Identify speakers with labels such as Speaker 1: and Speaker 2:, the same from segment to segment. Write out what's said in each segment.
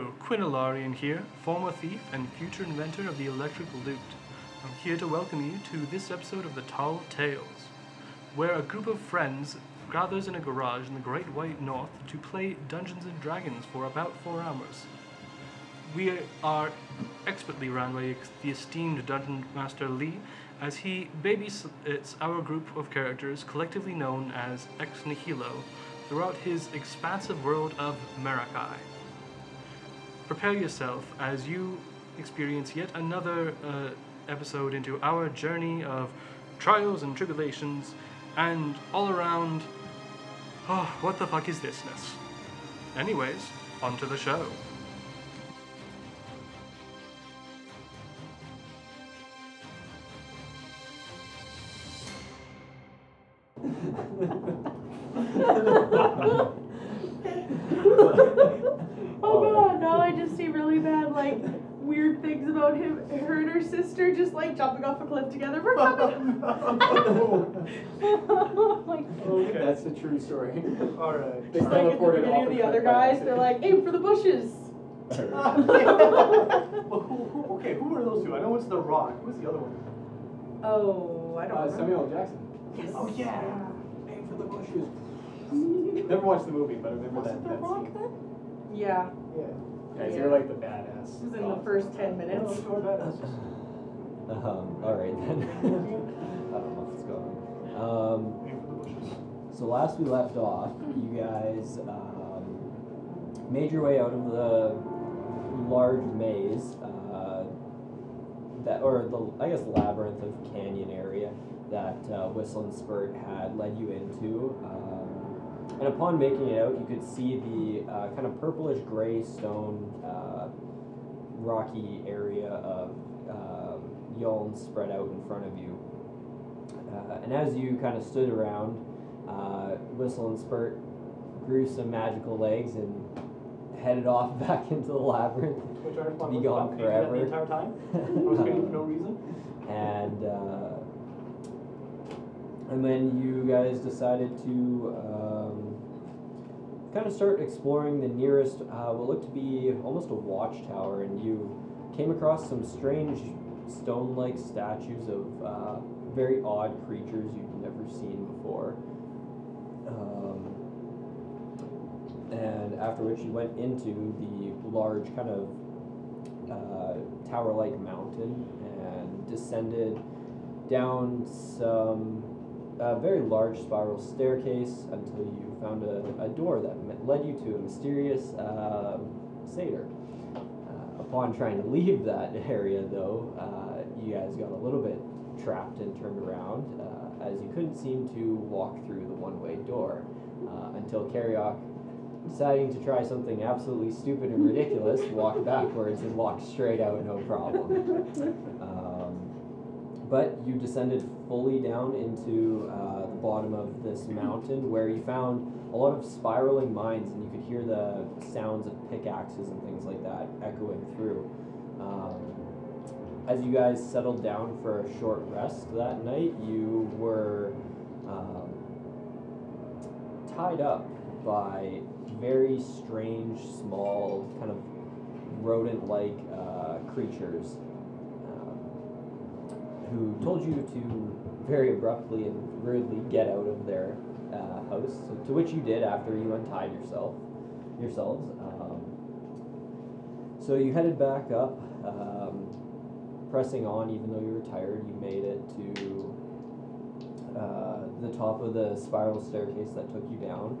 Speaker 1: I'm Quinilarian here, former thief and future inventor of the electric lute. I'm here to welcome you to this episode of The Tall Tales, where a group of friends gathers in a garage in the Great White North to play Dungeons and Dragons for about four hours. We are expertly run by ex- the esteemed Dungeon Master Lee as he babysits our group of characters, collectively known as Ex Nihilo, throughout his expansive world of Marakai. Prepare yourself as you experience yet another uh, episode into our journey of trials and tribulations and all around. Oh, what the fuck is thisness? Anyways, on to the show.
Speaker 2: Oh god, now I just see really bad, like, weird things about him, her and her sister just, like, jumping off a cliff together. We're coming! like,
Speaker 3: Okay.
Speaker 4: That's the true story.
Speaker 3: All right.
Speaker 4: They
Speaker 2: it's like at the
Speaker 4: teleported
Speaker 2: beginning
Speaker 4: off
Speaker 2: of
Speaker 4: a
Speaker 2: the other
Speaker 4: cliff by
Speaker 2: guys, they're like, aim for the bushes!
Speaker 3: well, who, who, okay, who are those two? I know it's The Rock. Who's the other one?
Speaker 2: Oh, I don't
Speaker 4: Uh,
Speaker 2: remember.
Speaker 4: Samuel L. Jackson.
Speaker 2: Yes.
Speaker 3: Oh, yeah.
Speaker 4: Aim for the bushes. Never watched the movie, but I remember
Speaker 3: Was
Speaker 4: that.
Speaker 3: it The
Speaker 4: that
Speaker 3: Rock
Speaker 4: scene.
Speaker 3: then?
Speaker 2: Yeah,
Speaker 3: Yeah.
Speaker 4: Yeah,
Speaker 2: Yeah.
Speaker 4: you're like the badass.
Speaker 2: this is in the first 10 minutes.
Speaker 3: Those two are badasses.
Speaker 5: Um, all right then. I don't know what's going on.
Speaker 3: Aim for the bushes.
Speaker 5: Um, so last we left off, you guys um, made your way out of the large maze, uh, that or the I guess labyrinth of canyon area that uh, Whistle and Spurt had led you into. Um, and upon making it out, you could see the uh, kind of purplish gray stone uh, rocky area of um, Yulm spread out in front of you. Uh, and as you kind of stood around, uh, Whistle and Spurt grew some magical legs and headed off back into the labyrinth.
Speaker 3: Which I respond
Speaker 5: Be
Speaker 3: was,
Speaker 5: gone
Speaker 3: "Wow, can you do that
Speaker 5: forever."
Speaker 3: The entire time? I was waiting for no reason.
Speaker 5: and uh, and then you guys decided to um, kind of start exploring the nearest uh, what looked to be almost a watchtower, and you came across some strange stone-like statues of uh, very odd creatures you've never seen before. Um, and after which you went into the large kind of uh, tower like mountain and descended down some a very large spiral staircase until you found a, a door that me- led you to a mysterious um satyr. Uh, upon trying to leave that area, though, uh, you guys got a little bit trapped and turned around uh, as you couldn't seem to walk through the one way door uh, until Karyok deciding to try something absolutely stupid and ridiculous, walked backwards and walked straight out, no
Speaker 4: Oh.
Speaker 5: problem. Um, but you descended fully down into uh, the bottom of this mountain where you found a lot of spiraling mines and you could hear the sounds of pickaxes and things like that echoing through. Um, as you guys settled down for a short rest that night, you were um, tied up by very strange, small, kind of rodent like uh, creatures um, who told you to very abruptly and rudely get out of their uh, house, so, to which you did after you untied yourself yourselves. Um, so you headed back up, um, pressing on, even though you were tired, you made it to uh, the top of the spiral staircase that took you down,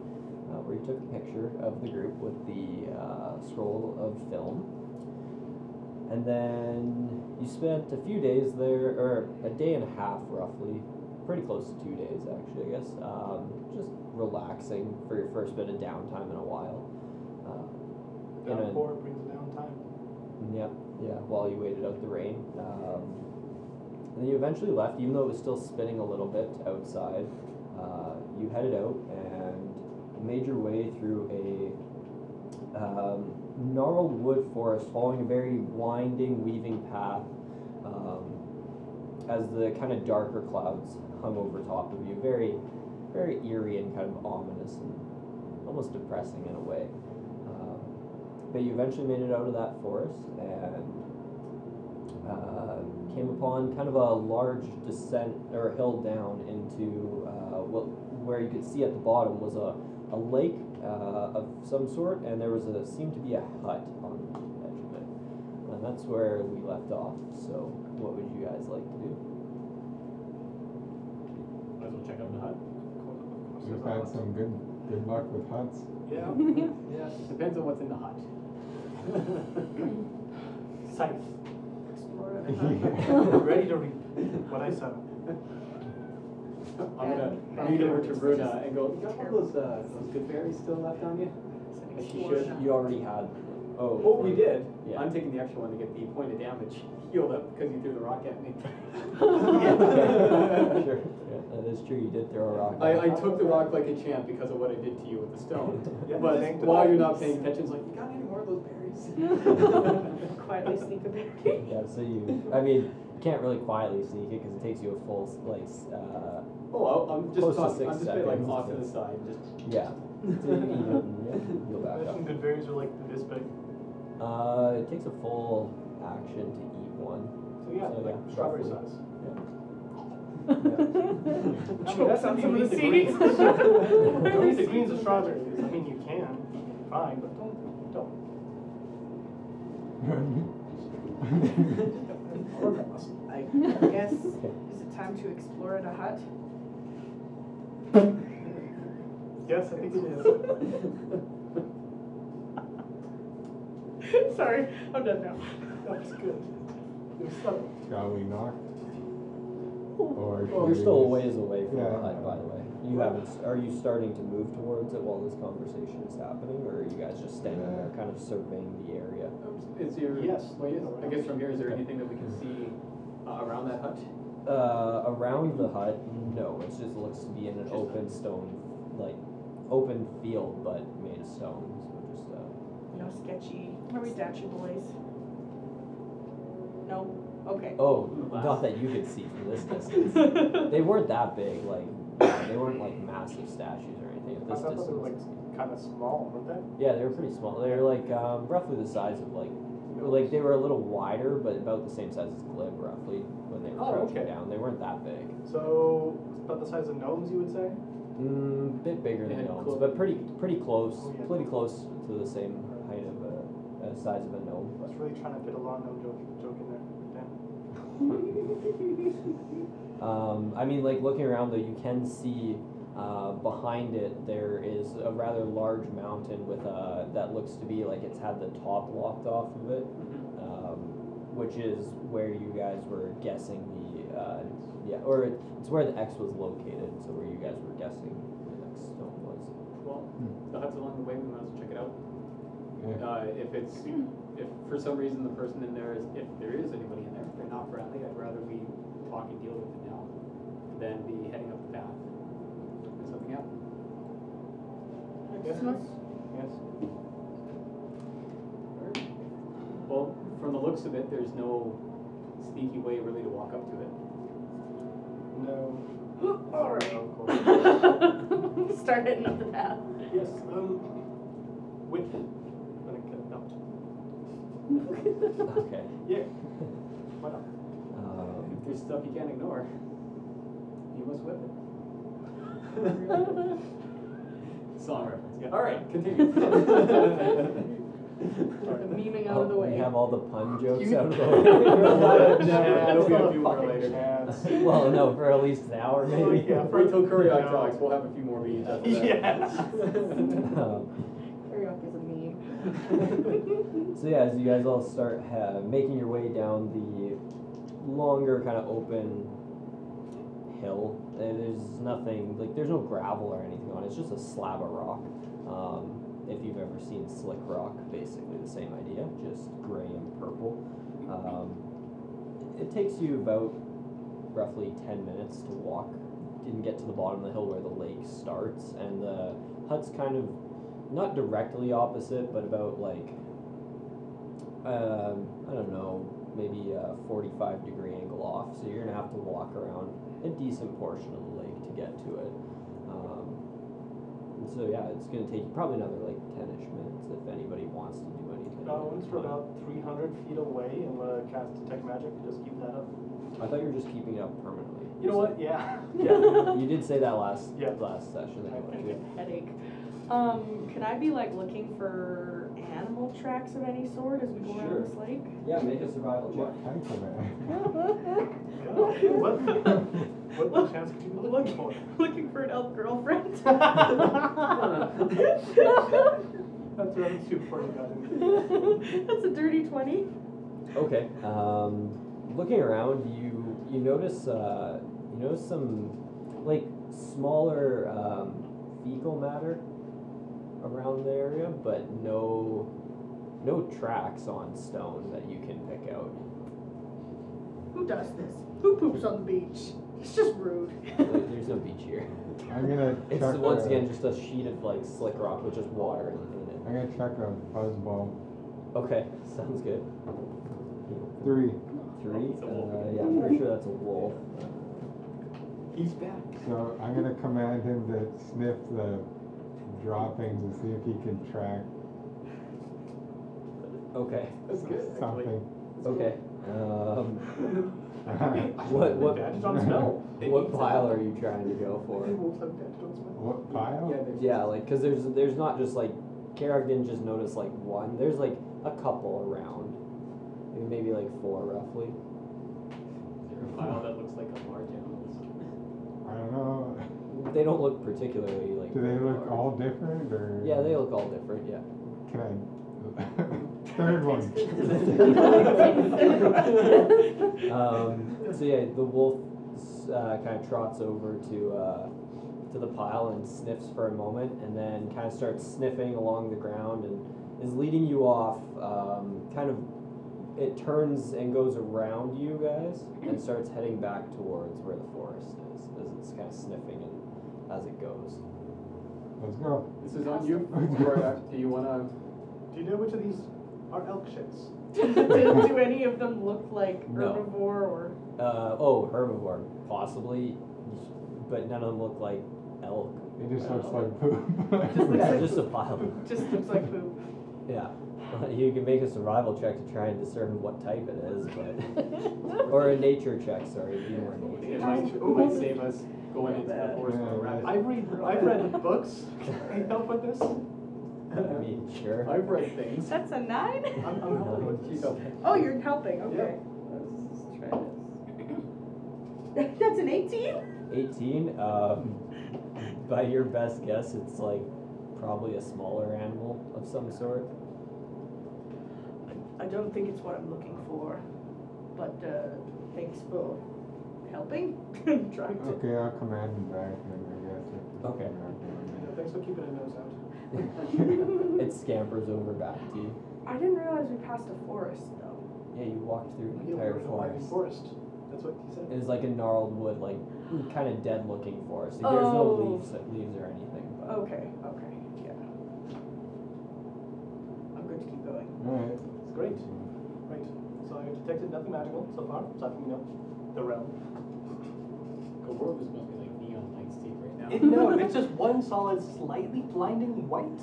Speaker 5: uh, where you took a picture of the group with the uh, scroll of film. And then you spent a few days there, or a day and a half roughly, pretty close to two days actually, I guess, um, just relaxing for your first bit of downtime in a while. Uh, in a-
Speaker 3: Downpour brings down time.
Speaker 5: Yep, yeah, while you waited out the rain. Um, and then you eventually left, even though it was still spinning a little bit outside. Uh, you headed out and made your way through a um, gnarled wood forest, following a very winding, weaving path um, as the kind of darker clouds hung over top of you. Very, very eerie and kind of ominous and almost depressing in a way. Um, But you eventually made it out of that forest and uh, came upon kind of a large descent or hill down into uh, what where you could see at the bottom was a, a lake uh, of some sort, and there was a seemed to be a hut on the edge of it, and that's where we left off. So, what would you guys like to do?
Speaker 4: Might as well check out the hut.
Speaker 6: We had some good good luck with huts.
Speaker 4: Yeah. yeah. Depends on what's in the hut.
Speaker 3: Sight.
Speaker 2: Explore it.
Speaker 3: Ready to read what I saw.
Speaker 4: I'm gonna
Speaker 2: Yeah.
Speaker 4: lean over to Runa and go, you got all those, uh, those good berries still left on you? As she
Speaker 2: Explore
Speaker 4: should.
Speaker 2: that.
Speaker 5: You already had. Oh,
Speaker 4: Oh, we did.
Speaker 5: Yeah.
Speaker 4: I'm taking the extra one to get the point of damage healed up because you threw the rock at me.
Speaker 5: Okay. sure. Yeah, that is true. You did throw a rock.
Speaker 4: I, I took the rock like a champ because of what I did to you with the stone.
Speaker 3: Yeah,
Speaker 4: but
Speaker 3: thank
Speaker 4: while you're not
Speaker 3: goodness.
Speaker 4: paying attention, it's like, you got any more of those berries?
Speaker 2: Quietly sneak a back.
Speaker 5: Yeah, so you. I mean, you can't really quietly sneak it because it takes you a full like. s- Uh,
Speaker 4: Oh, I'll- I'm just
Speaker 5: Close to
Speaker 4: tossing,
Speaker 5: six
Speaker 4: I'm just a bit like
Speaker 5: seconds.
Speaker 4: off to the side, just.
Speaker 5: yeah. So you, you, you'll back up.
Speaker 3: Imagine good berries are like this big.
Speaker 5: Uh, it takes a full action to eat one.
Speaker 3: So yeah,
Speaker 5: So,
Speaker 3: like
Speaker 5: yeah,
Speaker 3: strawberry
Speaker 5: roughly.
Speaker 3: size.
Speaker 2: I
Speaker 3: I mean, that's not
Speaker 2: some
Speaker 3: even
Speaker 2: of the
Speaker 3: the greens.
Speaker 2: seeds.
Speaker 3: Don't eat the greens of strawberries. I mean, you can, fine, but don't, don't.
Speaker 2: I guess, is it time to explore at a hut?
Speaker 3: Yes, I think it is.
Speaker 2: Sorry, I'm done now.
Speaker 3: That's good. You're subtle.
Speaker 6: Shall we knock? Or should
Speaker 5: You're
Speaker 6: we
Speaker 5: still a
Speaker 6: just-
Speaker 5: ways away from the
Speaker 6: Yeah.
Speaker 5: hut, by the way. You haven't. s- Are you starting to move towards it while this conversation is happening, or are you guys just standing there, kind of surveying the area?
Speaker 4: um, Is your,
Speaker 3: Yes.
Speaker 4: well, yes, I guess from here, is there anything that we can see uh, around that hut?
Speaker 5: Uh, around the hut, no. It just looks to be in an open stone, like open field, but made of stone. So just uh,
Speaker 2: No sketchy statue boys? No? Okay.
Speaker 5: oh,
Speaker 4: Glass.
Speaker 5: not that you could see from this distance. they weren't that big. Like they weren't like massive statues or anything at
Speaker 3: I
Speaker 5: this
Speaker 3: thought
Speaker 5: distance.
Speaker 3: those were like kind of small, weren't they?
Speaker 5: yeah, they were pretty small. They were like um, roughly the size of like like they were a little wider, but about the same size as Glib, roughly when they were
Speaker 4: Oh,
Speaker 5: crouching
Speaker 4: okay.
Speaker 5: down. They weren't that big.
Speaker 3: So it's about the size of gnomes, you would say?
Speaker 5: Mm, bit bigger than
Speaker 4: Yeah,
Speaker 5: gnomes,
Speaker 4: clo-
Speaker 5: but pretty pretty close,
Speaker 3: Oh, yeah.
Speaker 5: pretty close to the same height of a, a size of a gnome.
Speaker 3: I was really trying to fit a long gnome joke, joke in there. Damn.
Speaker 5: Um, I mean, like looking around though, you can see uh, behind it there is a rather large mountain with a that looks to be like it's had the top lopped off of it,
Speaker 4: Mm-hmm.
Speaker 5: um, which is where you guys were guessing the uh, yeah, or it- it's where the X was located, so where you guys were guessing the X stone was.
Speaker 4: Well, the hut's along the way, we might as well check it out.
Speaker 6: Yeah.
Speaker 4: Uh, if it's, if for some reason the person in there is, if there is anybody in there, if they're not friendly, I'd rather we talk and deal with it now than be heading up the path. There's something out.
Speaker 3: Yes, Max? Yes.
Speaker 4: Well, from the looks of it, there's no sneaky way really to walk up to it.
Speaker 3: No. Of course.
Speaker 2: Alright. Start hitting up the path.
Speaker 3: Yes, um, width. I'm gonna get it out.
Speaker 5: Okay.
Speaker 3: Yeah. Why not?
Speaker 5: Um,
Speaker 4: If there's stuff you can't ignore, you must whip it. Song reference. Yeah. All right, continue.
Speaker 2: The memeing out
Speaker 5: oh,
Speaker 2: of the
Speaker 5: We
Speaker 2: way.
Speaker 5: have all the pun jokes
Speaker 3: You-
Speaker 5: out of the
Speaker 4: Not
Speaker 5: way.
Speaker 4: a- that'll be a few more
Speaker 3: Fucking
Speaker 4: later.
Speaker 3: chance.
Speaker 5: well, no, for at least an hour maybe.
Speaker 3: Oh, yeah.
Speaker 4: Wait till Kuriak
Speaker 3: No.
Speaker 4: talks. We'll have a few more meetings after that.
Speaker 3: Yes.
Speaker 5: Um,
Speaker 2: Karaoke is a meme.
Speaker 5: So yeah, as you guys all start uh, making your way down the longer kind of open hill, and there's nothing like there's no gravel or anything on it. It's just a slab of rock. Um, if you've ever seen slick rock, basically the same idea, just gray and purple. Um, it takes you about roughly ten minutes to walk and get to the bottom of the hill where the lake starts, and the hut's kind of not directly opposite, but about like um, I don't know, maybe a 45 degree angle off. So you're gonna have to walk around a decent portion of the lake to get to it. Um, And so yeah, it's gonna take you probably another like ten-ish minutes if anybody wants to do anything.
Speaker 1: Uh, once we're about 300 feet away, I'm gonna cast detect magic and just keep that up.
Speaker 5: I thought you were just keeping it up permanently.
Speaker 1: You know what? Yeah.
Speaker 5: Yeah, you did say that last
Speaker 1: Yeah.
Speaker 5: last session. that you went to.
Speaker 7: Headache. Um, can I be like looking for animal tracks of any sort as we go around this lake?
Speaker 5: Yeah, make a survival
Speaker 6: What kind of man?
Speaker 1: Yeah. What the, what the chance could you be looking for?
Speaker 7: looking for an elf girlfriend.
Speaker 1: That's what I'm shooting for. You got it.
Speaker 7: That's a dirty twenty.
Speaker 5: Okay. Um, looking around, you you notice uh, you notice some like smaller um, fecal matter around the area, but no no tracks on stone that you can pick out.
Speaker 7: Who does this? Who poops on the beach? It's just rude.
Speaker 5: Like, there's no beach here.
Speaker 6: I'm gonna check.
Speaker 5: It's once
Speaker 6: uh,
Speaker 5: again just a sheet of like slick rock with just water in in it.
Speaker 6: I'm gonna check a buzzball.
Speaker 5: Okay, sounds good.
Speaker 6: Three.
Speaker 5: Three.
Speaker 4: It's a wolf.
Speaker 5: Uh, yeah, I'm pretty sure that's a wolf.
Speaker 4: He's back.
Speaker 6: So I'm gonna command him to sniff the droppings and see if he can track
Speaker 5: Okay.
Speaker 4: That's good. Actually.
Speaker 6: something.
Speaker 5: Okay. Um,
Speaker 4: What-
Speaker 1: what- Advantage on smell.
Speaker 5: what pile are you trying to go for?
Speaker 1: wolves have advantage on smell.
Speaker 6: what pile?
Speaker 4: Yeah, there's
Speaker 5: Yeah, like because there's there's not just like Carrick didn't just notice like one. There's like a couple around, Maybe- maybe like four roughly.
Speaker 4: a pile that looks like a large animal.
Speaker 6: I don't know.
Speaker 5: They don't look particularly like.
Speaker 6: Do they look
Speaker 5: large.
Speaker 6: all different or?
Speaker 5: Yeah, they look all different. Yeah.
Speaker 6: Can I? Third one.
Speaker 7: That's
Speaker 5: Um, so yeah, the wolf uh, kind of trots over to uh, to the pile and sniffs for a moment, and then kind of starts sniffing along the ground and is leading you off. Um, kind of, it turns and goes around you guys and starts heading back towards where the forest is. As it's kind of sniffing and as it goes.
Speaker 6: Let's go.
Speaker 4: This is on you. Or do you wanna?
Speaker 1: Do you know which of these are elk shits?
Speaker 7: do, do any of them look like
Speaker 5: No.
Speaker 7: herbivore or
Speaker 5: Uh, oh, herbivore, possibly, but none of them look like elk.
Speaker 6: It just looks
Speaker 5: Well,
Speaker 6: like poop.
Speaker 7: Just looks
Speaker 5: yeah,
Speaker 7: like-
Speaker 5: just a pile.
Speaker 7: just looks like poop?
Speaker 5: Yeah. You can make a survival check to try and discern what type it is, but or a nature check. Sorry, if you were nature.
Speaker 4: It might, it might save us going into the forest for a rabbit.
Speaker 1: I read, I've read books. Can you help with this?
Speaker 5: I mean, sure.
Speaker 4: I've read things.
Speaker 7: That's a nine.
Speaker 1: I'm, I'm helping with
Speaker 4: She's
Speaker 1: this.
Speaker 4: okay.
Speaker 7: Oh, you're helping. Okay.
Speaker 1: Yeah.
Speaker 7: Let's try this. That's an eighteen.
Speaker 5: Eighteen. Um, by your best guess, it's like probably a smaller animal of some sort.
Speaker 7: I don't think it's what I'm looking for, but uh, thanks for helping. Trying to.
Speaker 6: Okay, I'll command him back and I guess.
Speaker 5: Okay.
Speaker 1: Thanks for keeping a nose out.
Speaker 5: It scampers over back to you.
Speaker 7: I didn't realize we passed a forest though.
Speaker 5: Yeah, you walked through an
Speaker 1: Yeah, we're
Speaker 5: entire
Speaker 1: in a winding
Speaker 5: forest.
Speaker 1: forest. That's what he said.
Speaker 5: It is like a gnarled wood, like kind of dead looking forest. Like, there's no
Speaker 7: Oh.
Speaker 5: leaves, leaves or anything. But.
Speaker 7: Okay, okay, yeah. I'm good to keep going.
Speaker 6: Alright.
Speaker 1: It's great. Right. So I detected nothing magical so far, aside from you know the realm.
Speaker 4: The world is must be like neon nightstick right now.
Speaker 1: no, it's just one solid, slightly blinding white.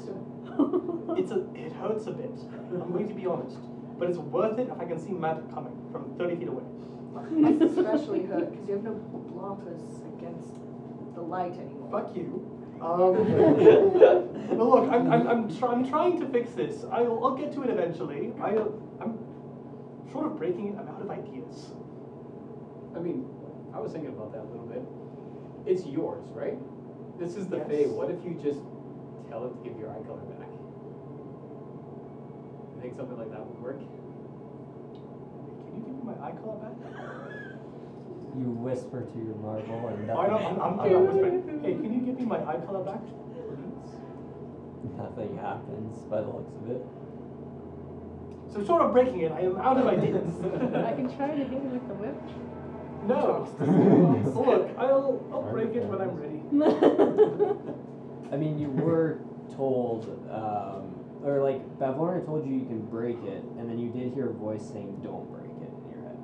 Speaker 1: It's a, it hurts a bit. I'm going to be honest, but it's worth it if I can see magic coming from 30 feet away.
Speaker 8: That's especially hurt because you have no blockers against the light anymore.
Speaker 1: Fuck you. Um, but look, I'm, I'm, I'm, try, I'm trying to fix this. I'll, I'll get to it eventually. I, I'm sort of breaking it. I'm out of ideas.
Speaker 4: I mean, I was thinking about that a little bit. It's yours, right? This is the
Speaker 1: Yes.
Speaker 4: Fae. What if you just tell it to give your eye color back? I think something like that would work.
Speaker 1: Can you give me my eye color back?
Speaker 5: You whisper to your marble and
Speaker 1: Oh, I
Speaker 5: nothing.
Speaker 1: don't, I'm, I'm, I'm not whispering. Hey, can you give me my eye color back?
Speaker 5: Nothing happens by the looks of it.
Speaker 1: So sort of breaking it. I am out of ideas.
Speaker 8: I can try it again with the whip.
Speaker 1: no.
Speaker 6: Alright.
Speaker 1: Look, I'll, I'll break it when I'm ready.
Speaker 5: I mean, you were told, um, or like Bavlorna told you you can break it, and then you did hear a voice saying, "Don't break it" in your head.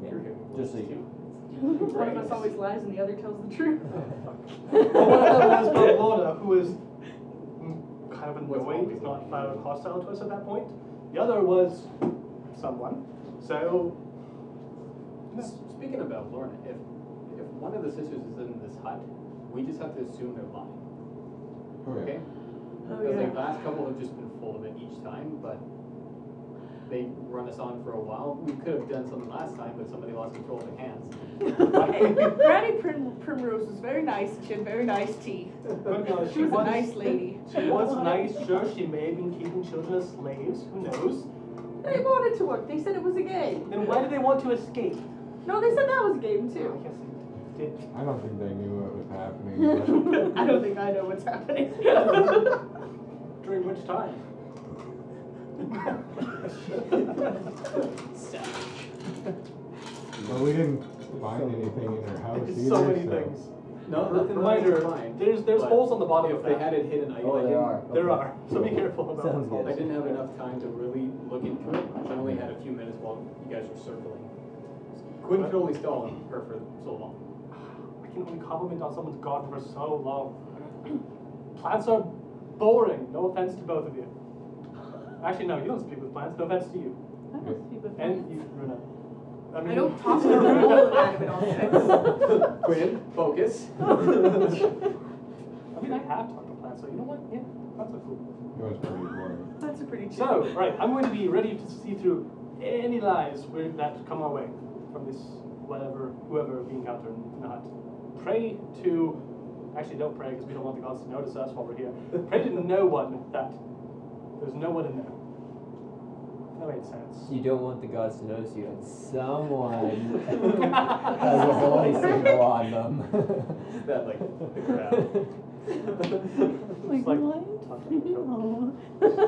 Speaker 4: You're hearing
Speaker 5: Just so
Speaker 4: voices
Speaker 5: you-
Speaker 4: too.
Speaker 9: One of us always lies and the other tells the truth.
Speaker 1: Oh, Well, one of them was Bob who was mm, kind of
Speaker 4: Was
Speaker 1: annoyed,
Speaker 4: always
Speaker 1: if not
Speaker 4: annoyed.
Speaker 1: uh, hostile to us at that point. The other was someone. So,
Speaker 4: S- Speaking about Lorna, if if one of the sisters is in this hut, we just have to assume they're lying.
Speaker 6: Oh, yeah.
Speaker 4: Okay.
Speaker 7: Oh,
Speaker 4: Because
Speaker 7: yeah.
Speaker 4: like last couple have just been full of it each time, but they run us on for a while. We could have done something last time, but somebody lost control of their hands.
Speaker 7: Granny Prim- Primrose was very nice. She had very nice teeth.
Speaker 1: but no,
Speaker 7: She was a nice lady.
Speaker 1: She was nice, sure. She may have been keeping children as slaves. Who knows?
Speaker 7: They wanted to work. They said it was a game.
Speaker 1: Then why did they want to escape?
Speaker 7: No, they said that was a game
Speaker 1: I
Speaker 7: too.
Speaker 1: guess they did.
Speaker 6: I don't think they knew what was happening. but-
Speaker 7: I don't think I know what's happening.
Speaker 1: During which time?
Speaker 6: Well, we didn't find anything in her house either.
Speaker 1: so many things.
Speaker 4: No, nothing
Speaker 1: Reminder,
Speaker 4: Fine.
Speaker 1: there's there's
Speaker 4: But
Speaker 1: holes on the bottom
Speaker 4: If
Speaker 1: of
Speaker 4: they
Speaker 1: that.
Speaker 4: had it hidden, I,
Speaker 5: Oh,
Speaker 4: I
Speaker 5: there
Speaker 4: didn't.
Speaker 5: are.
Speaker 1: There
Speaker 5: Okay.
Speaker 1: are, so be careful about
Speaker 5: Sounds
Speaker 1: what's on
Speaker 5: good.
Speaker 4: I
Speaker 1: it.
Speaker 4: didn't have enough time to really look into it. I only had a few minutes while you guys were circling. Quinn could only stall on her for so long.
Speaker 1: I can only compliment on someone's garden for so long. plants are boring. No offense to both of you. Actually, no, you don't speak with plants. No offense to you. And you, Runa. I mean,
Speaker 9: I don't talk to them all the time at all
Speaker 4: Quinn, focus.
Speaker 1: I mean, I have talked to plants, so you know what? Yeah, plants are cool.
Speaker 6: It was pretty boring.
Speaker 7: That's a pretty chick.
Speaker 1: So, right, I'm going to be ready to see through any lies where that come our way from this whatever, whoever we encounter in the hut. Pray to. Actually, don't pray because we don't want the gods to notice us while we're here. Pray to no one that there's no one in there. That made sense.
Speaker 5: You don't want the gods to notice you, and someone has a holy symbol on them.
Speaker 4: That like the crowd.
Speaker 1: It's like- Let's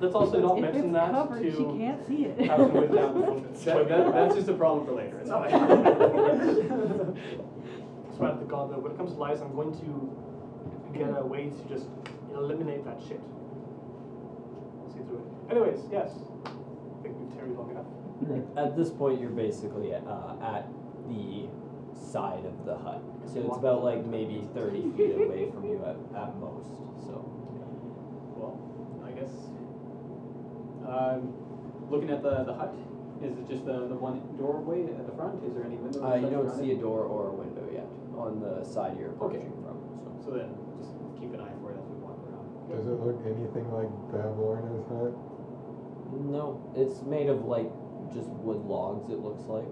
Speaker 1: let's also not mention that to
Speaker 7: can't see it.
Speaker 1: Captain Windown.
Speaker 4: That- that- that's just a problem for later. It's fine.
Speaker 1: Swear to God, though, when it comes to lies, I'm going to get a way to just eliminate that shit. See through it. Anyways, yes. I think we've tarried long enough.
Speaker 5: At this point, you're basically uh, at the side of the hut, so it's about like maybe 30 feet away from you at, at most. So
Speaker 4: Well, I guess. Um, looking at the, the hut, is it just the, the one doorway at the front? Is there any windows?
Speaker 5: uh, you
Speaker 4: such
Speaker 5: don't
Speaker 4: around
Speaker 5: see a
Speaker 4: it?
Speaker 5: door or a window yet on the side you're
Speaker 4: Okay.
Speaker 5: approaching from.
Speaker 4: So
Speaker 5: So
Speaker 4: then, just keep an eye for it as we walk around.
Speaker 6: Does it look anything like Babylona's hut?
Speaker 5: no, it's made of like just wood logs. It looks like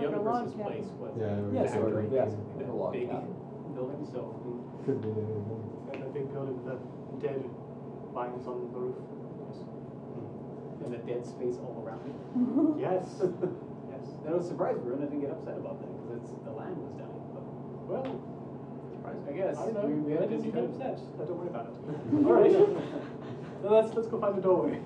Speaker 4: the other person's place was
Speaker 6: Yeah, it was
Speaker 5: yeah,
Speaker 6: like
Speaker 5: sort
Speaker 6: a
Speaker 5: of yeah,
Speaker 6: big-
Speaker 5: like a log
Speaker 4: big
Speaker 5: cabin.
Speaker 4: building, so
Speaker 6: Could be anything.
Speaker 1: And the big building with the dead vines on the roof.
Speaker 4: and the dead space all around it.
Speaker 1: Yes. yes. yes.
Speaker 4: And I was surprised Verona didn't get upset about that because it's the land was dying. But
Speaker 1: Well,
Speaker 4: I guess
Speaker 1: I don't know.
Speaker 4: we, we had a
Speaker 1: I didn't
Speaker 4: busy
Speaker 1: get
Speaker 4: time.
Speaker 1: upset. I don't worry about it. All right. Now let's let's go find the doorway.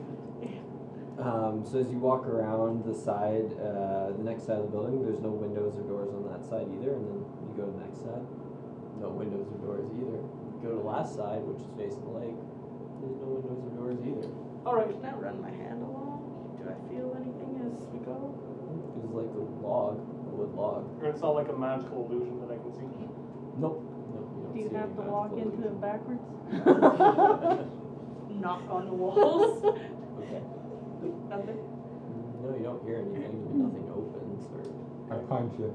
Speaker 5: Um, so as you walk around the side, uh, the next side of the building, there's no windows or doors on that side either, and then you go to the next side, no windows or doors either. Go to the last side, which is facing the lake, there's no windows or doors either.
Speaker 1: All right.
Speaker 7: Can I run my hand along? Do I feel anything as we go?
Speaker 5: It's like a log, a wood log.
Speaker 1: Or it's not like a magical illusion that I can see.
Speaker 5: Nope. Nope, you don't
Speaker 7: Do you
Speaker 5: see
Speaker 7: have to
Speaker 5: any magical
Speaker 7: walk
Speaker 5: illusion.
Speaker 7: into it backwards? Knock on the walls.
Speaker 5: Okay.
Speaker 7: Nothing.
Speaker 5: No, you don't hear anything. Nothing opens or.
Speaker 6: I punch it.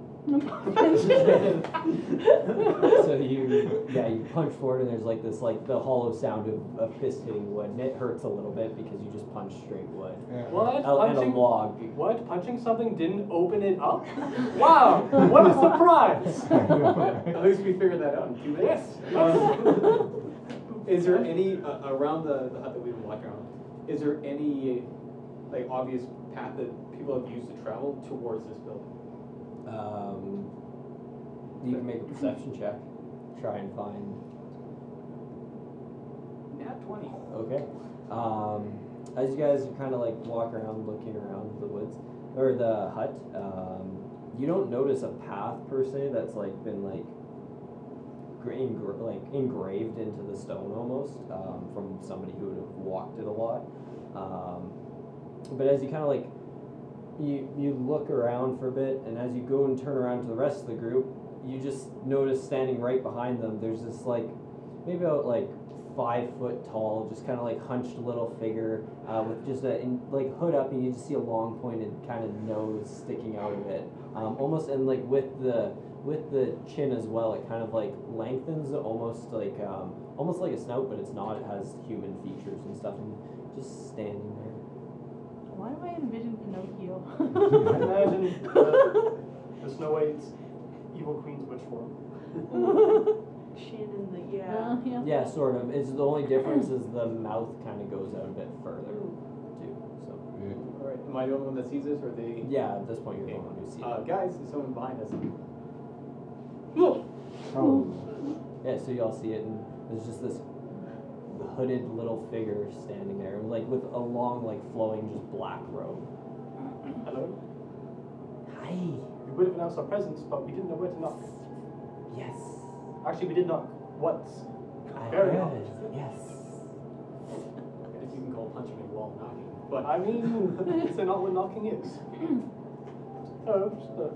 Speaker 5: so you yeah you punch forward and there's like this like the hollow sound of a fist hitting wood and it hurts a little bit because you just punch straight wood
Speaker 6: Yeah.
Speaker 1: What?
Speaker 5: Oh, and a
Speaker 1: Punching
Speaker 5: log
Speaker 1: What? Punching something didn't open it up? Wow! What a surprise!
Speaker 6: I know, right?
Speaker 4: At least we figured that out in two minutes.
Speaker 1: Yes.
Speaker 4: Um, is there any uh, around the, the hut that we've been walking around? Is there any like obvious path that people have used to travel towards this building?
Speaker 5: um, you can make a perception check try and find
Speaker 4: Nat twenty.
Speaker 5: Okay. Um, as you guys are kind of like walk around, looking around the woods or the hut, um, you don't notice a path per se that's like been like gra- engra- like engraved into the stone almost um, from somebody who would have walked it a lot. Um, but as you kind of like you you look around for a bit, and as you go and turn around to the rest of the group, you just notice standing right behind them. There's this like maybe about like five foot tall, just kind of like hunched little figure uh, with just a in, like hood up, and you just see a long pointed kind of nose sticking out of it, um, almost and like with the with the chin as well. It kind of like lengthens, almost like um, almost like a snout, but it's not. It has human features and stuff, and just standing there.
Speaker 2: Why do I envision Pinocchio?
Speaker 3: I imagine the, the Snow White's evil queen's witch form.
Speaker 2: Shin and the
Speaker 10: yeah.
Speaker 2: yeah.
Speaker 5: Yeah, sort of. It's the only difference is the mouth kind of goes out a bit further too. So
Speaker 4: All right, am I the only one that sees this, or are they?
Speaker 5: yeah, at this point you're the only one who sees.
Speaker 4: Uh, guys, there's someone behind us.
Speaker 6: Oh,
Speaker 5: it. Yeah, so you all see it, and there's just this hooded little figure standing there, like with a long, like flowing, just black robe.
Speaker 3: Hello.
Speaker 5: Hi.
Speaker 3: We would have announced our presence, but we didn't know where to knock.
Speaker 5: Yes.
Speaker 3: Actually, we did knock once.
Speaker 5: I
Speaker 3: Very
Speaker 5: heard.
Speaker 3: well.
Speaker 5: Yes.
Speaker 4: If you can call punching a wall knocking. But
Speaker 3: But I mean, it's not what knocking is. Oh, just uh,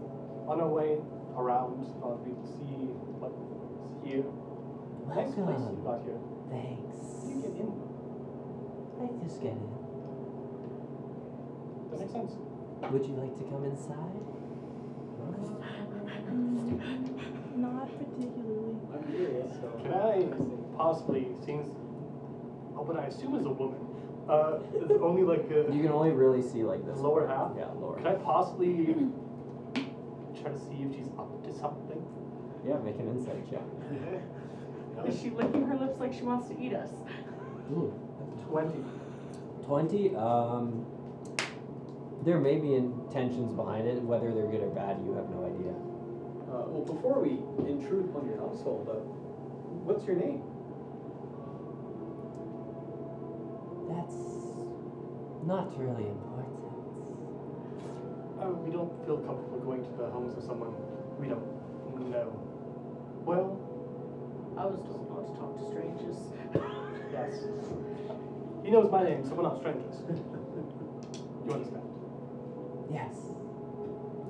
Speaker 3: on our way around, thought we'd see what's here. Nice place you
Speaker 5: Welcome.
Speaker 3: got here.
Speaker 5: Thanks.
Speaker 3: How do you get in?
Speaker 5: I just get in.
Speaker 3: That makes sense.
Speaker 5: Would you like to come inside?
Speaker 2: Not particularly.
Speaker 4: I'm curious, so.
Speaker 3: Can I possibly, since oh, what I assume is a woman, uh, it's only like a,
Speaker 5: You can only really see like this.
Speaker 3: Lower
Speaker 5: part.
Speaker 3: half?
Speaker 5: Yeah, lower.
Speaker 3: Could I possibly try to see if she's up to something?
Speaker 5: Yeah, make an insight check.
Speaker 2: Is she licking her lips like she wants to eat us?
Speaker 3: Twenty.
Speaker 5: 20 um, there may be intentions behind it whether they're good or bad you have no idea
Speaker 4: Uh, well, before we intrude upon your household, uh, what's your name?
Speaker 5: that's not really important
Speaker 3: Uh, we don't feel comfortable going to the homes of someone we don't know. Well,
Speaker 2: I was told not to talk to strangers.
Speaker 3: yes. He knows my name, so we're not strangers. you understand?
Speaker 5: yes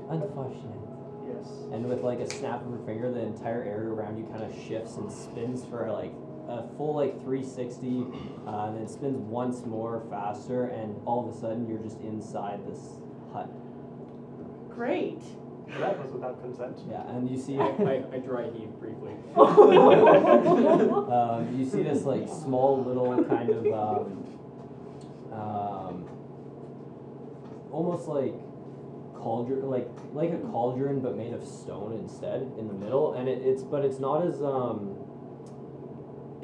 Speaker 5: unfortunate
Speaker 3: Yes.
Speaker 5: and with like a snap of her finger the entire area around you kind of shifts and spins for like a full like 360 uh, and then spins once more faster and all of a sudden you're just inside this hut
Speaker 2: Great.
Speaker 3: Well, that was without consent.
Speaker 5: yeah and you see
Speaker 4: I, I, I dry heave briefly.
Speaker 5: um, you see this like small little kind of um, um, almost like cauldron like like a cauldron but made of stone instead in the middle and it, it's but it's not as um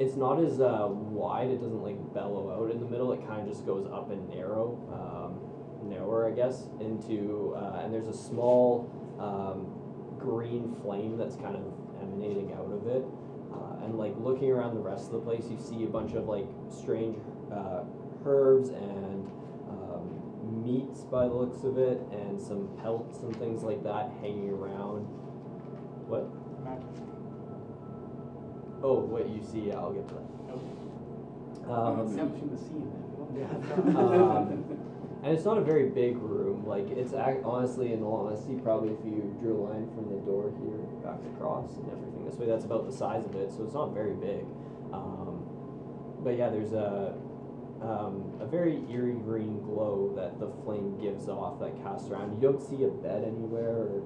Speaker 5: it's not as uh, wide it doesn't like bellow out in the middle it kind of just goes up and narrow um, narrower i guess into uh, and there's a small um, green flame that's kind of emanating out of it uh, and like looking around the rest of the place, you see a bunch of like strange uh, herbs and um, meats by the looks of it, and some pelts and things like that hanging around. What? Oh, what you see? Yeah, I'll get to that. Um,
Speaker 4: Establishing the scene.
Speaker 3: Yeah.
Speaker 5: Um, and it's not a very big room. Like it's ac- honestly, in all honesty, probably if you drew a line from the door here back across and everything this way, that's about the size of it. So it's not very big. Um, but yeah, there's a um, a very eerie green glow that the flame gives off that casts around. You don't see a bed anywhere or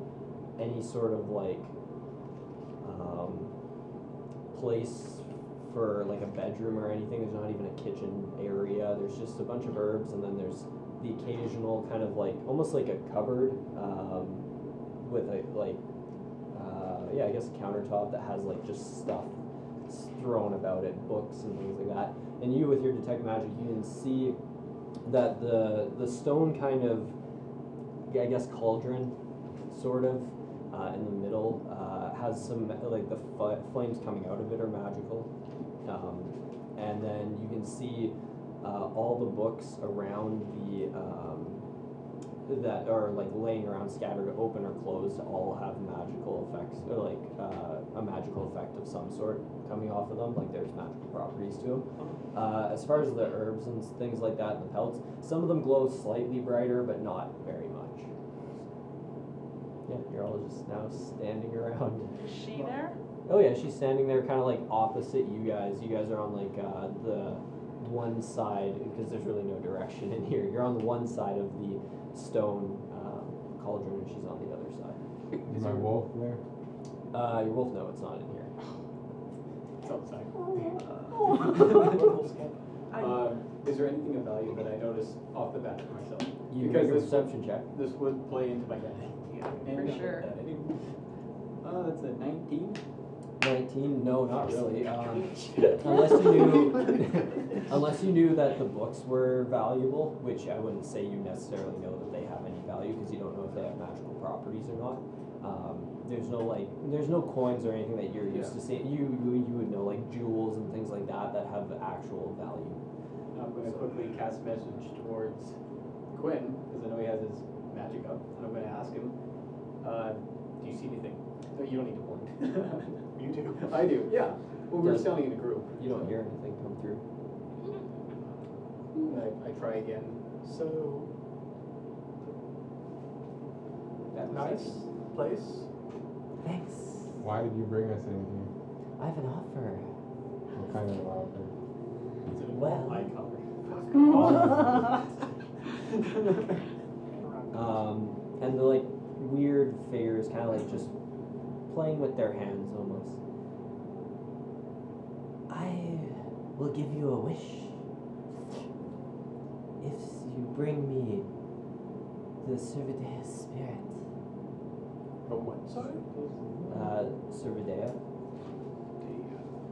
Speaker 5: any sort of like um, place for like a bedroom or anything. There's not even a kitchen area. There's just a bunch of herbs, and then there's the occasional kind of like almost like a cupboard um, with a like uh, yeah, I guess a countertop that has like just stuff s- thrown about it, books and things like that. And you with your detect magic, you can see that the the stone kind of yeah, I guess cauldron sort of uh, in the middle uh, has some like the f- flames coming out of it are magical um, and then you can see uh, all the books around the um, that are like laying around scattered open or closed all have magical effects or like uh, a magical effect of some sort coming off of them like there's magical properties to them uh, as far as the herbs and s- things like that and the pelts some of them glow slightly brighter but not very much yeah you're all just now standing around
Speaker 2: Is she there?
Speaker 5: Oh yeah, she's standing there, kind of like opposite you guys. You guys are on like uh, the one side because there's really no direction in here. You're on the one side of the stone um, cauldron, and she's on the other side.
Speaker 6: Is my wolf there?
Speaker 5: Uh, your wolf, no, it's not in here.
Speaker 4: It's outside.
Speaker 2: I-
Speaker 4: Uh, is there anything of value that I noticed off the bat for myself? Because
Speaker 5: You can make a
Speaker 4: this-
Speaker 5: perception check.
Speaker 4: This would play into my identity. And
Speaker 10: For
Speaker 4: not
Speaker 10: sure.
Speaker 4: that any- Uh, that's a nineteen.
Speaker 5: Nineteen? No, not really. Um, unless you knew, unless you knew that the books were valuable, which I wouldn't say you necessarily know that they have any value because you don't know if they have magical properties or not. Um, there's no like, there's no coins or anything that you're used to seeing. You you you would know like jewels and things like that that have actual value.
Speaker 4: I'm gonna quickly cast message towards Quinn, because I know he has his magic up, and I'm gonna ask him, uh, do you see anything? No, you don't need to point.
Speaker 3: You do.
Speaker 4: I do, yeah. Well, we were
Speaker 5: Does-
Speaker 4: selling in a group.
Speaker 5: You don't hear anything come through.
Speaker 4: And I, I try again.
Speaker 3: So
Speaker 4: That was
Speaker 3: nice
Speaker 4: it.
Speaker 3: place.
Speaker 5: Thanks.
Speaker 6: Why did you bring us in here?
Speaker 5: I have an offer.
Speaker 6: What kind of offer?
Speaker 4: Is it a
Speaker 5: Well.
Speaker 4: eye cover?
Speaker 5: Um, and the like weird figures kind of like just playing with their hands almost. I will give you a wish if you bring me the Cervidea spirit.
Speaker 4: But what, sorry?
Speaker 5: Uh, Cervidea,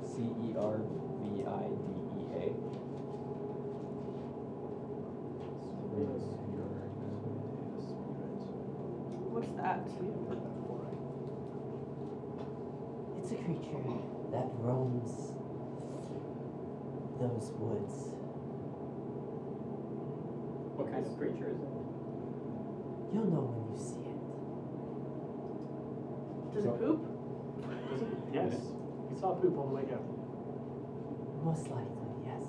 Speaker 5: C E R V I D E A.
Speaker 2: What's that to you?
Speaker 5: It's a creature that roams those woods.
Speaker 4: What kind of creature is it?
Speaker 5: You'll know when you see it.
Speaker 2: Does it poop?
Speaker 3: Does it? Yes. We saw poop on the way down.
Speaker 5: Most likely, yes.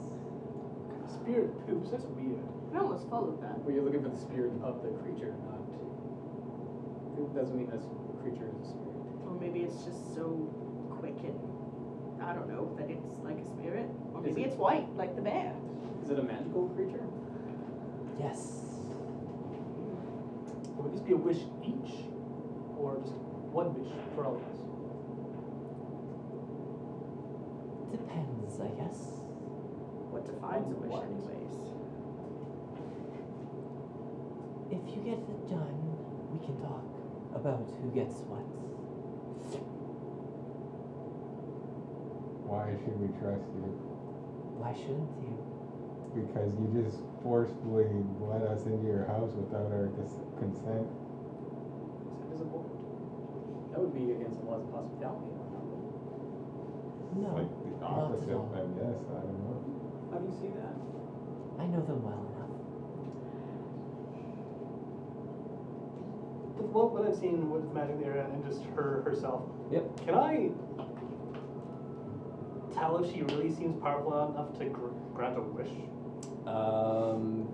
Speaker 3: Spirit poops. That's weird.
Speaker 10: I almost followed that.
Speaker 4: Well, you're looking for the spirit of the creature, not. It doesn't mean this creature is a spirit.
Speaker 2: Or maybe it's just so quick and I don't know that it's like a spirit. Or
Speaker 4: Is
Speaker 2: maybe
Speaker 4: it-
Speaker 2: it's white, like the bear.
Speaker 4: Is it a magical creature?
Speaker 5: Yes.
Speaker 3: Would this be a wish each, or just one wish for all of us?
Speaker 5: Depends, I guess.
Speaker 2: What defines a wish,
Speaker 4: What?
Speaker 2: anyways?
Speaker 5: If you get it done, we can talk about who gets what.
Speaker 6: Why should we trust you?
Speaker 5: Why shouldn't you?
Speaker 6: Because you just forcefully let us into your house without our cons- consent.
Speaker 4: Is it visible? That would be against the laws of hospitality. I don't know.
Speaker 6: It's
Speaker 5: No,
Speaker 6: like the
Speaker 5: not at
Speaker 6: opposite,
Speaker 5: all.
Speaker 6: I guess. I don't know.
Speaker 4: How do you see that?
Speaker 5: I know them well enough.
Speaker 3: With what, what I've seen with Magic the Area and just her herself.
Speaker 5: Yep.
Speaker 3: Can I tell if she really seems powerful enough to gr- grant a wish?
Speaker 5: Um,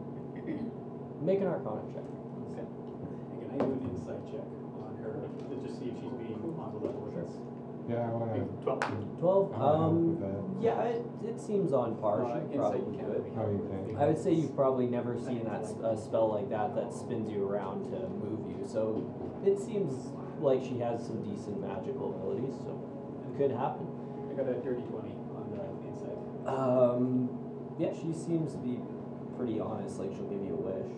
Speaker 5: make an arcana check.
Speaker 4: Okay. And can I do an insight check on her to just see if she's being on the level with us?
Speaker 6: Yeah, I want to.
Speaker 3: Big 12.
Speaker 5: Twelve.
Speaker 6: I wanna help with
Speaker 5: Um,
Speaker 6: that.
Speaker 5: yeah, it, it seems on par.
Speaker 4: Uh,
Speaker 5: She could
Speaker 4: insight
Speaker 5: probably
Speaker 4: can
Speaker 5: do it.
Speaker 4: be
Speaker 6: Oh, you
Speaker 4: helpful.
Speaker 6: can.
Speaker 5: I would say you've probably never seen that s- a spell like that that spins you around to move you. So it seems like she has some decent magical abilities. So it could happen.
Speaker 4: I got a dirty twenty on the insight.
Speaker 5: Um, yeah, she seems to be pretty honest. Like she'll give you a wish.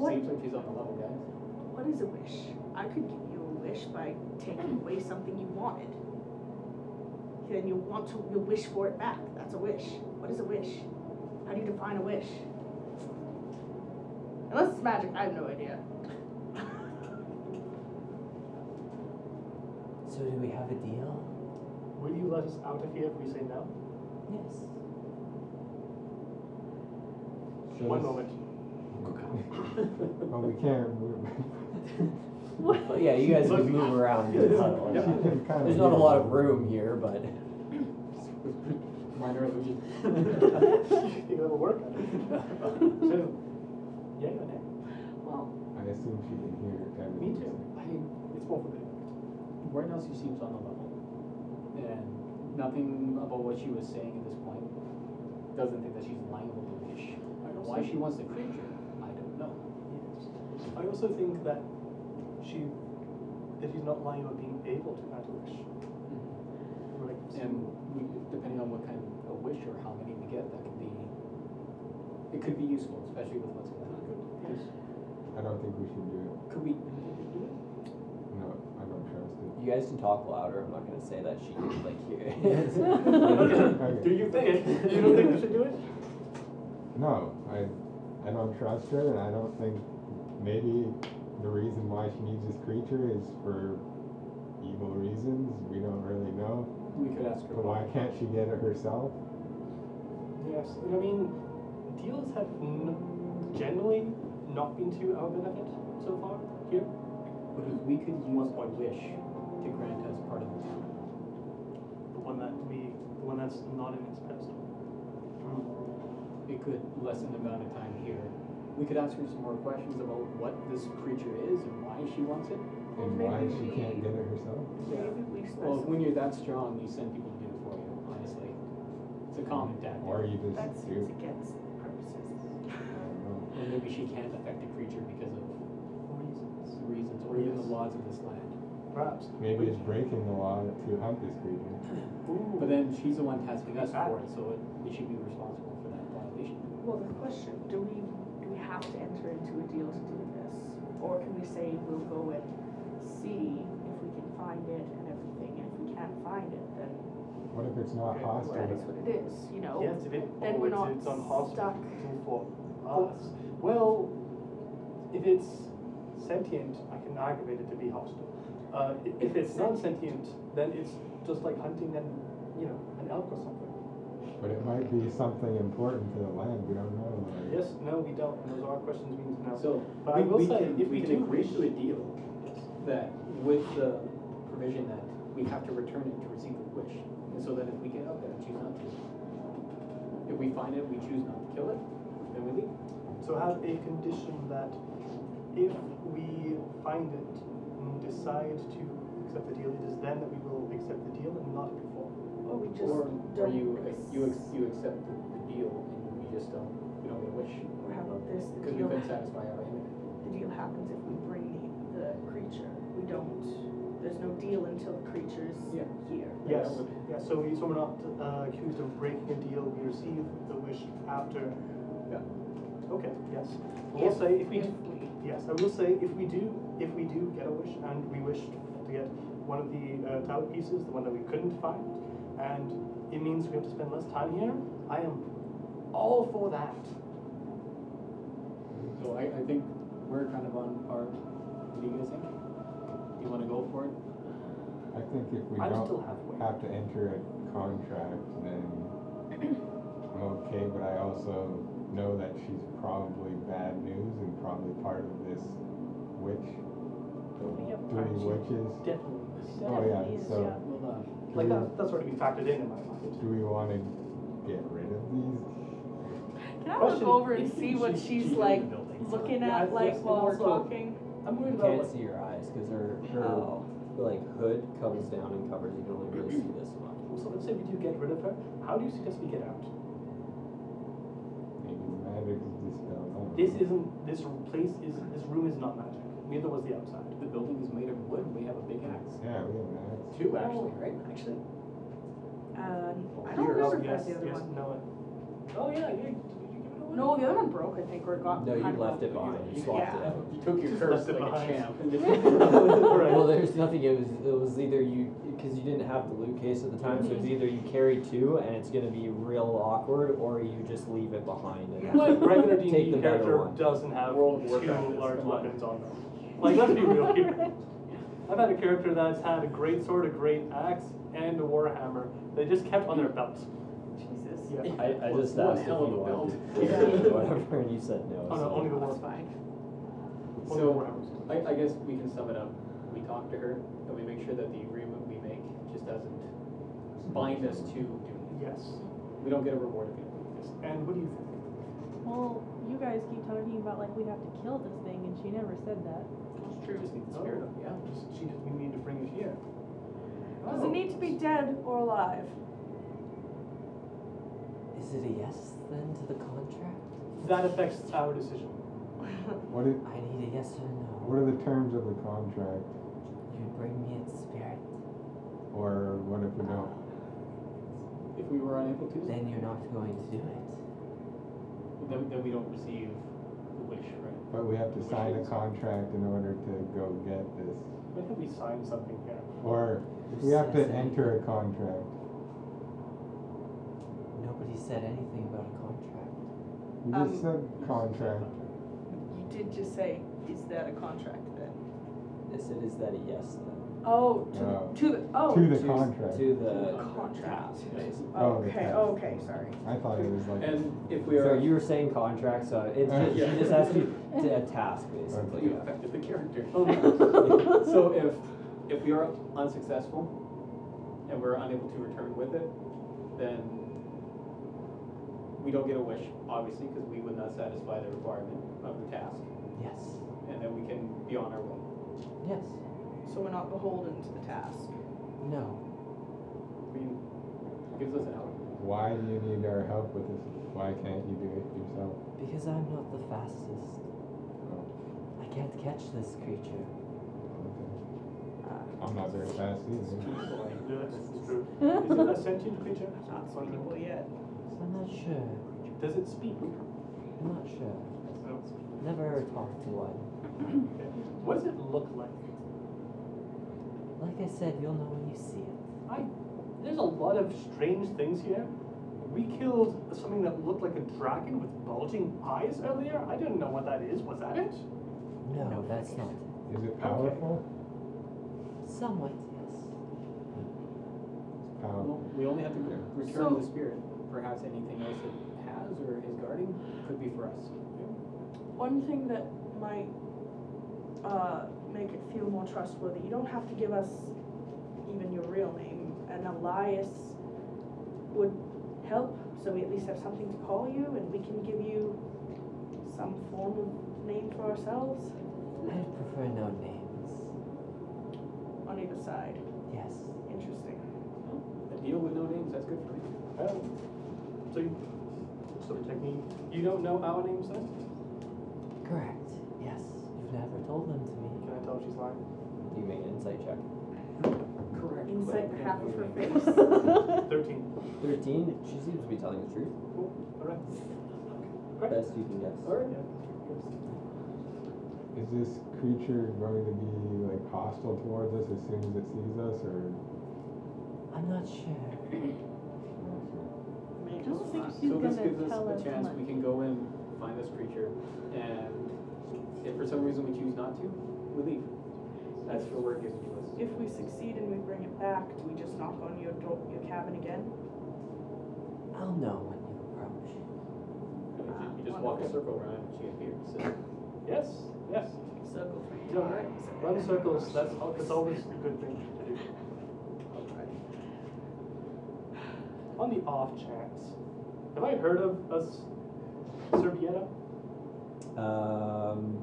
Speaker 2: What?
Speaker 4: Seems like she's on the level, guys.
Speaker 2: What is a wish? I could give you a wish by taking away something you wanted. Then you want to you wish for it back. That's a wish. What is a wish? How do you define a wish? Unless it's magic, I have no idea.
Speaker 5: So do we have a deal?
Speaker 3: Will you let us out of here if we say no?
Speaker 5: Yes.
Speaker 6: So
Speaker 3: One
Speaker 6: this-
Speaker 3: moment.
Speaker 6: Well, we can't. we-
Speaker 5: But yeah, you guys can move around. the tunnel.
Speaker 6: she can kinda
Speaker 5: There's not a
Speaker 6: hear
Speaker 5: lot
Speaker 6: us.
Speaker 5: of room here, but
Speaker 4: Minor illusion.
Speaker 3: You think that'll work? So, yeah, yeah, yeah.
Speaker 4: Well,
Speaker 6: I assume she can hear
Speaker 4: me
Speaker 6: everything.
Speaker 4: too. I,
Speaker 3: it's more for me.
Speaker 4: right now she seems on the level. And nothing about what she was saying at this point doesn't think that she's liable to Wish. I don't know why she wants the creature. I don't know.
Speaker 3: I also think that she, that she's not lying about being able to grant a wish.
Speaker 4: Mm-hmm.
Speaker 3: We're like,
Speaker 4: And we, depending on what kind of wish or how many we get, that could be, it could be useful, especially with what's going on.
Speaker 6: I don't think we should do
Speaker 4: Could we?
Speaker 6: it. No, I don't trust it.
Speaker 5: you guys can talk louder. I'm not gonna say that she can like hear.
Speaker 6: Okay.
Speaker 3: Do you think? You don't think we should do it?
Speaker 6: No, I, I don't trust her, and I don't think maybe the reason why she needs this creature is for evil reasons. We don't really know.
Speaker 4: We could ask her.
Speaker 6: But why can't she get it herself?
Speaker 3: Yes, I mean, deals have n- generally not been to our benefit so far here.
Speaker 4: But if we could use a wish to grant us part of the town.
Speaker 3: The one that we, the one that's not in its pedestal.
Speaker 4: it could lessen the amount of time here. We could ask her some more questions about what this creature is and why she wants it.
Speaker 6: And why she can't get it herself?
Speaker 2: Maybe we
Speaker 4: Well,
Speaker 2: specify.
Speaker 4: when you're that strong, you send people to do it for you, honestly. It's a common tactic.
Speaker 6: Or you just
Speaker 2: That
Speaker 6: do.
Speaker 2: seems against purposes.
Speaker 6: I don't know.
Speaker 4: Or maybe she can't affect the creature because of the reasons or even the laws of this land.
Speaker 3: Perhaps.
Speaker 6: Maybe it's breaking the law to hunt this creature.
Speaker 3: Ooh.
Speaker 4: But then she's the one tasking us for it, so it, we should be responsible for that violation.
Speaker 2: Well, the question, do we, do we have to enter into a deal to do this? Or can we say we'll go and see if we can find it and everything, and if we can't find it, then
Speaker 6: What if it's not
Speaker 3: Okay,
Speaker 2: that is
Speaker 6: hostile?
Speaker 2: what it is, you know?
Speaker 3: Yes, if it
Speaker 2: Then we're
Speaker 3: always
Speaker 2: not
Speaker 3: is on
Speaker 2: stuck.
Speaker 3: hostile for us. Well, if it's sentient, I can aggravate it to be hostile. Uh, i- if it's non-sentient, then it's just like hunting and you know an elk or something.
Speaker 6: But it might be something important to the land. We don't know. Like,
Speaker 3: Yes, no, we don't. And those are questions we need to know.
Speaker 4: So,
Speaker 3: But
Speaker 4: we,
Speaker 3: I will
Speaker 4: we
Speaker 3: say,
Speaker 4: can,
Speaker 3: if
Speaker 4: we
Speaker 3: we
Speaker 4: can
Speaker 3: do
Speaker 4: agree
Speaker 3: reach-
Speaker 4: to a deal that with the provision that we have to return it to receive the wish, and so that if we get up there and choose not to, if we find it, we choose not to kill it, then we leave.
Speaker 3: So have a condition that if we find it and decide to accept the deal, it is then that we will accept the deal and not before.
Speaker 2: Or we just
Speaker 4: Or, or
Speaker 2: don't
Speaker 4: you, uh,
Speaker 2: ex-
Speaker 4: you, ex- you accept the the deal and you just don't, you don't get a wish,
Speaker 2: Or how about this, the
Speaker 4: because we
Speaker 2: deal,
Speaker 4: couldn't satisfy our enemy.
Speaker 2: the deal happens if we bring the, the creature, we don't, there's no deal until the creature's
Speaker 4: Yeah.
Speaker 2: here.
Speaker 3: Yes, yeah, so we, so we're not uh, accused of breaking a deal, we receive the wish after.
Speaker 4: Yeah.
Speaker 3: Okay, yes. I will say, if we,
Speaker 2: If
Speaker 3: do-
Speaker 2: we,
Speaker 3: yes, I will say, if we do, if we do get a wish, and we wished to get one of the uh, tower pieces, the one that we couldn't find, and it means we have to spend less time here, I am all for that.
Speaker 4: So I, I think we're kind of on par, what do you guys think? You wanna go for it?
Speaker 6: I think if we
Speaker 3: I'm
Speaker 6: don't
Speaker 3: still halfway.
Speaker 6: have to enter a contract, then I'm okay, but I also know that she's probably bad news and probably part of this witch,
Speaker 3: Yeah,
Speaker 6: the three
Speaker 3: she-
Speaker 6: witches.
Speaker 3: Definitely.
Speaker 6: Oh, yeah, so
Speaker 4: Well, uh,
Speaker 3: Like
Speaker 6: Yeah.
Speaker 3: that, that's already been factored in in my mind.
Speaker 6: do we wanna get rid of these?
Speaker 2: can I
Speaker 6: Oh,
Speaker 2: look
Speaker 3: Question,
Speaker 2: over and
Speaker 3: if
Speaker 2: see
Speaker 3: you
Speaker 2: what
Speaker 3: should
Speaker 2: she's
Speaker 3: keep it in
Speaker 2: like
Speaker 3: the building.
Speaker 2: looking
Speaker 3: Yeah,
Speaker 2: at,
Speaker 3: yes,
Speaker 2: like
Speaker 3: yes,
Speaker 2: while we're
Speaker 3: also-
Speaker 2: talking?
Speaker 3: I'm worried
Speaker 5: You
Speaker 3: about
Speaker 5: can't
Speaker 3: what-
Speaker 5: see your eyes because her her
Speaker 2: Oh.
Speaker 5: like hood comes down and covers. You can only really see this much.
Speaker 3: So let's say we do get rid of her. How do you suggest we get out?
Speaker 6: Maybe the magic is dispelled. I don't
Speaker 3: This
Speaker 6: know.
Speaker 3: isn't. This place is. This room is not magic. Neither was the outside.
Speaker 4: The building is made of wood, we have a big axe.
Speaker 6: Yeah, we have an axe.
Speaker 4: Two, actually, right? Actually.
Speaker 2: Um,
Speaker 6: oh,
Speaker 2: I don't
Speaker 4: Yours.
Speaker 2: remember if
Speaker 3: oh, yes,
Speaker 2: that's the other
Speaker 3: yes,
Speaker 2: one.
Speaker 3: no. Oh yeah, you, did you give it away?
Speaker 2: No, the other one broke, I think, or got.
Speaker 5: No, you
Speaker 2: kind of
Speaker 5: left
Speaker 2: broke.
Speaker 5: it behind. You
Speaker 2: Yeah.
Speaker 5: swapped it out.
Speaker 4: You took your
Speaker 3: Just
Speaker 4: curse
Speaker 3: left it
Speaker 4: like a
Speaker 3: behind.
Speaker 4: champ.
Speaker 3: Right.
Speaker 5: well, there's nothing. It was it was either you because you didn't have the loot case at the time, so it's either you carry two and it's gonna be real awkward, or you just leave it behind. And
Speaker 3: Like regular D
Speaker 5: Take the
Speaker 3: and D
Speaker 5: better
Speaker 3: character
Speaker 5: one.
Speaker 3: doesn't have
Speaker 4: World of
Speaker 3: two
Speaker 4: Warcraft is
Speaker 3: large
Speaker 4: the one.
Speaker 3: weapons on them. Like let's be real here. I've had a character that's had a great sword, a great axe, and a warhammer. They just kept on their belt.
Speaker 2: Jesus.
Speaker 3: Yeah.
Speaker 5: I, I just
Speaker 4: One
Speaker 5: asked if you
Speaker 4: hell of a build.
Speaker 5: wanted to
Speaker 4: Yeah.
Speaker 5: do whatever, and you said no.
Speaker 3: Oh, no,
Speaker 5: so-
Speaker 3: only the
Speaker 2: That's
Speaker 3: one.
Speaker 2: fine.
Speaker 3: Only the
Speaker 4: So,
Speaker 3: one hours.
Speaker 4: I, I guess we can sum it up. We talk to her, and we make sure that the agreement we make just doesn't bind us to doing
Speaker 3: Yes.
Speaker 4: it. We don't get a reward if we don't do this.
Speaker 3: And what do you think?
Speaker 11: Well, you guys keep talking about like we have to kill this thing, and she never said that.
Speaker 2: That's
Speaker 4: We
Speaker 2: true.
Speaker 4: just need the spirit of,
Speaker 3: Oh.
Speaker 4: yeah.
Speaker 3: Just, she just, we need to bring it here.
Speaker 10: Does it need to be dead or alive?
Speaker 5: Is it a yes then to the contract?
Speaker 3: That affects our decision.
Speaker 6: What are,
Speaker 5: I need a yes or no.
Speaker 6: what are the terms of the contract?
Speaker 5: You bring me its spirit,
Speaker 6: Or what if we don't?
Speaker 4: If we were unable to,
Speaker 5: then you're not going to do it.
Speaker 4: then, then we don't receive the wish, right?
Speaker 6: But we have to sign a contract in order to go get this.
Speaker 3: When have we signed something here?
Speaker 6: Or
Speaker 5: Who
Speaker 6: we have to
Speaker 5: says
Speaker 6: enter a contract.
Speaker 5: anything? Nobody said anything about a contract.
Speaker 6: You just said contract.
Speaker 10: You did just say, is that a contract then?
Speaker 5: Yes, it is that a yes then.
Speaker 10: Oh, to
Speaker 6: No.
Speaker 10: the, to the, oh.
Speaker 6: To the
Speaker 5: To-
Speaker 6: contract.
Speaker 5: To the
Speaker 10: Contract.
Speaker 5: task, basically.
Speaker 6: Oh, the
Speaker 10: Okay,
Speaker 6: task.
Speaker 10: okay, sorry.
Speaker 6: I thought it was like.
Speaker 4: And if we
Speaker 5: So
Speaker 4: are,
Speaker 5: you were saying contract, so it's
Speaker 6: Uh,
Speaker 5: just,
Speaker 4: yeah.
Speaker 5: she just asked you to a task, basically.
Speaker 4: you affected the character.
Speaker 5: Oh Yeah.
Speaker 4: So if, if we are unsuccessful and we're unable to return with it, then we don't get a wish, obviously, because we would not satisfy the requirement of the task,
Speaker 5: Yes,
Speaker 4: and then we can be on our way.
Speaker 5: yes,
Speaker 10: So we're not beholden to the task.
Speaker 5: no.
Speaker 4: I mean, it gives us an out.
Speaker 6: Why do you need our help with this? Why can't you do it yourself?
Speaker 5: Because I'm not the fastest. I can't catch this creature.
Speaker 6: Okay.
Speaker 2: Uh,
Speaker 6: I'm not very fast either.
Speaker 3: That's true. Is it a sentient creature?
Speaker 2: Not people yet.
Speaker 5: I'm not sure.
Speaker 3: Does it speak?
Speaker 5: I'm not sure. Never talked to one.
Speaker 3: What does it look like?
Speaker 5: Like I said, you'll know when you see it.
Speaker 3: There's a lot of strange things here. We killed something that looked like a dragon with bulging eyes earlier. I didn't know what that is. Was that it?
Speaker 5: No, that's not.
Speaker 6: Is it powerful?
Speaker 5: it. Somewhat, yes.
Speaker 6: It's powerful.
Speaker 4: We only have to
Speaker 10: So-
Speaker 4: return the spirit. Perhaps anything else it has or is guarding could be for us.
Speaker 10: One thing that
Speaker 2: might uh, make it feel more trustworthy. You don't have to give us even your real name. An Elias would help, so we at least have something to call you, and we can give you some form of name for ourselves
Speaker 5: I'd prefer no names.
Speaker 2: on either side.
Speaker 5: Yes.
Speaker 2: Interesting.
Speaker 4: A deal with no names, that's good for me.
Speaker 3: Oh. So you, so you're taking- you don't know our names then?
Speaker 5: Correct. Yes. You've never told them to me.
Speaker 3: Can I tell she's lying?
Speaker 5: You make an insight check.
Speaker 4: Correct.
Speaker 2: Insight
Speaker 4: but we don't
Speaker 2: half
Speaker 4: know
Speaker 2: of
Speaker 4: your
Speaker 2: her
Speaker 4: name.
Speaker 2: face.
Speaker 3: 13.
Speaker 5: 13. She seems to be telling the truth.
Speaker 3: Cool. All right. Great.
Speaker 5: Best you can guess.
Speaker 4: All right.
Speaker 6: Is this creature going to be like hostile towards us as soon as it sees us, or?
Speaker 5: I'm not sure.
Speaker 2: Maybe
Speaker 11: Just think
Speaker 2: not.
Speaker 11: She's
Speaker 4: So this
Speaker 11: gonna
Speaker 4: gives us
Speaker 11: tell us
Speaker 4: a chance,
Speaker 11: much.
Speaker 4: we can go in, find this creature, and if for some reason we choose not to, we leave. That's what we're given to us.
Speaker 2: If we succeed and we bring it back, do we just knock on your door, your cabin again?
Speaker 5: I'll know when you approach.
Speaker 11: Ah,
Speaker 4: You- You just walk a circle around, and she appears, so.
Speaker 3: Yes, yes.
Speaker 2: Circle
Speaker 3: You know, run circles, that's, al- that's always a good thing to do. On the off chance, have I heard of us Servietta?
Speaker 5: Um,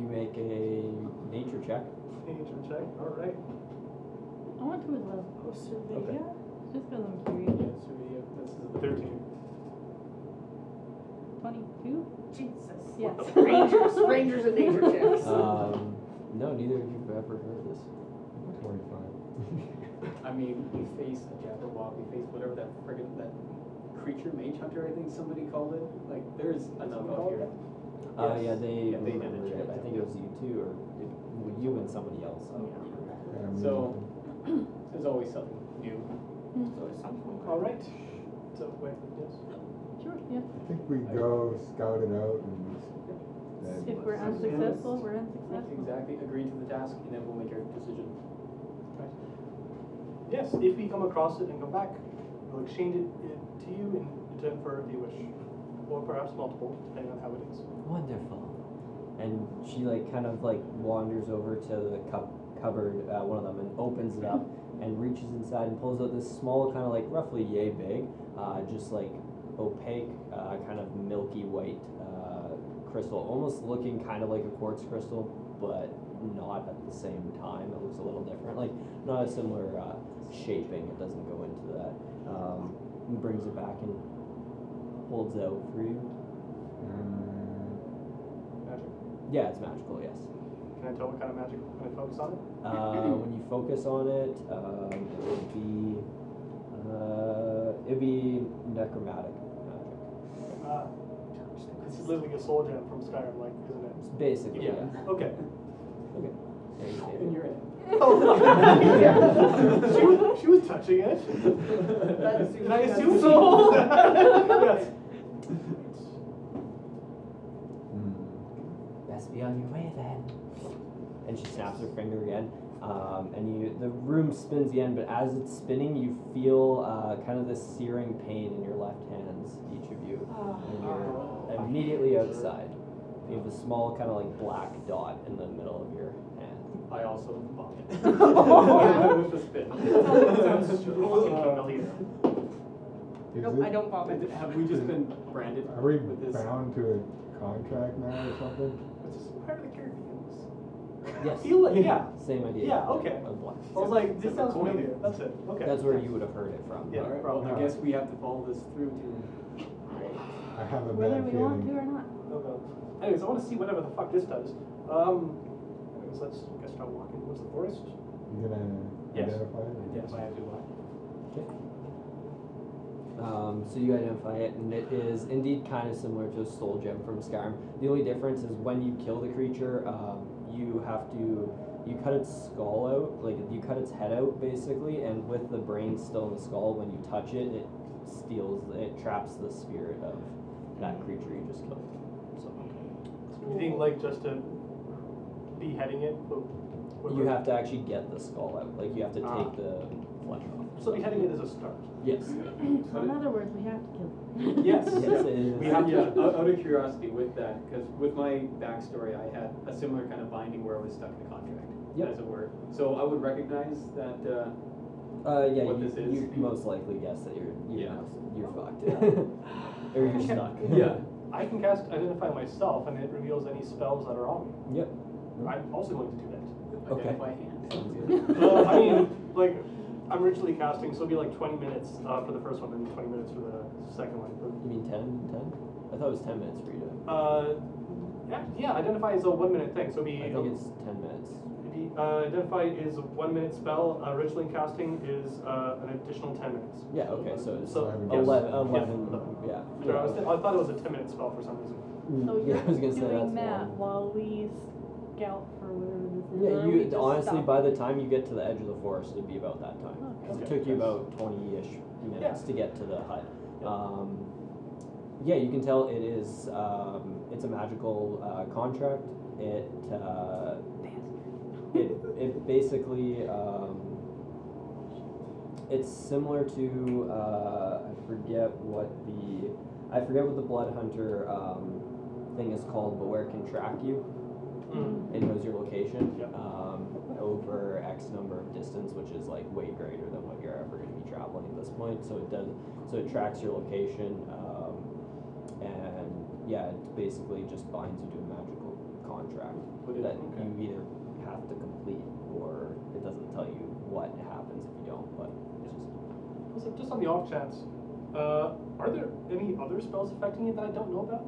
Speaker 5: you make a nature check.
Speaker 3: Nature check, all right.
Speaker 11: I want to as well,
Speaker 2: Oh, Surveya?
Speaker 11: just because I'm curious.
Speaker 4: Yeah, so we, uh, this is the
Speaker 3: Thirteen.
Speaker 11: Twenty-two.
Speaker 2: Jesus.
Speaker 11: Yes.
Speaker 2: Rangers, rangers and nature chicks.
Speaker 5: Um, no, neither of you have ever heard of this.
Speaker 6: Twenty-five.
Speaker 4: I mean, we face a Jabberwock, we face whatever that friggin', that creature, mage hunter, I think somebody called it, like, there's enough out here.
Speaker 5: Uh,
Speaker 4: Yes.
Speaker 5: yeah, they
Speaker 4: Yeah, they did a
Speaker 5: remembered it. I
Speaker 4: check.
Speaker 5: think it was you two, or it, well, you and somebody else. I don't
Speaker 2: Yeah.
Speaker 5: remember.
Speaker 4: So- There's always something new.
Speaker 2: So it's something.
Speaker 3: All right. So, wait, yes.
Speaker 11: Sure. Yeah.
Speaker 6: I think we go scout it out and. then-
Speaker 11: If we're unsuccessful, we're unsuccessful.
Speaker 4: Exactly, agree to the task, and then we'll make our decision.
Speaker 3: Yes, if we come across it and go back, we'll exchange it uh, to you and to infer if you wish, or perhaps multiple, depending on how it is.
Speaker 5: Wonderful. And she like kind of like wanders over to the cup cupboard, uh, one of them, and opens it up and reaches inside and pulls out this small, kind of like roughly yay big, uh, just like opaque, uh, kind of milky white uh, crystal, almost looking kind of like a quartz crystal, but not at the same time. It looks a little different, like not a similar uh, shaping. It doesn't go into that. Um, and brings it back and holds it out for you.
Speaker 6: Mm,
Speaker 3: Magic.
Speaker 5: Yeah, it's magical. Yes.
Speaker 3: Can I tell what kind of magic when I focus on it?
Speaker 5: Uh, when you focus on it, um, it would be uh, it'd be necromantic magic.
Speaker 3: Ah, this is literally a soul gem from Skyrim, like, isn't it?
Speaker 5: It's basically, yeah.
Speaker 3: Okay.
Speaker 5: Same thing.
Speaker 4: And you're in.
Speaker 5: Oh.
Speaker 3: she, was, she was touching it. Did I assume so? yes.
Speaker 6: mm.
Speaker 5: Best be on your way then. And she snaps her finger again, um, and you the room spins again. But as it's spinning, you feel uh, kind of this searing pain in your left hands, each of you, and you're immediately outside. You have a small kind of like black dot in the middle of your hand.
Speaker 4: I also vomit.
Speaker 10: Yeah.
Speaker 4: With the spit.
Speaker 3: Familiar.
Speaker 6: Is
Speaker 10: Nope, I
Speaker 6: it-
Speaker 10: don't vomit.
Speaker 4: Uh, Have we just been branded
Speaker 6: Are we
Speaker 4: with this?
Speaker 6: bound to a contract now or something?
Speaker 3: This is part of the Caribbean.
Speaker 5: Yes.
Speaker 3: Feel like, yeah.
Speaker 5: Same idea.
Speaker 3: Yeah, okay.
Speaker 5: A black.
Speaker 3: I was like, this sounds
Speaker 4: Coin.
Speaker 3: familiar. That's it. Okay.
Speaker 5: That's where you would have heard it from.
Speaker 3: Yeah.
Speaker 4: All right, well, I
Speaker 6: No.
Speaker 4: guess we have to follow this through to.
Speaker 6: I have a
Speaker 11: Whether
Speaker 6: bad
Speaker 11: we want to
Speaker 6: feeling.
Speaker 11: or not.
Speaker 3: Oh, no. Anyways, I want to see whatever the fuck this does. Um, anyways, let's I guess start walking towards the forest.
Speaker 6: You gonna
Speaker 3: Yes.
Speaker 6: identify it?
Speaker 4: Yes, I have to. uh,
Speaker 5: Um, so you identify it, and it is indeed kind of similar to a soul gem from Skyrim. The only difference is when you kill the creature, um, you have to you cut its skull out, like you cut its head out basically, and with the brain still in the skull, when you touch it, it steals, it traps the spirit of that creature you just killed. So
Speaker 3: You think like just to beheading it? But we're-
Speaker 5: you have to actually get the skull out, like you have to take
Speaker 3: Ah.
Speaker 5: the flesh off.
Speaker 3: So beheading it is a start.
Speaker 5: Yes.
Speaker 11: So in other words, we have to kill. them.
Speaker 3: Yes.
Speaker 5: Yes, it is.
Speaker 3: We have
Speaker 4: yeah,
Speaker 3: to.
Speaker 4: uh, out, out of curiosity with that, because with my backstory, I had a similar kind of binding where I was stuck in a contract,
Speaker 5: Yep.
Speaker 4: as it were. So I would recognize that. Uh,
Speaker 5: Uh, yeah,
Speaker 4: what
Speaker 5: you,
Speaker 4: this is.
Speaker 5: you most likely guess that you're you're,
Speaker 4: Yeah.
Speaker 5: you're fucked. or you're stuck.
Speaker 4: yeah.
Speaker 3: I can cast identify myself, and it reveals any spells that are on me.
Speaker 5: Yep. Mm-hmm.
Speaker 3: I'm also going to do that.
Speaker 5: Okay.
Speaker 4: Identify hand.
Speaker 3: Uh, I mean, like, I'm ritually casting, so it'll be like 20 minutes uh, for the first one, and 20 minutes for the second one. But
Speaker 5: You mean 10? 10? I thought it was 10 minutes for you to.
Speaker 3: Uh, yeah, yeah, identify is a one minute thing. So it'd be,
Speaker 5: I think it's 10 minutes.
Speaker 3: it'd be, uh, identify is a one minute spell. Uh, ritualing casting is uh, an additional ten minutes.
Speaker 5: Yeah, okay, so it's
Speaker 3: So,
Speaker 6: Eleven.
Speaker 3: yes.
Speaker 5: 11.
Speaker 3: Yeah.
Speaker 5: 11 yeah.
Speaker 3: Sorry, I, was th- I thought it was a ten minute spell for some reason.
Speaker 11: So
Speaker 5: yeah,
Speaker 11: you're
Speaker 5: I was gonna say that's
Speaker 11: doing that
Speaker 5: long.
Speaker 11: while we scout for whatever this is.
Speaker 5: Yeah,
Speaker 11: or we
Speaker 5: you
Speaker 11: just
Speaker 5: honestly,
Speaker 11: stop.
Speaker 5: by the time you get to the edge of the forest, it'd be about that time. 'Cause
Speaker 3: Okay.
Speaker 5: it took you about 20 ish minutes to get to the hut. Um, yeah, you can tell it is. Um, it's a magical uh, contract. It uh, it it basically um, it's similar to uh, I forget what the I forget what the blood hunter um, thing is called, but where it can track you
Speaker 2: Mm.
Speaker 3: Hmm.
Speaker 11: Mm.
Speaker 5: it knows your location
Speaker 3: Yep.
Speaker 5: um, over X number of distance, which is like way greater than what you're ever going to be traveling at this point. So it does, so it tracks your location, um, and yeah, it basically just binds you to a magical contract
Speaker 4: Would it-
Speaker 5: that
Speaker 4: okay.
Speaker 5: you either have to complete or it doesn't tell you what happens if you don't. But it's just
Speaker 3: Also, just on the off chance, uh, are there any other spells affecting it that I don't know about?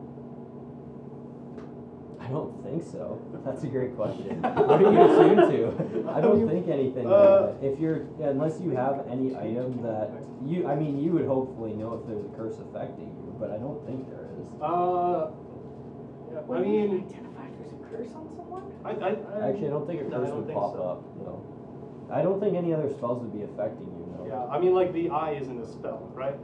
Speaker 5: I don't think so. That's a great question. what are you attuned to? I don't think anything.
Speaker 3: Uh,
Speaker 5: if you're, yeah, unless you have any item that you, I mean, you would hopefully know if there's a curse affecting you, but I don't think there is.
Speaker 3: Uh, yeah, I
Speaker 2: Well, you
Speaker 3: mean,
Speaker 2: can identify if there's a curse on someone?
Speaker 3: I, I, I
Speaker 5: Actually, I don't think a
Speaker 3: no, I
Speaker 5: curse
Speaker 3: don't
Speaker 5: would
Speaker 3: think
Speaker 5: pop
Speaker 3: so.
Speaker 5: up. No, I don't think any other spells would be affecting you. No.
Speaker 3: Yeah, I mean, like the eye isn't a spell, right?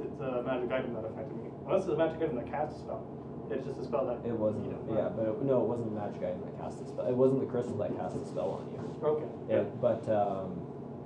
Speaker 3: It's, it's a magic item that affected me. Unless it's a magic item that casts a spell. It's just a spell that.
Speaker 5: It wasn't.
Speaker 3: You know,
Speaker 5: yeah, but it, no, it wasn't the magic item that cast the spell. It wasn't the crystal that cast the spell on you.
Speaker 3: Okay.
Speaker 5: Yeah, but um,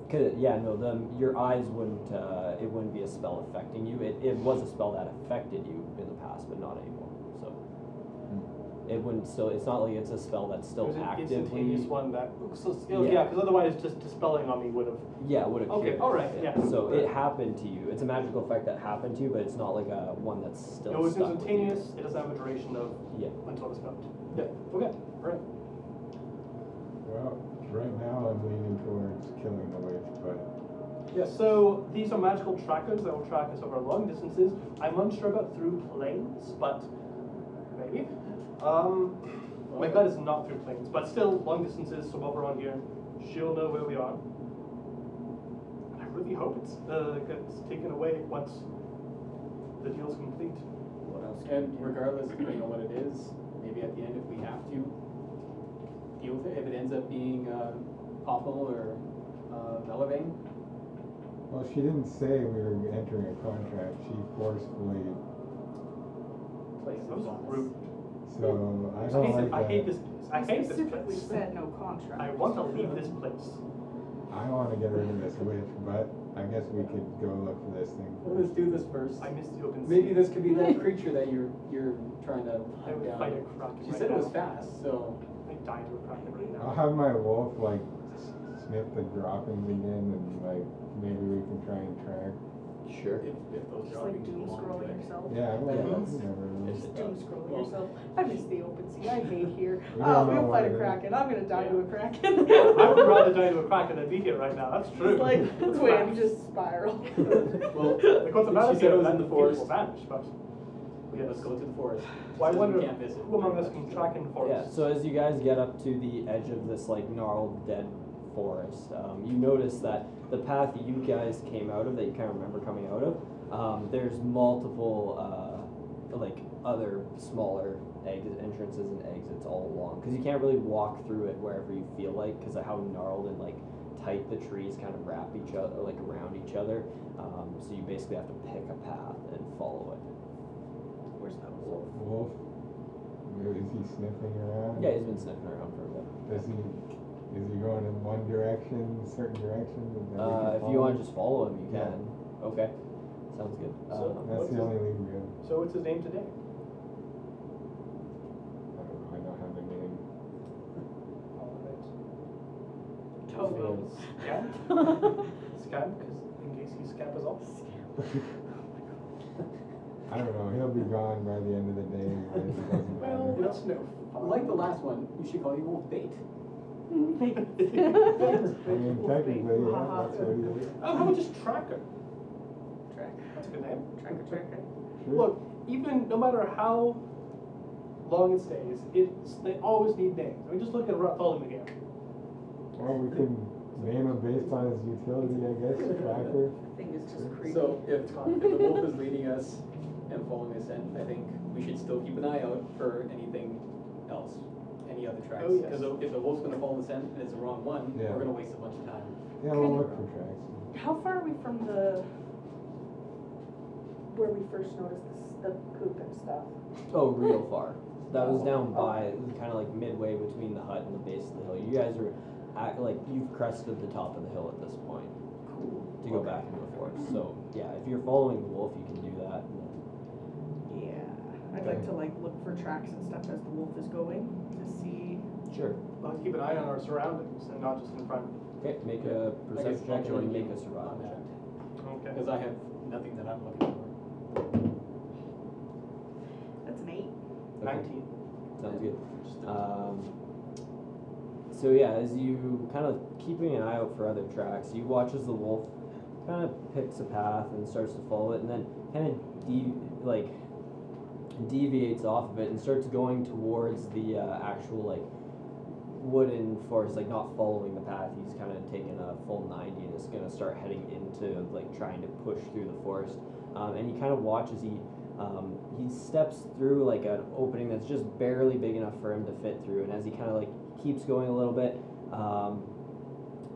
Speaker 5: Cause, yeah, no, the your eyes wouldn't. Uh, it wouldn't be a spell affecting you. It, it was a spell that affected you in the past, but not anymore. So
Speaker 6: Hmm.
Speaker 5: it wouldn't still. It's not like it's a spell that's still
Speaker 3: There's an instantaneous
Speaker 5: actively.
Speaker 3: one that. So, so-
Speaker 5: Yeah.
Speaker 3: yeah, because otherwise just dispelling on me would have.
Speaker 5: Yeah, it would have.
Speaker 3: Okay,
Speaker 5: cured
Speaker 3: all right,
Speaker 5: it.
Speaker 3: yeah.
Speaker 5: So it happened to you. It's a magical effect that happened to you, but it's not like a one that's still.
Speaker 3: It was
Speaker 5: stuck with you.
Speaker 3: instantaneous. It doesn't have a duration of
Speaker 5: Yeah.
Speaker 3: until it's spelled. Yeah. Okay. All right.
Speaker 6: Well, right now I'm leaning towards killing the witch, but
Speaker 3: Yeah, so these are magical trackers that will track us over long distances. I'm unsure about through planes, but maybe. Um, my gut is not through planes, but still long distances. So while we're on here, she'll know where we are. And I really hope it's uh, gets taken away once the deal's complete.
Speaker 4: What else? And regardless, depending on what it is, maybe at the end if we have to deal with it, if it ends up being uh, Popple or uh, Bellavane,
Speaker 6: well, she didn't say we were entering a contract. She forcefully.
Speaker 4: place
Speaker 3: That was rude.
Speaker 6: So I
Speaker 3: Space-
Speaker 6: don't like
Speaker 3: I hate
Speaker 6: that.
Speaker 3: this. I hate this
Speaker 2: Specifically
Speaker 3: place.
Speaker 2: said no contract.
Speaker 3: I want to leave this place.
Speaker 6: I want to get rid of this witch, but I guess we could go look for this thing.
Speaker 4: Well, let's do this first.
Speaker 3: I miss the open sea.
Speaker 4: Maybe this could be that creature that you're you're trying to
Speaker 3: I
Speaker 4: hunt
Speaker 3: would fight a
Speaker 4: down.
Speaker 3: kraken
Speaker 4: She
Speaker 3: right
Speaker 4: said it
Speaker 3: now.
Speaker 4: was fast, so
Speaker 3: I die to a kraken right now.
Speaker 6: I'll have my wolf like s- sniff the droppings again, and like maybe we can try and track.
Speaker 5: Sure.
Speaker 4: if, if those
Speaker 10: Just like
Speaker 4: droppings
Speaker 10: doom
Speaker 4: belong
Speaker 10: scrolling
Speaker 4: to it.
Speaker 10: yourself.
Speaker 6: Yeah, well,
Speaker 5: Yeah.
Speaker 6: that's never really.
Speaker 10: Just doom scrolling
Speaker 4: Well-
Speaker 10: yourself. I miss the open sea. I hate here.
Speaker 6: We
Speaker 10: Oh,
Speaker 6: don't know
Speaker 10: we'll
Speaker 6: what
Speaker 10: fight a
Speaker 6: it is.
Speaker 10: kraken. I'm gonna die
Speaker 4: Yeah.
Speaker 10: to a kraken.
Speaker 3: I would rather die to a crack than be here right now. That's true.
Speaker 10: It's like,
Speaker 3: That's
Speaker 10: wait,
Speaker 3: fact.
Speaker 10: I'm just spiral.
Speaker 4: Well,
Speaker 3: Like, what's the matter
Speaker 4: she said
Speaker 3: here?
Speaker 4: it was
Speaker 3: That
Speaker 4: in the
Speaker 3: people
Speaker 4: forest.
Speaker 3: vanish, but
Speaker 4: Yeah, let's go to the forest.
Speaker 3: Well, I
Speaker 4: Says we
Speaker 3: wonder
Speaker 4: can't visit
Speaker 3: who among
Speaker 4: very
Speaker 3: us
Speaker 4: much.
Speaker 3: can track in the forest.
Speaker 5: Yeah, so as you guys get up to the edge of this like gnarled dead forest, um, you notice that the path that you guys came out of, that you can't remember coming out of, um, there's multiple uh, like other smaller exit entrances and exits all along because you can't really walk through it wherever you feel like because of how gnarled and like tight the trees kind of wrap each other like around each other. Um, so you basically have to pick a path and follow it.
Speaker 10: Where's that wolf?
Speaker 6: Wolf, is he sniffing around?
Speaker 5: Yeah, he's been sniffing around for a bit.
Speaker 6: Does he? Is he going in one direction, certain direction? and then we can
Speaker 5: Uh, if you
Speaker 6: follow?
Speaker 5: want to just follow him, you
Speaker 6: Yeah.
Speaker 5: can. Okay. Sounds good.
Speaker 3: So-
Speaker 5: Um,
Speaker 6: That's the only lead we have.
Speaker 3: So what's his name
Speaker 6: I
Speaker 3: today?
Speaker 6: don't know. I don't have the name.
Speaker 3: Alright.
Speaker 10: Togo.
Speaker 3: Yeah? Scab, because in case he scab us all.
Speaker 6: I don't know. He'll be gone by the end of the day. anyways, it doesn't
Speaker 4: Well,
Speaker 6: matter.
Speaker 3: That's no fun.
Speaker 4: Like the last one, you should call you Wolf Bait.
Speaker 6: I mean, technically, yeah, that's what he is.
Speaker 3: Oh, how about just Tracker?
Speaker 10: Track.
Speaker 3: That's a good name.
Speaker 10: Tracker, tracker.
Speaker 6: Sure.
Speaker 3: Look, even no matter how long it stays, it's, they always need names. I mean, just look at Rathalim again.
Speaker 6: Well, we can name him based on his utility, I guess. Tracker.
Speaker 10: The thing is just creepy.
Speaker 4: So if, if the wolf is leading us and following us in, I think we should still keep an eye out for anything else, any other tracks.
Speaker 3: Oh, yes.
Speaker 4: Because if the wolf's gonna follow us in and it's the wrong one,
Speaker 6: Yeah.
Speaker 4: we're gonna waste a bunch of time.
Speaker 6: Yeah, we'll look for tracks.
Speaker 10: How far are we from the?
Speaker 2: Where we first noticed this, the poop and stuff.
Speaker 5: oh, real far. That was down by, kind of like midway between the hut and the base of the hill. You guys are at, like you've crested the top of the hill at this point. Cool. To go back into the forest. So yeah, if you're following the wolf, you can do that. and then-
Speaker 2: Yeah, I'd like to like look for tracks and stuff as the wolf is going to see.
Speaker 5: Sure.
Speaker 3: We'll have to keep an eye on our surroundings and not just in front of them.
Speaker 5: Okay. Make
Speaker 4: I
Speaker 5: a
Speaker 4: guess
Speaker 5: perception check
Speaker 4: I'll
Speaker 5: and
Speaker 4: join
Speaker 5: make
Speaker 4: you
Speaker 5: a
Speaker 4: on
Speaker 5: survival
Speaker 4: that,
Speaker 5: check.
Speaker 3: Okay.
Speaker 4: Because I have nothing that I'm looking for.
Speaker 2: That's an eight.
Speaker 5: Okay,
Speaker 3: 19.
Speaker 5: Sounds good.
Speaker 4: Just a-
Speaker 5: Um, so yeah, as you kind of keeping an eye out for other tracks, you watch as the wolf kind of picks a path and starts to follow it, and then kind of de- like deviates off of it and starts going towards the uh, actual like wooden forest, like not following the path. He's kind of taking a full ninety and is gonna start heading into like trying to push through the forest. Um, and you kind of watch as he um, he steps through like an opening that's just barely big enough for him to fit through, and as he kind of like keeps going a little bit, um,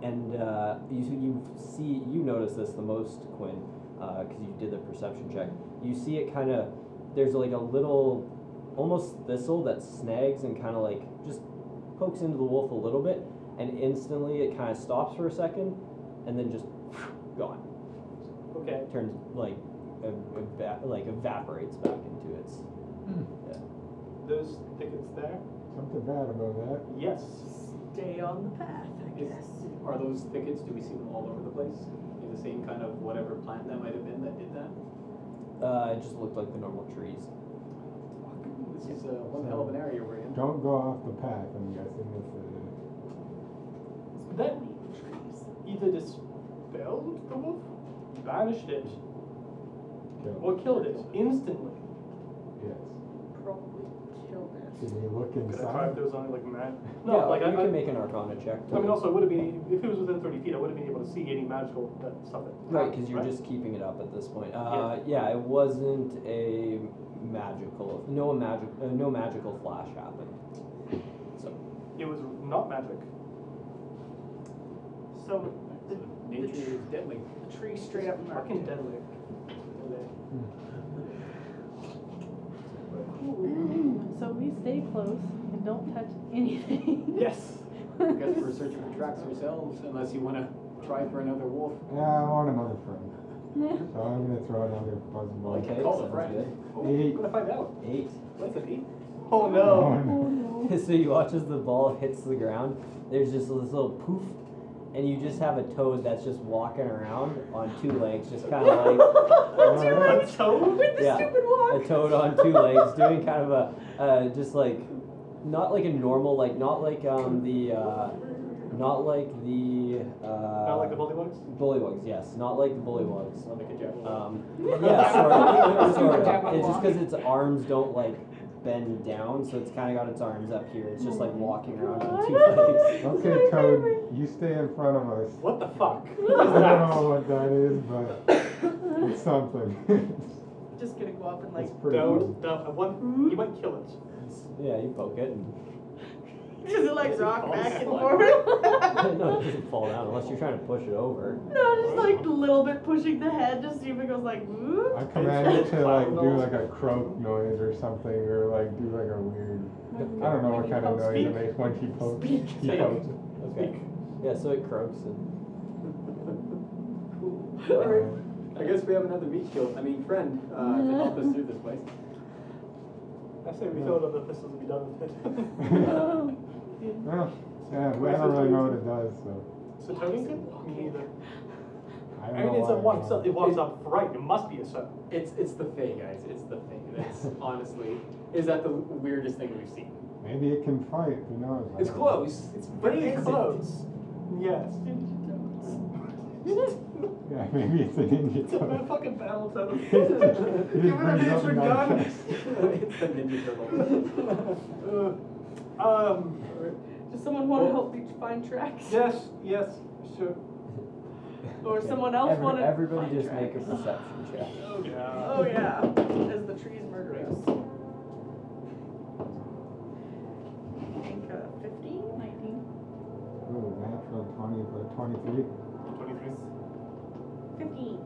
Speaker 5: and uh, you you see you notice this the most, Quinn, because you did the perception check. You see it kind of there's like a little almost thistle that snags and kind of like just pokes into the wolf a little bit, and instantly it kind of stops for a second, and then just gone.
Speaker 3: Okay.
Speaker 5: Turns like ev- eva- like evaporates back into its.
Speaker 3: Those thickets there?
Speaker 6: Something bad about that.
Speaker 3: Yes.
Speaker 2: Stay on the path, I
Speaker 4: Is-
Speaker 2: guess.
Speaker 4: Are those thickets, do we see them all over the place? Is the same kind of whatever plant that might have been that did that?
Speaker 5: Uh, it just looked like the normal trees.
Speaker 4: This is uh, one hell of an area we're in.
Speaker 6: Don't go off the path, I'm guessing. It's
Speaker 3: That
Speaker 2: Trees.
Speaker 3: either dispelled the wolf, banished
Speaker 6: a
Speaker 3: it,
Speaker 6: kill.
Speaker 3: or killed it instantly.
Speaker 6: Yes.
Speaker 2: Probably killed it.
Speaker 6: Should we look
Speaker 3: Could I carve
Speaker 6: inside?
Speaker 3: those on like mad?
Speaker 5: yeah,
Speaker 3: No, like
Speaker 5: you
Speaker 3: I,
Speaker 5: can
Speaker 3: I,
Speaker 5: make an Arcana check.
Speaker 3: I mean, also it would have been if it was within thirty feet, I would have been able to see any magical uh, stuff. that-
Speaker 5: Right, because you're
Speaker 3: right?
Speaker 5: just keeping it up at this point. Uh, yeah. it wasn't a magical. No magic. Uh, no magical flash happened. So
Speaker 3: It was not magic.
Speaker 2: So the,
Speaker 4: Nature is deadly.
Speaker 2: the tree straight up marked
Speaker 3: Fucking
Speaker 2: it.
Speaker 3: deadly. Deadly.
Speaker 11: So we stay close and don't touch anything.
Speaker 3: Yes.
Speaker 4: I guess we're searching for tracks ourselves unless you want to try for another wolf.
Speaker 6: Yeah, I want another friend. So I'm gonna throw another buzzball.
Speaker 5: okay,
Speaker 4: call the
Speaker 5: sounds
Speaker 4: friend.
Speaker 5: good.
Speaker 3: Oh, we're
Speaker 6: Eight.
Speaker 3: gonna find out.
Speaker 5: Eight.
Speaker 3: What's it be? Oh
Speaker 6: Oh,
Speaker 3: no.
Speaker 6: no.
Speaker 5: so you watch as the ball hits the ground. There's just this little poof, and you just have a toad that's just walking around on two legs, just kind of like uh-huh.
Speaker 6: Alright.
Speaker 3: A toad?
Speaker 5: yeah, a toad on two legs, doing kind of a uh, just like not like a normal like not like um the uh, not like the uh,
Speaker 3: Not like the bullywugs?
Speaker 5: bullywogs. Yes, not like the bullywogs.
Speaker 4: Sound like a jackal.
Speaker 5: Um, yeah, sort of. sort of.
Speaker 10: Jackal
Speaker 5: It's just
Speaker 10: walk.
Speaker 5: because its arms don't like bend down, so it's kind of got its arms up here. It's just like walking around on two legs.
Speaker 6: Okay, Toad, you stay in front of us.
Speaker 3: What the fuck?
Speaker 6: I don't know what that is, but it's something.
Speaker 2: Just gonna go up and like
Speaker 6: it's pretty cool.
Speaker 3: Don't. don't- I
Speaker 5: Hmm?
Speaker 3: want- You might kill it.
Speaker 5: Yeah, you poke it, and
Speaker 2: Does it like
Speaker 3: Does it
Speaker 2: rock
Speaker 3: fall
Speaker 2: back and
Speaker 3: down?
Speaker 2: forth?
Speaker 5: no, it doesn't fall down unless you're trying to push it over.
Speaker 2: no, just like a little bit pushing the head to see if it goes like whoop.
Speaker 6: I command you to like do like a croak noise or something, or like do like a weird. I don't know what kind of noise it makes when she pokes. She
Speaker 3: Speak.
Speaker 6: pokes.
Speaker 5: Okay. Yeah, so it croaks and
Speaker 4: Alright, I guess we have another meat kill, I mean friend, uh, to help us through this place.
Speaker 3: I say we throw it on the pistols and be done with it.
Speaker 6: Well, yeah, we don't really know what it does, so.
Speaker 3: so Tony could? Me neither.
Speaker 6: I don't
Speaker 3: I mean,
Speaker 6: know
Speaker 3: it's a
Speaker 6: why I
Speaker 3: walks
Speaker 6: don't-
Speaker 3: up. It walks up right. It must be a serpent.
Speaker 4: It's, it's the Fae, guys, it's the Fae, that's honestly, is that the weirdest thing we've seen?
Speaker 6: Maybe it can fight, who knows? I
Speaker 4: It's
Speaker 6: don't know.
Speaker 4: close, it's
Speaker 3: Pretty
Speaker 4: very close.
Speaker 3: close. Yes.
Speaker 6: Yeah, maybe it's a ninja
Speaker 3: It's a
Speaker 6: toad.
Speaker 3: fucking battle turtle.
Speaker 6: It
Speaker 3: Give it an
Speaker 6: brings up
Speaker 3: extra
Speaker 6: nightmares.
Speaker 4: It's the Ninja Turtle.
Speaker 3: gun. Uh, um.
Speaker 2: Does someone want to help me find tracks?
Speaker 3: Yes. Yes. Sure.
Speaker 2: Or
Speaker 5: Okay.
Speaker 2: someone else
Speaker 5: Every-
Speaker 2: want to?
Speaker 5: Everybody just make a perception check.
Speaker 3: Oh yeah.
Speaker 2: Oh yeah, as the trees murder us. I think uh, fifteen.
Speaker 11: 19.
Speaker 6: Ooh, natural 20 for 23.
Speaker 3: Twenty-three.
Speaker 2: Fifteen.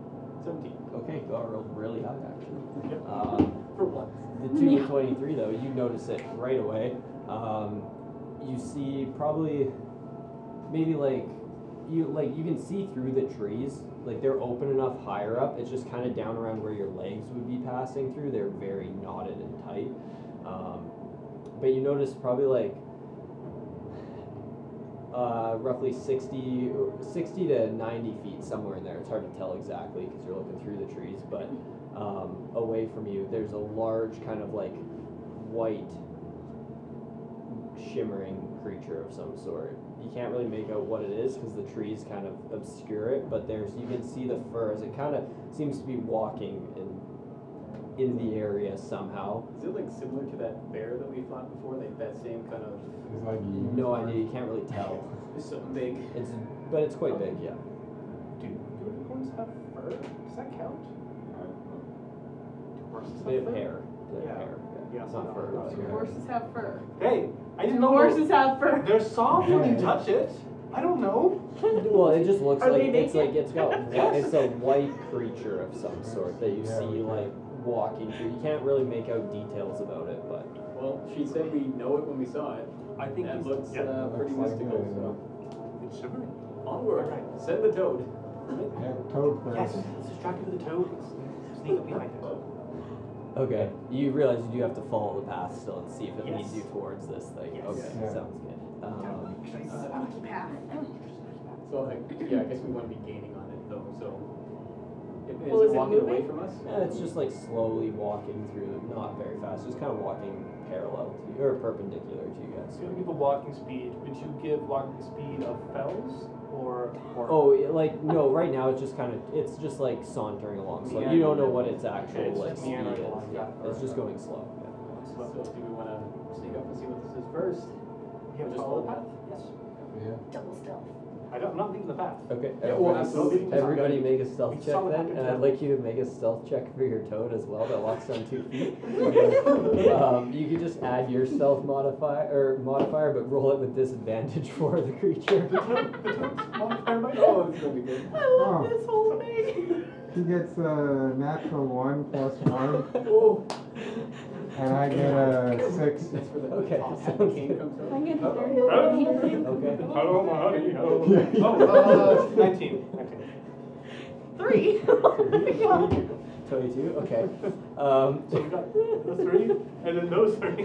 Speaker 4: Seventeen.
Speaker 5: Okay, go rolled really high actually.
Speaker 3: Yep.
Speaker 5: Uh,
Speaker 4: For once.
Speaker 5: The two with 23, though, you notice it right away. Um, you see probably maybe like you like you can see through the trees. Like they're open enough higher up. It's just kind of down around where your legs would be passing through. They're very knotted and tight. Um, but you notice probably like uh, roughly 60, 60 to 90 feet somewhere in there. It's hard to tell exactly because you're looking through the trees, but um, away from you, there's a large kind of like white shimmering creature of some sort. You can't really make out what it is because the trees kind of obscure it, but there's you can see the fur as it kind of seems to be walking in in the area somehow.
Speaker 4: Is it like similar to that bear that we fought before, like that same kind of,
Speaker 6: It's like you.
Speaker 5: No idea, you can't really tell.
Speaker 4: something big?
Speaker 5: It's but it's quite big, yeah.
Speaker 3: Do unicorns have fur? Does that count? Do horses
Speaker 5: They have
Speaker 3: fur?
Speaker 5: hair. They have
Speaker 3: Yeah.
Speaker 5: hair.
Speaker 3: Yeah,
Speaker 5: It's
Speaker 3: so
Speaker 5: not
Speaker 3: no,
Speaker 5: fur.
Speaker 3: no,
Speaker 5: it's
Speaker 3: so
Speaker 5: hair.
Speaker 10: Horses have fur.
Speaker 3: Hey, I
Speaker 2: Do
Speaker 3: didn't know.
Speaker 2: horses have fur?
Speaker 3: They're soft when you touch it. I don't know.
Speaker 5: Well, it just looks
Speaker 2: Are
Speaker 5: like
Speaker 2: they
Speaker 5: it's like
Speaker 2: naked?
Speaker 5: it's got
Speaker 3: Yes.
Speaker 5: it's a white creature of some sort that you
Speaker 6: Yeah,
Speaker 5: see
Speaker 6: we can.
Speaker 5: like walking through. You can't really make out details about it, but
Speaker 4: Well, she said we know it when we saw it.
Speaker 3: I
Speaker 4: That looks
Speaker 3: yeah.
Speaker 4: uh, pretty
Speaker 6: Looks like
Speaker 4: mystical,
Speaker 6: it,
Speaker 4: so.
Speaker 3: It's shivering.
Speaker 4: Onward.
Speaker 3: Alright.
Speaker 4: Send the toad.
Speaker 6: Yeah, toad
Speaker 3: Yes,
Speaker 6: first.
Speaker 3: let's distract it with the toad. and Sneak up behind it.
Speaker 5: Okay. You realize you do have to follow the path still and see if it leads
Speaker 3: Yes.
Speaker 5: you towards this thing.
Speaker 3: Yes.
Speaker 5: Okay,
Speaker 6: Yeah.
Speaker 5: sounds good.
Speaker 2: Oh,
Speaker 5: Um,
Speaker 2: Sneaky path.
Speaker 4: So, I, yeah, I guess we want to be gaining on it though, so. Is
Speaker 2: Well,
Speaker 4: it
Speaker 2: is it
Speaker 4: walking away
Speaker 2: moving?
Speaker 4: from us?
Speaker 5: yeah, it's just like slowly walking through, not very fast, just kind of walking parallel to you, or perpendicular to you guys.
Speaker 3: So you give a walking speed. Would you give walking speed of fells or or
Speaker 5: Oh, it- like no! Right now, it's just kind of it's just like sauntering along. So like, you don't know what its actual
Speaker 3: Okay, it's
Speaker 5: like
Speaker 3: just
Speaker 5: speed
Speaker 3: meandering
Speaker 5: is.
Speaker 3: along,
Speaker 5: Yeah,
Speaker 3: yeah.
Speaker 5: it's just going slow. Yeah.
Speaker 4: So, do we want to sneak up and see what this is first?
Speaker 3: you have
Speaker 4: Just
Speaker 3: to follow the
Speaker 4: follow
Speaker 3: path? Yes.
Speaker 6: Yeah.
Speaker 2: Double stealth.
Speaker 3: I don't, I'm not leaving the path.
Speaker 5: Okay.
Speaker 4: Yeah,
Speaker 5: everybody,
Speaker 4: well, absolutely.
Speaker 5: everybody make a
Speaker 3: We
Speaker 5: stealth check
Speaker 3: saw what
Speaker 5: then,
Speaker 3: happened
Speaker 5: and
Speaker 3: to
Speaker 5: I'd
Speaker 3: that
Speaker 5: like you to make a stealth check for your toad as well that walks on two feet. um, you could just add your stealth modifier or modifier, but roll it with disadvantage for the creature.
Speaker 4: Oh, it's going to be good.
Speaker 2: I love
Speaker 6: Oh.
Speaker 2: this whole thing.
Speaker 6: He gets a natural one plus one,
Speaker 4: Oh,
Speaker 6: and I get a six.
Speaker 4: that's where the
Speaker 5: Okay,
Speaker 4: top hat
Speaker 5: sounds
Speaker 4: cane
Speaker 5: good.
Speaker 4: comes
Speaker 11: I
Speaker 4: out.
Speaker 11: get
Speaker 4: Uh-oh.
Speaker 11: thirty.
Speaker 5: Okay.
Speaker 3: Hello, my honey. Hello.
Speaker 6: Yeah.
Speaker 3: Oh, uh, 19. 19.
Speaker 2: Three. Oh my God.
Speaker 5: Twenty-two. Okay. Um,
Speaker 3: So we got the three and then those three.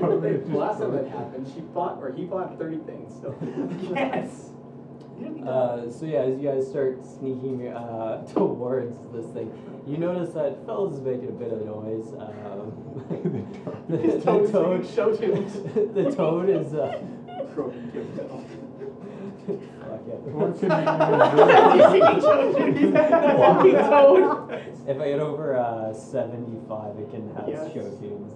Speaker 6: Totally
Speaker 4: The last time that
Speaker 6: destroyed.
Speaker 4: happened, she bought or he bought thirty things. So
Speaker 3: yes. You didn't need that.
Speaker 5: Uh, so yeah, as you guys start sneaking uh, towards this thing, you notice that Fells is making a bit of noise. Um, the,
Speaker 3: His toad is singing show tunes.
Speaker 5: the toad is. Uh,
Speaker 4: Walking
Speaker 5: fuck
Speaker 6: What
Speaker 5: it.
Speaker 6: can I even do?
Speaker 3: Walking toad.
Speaker 5: If I get over uh, seventy-five, it can have
Speaker 3: Yes.
Speaker 5: show tunes.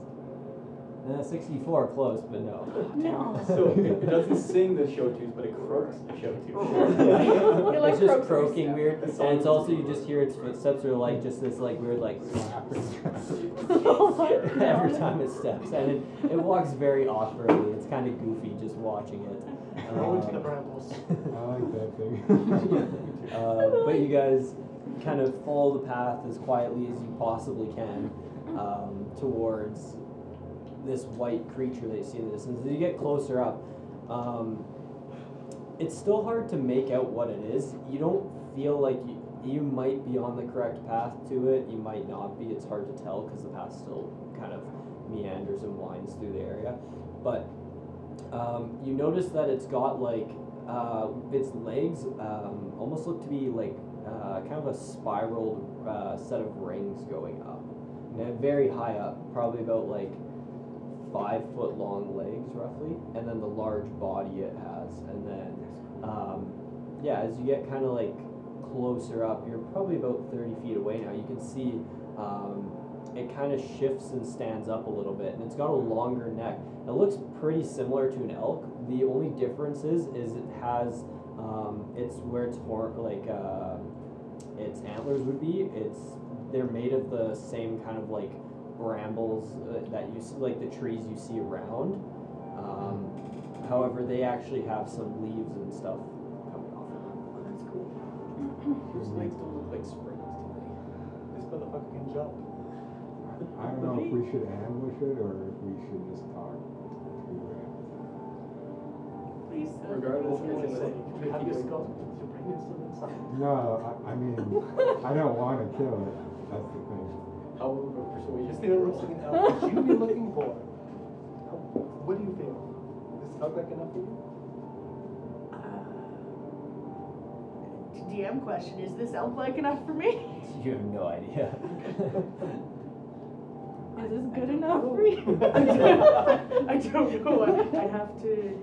Speaker 5: Uh, Sixty-four, close, but no.
Speaker 2: No.
Speaker 4: So it doesn't sing the show tunes, but it croaks the show tunes.
Speaker 2: You like
Speaker 5: it's
Speaker 2: croaks
Speaker 5: just
Speaker 2: every
Speaker 5: croaking
Speaker 2: step.
Speaker 5: weird,
Speaker 4: That's
Speaker 5: and it's
Speaker 4: all.
Speaker 5: also you just hear its footsteps are like just this like weird like
Speaker 2: Oh my
Speaker 5: every
Speaker 2: God.
Speaker 5: time it steps, and it, it walks very awkwardly. It's kind of goofy just watching it.
Speaker 3: Roll into the
Speaker 5: Um,
Speaker 3: brambles.
Speaker 6: I like that thing.
Speaker 5: uh, but you guys kind of follow the path as quietly as you possibly can um, towards this white creature that you see in the distance. As you get closer up, um, it's still hard to make out what it is. You don't feel like you, you might be on the correct path to it. You might not be. It's hard to tell because the path still kind of meanders and winds through the area. But um, you notice that it's got like uh, its legs um, almost look to be like uh, kind of a spiraled uh, set of rings going up. And very high up, probably about like five foot long legs roughly, and then the large body it has. And then, um, yeah, as you get kind of like closer up, you're probably about 30 feet away now. You can see um, it kind of shifts and stands up a little bit, and it's got a longer neck. It looks pretty similar to an elk. The only difference is, is it has um, it's where its horn like uh, its antlers would be. It's they're made of the same kind of like brambles uh, that you see, like the trees you see around. Um, however, they actually have some leaves and stuff coming off.
Speaker 2: Oh, that's cool.
Speaker 4: Whose legs don't look like springs to me?
Speaker 3: This motherfucker can jump.
Speaker 6: I don't know if we should ambush it or if we should just talk to
Speaker 2: Please. uh,
Speaker 4: Regardless,
Speaker 3: What would
Speaker 4: it's
Speaker 3: you
Speaker 4: in
Speaker 3: say?
Speaker 4: the-
Speaker 3: You have your skull. Is your brain still inside?
Speaker 6: it. No, I, I mean, I don't want to kill it. That's the thing.
Speaker 4: How will we persuade you?
Speaker 3: Is there looking an elk? What you be looking for? What do you feel? Is elk like enough for you?
Speaker 2: Uh, DM question: Is this elf like enough for me?
Speaker 5: You have no idea.
Speaker 11: Is this good enough for you?
Speaker 2: I don't- I don't know. I- I'd have to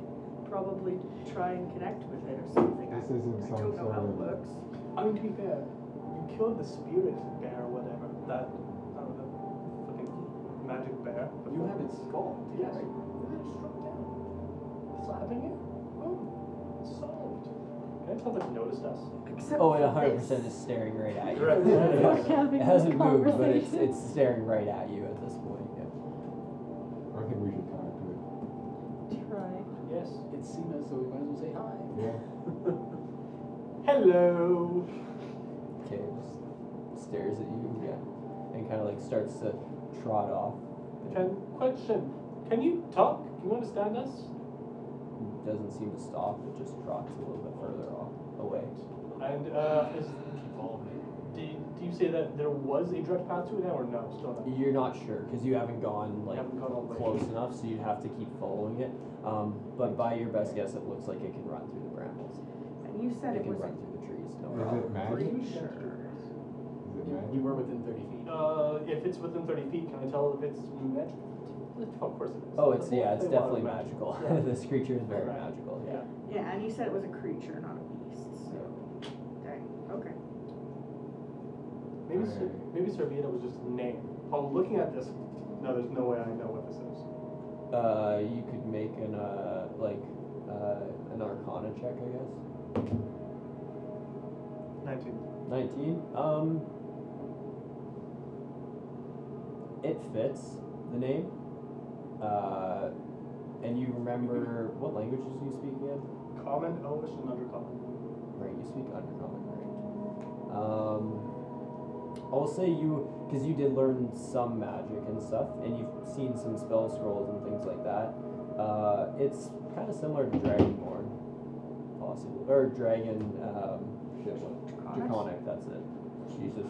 Speaker 2: probably try and connect with it or something. I-
Speaker 6: This
Speaker 2: I
Speaker 6: isn't some
Speaker 2: don't know
Speaker 6: sort
Speaker 2: how it
Speaker 6: of-
Speaker 2: works.
Speaker 3: I mean, to be fair, you killed the spirit bear or whatever. That, I don't know, fucking magic bear.
Speaker 4: You have it sculpted.
Speaker 3: Yes. You had it struck down. Slapping it. Boom. Solved. Can I tell that it noticed us?
Speaker 2: Except
Speaker 5: oh, it
Speaker 2: for
Speaker 5: 100
Speaker 2: this.
Speaker 5: percent is staring right at you.
Speaker 3: Right.
Speaker 5: it
Speaker 11: Having
Speaker 5: hasn't
Speaker 11: a
Speaker 5: moved, but it's
Speaker 11: conversation.
Speaker 5: it's staring right at you at this point. yeah.
Speaker 6: I think we should talk to it.
Speaker 11: Try.
Speaker 3: Yes.
Speaker 4: It's seen us, so we might as well say hi.
Speaker 6: Yeah.
Speaker 3: Hello.
Speaker 5: Okay, it just stares at you, yeah, and kind of like starts to trot off.
Speaker 3: Ten question. Can you talk? Can you understand us?
Speaker 5: Doesn't seem to stop. It just trots a little bit further off. away.
Speaker 3: And uh, is, keep following. Do you, do you say that there was a direct path to it now, or no? Still not.
Speaker 5: You're not sure because you haven't gone like
Speaker 3: haven't gone all the way.
Speaker 5: close enough, so you'd have to keep following it. Um, but by your best guess, it looks like it can run through the brambles.
Speaker 11: And you said
Speaker 5: It
Speaker 11: it
Speaker 5: can
Speaker 11: was
Speaker 5: run through the trees. No
Speaker 6: Is
Speaker 5: problem.
Speaker 6: it magic?
Speaker 2: Pretty
Speaker 6: Is
Speaker 2: sure.
Speaker 6: it
Speaker 4: We
Speaker 6: magic?
Speaker 4: were within thirty feet.
Speaker 3: Uh, if it's within 30 feet, can I tell if it's magic? Of course it is.
Speaker 5: Oh, it's yeah, it's
Speaker 3: They want
Speaker 5: definitely
Speaker 3: it
Speaker 5: magical.
Speaker 3: Yeah.
Speaker 5: this creature is very
Speaker 3: Right.
Speaker 5: magical. Yeah.
Speaker 3: Yeah.
Speaker 2: Yeah, and you said it was a creature, not a beast, so, dang, okay.
Speaker 3: Maybe
Speaker 6: Alright.
Speaker 3: Ser- maybe Servieta was just a name. While looking at this, no, there's no way I know what this is.
Speaker 5: Uh, you could make an uh like uh an Arcana check, I guess.
Speaker 3: 19.
Speaker 5: 19. Um, it fits the name. Uh, and you remember what languages do you speak again?
Speaker 3: Common, Elvish, and Undercommon.
Speaker 5: Right, you speak Undercommon, right? Um, I'll say you, because you did learn some magic and stuff, and you've seen some spell scrolls and things like that. Uh, it's kind of similar to Dragonborn, possible or Dragon. Um, shit, what- Draconic. That's it. Jesus,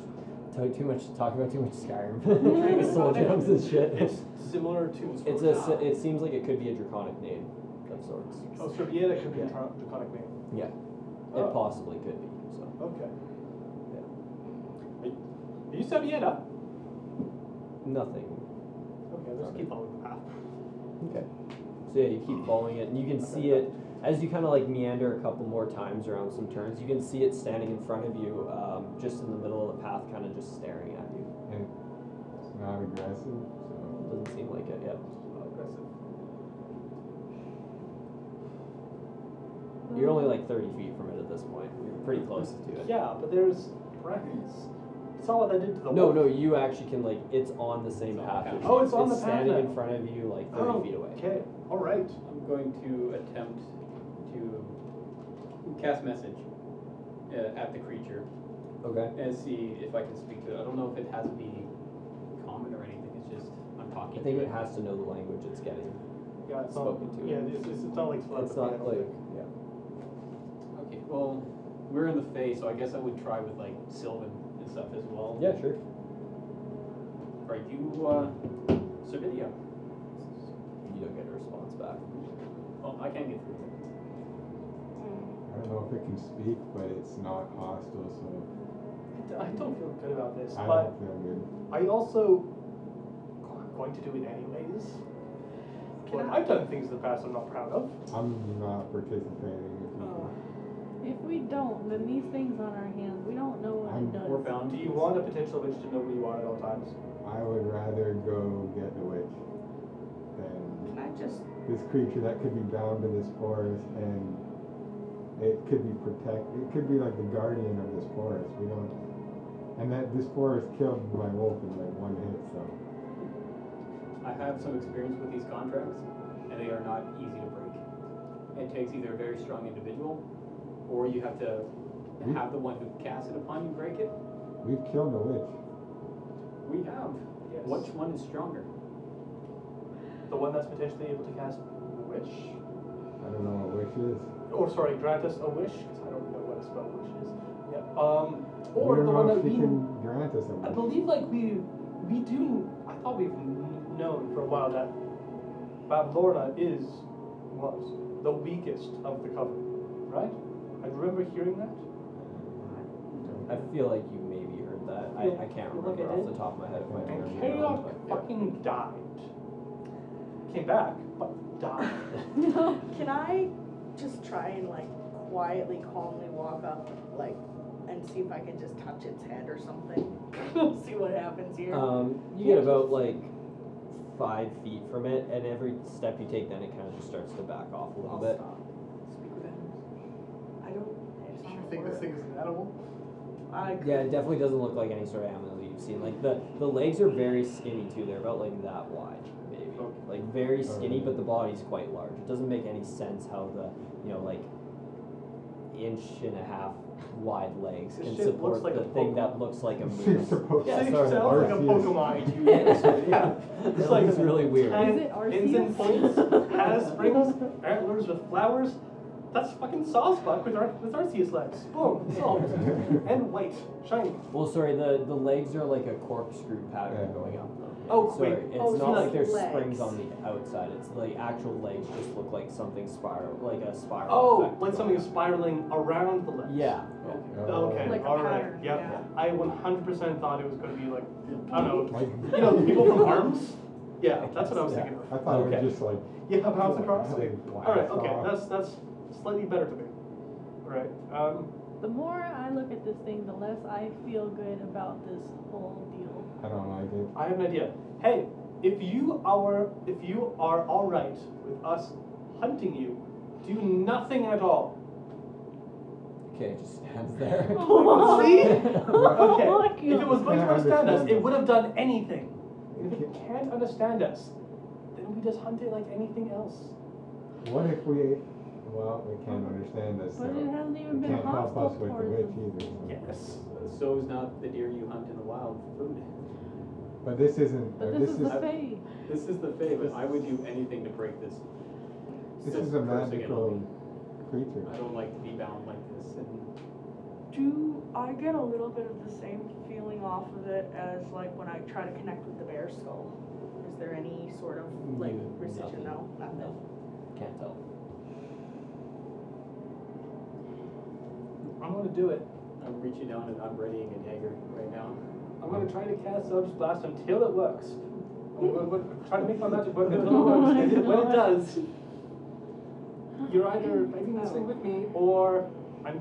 Speaker 5: T- too much talk about too much Skyrim. Soul gems and shit.
Speaker 3: It's similar to.
Speaker 5: It's a. s- It seems like it could be a Draconic name of sorts.
Speaker 3: Oh, Servieta could be a
Speaker 5: Yeah.
Speaker 3: dra- Draconic name.
Speaker 5: Yeah,
Speaker 3: Oh.
Speaker 5: it possibly could be. So.
Speaker 3: Okay. Are you Servieta?
Speaker 5: Nothing
Speaker 3: Okay, let's keep following the path.
Speaker 5: Okay. So yeah, you keep following it, and you can see it as you kind of like meander a couple more times around some turns. You can see it standing in front of you, um, just in the middle of the path, kind of just staring at you.
Speaker 6: And it's not aggressive, so.
Speaker 5: Doesn't seem like it yet.
Speaker 3: Not aggressive.
Speaker 5: You're only like 30 feet from it at this point. You're pretty close to it.
Speaker 3: Yeah, but there's brackets. It's not what I did to the
Speaker 5: No,
Speaker 3: wolf.
Speaker 5: no, you actually can like it's on the same path. as you.
Speaker 3: Oh, it's on the path
Speaker 5: standing
Speaker 3: now.
Speaker 5: in front of you, like 30
Speaker 3: Oh,
Speaker 5: feet away.
Speaker 3: Okay, all right.
Speaker 4: I'm going to attempt to cast message uh, at the creature
Speaker 5: Okay.
Speaker 4: and see if I can speak to it. I don't know if it has to be common or anything. It's just I'm talking.
Speaker 5: I think
Speaker 4: to
Speaker 5: it has to know the language it's getting.
Speaker 3: Yeah, it's
Speaker 5: Spoken
Speaker 3: not,
Speaker 5: to.
Speaker 3: Yeah, it's, it's it's not like telepathy.
Speaker 5: It's
Speaker 3: I
Speaker 5: not
Speaker 3: don't
Speaker 5: like
Speaker 3: think.
Speaker 5: yeah.
Speaker 4: Okay. Well, we're in the face, so I guess I would try with like Sylvan and stuff as well.
Speaker 5: Yeah, sure.
Speaker 4: Are you uh, Servidia?
Speaker 5: You don't get a response back.
Speaker 4: Well, Oh, I can't get through. to it.
Speaker 6: I don't know if it can speak, but it's not hostile, so
Speaker 3: I don't feel good about this,
Speaker 6: I don't
Speaker 3: but
Speaker 6: feel good.
Speaker 3: I also am going to do it anyways.
Speaker 2: Can
Speaker 3: Well,
Speaker 2: I-
Speaker 3: I've done things in the past I'm not proud of.
Speaker 6: I'm not participating with
Speaker 3: Oh,
Speaker 6: you.
Speaker 11: If we don't, then these things on our hands, we don't know what
Speaker 6: I'm-
Speaker 11: it does.
Speaker 4: We're bound.
Speaker 3: Um, Do you want a potential witch to know where you are at all times?
Speaker 6: I would rather go get the witch than
Speaker 2: Can I just,
Speaker 6: this creature that could be bound to this forest and it could be protect. It could be like the guardian of this forest. We don't. And that this forest killed my wolf in like one hit, so
Speaker 4: I have some experience with these contracts, and they are not easy to break. It takes either a very strong individual, or you have to
Speaker 6: Mm-hmm.
Speaker 4: have the one who casts it upon you break it.
Speaker 6: we've killed a witch.
Speaker 4: We have.
Speaker 3: Yes.
Speaker 4: Which one is stronger?
Speaker 3: The one that's potentially able to cast wish?
Speaker 6: I don't know what witch is.
Speaker 3: Or sorry, grant us a wish, because I don't know what a spell wish is. Yeah. Um,
Speaker 6: we
Speaker 3: or
Speaker 6: don't
Speaker 3: the
Speaker 6: know
Speaker 3: one
Speaker 6: if
Speaker 3: that
Speaker 6: she
Speaker 3: we
Speaker 6: can grant us a
Speaker 3: I
Speaker 6: witch.
Speaker 3: believe like we we do. I thought we've kn- known for a while that Bablorna is was the weakest of the coven, right? I remember hearing that.
Speaker 5: I feel like you maybe heard that.
Speaker 3: Yeah,
Speaker 5: I, I can't
Speaker 3: you look
Speaker 5: remember
Speaker 3: at
Speaker 5: off
Speaker 3: it.
Speaker 5: the top of my head if I
Speaker 6: And
Speaker 5: remember.
Speaker 3: And
Speaker 5: that one,
Speaker 3: Karyok
Speaker 5: but-
Speaker 3: fucking died. Came back, but died.
Speaker 2: can I just try and like quietly, calmly walk up, like, and see if I can just touch its head or something? See what happens here?
Speaker 5: Um, you get about like five feet from it, and every step you take, then it kind of just starts to back off a little
Speaker 2: I'll
Speaker 5: bit.
Speaker 2: stop. Speak with animals. I don't, it's not a word.
Speaker 3: is an animal?
Speaker 2: I
Speaker 5: Yeah, it definitely doesn't look like any sort of animal you've seen. Like the the legs are very skinny too. They're about like that wide, maybe. Like very skinny, but the body's quite large. It doesn't make any sense how the you know like inch and a half wide legs
Speaker 3: This
Speaker 5: can
Speaker 3: shit looks
Speaker 5: support
Speaker 3: like
Speaker 5: the
Speaker 3: a
Speaker 5: thing
Speaker 3: Pokemon.
Speaker 5: that looks like a
Speaker 6: She's
Speaker 5: moose.
Speaker 6: supposed
Speaker 3: Yeah,
Speaker 5: Yeah,
Speaker 3: it
Speaker 5: sorry,
Speaker 3: sounds like a
Speaker 6: Arceus.
Speaker 3: Pokemon.
Speaker 5: yeah,
Speaker 3: It's
Speaker 5: it
Speaker 3: like
Speaker 5: looks really weird.
Speaker 11: Is it
Speaker 3: Pins and
Speaker 11: Arceus?
Speaker 3: points, has springs, antlers with flowers, That's fucking Sawsbuck with, Ar- with Arceus legs. Boom, solved. Oh, and white, shiny.
Speaker 5: Well, sorry, the, the legs are like a corkscrew pattern
Speaker 6: Yeah.
Speaker 5: going up. though.
Speaker 3: Oh,
Speaker 5: sorry,
Speaker 3: wait.
Speaker 5: it's
Speaker 3: oh,
Speaker 5: not
Speaker 3: no.
Speaker 5: like there's
Speaker 10: legs.
Speaker 5: springs on the outside. It's like actual legs just look like something spiral, like a spiral.
Speaker 3: Oh,
Speaker 5: effect
Speaker 3: like something is
Speaker 5: going
Speaker 3: spiraling around the legs.
Speaker 5: up. Yeah.
Speaker 6: Uh,
Speaker 3: Okay,
Speaker 11: Like a
Speaker 3: all right.
Speaker 11: pattern,
Speaker 3: Yep.
Speaker 11: yeah.
Speaker 3: I 100% thought it was going to be like, I don't know,
Speaker 6: Like,
Speaker 3: you know, the people from Arms? Yeah, that's what I was
Speaker 5: Yeah.
Speaker 3: thinking
Speaker 6: I
Speaker 3: of.
Speaker 6: thought it
Speaker 5: Okay.
Speaker 6: was just like
Speaker 3: Yeah, bounce across.
Speaker 6: Like,
Speaker 3: All right,
Speaker 6: blast
Speaker 3: okay,
Speaker 6: off.
Speaker 3: that's that's slightly better to me. All right, um,
Speaker 11: The more I look at this thing, the less I feel good about this whole deal.
Speaker 6: I don't like it.
Speaker 3: I have an idea. Hey, if you are if you are all right with us hunting you, do nothing at all.
Speaker 5: Okay, just hands there.
Speaker 3: Oh, See? Okay.
Speaker 11: Oh my
Speaker 3: if it was
Speaker 11: God.
Speaker 3: going to
Speaker 6: Can't
Speaker 3: understand us,
Speaker 6: understand
Speaker 3: it
Speaker 6: us.
Speaker 3: would have done anything. If
Speaker 6: It
Speaker 3: it can't understand us, then we just hunt it like anything else.
Speaker 6: ca- What if we? Well, it can't understand us.
Speaker 11: But
Speaker 6: so
Speaker 11: it hasn't even
Speaker 6: it
Speaker 11: been
Speaker 6: can't help
Speaker 11: hostile
Speaker 6: us with the witch
Speaker 11: towards us.
Speaker 6: either. so-
Speaker 3: Yes.
Speaker 4: So is not the deer you hunt in the wild for food.
Speaker 6: But this isn't.
Speaker 11: But
Speaker 6: uh,
Speaker 11: this is the
Speaker 6: is
Speaker 11: fate.
Speaker 4: This is the fate, but I would do anything to break this.
Speaker 6: this is a
Speaker 4: cursing
Speaker 6: magical
Speaker 4: enemy.
Speaker 6: creature.
Speaker 4: I don't like to be bound like this. And
Speaker 7: Do I get a little bit of the same feeling off of it as like when I try to connect with the bear skull?
Speaker 2: Is there any sort of like
Speaker 5: Mm,
Speaker 2: recision?
Speaker 5: nothing.
Speaker 2: No, nothing.
Speaker 5: No, can't tell.
Speaker 3: I'm gonna do it.
Speaker 4: I'm reaching down and I'm readying a dagger right now.
Speaker 3: I'm gonna try to cast Eldritch Blast until it works. I'm gonna- gonna try to make my magic work until it works. And when it does, you're either making this thing with me or I'm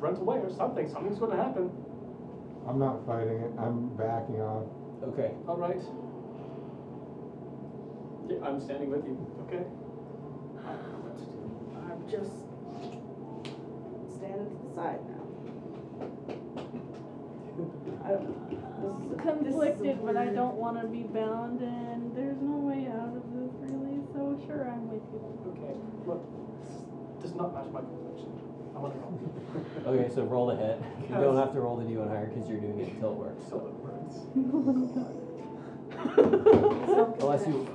Speaker 3: runs away or something. Something's gonna happen.
Speaker 6: I'm not fighting it. I'm backing off.
Speaker 5: Okay.
Speaker 3: All right.
Speaker 4: Yeah, I'm standing with you.
Speaker 3: Okay.
Speaker 2: I'm just standing to the side now. I don't know. This is a- this is a
Speaker 11: Conflicted, but I
Speaker 2: weird-
Speaker 11: don't want to be bound, and there's no way out of this really. So sure, I'm with you.
Speaker 3: Okay. Look, this does not match my complexion. I want to roll.
Speaker 5: Okay, so roll the hit. You don't have to roll the D1 higher because you're doing it until it works.
Speaker 3: So it works.
Speaker 2: Oh,
Speaker 5: Unless you.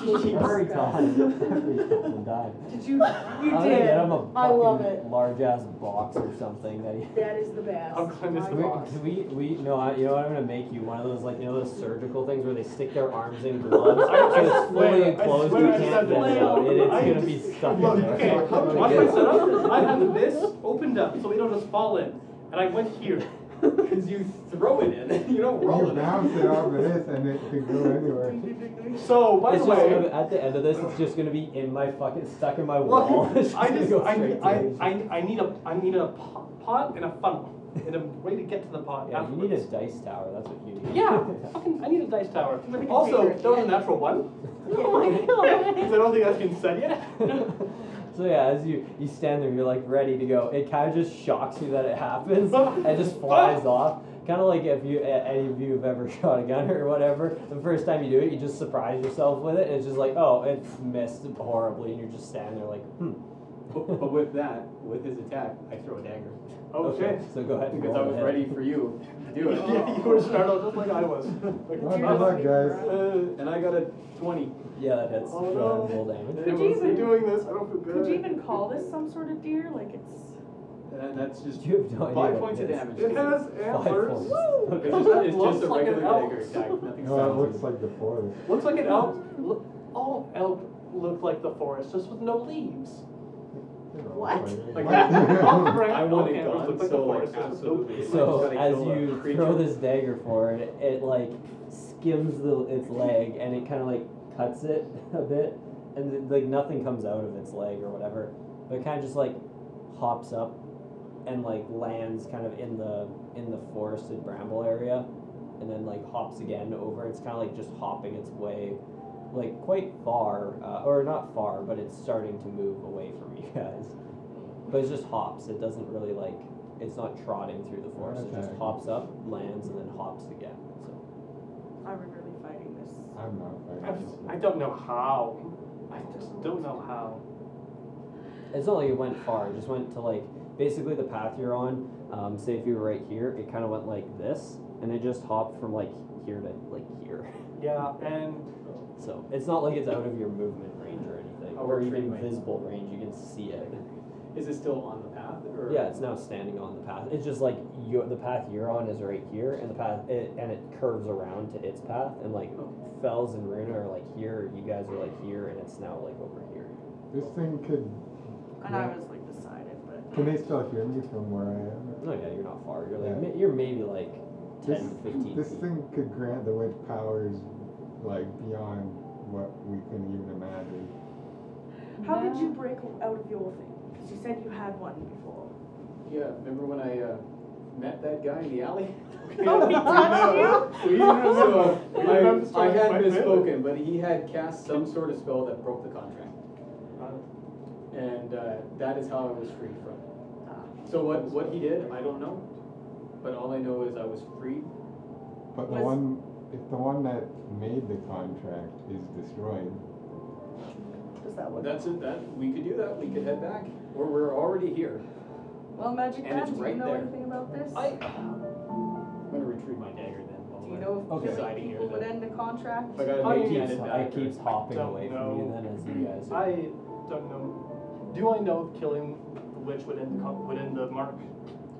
Speaker 5: Every time. Every fucking time.
Speaker 2: Did you?
Speaker 5: I'm
Speaker 2: You
Speaker 5: gonna get
Speaker 2: did.
Speaker 5: him a
Speaker 2: I love it.
Speaker 5: large ass box or something that he.
Speaker 2: That is the best.
Speaker 3: I'll climb this
Speaker 2: I-
Speaker 5: We,
Speaker 3: box.
Speaker 5: we, we, no, I, you know what? I'm gonna make you one of those, like, you know, those surgical things where they stick their arms in gloves,
Speaker 3: I- I
Speaker 5: so it's fully
Speaker 3: swear- I
Speaker 5: enclosed, you
Speaker 3: swear I said
Speaker 5: can't
Speaker 3: that.
Speaker 5: bend it out, and it's
Speaker 3: I
Speaker 5: gonna be
Speaker 3: just-
Speaker 5: stuck in
Speaker 3: Look,
Speaker 5: there.
Speaker 3: okay, how do I set up? I have this opened up so it don't just fall in, and I went here.
Speaker 4: Because you throw it in, you don't roll it.
Speaker 6: You Oh, bounce it off of this, and it can go anywhere.
Speaker 3: So by
Speaker 5: It's
Speaker 3: the
Speaker 5: just
Speaker 3: way,
Speaker 5: gonna, at the end of this, it's just gonna be in my fucking, stuck in my wall.
Speaker 3: Well,
Speaker 5: It's
Speaker 3: I
Speaker 5: gonna
Speaker 3: just
Speaker 5: go
Speaker 3: I,
Speaker 5: straight
Speaker 3: I,
Speaker 5: to it.
Speaker 3: I, I need a I need a po- pot and a funnel and a way to get to the pot.
Speaker 5: Yeah, you
Speaker 3: afterwards.
Speaker 5: need a dice tower, that's what you need.
Speaker 3: yeah, fucking, I need a dice tower.
Speaker 2: Let me
Speaker 3: Also,
Speaker 2: take
Speaker 3: that
Speaker 2: it.
Speaker 3: was a natural one.
Speaker 11: Oh my
Speaker 3: Because
Speaker 11: god.
Speaker 3: I don't think that's been said yet.
Speaker 5: so yeah, as you you stand there, you're like ready to go. It kind of just shocks you that it happens and just flies off. Kind of like if you a- any of you have ever shot a gun or whatever, the first time you do it, you just surprise yourself with it, and it's just like, oh, it's missed horribly, and you're just standing there like, hmm.
Speaker 4: But, but with that, with his attack, I throw a dagger.
Speaker 3: Oh shit!
Speaker 5: So go ahead. and
Speaker 4: Because I
Speaker 5: roll
Speaker 4: was
Speaker 5: to hit.
Speaker 4: ready for you to do
Speaker 3: Yeah, you
Speaker 4: it.
Speaker 3: were startled just like I was. Like,
Speaker 6: Well, good luck, guys.
Speaker 3: uh,
Speaker 4: And I got a 20.
Speaker 5: Yeah, that hits.
Speaker 3: Oh,
Speaker 5: go ahead
Speaker 3: no.
Speaker 5: and roll damage.
Speaker 3: Could
Speaker 7: you even-
Speaker 3: doing this? I don't feel good.
Speaker 7: Could you even call this some sort of deer? Like it's
Speaker 4: And that's just
Speaker 5: You have no idea.
Speaker 4: five
Speaker 5: what
Speaker 4: points of
Speaker 5: it is.
Speaker 4: damage.
Speaker 3: It has
Speaker 5: Five
Speaker 3: antlers.
Speaker 5: points.
Speaker 3: Woo!
Speaker 5: Okay.
Speaker 4: It's just, it's
Speaker 3: Looks
Speaker 4: just a
Speaker 3: like an
Speaker 4: regular
Speaker 3: elk.
Speaker 4: dagger attack. Nothing
Speaker 6: No, it
Speaker 4: fancy.
Speaker 6: looks like the forest.
Speaker 3: Looks like an elk. Look, all elk look like the forest, just with no leaves.
Speaker 6: You know,
Speaker 2: What?
Speaker 4: Like
Speaker 3: All
Speaker 6: Like,
Speaker 3: correct
Speaker 4: I want it
Speaker 3: elk antlers
Speaker 4: gone,
Speaker 3: look like the
Speaker 4: so like
Speaker 3: forest, just with no
Speaker 4: absolutely.
Speaker 5: So
Speaker 4: Just gotta
Speaker 5: as
Speaker 4: kill that
Speaker 5: you
Speaker 4: creature.
Speaker 5: throw this dagger forward, it like skims the its leg and it kind of like cuts it a bit, and then, like nothing comes out of its leg or whatever. But it kind of just like hops up and like lands kind of in the in the forested bramble area, and then like hops again over. It's kind of like just hopping its way, like quite far uh, or not far, but it's starting to move away from you guys. But it just hops. It doesn't really like. It's not trotting through the forest. It just
Speaker 6: Okay.
Speaker 5: hops up, lands, and then hops again. So
Speaker 7: are we really fighting this?
Speaker 6: I'm not
Speaker 3: I
Speaker 6: fighting.
Speaker 3: just- I don't know how. I just don't know how.
Speaker 5: it's not like it went far. It just went to like basically the path you're on. Um, say if you were right here, it kind of went like this, and it just hopped from like here to like here.
Speaker 3: Yeah, and
Speaker 5: So it's not like it's out of your movement range or anything.
Speaker 4: a
Speaker 5: or
Speaker 4: retreat
Speaker 5: even
Speaker 4: way.
Speaker 5: visible range, you can see it.
Speaker 4: Is it still on the path or?
Speaker 5: Yeah, it's now standing on the path. It's just like you, the path you're on is right here, and the path it, and it curves around to its path, and like Fells and Runa are like here, you guys are like here, and it's now like over here.
Speaker 6: This thing could.
Speaker 7: And I was like decided, but
Speaker 6: Can they still hear me from where I am?
Speaker 5: No, yeah, you're not far. You're like
Speaker 6: Yeah.
Speaker 5: ma- you're maybe like
Speaker 6: This,
Speaker 5: 10, 15
Speaker 6: this
Speaker 5: feet.
Speaker 6: thing could grant the witch powers like beyond what we can even imagine.
Speaker 7: how did
Speaker 11: Yeah.
Speaker 7: you break out of your thing? Because you said you had one before.
Speaker 4: Yeah, remember when I uh, met that guy in the alley?
Speaker 7: Oh, he touched you?
Speaker 4: We- so,
Speaker 3: We
Speaker 4: I,
Speaker 3: remember the
Speaker 4: I
Speaker 3: story
Speaker 4: had
Speaker 3: quite vividly.
Speaker 4: misspoken, but he had cast some sort of spell that broke the contract, and uh, that is how I was freed from
Speaker 7: Ah,
Speaker 4: it. So what, what he did, I don't know, but all I know is I was freed.
Speaker 6: But the
Speaker 7: Was-
Speaker 6: one, if the one that made the contract is destroyed,
Speaker 10: Does that work?
Speaker 4: That's it. That we could do that. We could head back, or we're already here.
Speaker 10: Well, Magic
Speaker 4: And
Speaker 10: Man,
Speaker 4: it's
Speaker 10: do you
Speaker 4: right
Speaker 10: know
Speaker 4: there.
Speaker 10: anything about this?
Speaker 4: I. I'm gonna retrieve my dagger then. while
Speaker 10: Do you
Speaker 4: we're
Speaker 10: know if
Speaker 5: Okay.
Speaker 10: killing
Speaker 4: deciding here
Speaker 10: people would
Speaker 4: then.
Speaker 10: end a contract?
Speaker 4: If I gotta
Speaker 3: Oh,
Speaker 4: make you
Speaker 3: yeah,
Speaker 5: It
Speaker 4: hand
Speaker 5: keeps,
Speaker 4: it
Speaker 5: it
Speaker 4: back.
Speaker 5: keeps hopping
Speaker 3: Don't
Speaker 5: away from
Speaker 3: know.
Speaker 5: you then as you guys.
Speaker 3: I don't know. Do I know if killing the witch would end the, co- would end the mark?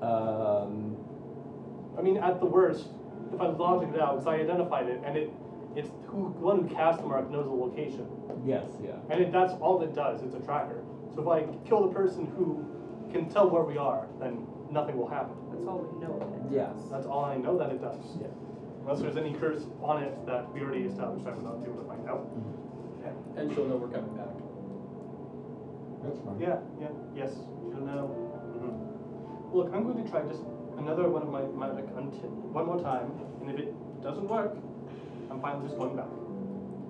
Speaker 5: um,
Speaker 3: I mean, at the worst, if I logic it out, because I identified it, and it, it's who one who cast the mark knows the location,
Speaker 5: yes, yeah.
Speaker 3: and it, that's all it does. It's a tracker. So if I kill the person who can tell where we are, then nothing will happen.
Speaker 10: That's all we know of it.
Speaker 5: Yes.
Speaker 3: That's all I know that it does.
Speaker 5: Yeah.
Speaker 3: Unless there's any curse on it that we already established, I would not be able to find out. Mm-hmm.
Speaker 4: And she'll know we're coming back.
Speaker 6: that's fine.
Speaker 3: Yeah, yeah, yes, Mm-hmm. you'll know. Look, I'm going to try just another one of my magic until one more time, and if it doesn't work, I'm finally just going back.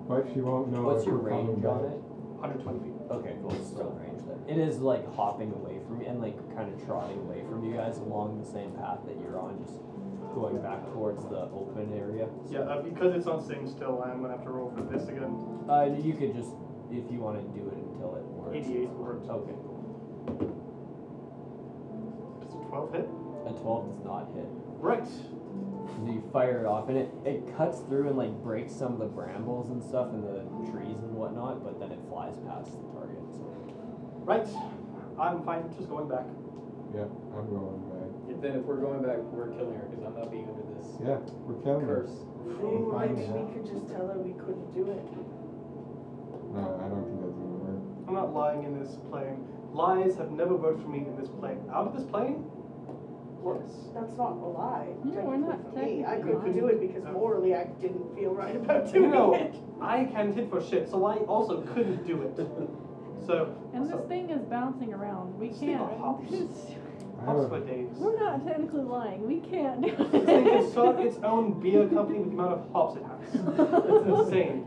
Speaker 6: But she won't know.
Speaker 5: What's
Speaker 6: if
Speaker 5: your
Speaker 6: we're coming
Speaker 5: range
Speaker 6: back.
Speaker 5: on it?
Speaker 3: 120 feet.
Speaker 5: Okay, cool. It's still in range then. It is like hopping away from you and like kind of trotting away from you guys along the same path that you're on, just going back towards the open area.
Speaker 3: Yeah, uh, because it's on staying still, I'm gonna have to roll for this again.
Speaker 5: Uh, you could just, if you want to do it until it works.
Speaker 3: 88 works.
Speaker 5: Okay.
Speaker 3: It's a 12 hit.
Speaker 5: A 12 does not hit.
Speaker 3: Right.
Speaker 5: So you fire it off, and it, it cuts through and like breaks some of the brambles and stuff and the trees and whatnot, but then it flies past the target. So.
Speaker 3: Right. I'm fine just going back.
Speaker 6: Yeah, I'm going back.
Speaker 4: Then if we're going back, we're killing her because I'm not being under this
Speaker 6: Yeah, we're killing her.
Speaker 4: curse.
Speaker 7: Ooh,
Speaker 6: Fine,
Speaker 7: maybe
Speaker 6: yeah.
Speaker 7: we could just tell her we couldn't do it.
Speaker 6: No, I don't think that's gonna work.
Speaker 3: I'm not lying in this plane. Lies have never worked for me in this plane. Out of this plane? Works.
Speaker 2: That's not a lie.
Speaker 11: No, we're not
Speaker 2: technically, for me. I
Speaker 11: technically
Speaker 2: couldn't do it because
Speaker 3: lying.
Speaker 2: morally I didn't feel right about
Speaker 3: You
Speaker 2: doing
Speaker 3: know,
Speaker 2: it.
Speaker 3: I can hit for shit, so I also couldn't do it. So,
Speaker 11: And
Speaker 3: so
Speaker 11: this thing is bouncing around. We
Speaker 3: This thing
Speaker 11: can't.
Speaker 3: hops.
Speaker 6: I
Speaker 3: hops
Speaker 6: have
Speaker 3: my
Speaker 6: a,
Speaker 3: days.
Speaker 11: We're not technically lying. We can't do
Speaker 3: This thing can start
Speaker 11: it.
Speaker 3: its own beer company with the amount of hops it has. It's insane.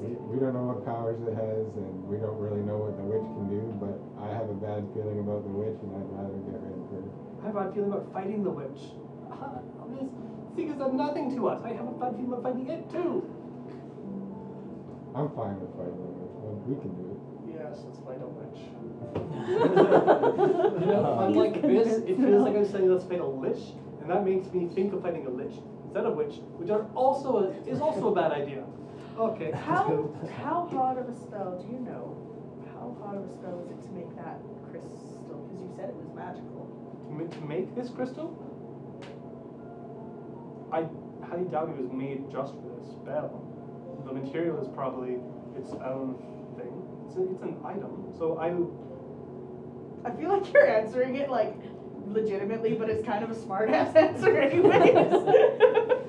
Speaker 6: we, we don't know what powers it has, and we don't really know what the witch can do. But I have a bad feeling about the witch, and I'd rather get rid of her.
Speaker 3: I have a bad feeling about fighting the witch. Ah, This thing has done nothing to us. I have a bad feeling about fighting it too.
Speaker 6: I'm fine with fighting the witch. Well, we can do it.
Speaker 3: Yes, let's fight a witch. You
Speaker 7: Uh-huh.
Speaker 3: know,
Speaker 5: Uh,
Speaker 3: unlike this, it feels like I'm saying let's fight a lich, and that makes me think of fighting a lich instead of witch, which are also a, is also a bad idea. Okay.
Speaker 7: How, how hard of a spell, do you know, how hard of a spell is it to make that crystal? Because you said it was magical.
Speaker 3: To ma- to make this crystal, I highly doubt it was made just for this spell. The material is probably its own thing. It's, a, it's an item. So I
Speaker 2: I feel like you're answering it like legitimately, but it's kind of a smart ass answer anyways.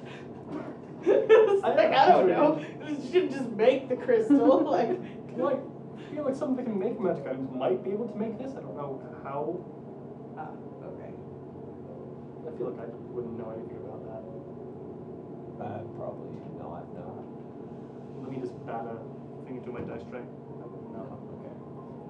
Speaker 2: It's
Speaker 3: I-
Speaker 2: like, I don't know. You should just make the crystal. Like,
Speaker 3: feel like I feel like someone that can make magic items might be able to make this. I don't know how.
Speaker 2: ah, okay.
Speaker 3: I feel like I wouldn't know anything about that.
Speaker 5: Uh, probably not, no.
Speaker 3: Let me just bat a thing into my dice tray. No. Okay.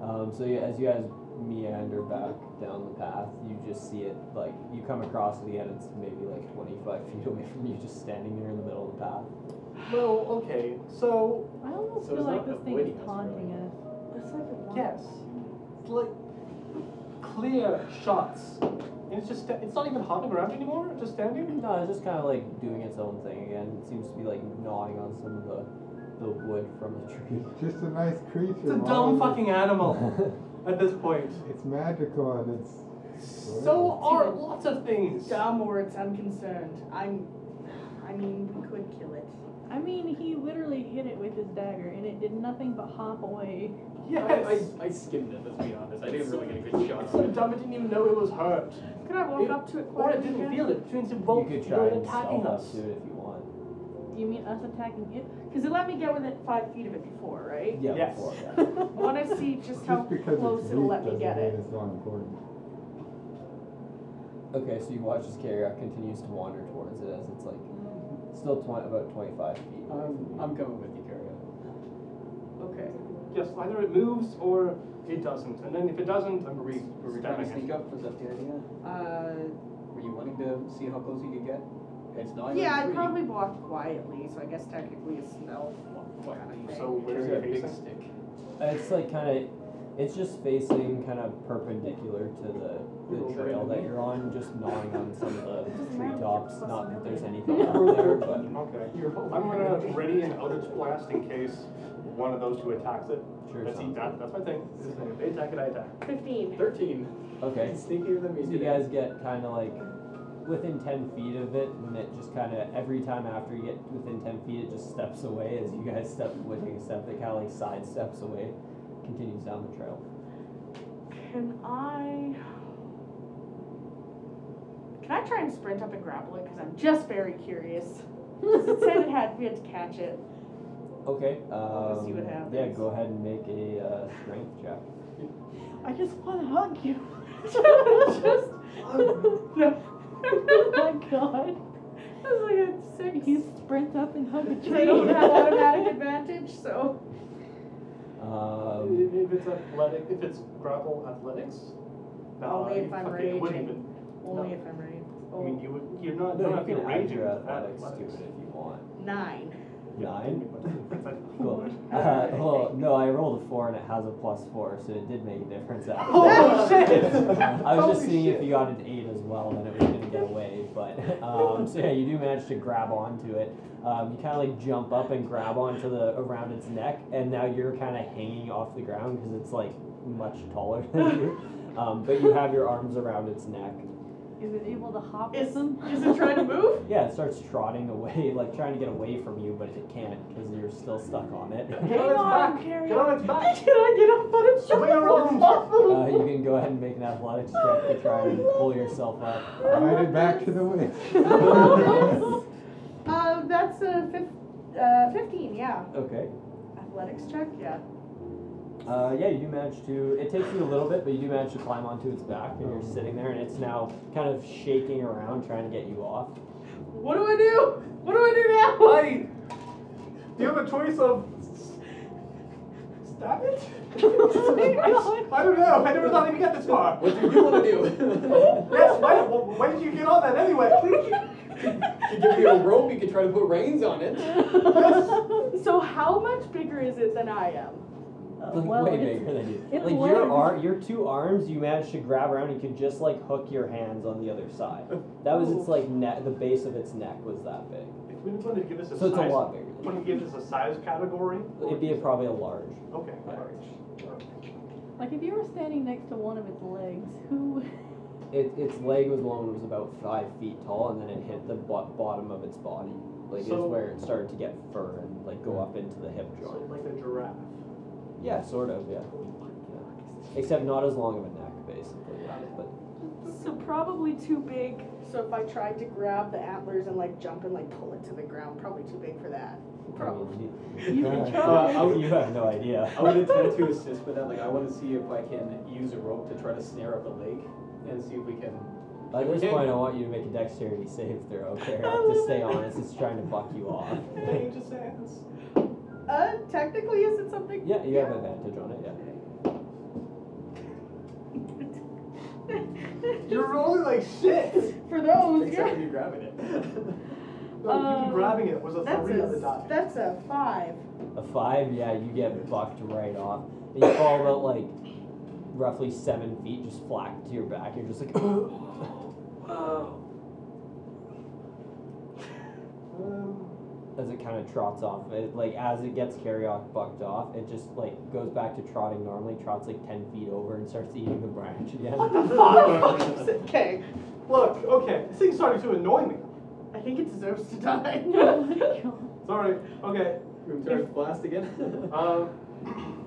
Speaker 5: Um, so yeah, as you guys meander back down the path, you just see it like you come across it again. It's maybe like twenty five feet away from you, just standing there in the middle of the path.
Speaker 3: Well, okay. So
Speaker 11: I almost
Speaker 4: So it's
Speaker 11: feel like
Speaker 4: not
Speaker 11: this thing is
Speaker 4: avoiding us,
Speaker 11: taunting
Speaker 4: really.
Speaker 11: us.
Speaker 7: It's like a
Speaker 3: yes, it's like clear shots. And it's just sta- it's not even hopping around anymore. It's just standing.
Speaker 5: No, it's just kind of like doing its own thing again. It seems to be like gnawing on some of the the wood from a tree.
Speaker 6: It's just a nice creature.
Speaker 3: It's a
Speaker 6: Why
Speaker 3: dumb
Speaker 6: would you-
Speaker 3: fucking animal at this point.
Speaker 6: It's magical and it's
Speaker 3: So are lots of things.
Speaker 2: Dumb or it's unconcerned. I'm. I mean, we could kill it.
Speaker 11: I mean, he literally hit it with his dagger, and it did nothing but hop away.
Speaker 3: Yes.
Speaker 4: I, I, I skimmed it, let's be honest. I didn't really get a good shot
Speaker 3: It's
Speaker 4: on
Speaker 3: so
Speaker 4: it.
Speaker 3: dumb it didn't even know it was hurt.
Speaker 7: Could I walk
Speaker 3: It-
Speaker 7: up to it
Speaker 3: Or it
Speaker 7: quietly?
Speaker 3: didn't
Speaker 7: again?
Speaker 3: feel it, which means
Speaker 5: You
Speaker 3: it won't
Speaker 5: could
Speaker 3: you
Speaker 5: try and
Speaker 3: attacking
Speaker 5: stealth up
Speaker 3: us.
Speaker 5: to it if you want.
Speaker 11: You mean us attacking it?
Speaker 7: Because it let me get within five feet of it before, right?
Speaker 5: Yeah,
Speaker 3: Yes.
Speaker 5: before, yeah.
Speaker 7: I want to see just how
Speaker 6: just because
Speaker 7: close
Speaker 6: it's
Speaker 7: it'll
Speaker 6: weak
Speaker 7: let me
Speaker 6: doesn't
Speaker 7: get it.
Speaker 6: mean It's not important.
Speaker 5: Okay, so you watch as Carriot continues to wander towards it as it's like
Speaker 7: Mm-hmm.
Speaker 5: still twi- about 25 feet. away from
Speaker 4: I'm,
Speaker 5: you.
Speaker 4: Um, I'm coming with you, Carrier.
Speaker 7: Okay.
Speaker 3: Yes, either it moves or it doesn't. And then if it doesn't, I'm
Speaker 4: Were we, were we trying
Speaker 3: stabbing
Speaker 4: to
Speaker 3: it.
Speaker 4: sneak up? Was that the idea?
Speaker 7: Uh,
Speaker 4: Were you wanting to see how close you could get? It's not even
Speaker 7: yeah,
Speaker 4: three.
Speaker 7: I'd probably walk quietly, so I guess technically a smell
Speaker 4: What?
Speaker 7: kind of thing.
Speaker 3: So where's
Speaker 4: Carry a big
Speaker 3: it facing?
Speaker 4: stick.
Speaker 5: It's like kind of, it's just facing kind of perpendicular to the, the
Speaker 4: Roll
Speaker 5: trail
Speaker 4: right
Speaker 5: that
Speaker 4: in.
Speaker 5: you're on, just gnawing on some of the treetops. Not that there's anything
Speaker 4: Roll
Speaker 5: out there,
Speaker 4: right
Speaker 5: but
Speaker 4: in.
Speaker 3: Okay.
Speaker 4: You're
Speaker 3: I'm gonna ready an Eldritch Blast in case one of those two attacks it.
Speaker 5: sure
Speaker 3: Let's eat
Speaker 5: sounds good.
Speaker 3: that. That's my thing. This is it. They attack it, I attack.
Speaker 2: Fifteen.
Speaker 4: Thirteen.
Speaker 5: Okay,
Speaker 4: Sneakier than me
Speaker 5: So you guys get kind of like within 10 feet of it, and it just kind of every time after you get within 10 feet, it just steps away as you guys step with a step that kind of like sidesteps away, continues down the trail.
Speaker 7: Can I? Can I try and sprint up and grapple it? Because I'm just very curious. 'Cause it said it had we had to catch it.
Speaker 5: Okay.
Speaker 7: Let's
Speaker 5: Um,
Speaker 7: see what
Speaker 5: yeah,
Speaker 7: happens.
Speaker 5: go ahead and make a uh, strength check.
Speaker 11: I just want to hug you. just.
Speaker 7: No.
Speaker 11: oh my god.
Speaker 7: That's like a six.
Speaker 11: You sprint up and hug a
Speaker 7: They
Speaker 11: tree.
Speaker 7: don't have automatic advantage, so.
Speaker 5: Um,
Speaker 3: If if it's athletic, if it's grapple athletics, no,
Speaker 7: Only if
Speaker 3: you
Speaker 7: I'm
Speaker 3: fucking- it wouldn't
Speaker 7: raging.
Speaker 3: even-
Speaker 7: Only
Speaker 3: No.
Speaker 7: if I'm right. Oh,
Speaker 3: I mean, you would, you're not, you
Speaker 5: no,
Speaker 3: don't
Speaker 5: you
Speaker 3: have to be
Speaker 5: can add
Speaker 3: raging.
Speaker 5: your
Speaker 3: to
Speaker 5: athletics to it
Speaker 3: athletics.
Speaker 5: if you want.
Speaker 7: Nine.
Speaker 3: Yeah,
Speaker 5: Nine?
Speaker 3: it's like-
Speaker 5: Cool. Uh,
Speaker 7: Alright.
Speaker 5: well, no, I rolled a four and it has a plus four, so it did make a difference. After Um,
Speaker 3: Oh, shit!
Speaker 5: I was just
Speaker 3: Holy
Speaker 5: seeing if
Speaker 3: shit.
Speaker 5: you got an eight as well, then it was gonna get away. But um, so yeah, you do manage to grab onto it. Um, you kind of like jump up and grab onto the around its neck, and now you're kind of hanging off the ground because it's like much taller than you. Um, but you have your arms around its neck.
Speaker 11: Is it able to hop
Speaker 7: Is,
Speaker 11: with them?
Speaker 7: is it trying to move?
Speaker 5: Yeah, it starts trotting away, like trying to get away from you, but it can't because you're still stuck on it.
Speaker 3: Get on
Speaker 11: Hang
Speaker 3: its
Speaker 11: on,
Speaker 3: back.
Speaker 11: Carrier.
Speaker 3: Get on its
Speaker 7: Can
Speaker 3: back.
Speaker 7: I get up on its
Speaker 3: Swing around.
Speaker 5: Uh, you can go ahead and make an athletics check to try and pull yourself up.
Speaker 6: Ride it back to the witch.
Speaker 7: Uh, that's a fif- uh, 15, yeah.
Speaker 5: Okay.
Speaker 7: Athletics check, yeah.
Speaker 5: Uh, yeah, you do manage to. It takes you a little bit, but you do manage to climb onto its back, and you're sitting there, and it's now kind of shaking around, trying to get you off.
Speaker 7: What do I do? What do I do now?
Speaker 3: Why? Do you have a choice of s- stab it? I don't know. I never thought I'd get this far.
Speaker 4: What do you want to do?
Speaker 3: Yes. Why? wh- Why did you get on that anyway?
Speaker 4: You give me a rope, you could try to put reins on it.
Speaker 7: So how much bigger is it than I am?
Speaker 11: Uh,
Speaker 5: Like
Speaker 11: well,
Speaker 5: way
Speaker 11: it's-
Speaker 5: bigger than you.
Speaker 11: it's
Speaker 5: Like your
Speaker 11: legs.
Speaker 5: arm, your two arms, you managed to grab around. You could just like hook your hands on the other side. That was its like neck. The base of its neck was that big,
Speaker 3: If we wanted to give this a
Speaker 5: so it's a
Speaker 3: size,
Speaker 5: lot bigger.
Speaker 3: want to give this a size category?
Speaker 5: It'd be a, probably a large.
Speaker 3: Okay. alright.
Speaker 11: Like if you were standing next to one of its legs, who?
Speaker 5: It, its leg was long, it was about five feet tall, and then it hit the bo- bottom of its body. Like,
Speaker 3: So-
Speaker 5: it's where it started to get fur and, like, go up into the hip
Speaker 3: So
Speaker 5: joint.
Speaker 3: like a giraffe.
Speaker 5: Yeah, sort of, yeah. Except not as long of a neck, basically. Yeah, but
Speaker 7: So probably too big. So if I tried to grab the antlers and like jump and like pull it to the ground, probably too big for that.
Speaker 5: I
Speaker 7: Probably.
Speaker 5: mean, you-
Speaker 11: You can
Speaker 5: uh,
Speaker 11: try.
Speaker 4: I would-
Speaker 5: you have no idea.
Speaker 4: I would attempt to assist with that. Like, I want to see if I can use a rope to try to snare up a lake and see if we can.
Speaker 5: At this point, I want you to make a dexterity save throw, okay? To stay honest, it's trying to buck you off.
Speaker 3: Dangerous hands.
Speaker 7: Uh, technically, is it something?
Speaker 5: Yeah, you have advantage on it, yeah.
Speaker 3: You're rolling like shit.
Speaker 7: For those,
Speaker 4: Except
Speaker 7: yeah.
Speaker 4: when you're grabbing it.
Speaker 3: No, you
Speaker 7: Um,
Speaker 3: grabbing it was a
Speaker 7: That's
Speaker 3: three on the
Speaker 7: a,
Speaker 3: die.
Speaker 7: that's a five.
Speaker 5: A five, yeah, you get bucked right off. And you fall about like roughly seven feet, just flat to your back. You're just like,
Speaker 3: Um,
Speaker 5: as it kind of trots off. It, like as it gets Carryock bucked off, it just like goes back to trotting normally. Trots like ten feet over and starts eating the branch
Speaker 3: What
Speaker 5: again.
Speaker 3: the fuck?
Speaker 7: okay,
Speaker 3: Look, okay, this thing's starting to annoy me.
Speaker 7: I think it deserves to die.
Speaker 11: Oh my god.
Speaker 3: Sorry. Okay.
Speaker 4: Room turns blast again.
Speaker 3: Um.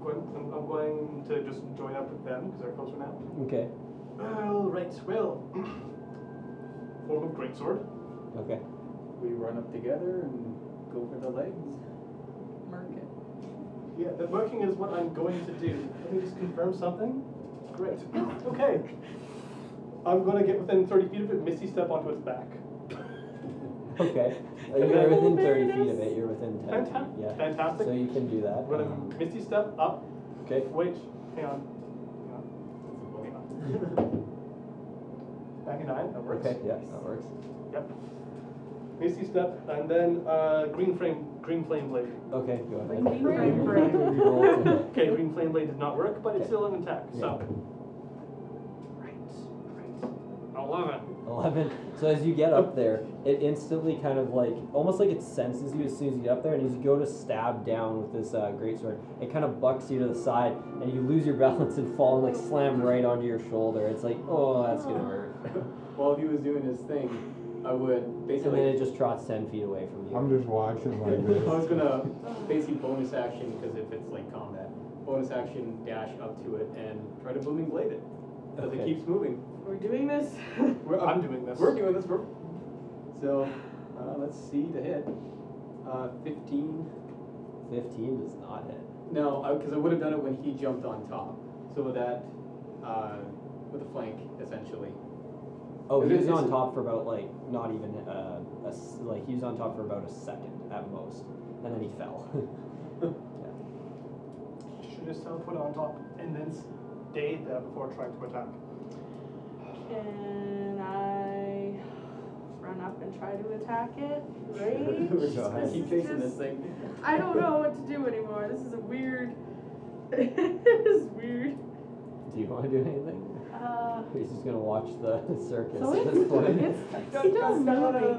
Speaker 3: Gwen- I'm, I'm going to just join up with them because they're closer now.
Speaker 5: okay.
Speaker 3: All right. Well, form of greatsword.
Speaker 5: Okay.
Speaker 4: we run up together and go for the legs.
Speaker 10: Merc it.
Speaker 3: Yeah, the working is what I'm going to do. Let me just confirm something. Great. Okay. I'm gonna get within 30 feet of it. Misty step onto its back.
Speaker 5: Okay. Uh,
Speaker 3: And
Speaker 5: you're
Speaker 3: then-
Speaker 5: within thirty feet of it. You're within ten.
Speaker 3: Fantastic.
Speaker 5: Feet. Yeah.
Speaker 3: Fantastic.
Speaker 5: So you can do that.
Speaker 3: I'm gonna
Speaker 5: Um,
Speaker 3: Misty step up.
Speaker 5: okay.
Speaker 3: Wait, hang on. Hang on. Hang on. Back in nine, that works.
Speaker 5: Okay. Yeah, that works.
Speaker 3: Yep. Misty step, and then uh, green frame, green flame blade.
Speaker 5: Okay. Go ahead.
Speaker 11: Green
Speaker 7: frame,
Speaker 5: Roll
Speaker 7: green.
Speaker 5: to-
Speaker 3: Okay, green flame blade did not work, but
Speaker 5: Okay.
Speaker 3: it's still an attack. So.
Speaker 5: Yeah.
Speaker 3: Right, right. Eleven.
Speaker 5: 11. So as you get up there, it instantly kind of like, almost like it senses you as soon as you get up there, and as you go to stab down with this uh, greatsword, it kind of bucks you to the side, and you lose your balance and fall and like slam right onto your shoulder. It's like, oh, that's gonna hurt.
Speaker 4: While he was doing his thing, I would
Speaker 5: And then
Speaker 4: basically.
Speaker 5: it just trots 10 feet away from you.
Speaker 6: I'm just watching
Speaker 4: I
Speaker 6: like this.
Speaker 4: was gonna basically bonus action because if it's like combat, bonus action dash up to it and try to booming blade it because
Speaker 5: Okay.
Speaker 4: it keeps moving.
Speaker 7: We're doing this.
Speaker 4: We're,
Speaker 3: I'm doing this.
Speaker 4: We're doing this. We're, so uh, let's see the hit. Uh, 15.
Speaker 5: 15 does not hit.
Speaker 4: No, because I, would have done it when he jumped on top. So with that, uh, with a flank, essentially.
Speaker 5: Oh,
Speaker 4: Is
Speaker 5: he
Speaker 4: it-
Speaker 5: was
Speaker 4: is
Speaker 5: on
Speaker 4: it-
Speaker 5: top for about like, not even, uh, a s like, he was on top for about a second at most, and then he fell.
Speaker 3: Should just teleport on top and then stay there before trying to attack.
Speaker 11: Can I run up and try to attack it? Right?
Speaker 4: We're just gonna
Speaker 5: This
Speaker 4: keep
Speaker 11: is
Speaker 4: chasing this
Speaker 11: just-
Speaker 4: thing.
Speaker 11: I don't know what to do anymore. This is a weird. this is weird.
Speaker 5: do you want to do anything?
Speaker 11: Uh,
Speaker 5: He's just gonna watch the circus
Speaker 11: so
Speaker 5: at this
Speaker 11: it's,
Speaker 5: point.
Speaker 11: it's still moving,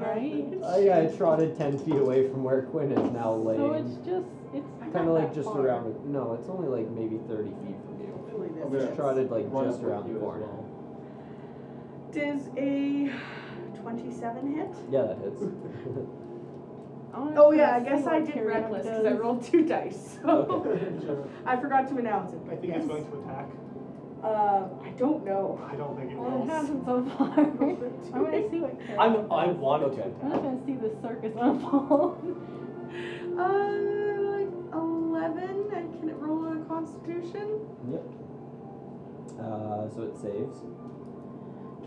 Speaker 11: right?
Speaker 5: I uh, trotted ten feet away from where Quinn is now
Speaker 11: So it's
Speaker 5: laying.
Speaker 11: just it's not
Speaker 5: Kind of like
Speaker 11: that
Speaker 5: just
Speaker 11: far.
Speaker 5: around. No, it's only like maybe thirty feet from you.
Speaker 7: Hopefully this
Speaker 4: I'm
Speaker 5: Just
Speaker 4: gonna
Speaker 7: is-
Speaker 5: trotted like
Speaker 4: Run
Speaker 5: just
Speaker 4: up with
Speaker 5: around
Speaker 4: you
Speaker 5: the
Speaker 4: as
Speaker 5: corner.
Speaker 4: well.
Speaker 2: Does a 27 hit?
Speaker 5: Yeah, that hits.
Speaker 11: wanna
Speaker 2: Oh
Speaker 11: see
Speaker 2: yeah, I
Speaker 11: what-
Speaker 2: guess
Speaker 11: see
Speaker 2: I
Speaker 11: what
Speaker 2: did
Speaker 11: Carrion
Speaker 2: reckless because I
Speaker 11: does.
Speaker 2: rolled two dice. So
Speaker 5: okay.
Speaker 2: I forgot to announce it.
Speaker 3: I think
Speaker 2: yes.
Speaker 3: it's going to attack.
Speaker 2: Uh, I don't know.
Speaker 3: I don't think it
Speaker 11: Well, it
Speaker 3: will.
Speaker 11: hasn't so far. I want to see what Carrion
Speaker 3: I'm, I
Speaker 11: does.
Speaker 3: wanted
Speaker 5: Okay.
Speaker 3: to attack.
Speaker 11: I'm not gonna see the circus unfold.
Speaker 2: Uh, like 11, and can it roll a Constitution?
Speaker 5: Yep. Uh, so it saves.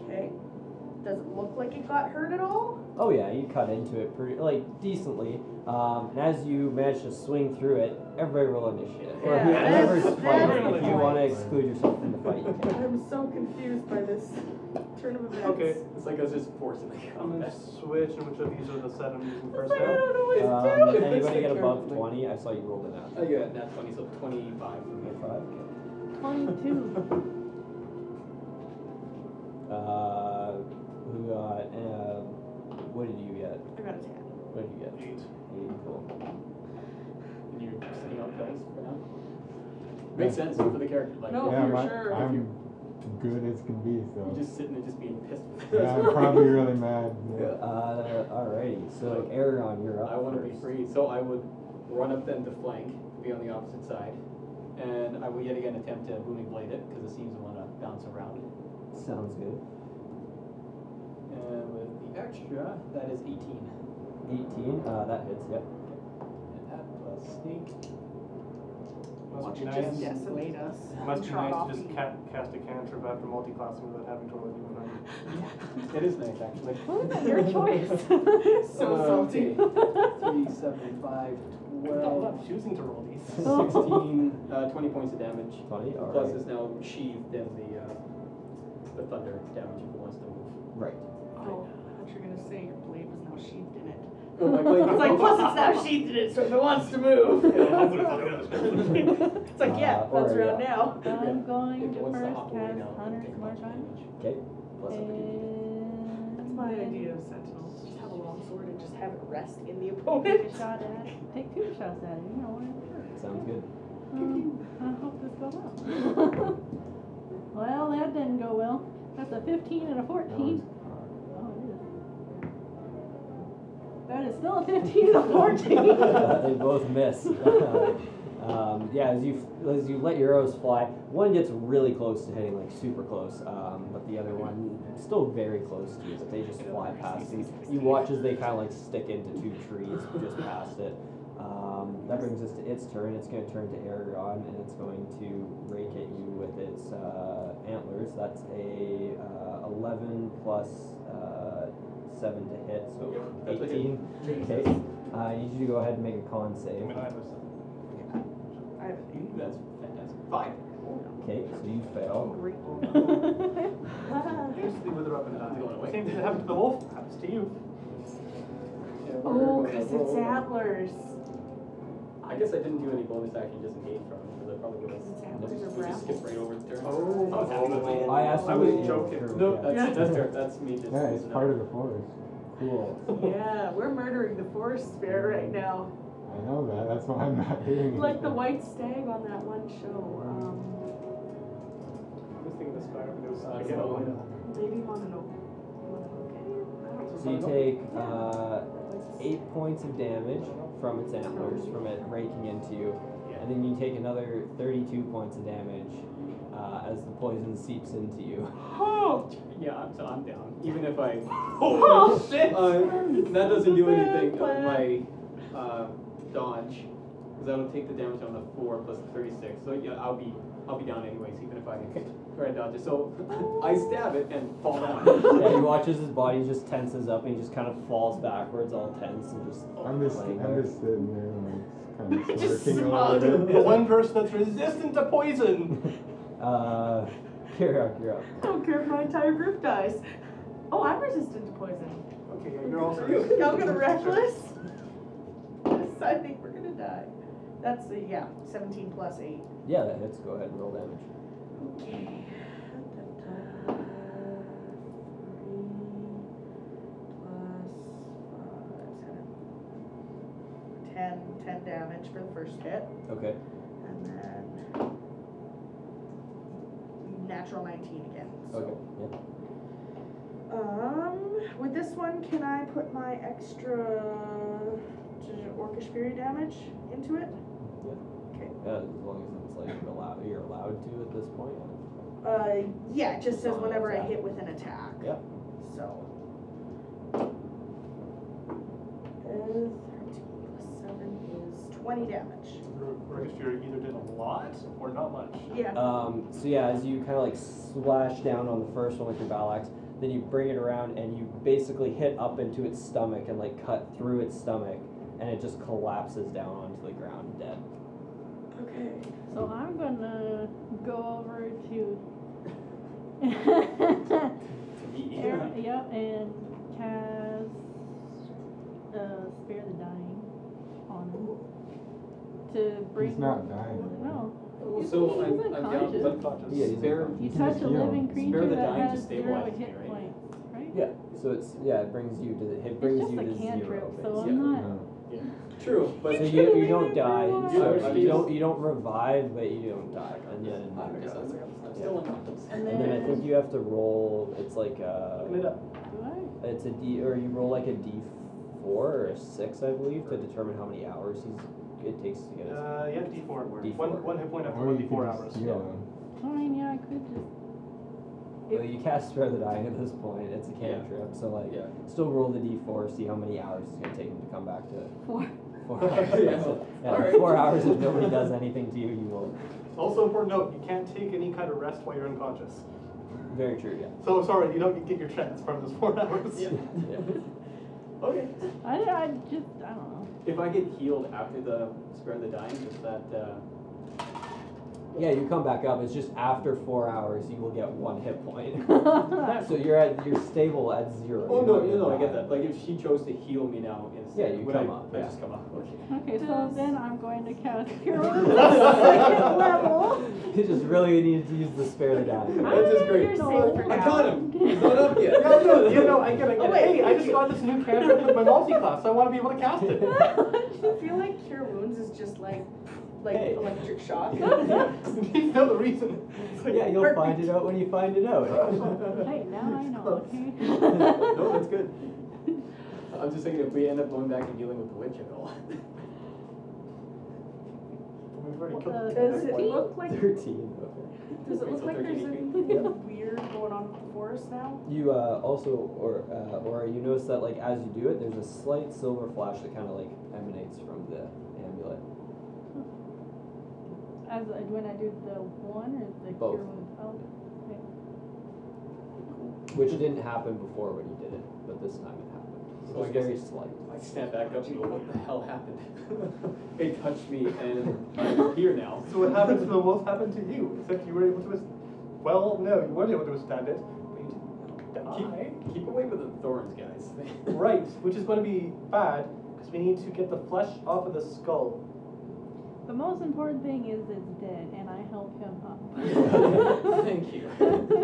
Speaker 2: Okay. Does it look like it got hurt at all?
Speaker 5: Oh yeah, you cut into it pretty like decently. Um, and as you manage to swing through it, everybody roll initiative. Or
Speaker 2: Yeah,
Speaker 5: whoever's
Speaker 2: that's-
Speaker 5: fighting,
Speaker 3: that's
Speaker 5: if you
Speaker 3: the
Speaker 5: want to
Speaker 6: point.
Speaker 5: exclude yourself from the fight, Um, you can.
Speaker 7: I'm so confused by this turn of events.
Speaker 3: Okay,
Speaker 4: It's like I was just forcing the
Speaker 3: I'm gonna
Speaker 4: combat.
Speaker 3: switch and which of these are the set I'm using first
Speaker 7: I
Speaker 3: now.
Speaker 7: don't know what to
Speaker 4: Uh,
Speaker 5: Um,
Speaker 7: do.
Speaker 5: anybody get above
Speaker 4: Like-
Speaker 5: twenty? I saw you rolled it out.
Speaker 4: I got Oh, nat 20, so 25 from me.
Speaker 5: Twenty-five. Okay.
Speaker 11: Twenty-two.
Speaker 5: Uh, who got? Uh, what did you get?
Speaker 2: I got a 10.
Speaker 5: What did you get?
Speaker 3: Eight.
Speaker 5: Eight, cool.
Speaker 4: And you're sitting on dice for now. Makes sense for the character. Like,
Speaker 7: No. Oh,
Speaker 6: yeah,
Speaker 7: for
Speaker 6: my-
Speaker 7: sure.
Speaker 6: I'm good as can be,
Speaker 4: you're
Speaker 6: so.
Speaker 4: just sitting there just being pissed.
Speaker 6: Yeah, I'm probably really mad. Yeah.
Speaker 5: Uh, alrighty. So Aragon, you're up.
Speaker 4: I want to be
Speaker 5: first.
Speaker 4: free, so I would run up then to flank, be on the opposite side, and I will yet again attempt to booming blade it because it seems to want to bounce around.
Speaker 5: Sounds good.
Speaker 4: And with the extra, that is 18.
Speaker 5: Eighteen. Uh, that hits. Yep.
Speaker 4: And that plus sneak.
Speaker 3: Must
Speaker 2: Watch
Speaker 3: be
Speaker 2: it
Speaker 3: nice.
Speaker 2: just desolate us.
Speaker 3: Must be
Speaker 2: Trot
Speaker 3: nice
Speaker 2: off
Speaker 3: to just
Speaker 2: the-
Speaker 3: ca- cast a cantrip after multi-classing without having to roll anyone on.
Speaker 4: It is nice actually.
Speaker 11: Your choice.
Speaker 4: So
Speaker 3: Uh,
Speaker 2: salty.
Speaker 4: Three, seven, five,
Speaker 3: I'm
Speaker 4: twelve,
Speaker 3: not choosing to roll these.
Speaker 4: sixteen, uh, twenty points of damage.
Speaker 5: Twenty.
Speaker 4: Plus
Speaker 5: Alright.
Speaker 4: is now sheathed in the, uh, the thunder damage if it wants to move.
Speaker 5: Right.
Speaker 2: Oh, I thought you were gonna say your blade was now sheathed in it.
Speaker 4: Oh, my blade.
Speaker 2: It's like, plus it's now sheathed in it, so if it wants to move. It's like, yeah,
Speaker 5: Uh,
Speaker 2: that's
Speaker 5: or,
Speaker 2: around
Speaker 5: yeah.
Speaker 2: now.
Speaker 11: I'm
Speaker 4: If
Speaker 11: going
Speaker 4: it
Speaker 11: to
Speaker 4: wants
Speaker 11: first
Speaker 4: to hop away now,
Speaker 11: cast
Speaker 4: it'll
Speaker 11: Hunter's
Speaker 4: take a bunch
Speaker 11: Mark
Speaker 4: of
Speaker 11: on.
Speaker 4: damage.
Speaker 5: Okay.
Speaker 4: Plus I could do
Speaker 11: And
Speaker 2: That's my idea of Sentinel. Just have a
Speaker 7: rest in the
Speaker 11: Take
Speaker 7: opponent.
Speaker 11: a shot at it. Take two shots at it. You know, whatever.
Speaker 5: Sounds good.
Speaker 11: Um, I hope this goes well. well, that didn't go well. That's a 15 and a 14. Oh, it is. That is still a 15 and a 14.
Speaker 5: they both miss. um, yeah, as you as you let your arrows fly, one gets really close to hitting, like super close, um, but the other one still very close to you. But they just fly past these. You watch as they kind of like stick into two trees just past it. Um, that brings us to its turn. It's going to turn to Aragon and it's going to rake at you with its uh, antlers. That's a uh, 11 plus uh, 7 to hit, so
Speaker 4: That's a hit.
Speaker 5: 18. Okay. Uh, I need you to go ahead and make a con
Speaker 3: I
Speaker 5: save.
Speaker 3: mean, I have a seven.
Speaker 4: I have eight. That's fantastic. Five.
Speaker 2: oh,
Speaker 5: Okay, so you fail.
Speaker 7: Oh,
Speaker 3: Basically, with her up and
Speaker 4: It's
Speaker 3: down.
Speaker 4: going away.
Speaker 3: Same thing that happened to the wolf happens to you.
Speaker 7: Oh, because it's antlers.
Speaker 4: I guess I didn't do any bonus action just engage from it, because I probably would
Speaker 7: Because
Speaker 4: have.
Speaker 7: it's antlers
Speaker 4: We just skipped
Speaker 7: are
Speaker 4: right
Speaker 7: round.
Speaker 4: over the turn.
Speaker 3: Oh.
Speaker 4: I was happy with it.
Speaker 5: I asked
Speaker 3: I
Speaker 5: you
Speaker 3: was
Speaker 5: if you
Speaker 3: joking.
Speaker 5: were
Speaker 4: No,
Speaker 5: through, yeah.
Speaker 4: that's, that's fair, that's me just.
Speaker 6: Yeah, it's part of the forest.
Speaker 5: Cool.
Speaker 7: Yeah, we're murdering the forest spirit right now.
Speaker 6: I know that. That's why I'm not doing it.
Speaker 7: Like the white stag on that one show, um,
Speaker 3: I was thinking of the scar, but it was.
Speaker 4: Uh,
Speaker 3: I can't
Speaker 4: so-
Speaker 3: avoid it.
Speaker 7: Lady Mononoke. Mononoke?
Speaker 5: So you take uh, eight points of damage from its antlers, from it raking into you, and then you take another 32 points of damage uh, as the poison seeps into you.
Speaker 4: Oh, yeah, I'm, so I'm down. Even if I. Oh, shit! that doesn't do anything on my uh, dodge, because I would take the damage on the 4 plus the 36. So yeah, I'll be I'll be down anyways, even if I try to dodge it. So I stab it and fall down.
Speaker 5: Yeah, he watches his body just tenses up and he just kind of falls backwards, all tense, and just.
Speaker 6: I'm just,
Speaker 5: laying
Speaker 6: I'm
Speaker 5: there.
Speaker 6: just sitting there, like, kind of
Speaker 7: Just
Speaker 6: smirking a little
Speaker 7: smiling.
Speaker 6: bit.
Speaker 3: The one person that's resistant to poison.
Speaker 5: Uh, you're up, you're up.
Speaker 7: I don't care if my entire group dies. Oh, I'm resistant to poison.
Speaker 3: Okay, yeah, you're also.
Speaker 7: Y'all gonna reckless? Yes, I think we're gonna die. That's a, yeah, seventeen plus eight.
Speaker 5: Yeah, that hits. Go ahead and roll damage.
Speaker 7: Okay. Da, da, da. Three plus five, seven. Ten, ten damage for the first hit,
Speaker 5: Okay.
Speaker 7: and then natural nineteen again. So
Speaker 5: Okay. Yeah.
Speaker 7: Um, with this one, can I put my extra orcish fury damage into it?
Speaker 5: Yeah, as long as it's like allowed, you're allowed to at this point. yeah.
Speaker 7: Uh, yeah, it just says whenever I hit with an attack.
Speaker 5: Yep.
Speaker 7: So. Uh, thirteen plus seven is twenty damage.
Speaker 3: Rickus Fury either did a lot or not much.
Speaker 7: Yeah.
Speaker 5: Um, so yeah, as you kind of like slash down on the first one with your battle axe, then you bring it around and you basically hit up into its stomach and like cut through its stomach, and it just collapses down onto the ground dead.
Speaker 7: Okay.
Speaker 11: so I'm gonna go over to.
Speaker 4: to me.
Speaker 11: Air, yep, and cast uh, Spare the Dying on him. To bring.
Speaker 6: He's not dying.
Speaker 11: No. He's-
Speaker 4: So
Speaker 11: he's
Speaker 4: I'm, I'm
Speaker 11: unconscious.
Speaker 4: down, but
Speaker 5: Yeah, he's
Speaker 4: spare
Speaker 5: unconscious.
Speaker 11: You
Speaker 6: He's
Speaker 11: touch
Speaker 6: just
Speaker 11: a
Speaker 6: young.
Speaker 11: living
Speaker 6: Spare
Speaker 11: creazer
Speaker 4: the
Speaker 11: that
Speaker 4: dying to
Speaker 11: has zero
Speaker 4: stabilize me,
Speaker 11: hit
Speaker 4: right?
Speaker 11: points, right?
Speaker 5: Yeah. So it's yeah, it brings you to the, it brings
Speaker 11: just
Speaker 5: you
Speaker 11: a
Speaker 5: to zero.
Speaker 11: cantrip, so
Speaker 5: basically.
Speaker 11: I'm not.
Speaker 6: No.
Speaker 4: True, but
Speaker 5: So you, you don't die.
Speaker 4: Yeah,
Speaker 5: Or
Speaker 4: but
Speaker 5: you
Speaker 4: I
Speaker 5: don't
Speaker 4: just-
Speaker 5: you don't revive, but you don't die. And
Speaker 4: Yeah,
Speaker 5: then,
Speaker 4: I'm just- I'm I'm still unconscious.
Speaker 11: And
Speaker 5: and then I think you have to roll. It's like uh,
Speaker 3: Looking it up.
Speaker 11: Do I?
Speaker 5: it's a d or you roll like a d four or a six, I believe, to determine how many hours he's it takes to get his.
Speaker 3: Uh, yeah, D4.
Speaker 5: D4.
Speaker 3: One, one hit point after
Speaker 6: Or you could
Speaker 3: 24
Speaker 6: just
Speaker 3: hours.
Speaker 6: steal him.
Speaker 11: Fine, yeah, I could just.
Speaker 5: Well, you cast spare the dying at this point. It's a cantrip, so like
Speaker 4: Yeah.
Speaker 5: still roll the d four, see how many hours it's gonna take him to come back to
Speaker 11: Four.
Speaker 5: four hours.
Speaker 4: Yeah.
Speaker 5: That's it. Yeah,
Speaker 4: Alright.
Speaker 5: four hours. If nobody does anything to you, you will.
Speaker 3: Also important note, you can't take any kind of rest while you're unconscious.
Speaker 5: Very true. Yeah.
Speaker 3: So sorry, you don't get your chance from those four hours.
Speaker 4: Yeah.
Speaker 5: Yeah.
Speaker 4: Okay.
Speaker 11: I, I just, I don't know.
Speaker 4: If I get healed after the spare the dying, does that uh,
Speaker 5: Yeah, you come back up. It's just after four hours, you will get one hit point.
Speaker 11: That's
Speaker 5: so you're at you're stable at zero.
Speaker 4: Oh,
Speaker 5: You're
Speaker 4: no,
Speaker 5: not
Speaker 4: no,
Speaker 5: gonna
Speaker 4: no, I get
Speaker 5: die.
Speaker 4: that. Like, if she chose to heal me now instead,
Speaker 5: Yeah, you
Speaker 4: would
Speaker 5: come
Speaker 4: I,
Speaker 5: up,
Speaker 4: I
Speaker 5: yeah.
Speaker 4: just come up. Okay.
Speaker 11: Okay, so
Speaker 10: Does-
Speaker 11: then I'm going to cast Cure Wounds at second level.
Speaker 5: You just really needed to use the spare to die.
Speaker 4: That's just great.
Speaker 11: You're
Speaker 10: safe for
Speaker 4: I
Speaker 10: now.
Speaker 4: caught him. He's not up yet.
Speaker 3: No, no, you know, I get, I get.
Speaker 2: Oh, wait.
Speaker 3: hey, I just got this new character with my multi-class. I want to be able to cast it.
Speaker 7: I feel like cure wounds is just like like
Speaker 5: Hey.
Speaker 7: electric shock.
Speaker 3: He's not the reason. It's like,
Speaker 5: yeah, you'll find it out when you find it out.
Speaker 11: Hey, now I know, okay?
Speaker 4: no, that's good. I'm just thinking if we end up going back and dealing with the witch at all.
Speaker 3: We've already killed
Speaker 11: Uh,
Speaker 3: the
Speaker 7: Does it
Speaker 3: character.
Speaker 7: look like
Speaker 5: Thirteen. Okay.
Speaker 7: does it
Speaker 4: Wait,
Speaker 7: look
Speaker 4: so
Speaker 7: like there's
Speaker 4: 13
Speaker 7: anything
Speaker 5: feet? Yep.
Speaker 7: weird going on with the forest now?
Speaker 5: You uh, also, or uh, or you notice that like as you do it, there's a slight silver flash that kind of like emanates from the amulet.
Speaker 11: As I- when I do the one or the
Speaker 5: Both.
Speaker 11: Cure Wounds. Oh,
Speaker 5: Which didn't happen before when you did it, but this time it happened. So
Speaker 4: So I
Speaker 5: it's
Speaker 4: guess-
Speaker 5: very slight.
Speaker 4: I snap back up and go, what the hell happened? they touched me and I'm here now.
Speaker 3: So what happened to the wolf happened to you, except you were able to, wis- well, no, you weren't able to withstand it, but you didn't die.
Speaker 4: Keep, keep away with the thorns, guys.
Speaker 3: Right, which is going to be bad, because we need to get the flesh off of the skull.
Speaker 11: The most important thing is it's dead and I help him up.
Speaker 4: Thank you.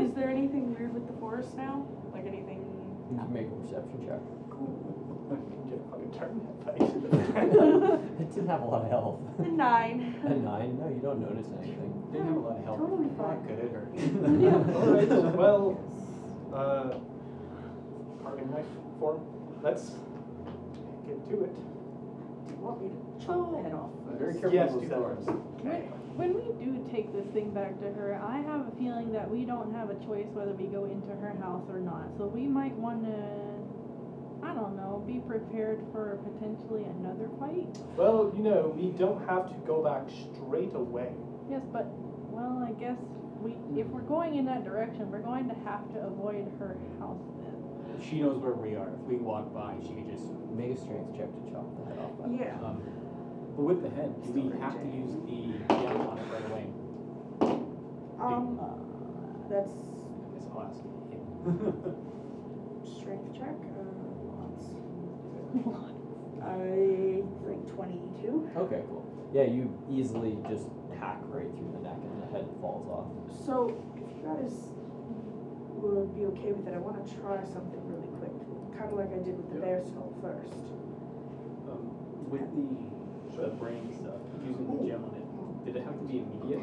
Speaker 7: Is there anything weird with the forest now? Like anything?
Speaker 5: You can make a perception check.
Speaker 3: Get a fucking turn that fight.
Speaker 5: It didn't have a lot of health.
Speaker 7: Nine.
Speaker 5: a nine? No, you don't notice anything.
Speaker 4: Didn't have a lot of help.
Speaker 11: Totally
Speaker 4: Not
Speaker 11: fine.
Speaker 4: good at her.
Speaker 3: All right, well, uh, carving knife form. Let's get to it.
Speaker 7: Do you want me to chop the head off?
Speaker 4: Very careful
Speaker 3: Yes,
Speaker 4: with
Speaker 3: do
Speaker 4: those
Speaker 3: that.
Speaker 4: thorns.
Speaker 7: Okay.
Speaker 11: When we do take this thing back to her, I have a feeling that we don't have a choice whether we go into her house or not. So we might want to, I don't know, be prepared for potentially another fight.
Speaker 3: Well, you know, we don't have to go back straight away.
Speaker 11: Yes, but well, I guess we if we're going in that direction, we're going to have to avoid her house then.
Speaker 4: She knows where we are. If we walk by, she could just.
Speaker 5: Make a strength check to chop the head off. by the way.
Speaker 7: Yeah.
Speaker 4: Um, but with the head, do we have to use the yam on it right away?
Speaker 7: Um, that's
Speaker 4: I guess I'll ask him.
Speaker 7: strength check. Uh, lots. I like twenty-two.
Speaker 5: Okay, cool. Yeah, you easily just hack right through the neck and the head falls off.
Speaker 7: So if you guys would be okay with it, I want to try something really quick, kind of like I did with the bear skull first.
Speaker 4: Um, with the, the brain stuff, using the gem on it, did it have to be immediate?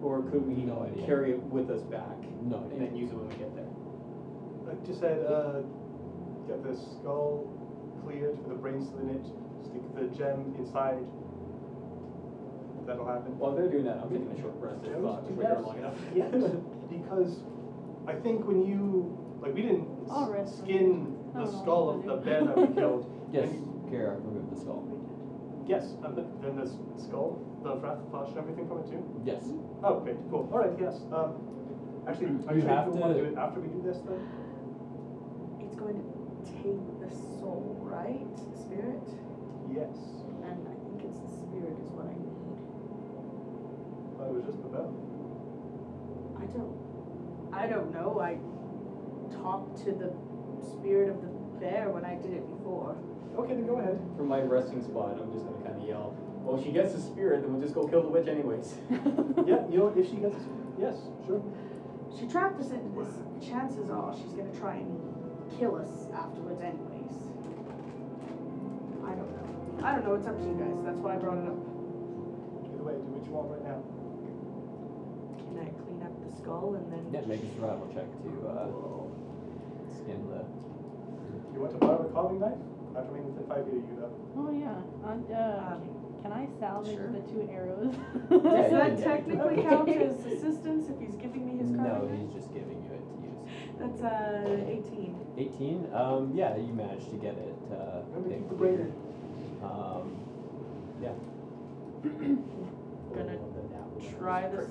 Speaker 4: Or could we
Speaker 5: No idea.
Speaker 4: carry it with us back
Speaker 5: No,
Speaker 4: and then use it when we get there?
Speaker 3: I just said, uh, get the skull cleared, the brain still in it, stick the gem inside. That'll happen.
Speaker 4: While they're doing that, I'm taking a short rest.
Speaker 3: Yeah,
Speaker 4: If
Speaker 3: we
Speaker 4: uh,
Speaker 3: should
Speaker 4: if
Speaker 3: do
Speaker 4: we are
Speaker 3: that.
Speaker 4: long enough.
Speaker 3: Yes, because I think when you, like, we didn't s-
Speaker 11: I'll rest.
Speaker 3: skin
Speaker 11: I
Speaker 3: the
Speaker 11: don't know
Speaker 3: skull
Speaker 11: what
Speaker 3: of
Speaker 11: to
Speaker 3: the
Speaker 11: do.
Speaker 3: bear that we killed.
Speaker 5: yes, Kara, remove the skull.
Speaker 3: Yes, and the- then the s- skull, the wrath, flesh, and everything from it too?
Speaker 5: Yes.
Speaker 3: Oh, great, cool. All right, yes. Um, actually, are
Speaker 5: You
Speaker 3: you sure
Speaker 5: have
Speaker 3: you want to
Speaker 5: to-
Speaker 3: do it after we do this then?
Speaker 7: It's going to take the soul, right? The spirit,
Speaker 3: Yes.
Speaker 7: and I think it's the spirit is what I need.
Speaker 3: That was just the bell.
Speaker 7: I don't. I don't know. I talked to the spirit of the bear when I did it before.
Speaker 3: Okay, then go ahead.
Speaker 4: From my resting spot, I'm just gonna kind of yell, well, if she gets the spirit, then we'll just go kill the witch anyways.
Speaker 3: Yeah, you know, if she gets, yes, sure.
Speaker 7: She trapped us into this. Chances are she's gonna try and kill us afterwards anyways. I don't know. I don't know, it's up to you guys, that's why I brought it up.
Speaker 3: Either way, do what you want right now.
Speaker 7: Can I clean up the skull and then?
Speaker 5: Yeah, make a survival check to uh, skin the.
Speaker 3: You want to borrow a carving knife? After making the five year, you uh, though.
Speaker 11: Oh yeah. And, uh,
Speaker 7: Um,
Speaker 11: can I salvage
Speaker 7: sure.
Speaker 11: the two arrows?
Speaker 5: Yeah,
Speaker 7: Does
Speaker 5: you
Speaker 7: that
Speaker 5: can get it.
Speaker 7: technically
Speaker 11: Okay.
Speaker 7: count as assistance if he's giving me his
Speaker 5: No,
Speaker 7: card?
Speaker 5: he's just giving you it
Speaker 7: That's, uh, eighteen.
Speaker 5: to use. 18? Um, yeah, you managed to get it. Uh,
Speaker 3: Remember to keep the
Speaker 5: picked.
Speaker 3: brain in.
Speaker 5: Um,
Speaker 7: Gonna try this.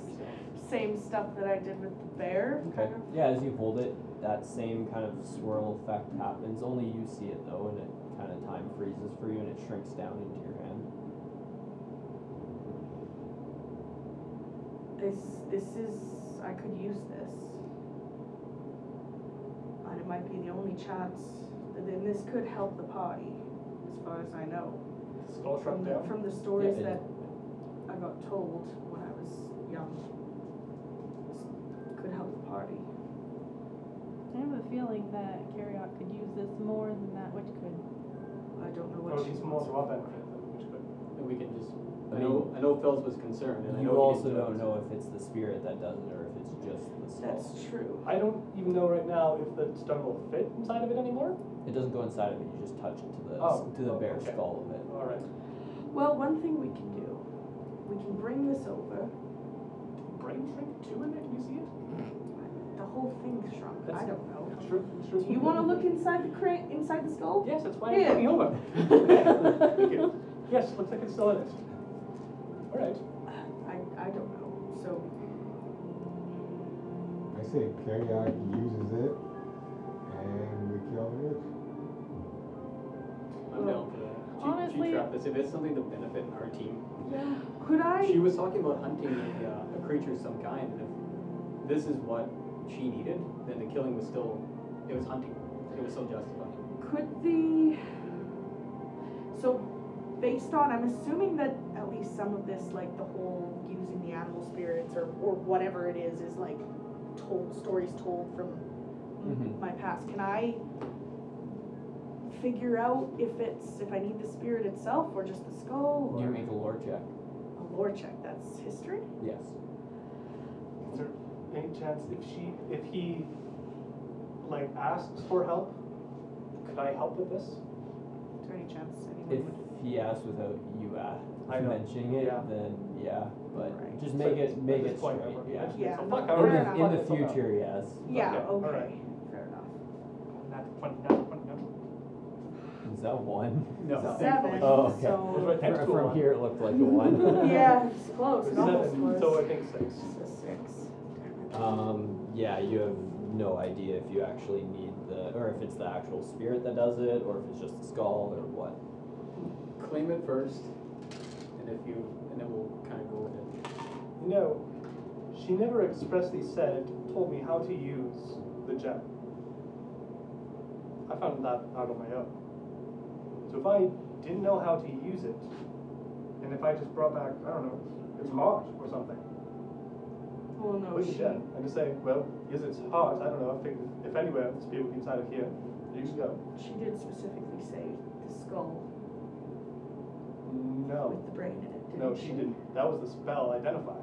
Speaker 7: Same stuff that I did with the bear,
Speaker 5: Okay.
Speaker 7: kind of.
Speaker 5: Yeah, as you hold it, that same kind of swirl effect happens. Only you see it though, and it kind of time freezes for you, and it shrinks down into your hand.
Speaker 7: This, this is, I could use this. And it might be the only chance, and then this could help the party, as far as I know.
Speaker 3: Skull
Speaker 7: From
Speaker 3: shrunk
Speaker 7: the,
Speaker 3: down.
Speaker 7: from the stories
Speaker 5: it-
Speaker 7: that I got told when I was young. This Could help the party.
Speaker 11: I have a feeling that Carriot could use this more than that which could.
Speaker 7: I don't know
Speaker 3: Oh,
Speaker 7: what
Speaker 3: she's
Speaker 7: she's.
Speaker 3: more to our benefit, though, which could.
Speaker 4: And we can just, I
Speaker 5: I
Speaker 4: know, I
Speaker 5: mean,
Speaker 4: know Fells was concerned, and I know.
Speaker 5: You
Speaker 4: he
Speaker 5: also
Speaker 4: didn't
Speaker 5: don't
Speaker 4: it.
Speaker 5: know if it's the spirit that does it or if it's just the skull.
Speaker 7: That's true.
Speaker 3: I don't even know right now if the stone will fit inside of it anymore.
Speaker 5: It doesn't go inside of it. You just touch it to the
Speaker 3: Oh,
Speaker 5: to the
Speaker 3: oh,
Speaker 5: bare
Speaker 3: okay.
Speaker 5: skull of it.
Speaker 3: All right.
Speaker 7: Well, one thing we can do, we can bring this over.
Speaker 3: Brain shrink too in there? Can you see it?
Speaker 7: The whole thing shrunk. I
Speaker 3: That's-
Speaker 7: don't know.
Speaker 3: Sure. sure.
Speaker 7: Do you want to look inside the crate, inside the skull?
Speaker 3: Yes, that's why
Speaker 7: Yeah.
Speaker 3: I'm looking over. Okay, thank you. Yes, looks like it's still in it. All right.
Speaker 7: I, I don't know. So
Speaker 6: I say Karyak uses it, and we kill it.
Speaker 4: I'm down for that. She-
Speaker 11: Honestly-
Speaker 4: She trapped us, if it's something to benefit our team.
Speaker 7: could
Speaker 4: She
Speaker 7: I?
Speaker 4: was talking about hunting a, uh, a creature of some kind, and if this is what she needed, then the killing was still, it was hunting, it was still justified.
Speaker 7: Could the? So, based on, I'm assuming that at least some of this, like the whole using the animal spirits or or whatever it is, is like told stories told from
Speaker 5: Mhm.
Speaker 7: my past. Can I? Figure out if it's if I need the spirit itself or just the skull
Speaker 5: You
Speaker 7: or
Speaker 5: make a lore check.
Speaker 7: a lore check. That's history.
Speaker 5: Yes.
Speaker 3: Is there any chance if she, if he, like, asks for help, could I help with this?
Speaker 7: Is there any chance anyone
Speaker 5: If
Speaker 7: would?
Speaker 5: he asks without you uh,
Speaker 3: I know.
Speaker 5: mentioning it,
Speaker 3: Yeah.
Speaker 5: then yeah. But
Speaker 7: Right.
Speaker 5: just
Speaker 3: So
Speaker 5: make
Speaker 3: at
Speaker 5: it make
Speaker 3: this
Speaker 5: it
Speaker 3: point,
Speaker 5: straight.
Speaker 3: I'm
Speaker 5: Yeah.
Speaker 3: mentioning it, So
Speaker 7: Yeah,
Speaker 3: fuck,
Speaker 7: no,
Speaker 3: I
Speaker 7: fair
Speaker 3: already
Speaker 7: enough.
Speaker 5: In the, in
Speaker 3: fucked
Speaker 5: the
Speaker 3: this up.
Speaker 5: future, yes.
Speaker 7: Yeah.
Speaker 3: okay, all
Speaker 7: Okay.
Speaker 3: right.
Speaker 7: Fair enough.
Speaker 3: Nat 20, nat 20, nat 20.
Speaker 5: Is that one?
Speaker 4: No,
Speaker 7: Seven.
Speaker 4: thankfully.
Speaker 5: Oh, okay.
Speaker 7: So-
Speaker 3: It's right next
Speaker 5: Fr-
Speaker 3: to a
Speaker 5: From
Speaker 3: one.
Speaker 5: here, it looked like a one.
Speaker 7: Yeah, it's close. It almost
Speaker 3: Seven,
Speaker 7: was.
Speaker 3: so I think six.
Speaker 7: It's a six.
Speaker 5: Um, yeah, you have no idea if you actually need the, or if it's the actual spirit that does it, or if it's just the skull, or what.
Speaker 4: Claim it first, and if you, and then we'll kind of go with it.
Speaker 3: You know, she never expressly said, told me how to use the gem. I found that out on my own. So if I didn't know how to use it, and if I just brought back, I don't know, it's heart or something,
Speaker 7: Well,
Speaker 3: I
Speaker 7: no,
Speaker 3: wouldn't
Speaker 7: she.
Speaker 3: gem, and just say, well, use its heart, I don't know, I think if anywhere, the spirit would be inside of here, there you go.
Speaker 7: She did specifically say the skull
Speaker 3: No,
Speaker 7: with the brain in it. Didn't
Speaker 3: Oh. no, she didn't. That was the spell identify.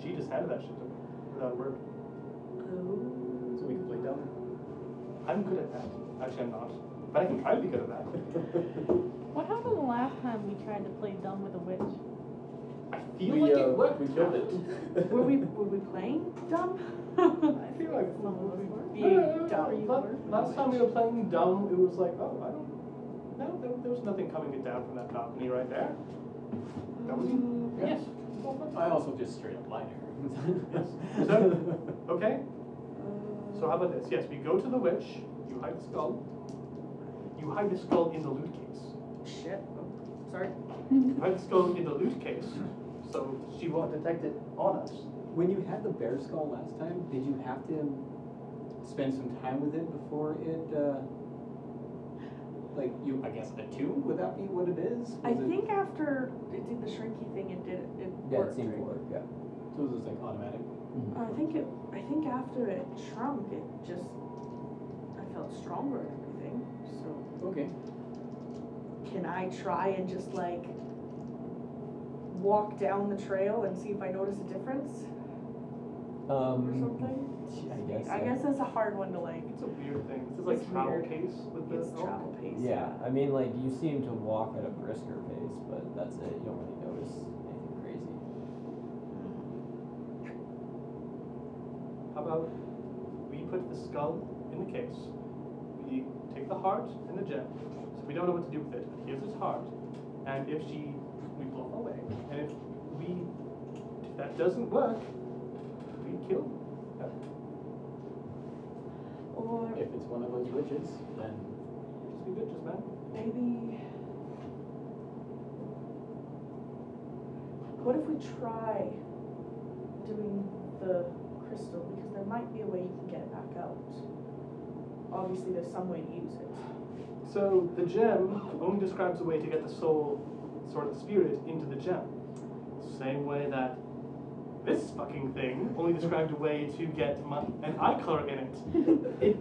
Speaker 3: She just handed that shit to me without a word.
Speaker 7: Oh.
Speaker 4: So we can play dumb.
Speaker 3: I'm good at that. Actually, I'm not. But I can try to be good at that.
Speaker 11: What happened the last time we tried to play dumb with a witch?
Speaker 3: I feel
Speaker 4: We,
Speaker 3: like
Speaker 4: uh,
Speaker 3: it worked.
Speaker 4: We killed it.
Speaker 7: Were we were we playing dumb?
Speaker 3: I feel like it's not working.
Speaker 7: Being
Speaker 5: Oh,
Speaker 3: No, no, no, no,
Speaker 7: dumb.
Speaker 3: no, but Last time we were playing dumb, it was like, oh, I don't. No, there, there was nothing coming it down from that balcony right there. That was
Speaker 4: yeah.
Speaker 3: yes.
Speaker 4: I also just straight up lied
Speaker 3: Yes.
Speaker 4: to her.
Speaker 3: So- Okay.
Speaker 7: Uh,
Speaker 3: So how about this? Yes, we go to the witch. You hide the skull. You hide the skull in the loot case.
Speaker 7: Shit. Oh, sorry.
Speaker 3: You hide the skull in the loot case, so she won't detect it on us.
Speaker 4: When you had the bear skull last time, did you have to spend some time with it before it, uh, like you, I guess a two, would that be what it is? Was
Speaker 7: I
Speaker 4: it-
Speaker 7: think after it did the shrinky thing, it did it
Speaker 5: Yeah,
Speaker 7: worked.
Speaker 5: it seemed to work, yeah.
Speaker 4: So it was like automatic.
Speaker 7: I think it. I think after it shrunk, it just. I felt stronger and everything. So.
Speaker 4: Okay.
Speaker 7: can I try and just like walk down the trail and see if I notice a difference or
Speaker 5: Um,
Speaker 7: something?
Speaker 5: I guess.
Speaker 7: I
Speaker 5: so.
Speaker 7: guess that's a hard one to like.
Speaker 3: It's a weird thing. This is like
Speaker 7: It's
Speaker 3: travel
Speaker 7: weird.
Speaker 3: case with the
Speaker 7: It's travel pace.
Speaker 5: Yeah, I mean, like, you seem to walk at a brisker pace, but that's it. You don't really notice anything crazy.
Speaker 3: How about we put the skull in the case? We take the heart and the gem. So we don't know what to do with it. Here's its heart. And if she, we blow her away. And if we, if that doesn't work, we kill. her.
Speaker 7: Or
Speaker 4: If it's one of those witches, then
Speaker 3: Just be bitches, man.
Speaker 7: maybe. What if we try doing the crystal because there might be a way you can get it back out. Obviously, there's some way to use it.
Speaker 3: So the gem only describes a way to get the soul, sort of spirit, into the gem. Same way that this fucking thing only described a way to get my, an eye color in it. it.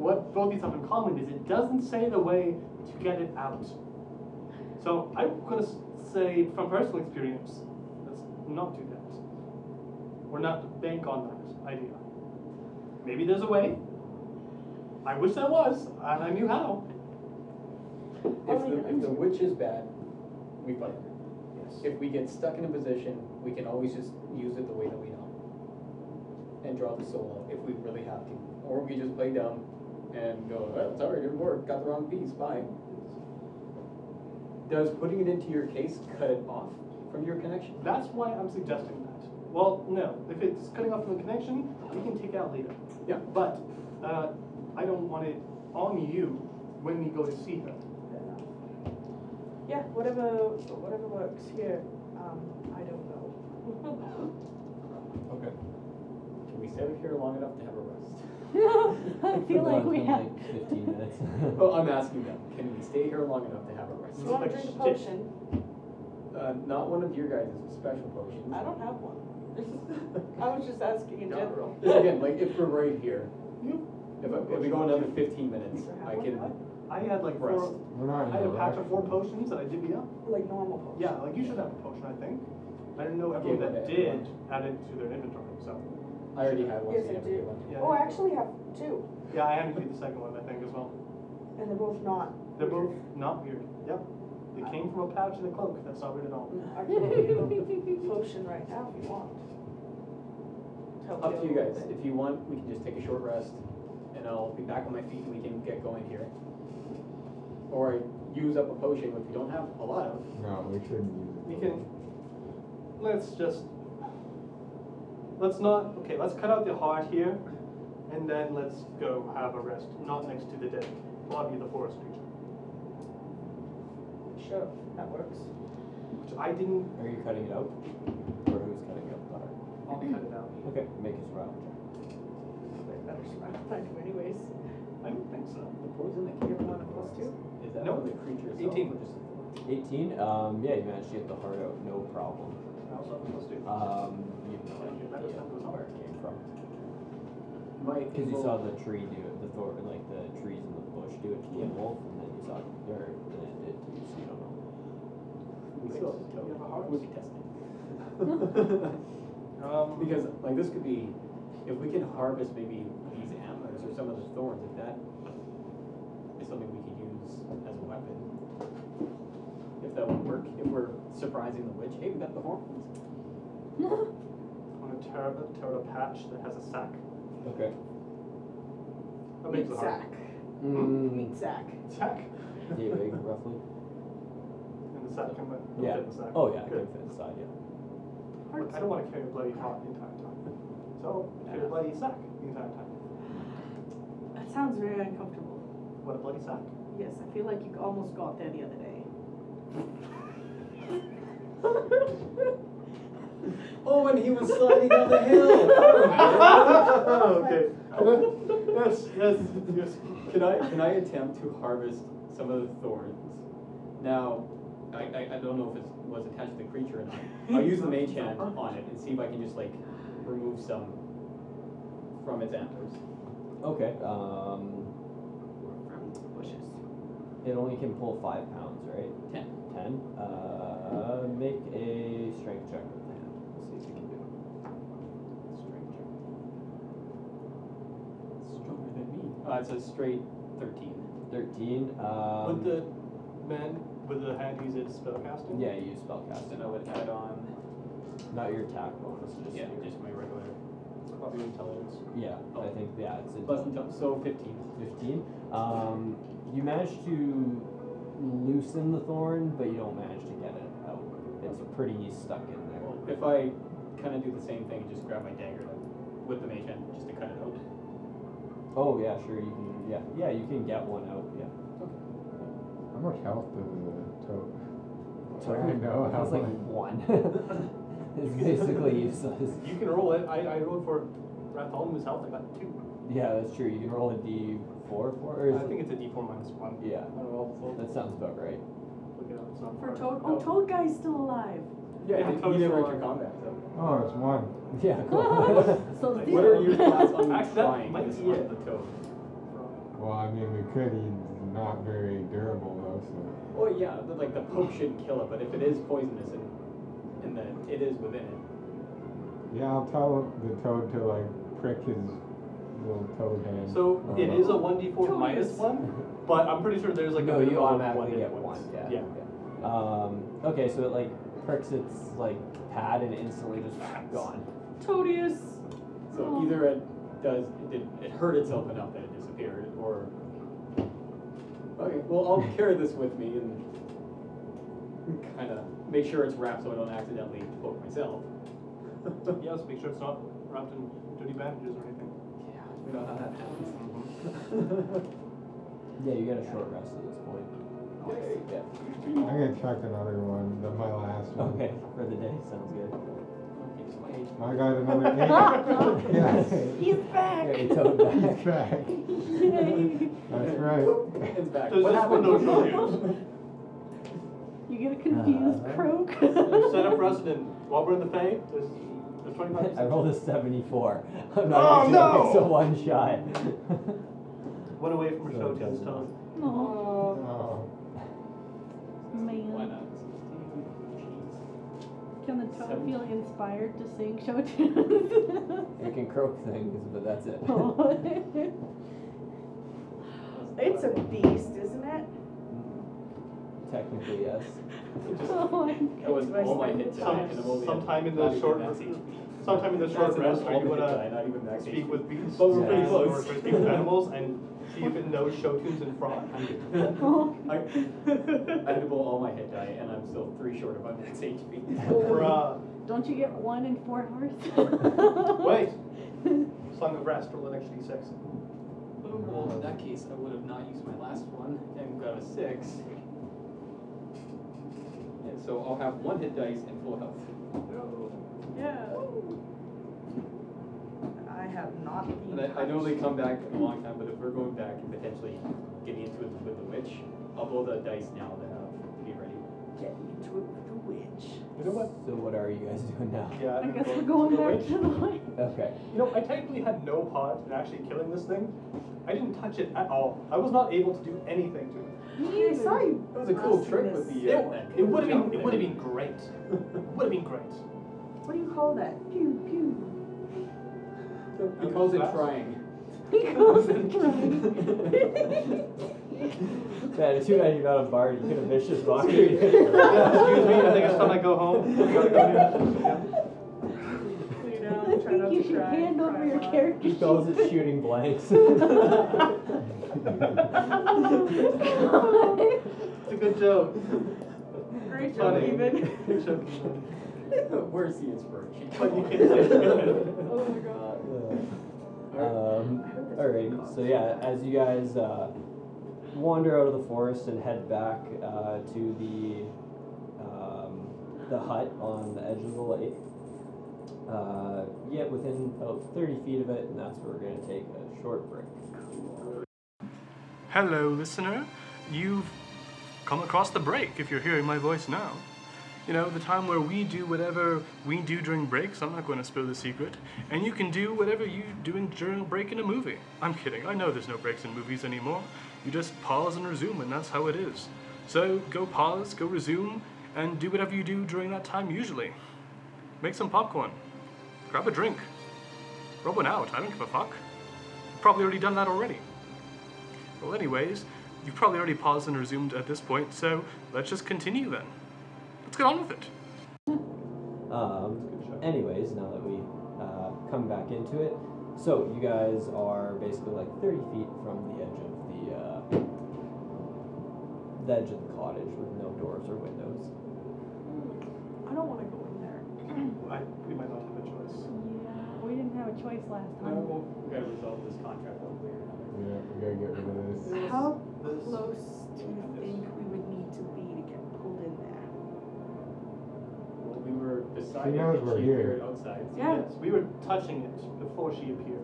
Speaker 3: What both these have in common is it doesn't say the way to get it out. So I'm gonna s- say from personal experience, let's not do that. We're not bank on that idea. Maybe there's a way. I wish there was, and I knew how.
Speaker 4: If
Speaker 7: Oh,
Speaker 4: the, if the witch is bad, we fight her.
Speaker 3: Yes.
Speaker 4: If we get stuck in a position, we can always just use it the way that we know. And draw the soul out if we really have to. Or we just play dumb and go, well, sorry, didn't work, got the wrong piece, bye. Does putting it into your case cut it off from your connection?
Speaker 3: That's why I'm suggesting that. Well, no, if it's cutting off from the connection, we can take it out later.
Speaker 4: Yeah.
Speaker 3: But uh, I don't want it on you when we go to see her.
Speaker 7: uh, Yeah, whatever, whatever works here. Um, I don't know.
Speaker 5: Okay.
Speaker 4: Can we stay out here long enough to have a rest?
Speaker 11: I feel like we have.
Speaker 5: Like 15 minutes.
Speaker 4: Well, Oh, I'm asking them, can we stay here long enough to have a rest?
Speaker 7: Do you want
Speaker 3: like
Speaker 7: to drink a
Speaker 3: shit.
Speaker 7: potion?
Speaker 4: Uh, not one of your guys' special potions.
Speaker 7: I don't have one. This is, I was just asking in
Speaker 4: Yeah.
Speaker 7: general.
Speaker 4: Just again, like if we're right here,
Speaker 3: You-
Speaker 4: if, I- if we go another fifteen minutes, I can.
Speaker 3: I had like four.
Speaker 4: Rest.
Speaker 6: We're not in
Speaker 3: I had
Speaker 6: a
Speaker 3: a pack
Speaker 6: rush.
Speaker 3: of four potions that I divvied up.
Speaker 7: Like normal potions.
Speaker 3: Yeah, like you should have a potion, I think. I didn't know everyone
Speaker 4: Yeah,
Speaker 3: that
Speaker 4: but
Speaker 3: did
Speaker 4: everyone-
Speaker 3: added to their inventory, so.
Speaker 4: I already had one. so
Speaker 7: Yes, I
Speaker 4: you never
Speaker 7: do.
Speaker 4: get one.
Speaker 3: Yeah,
Speaker 7: Oh, I actually have two,
Speaker 3: yeah I had to do the second one, I think, as well.
Speaker 7: and they're both not.
Speaker 3: They're both not weird. Yep. They came from a pouch and a cloak. That's not weird at all.
Speaker 7: I can give you a potion right now if you want. Help
Speaker 4: Up to
Speaker 7: a
Speaker 4: you
Speaker 7: little
Speaker 4: guys.
Speaker 7: bit.
Speaker 4: If you want, we can just take a short rest, and I'll be back on my feet, and we can get going here. Or I use up a potion, which we don't have a lot of.
Speaker 6: No, we shouldn't use it.
Speaker 3: We can. Let's just. Let's not. Okay, let's cut out the heart here, and then let's go have a rest. Not next to the dead body of the forest creature,
Speaker 7: Sure, that works.
Speaker 3: which I didn't.
Speaker 5: Are you cutting it out? Or who's cutting out the heart?
Speaker 3: I'll cut it out.
Speaker 5: Okay, make a survival check.
Speaker 7: They better survive than I do anyways.
Speaker 3: I don't think so.
Speaker 4: The poison that
Speaker 7: Give
Speaker 4: came
Speaker 7: them one
Speaker 4: out of
Speaker 7: of those two.
Speaker 4: Is that
Speaker 3: Nope.
Speaker 4: from the creature itself?
Speaker 3: 18.
Speaker 4: or just the forest?
Speaker 5: 18, um, yeah, you managed to get the heart out, no problem.
Speaker 3: I also have plus two.
Speaker 5: Um, you have no idea
Speaker 3: That doesn't go
Speaker 5: where it came from.
Speaker 4: My
Speaker 5: Because you
Speaker 4: well,
Speaker 5: saw the tree do it, the thor, like the trees and the bush do it to the wolf, and then you saw it, or then it did to you, so you don't know.
Speaker 4: We still have to
Speaker 3: You have a
Speaker 4: tell.
Speaker 3: heart?
Speaker 4: We can test it.
Speaker 3: Um,
Speaker 4: Because like this could be, if we can harvest maybe these antlers or some of the thorns, if that is something we could use as a weapon. If that would work, if we're surprising the witch, hey, we got the horns.
Speaker 3: I'm gonna tear up, tear up a patch that has a sack.
Speaker 5: Okay.
Speaker 3: That makes it hard.
Speaker 7: Zach.
Speaker 5: Mm,
Speaker 7: Meet Zach.
Speaker 3: Sack.
Speaker 5: D big, roughly?
Speaker 3: And the sack can fit
Speaker 5: Yeah.
Speaker 3: in the sack.
Speaker 5: Oh, yeah, I
Speaker 3: Good.
Speaker 5: can fit inside, yeah.
Speaker 3: I don't want to carry a bloody heart the entire time. So, carry a bloody sack the entire time.
Speaker 7: That sounds very uncomfortable.
Speaker 3: What a bloody sack.
Speaker 7: Yes, I feel like you almost got there the other day.
Speaker 4: Oh, and he was sliding down the hill.
Speaker 3: okay. yes, yes, yes.
Speaker 4: Can I, can I attempt to harvest some of the thorns? Now, I, I, I don't know if it was attached to the creature or not. I'll use the mage hand on it and see if I can just like remove some from its antlers.
Speaker 5: Okay, um,
Speaker 7: From the bushes.
Speaker 5: it only can pull five pounds, right?
Speaker 4: Ten.
Speaker 5: Ten? Uh, make a strength check with the hand. We'll see if you can do it.
Speaker 4: Strength check. Stronger than me. Uh, it's a straight thirteen.
Speaker 5: 13, um.
Speaker 3: Would the man with the hand use it spellcasting?
Speaker 5: Yeah, you use spellcast.
Speaker 4: Then I would add on.
Speaker 5: Not your attack bonus, just
Speaker 4: Yeah,
Speaker 5: your-
Speaker 4: just my regular. Probably intelligence.
Speaker 5: yeah. I think yeah, it's a
Speaker 4: Plus intelligence, so fifteen.
Speaker 5: fifteen. Um, you manage to loosen the thorn, but you don't manage to get it out. It's pretty stuck in there.
Speaker 4: If I kind of do the same thing and just grab my dagger like, with the mage hand just to cut it out.
Speaker 5: Oh yeah, sure you can. Yeah, yeah, you can get one out. Yeah.
Speaker 6: How much health does a toad?
Speaker 5: So
Speaker 6: I know how
Speaker 5: It's like
Speaker 6: much.
Speaker 5: one. It's basically useless.
Speaker 3: You can roll it. I, I rolled for Ratholmu's health. I got two.
Speaker 5: Yeah, that's true. You can roll a d4 for or is
Speaker 3: I
Speaker 5: it-
Speaker 3: think it's a D4 minus one.
Speaker 5: Yeah,
Speaker 3: I don't know. We'll,
Speaker 5: that sounds about right.
Speaker 3: look it up. It's not
Speaker 10: For
Speaker 3: hard.
Speaker 10: Toad, oh, Toad Guy's still alive.
Speaker 3: Yeah,
Speaker 4: Yeah,
Speaker 3: Toad's
Speaker 4: you never enter
Speaker 3: still alive.
Speaker 4: combat, so.
Speaker 6: Oh, it's one.
Speaker 5: Yeah, cool.
Speaker 11: So
Speaker 4: What are
Speaker 11: zero.
Speaker 4: your thoughts on
Speaker 3: Actually, that
Speaker 4: trying
Speaker 3: might
Speaker 4: this
Speaker 3: be
Speaker 4: on
Speaker 3: it.
Speaker 4: the Toad?
Speaker 6: Well, I mean, we could. He's not very durable though, so
Speaker 4: Well, yeah, but, like the poke should kill it, but if it is poisonous and, and that it is within it,
Speaker 6: yeah, I'll tell the toad to like prick his little toad hand.
Speaker 3: So
Speaker 6: Oh,
Speaker 3: it
Speaker 6: no.
Speaker 3: is a 1d4 minus
Speaker 10: Toad's-
Speaker 3: one, but I'm pretty sure there's like
Speaker 5: no,
Speaker 3: a
Speaker 5: you
Speaker 3: minimum of
Speaker 5: automatically
Speaker 3: one
Speaker 5: get
Speaker 3: hit
Speaker 5: one.
Speaker 3: points.
Speaker 5: Yeah.
Speaker 3: yeah.
Speaker 5: yeah. Um, okay, so it like pricks its like pad and instantly just gone.
Speaker 10: Toadius.
Speaker 4: so either it does it did it hurt itself enough that it disappeared, or okay, well I'll carry this with me and kind of make sure it's wrapped so I don't accidentally poke myself. we
Speaker 3: Yes, make sure it's not wrapped in dirty bandages or anything.
Speaker 4: know how that
Speaker 5: Yeah, you get a short rest at this point.
Speaker 4: happens.
Speaker 5: Yeah.
Speaker 6: I'm gonna check another one. The, my last one.
Speaker 5: Okay, for the day sounds good.
Speaker 6: I got another eight. yeah.
Speaker 2: He's back.
Speaker 5: Yeah, you toed
Speaker 6: He's
Speaker 5: back.
Speaker 6: back. That's right.
Speaker 4: It's back.
Speaker 3: Does
Speaker 4: what
Speaker 3: this
Speaker 4: happened?
Speaker 3: window show
Speaker 11: You get a confused
Speaker 5: Uh,
Speaker 11: croak.
Speaker 3: There's set up precedent. While we're in the Fey, there's, there's 25
Speaker 5: I rolled a 74. I'm
Speaker 3: Oh,
Speaker 5: not even joking,
Speaker 3: no!
Speaker 5: it's a one shot.
Speaker 3: One away from her
Speaker 6: So
Speaker 3: toe
Speaker 6: it
Speaker 3: to his
Speaker 6: doesn't
Speaker 3: toe.
Speaker 11: Oh,
Speaker 6: Oh.
Speaker 4: Why
Speaker 11: man.
Speaker 4: not?
Speaker 11: Can the toad
Speaker 4: Seven.
Speaker 11: feel inspired to sing show tunes?
Speaker 5: it can croak things, but that's it.
Speaker 11: Oh.
Speaker 2: It's a beast, isn't it?
Speaker 5: Technically, yes.
Speaker 4: It just-
Speaker 11: Oh my
Speaker 4: That was
Speaker 2: Rest
Speaker 4: all my
Speaker 2: of
Speaker 4: hit
Speaker 2: the
Speaker 4: die.
Speaker 2: time.
Speaker 4: and all the-
Speaker 3: Sometime in the
Speaker 4: not even
Speaker 3: short-
Speaker 4: that.
Speaker 3: Sometime in the short
Speaker 4: That's enough,
Speaker 3: rest, are
Speaker 4: all
Speaker 3: you
Speaker 4: the hit
Speaker 3: gonna
Speaker 4: die, not even that
Speaker 3: speak with beasts
Speaker 4: But we're pretty
Speaker 3: and-
Speaker 4: close.
Speaker 3: or speak with animals and see if it knows show tunes and fraud.
Speaker 11: Oh.
Speaker 4: I, I had to roll all my hit die, and I'm still three short of my max HP.
Speaker 3: Bruh.
Speaker 11: Don't you get one in four hours?
Speaker 3: Wait. Song of Rest, roll an extra d6.
Speaker 4: well, in that case, I would have not used my last one and got a six. And so I'll have one hit dice and full health.
Speaker 7: Yeah. I have not been.
Speaker 4: And I, I know they
Speaker 7: touched.
Speaker 4: come back in a long time, but if we're going back and potentially getting into it with the witch, I'll roll the dice now to have to be ready.
Speaker 2: Get into it with the witch.
Speaker 3: You know what?
Speaker 5: So, what are you guys doing now?
Speaker 3: Yeah.
Speaker 11: I
Speaker 3: I'm
Speaker 11: guess we're
Speaker 3: going to the
Speaker 11: going back
Speaker 3: witch.
Speaker 11: to the way.
Speaker 5: Okay.
Speaker 3: You know, I technically had no part in actually killing this thing. I didn't touch it at all. I was not able to do anything to it.
Speaker 2: I saw you.
Speaker 4: That was a cool
Speaker 2: blasting
Speaker 4: trick with
Speaker 2: this.
Speaker 4: the. Uh,
Speaker 3: It, it would have been. It would have been great. It would have been great.
Speaker 2: What do you call that? Pew pew.
Speaker 4: been. He calls it trying.
Speaker 5: Man, it's too bad you're not a bard. You could have vicious walking.
Speaker 3: Yeah, excuse me. I think it's time I go home. I gotta go here. Yeah.
Speaker 7: You
Speaker 11: I
Speaker 7: know, try not
Speaker 11: think you
Speaker 7: to
Speaker 11: should
Speaker 7: cry,
Speaker 11: hand over
Speaker 7: cry
Speaker 11: your
Speaker 7: a lot.
Speaker 11: character
Speaker 5: He
Speaker 11: sheet.
Speaker 5: calls it shooting blanks.
Speaker 3: It's a good joke.
Speaker 7: Great job,
Speaker 3: Funny.
Speaker 7: even.
Speaker 3: Good joke. Ethan.
Speaker 4: Where's the inspiration?
Speaker 3: But you can say-
Speaker 7: Oh my god.
Speaker 5: Um, Alrighty, so yeah, as you guys uh, wander out of the forest and head back uh, to the um, the hut on the edge of the lake, uh, yet within about 30 feet of it, and that's where we're going to take a short break.
Speaker 1: Hello, listener. You've come across the break if you're hearing my voice now. You know, the time where we do whatever we do during breaks, I'm not going to spill the secret, and you can do whatever you doing during a break in a movie. I'm kidding, I know there's no breaks in movies anymore. You just pause and resume, and that's how it is. So go pause, go resume, and do whatever you do during that time usually. Make some popcorn, grab a drink, rub one out, I don't give a fuck. You've probably already done that already. Well, anyways, you've probably already paused and resumed at this point, so let's just continue then. Let's get on with it.
Speaker 5: Um, anyways, now that we uh, come back into it, so you guys are basically like 30 feet from the edge of the, uh, the edge of the cottage with no doors or windows.
Speaker 7: I don't want to go in there.
Speaker 3: I, we might not have a choice.
Speaker 11: Yeah, we didn't have a choice last
Speaker 4: I
Speaker 11: time.
Speaker 4: will, we gotta resolve this contract one way or another.
Speaker 6: Yeah, we gotta get rid of this.
Speaker 2: How
Speaker 3: This-
Speaker 2: close do you think we would need to be to get pulled in there?
Speaker 4: Well, we were
Speaker 3: outside.
Speaker 6: She knows
Speaker 3: and
Speaker 6: we're
Speaker 3: she
Speaker 6: here.
Speaker 3: appeared outside. So
Speaker 11: Yeah.
Speaker 3: Yes, we were touching it before she appeared.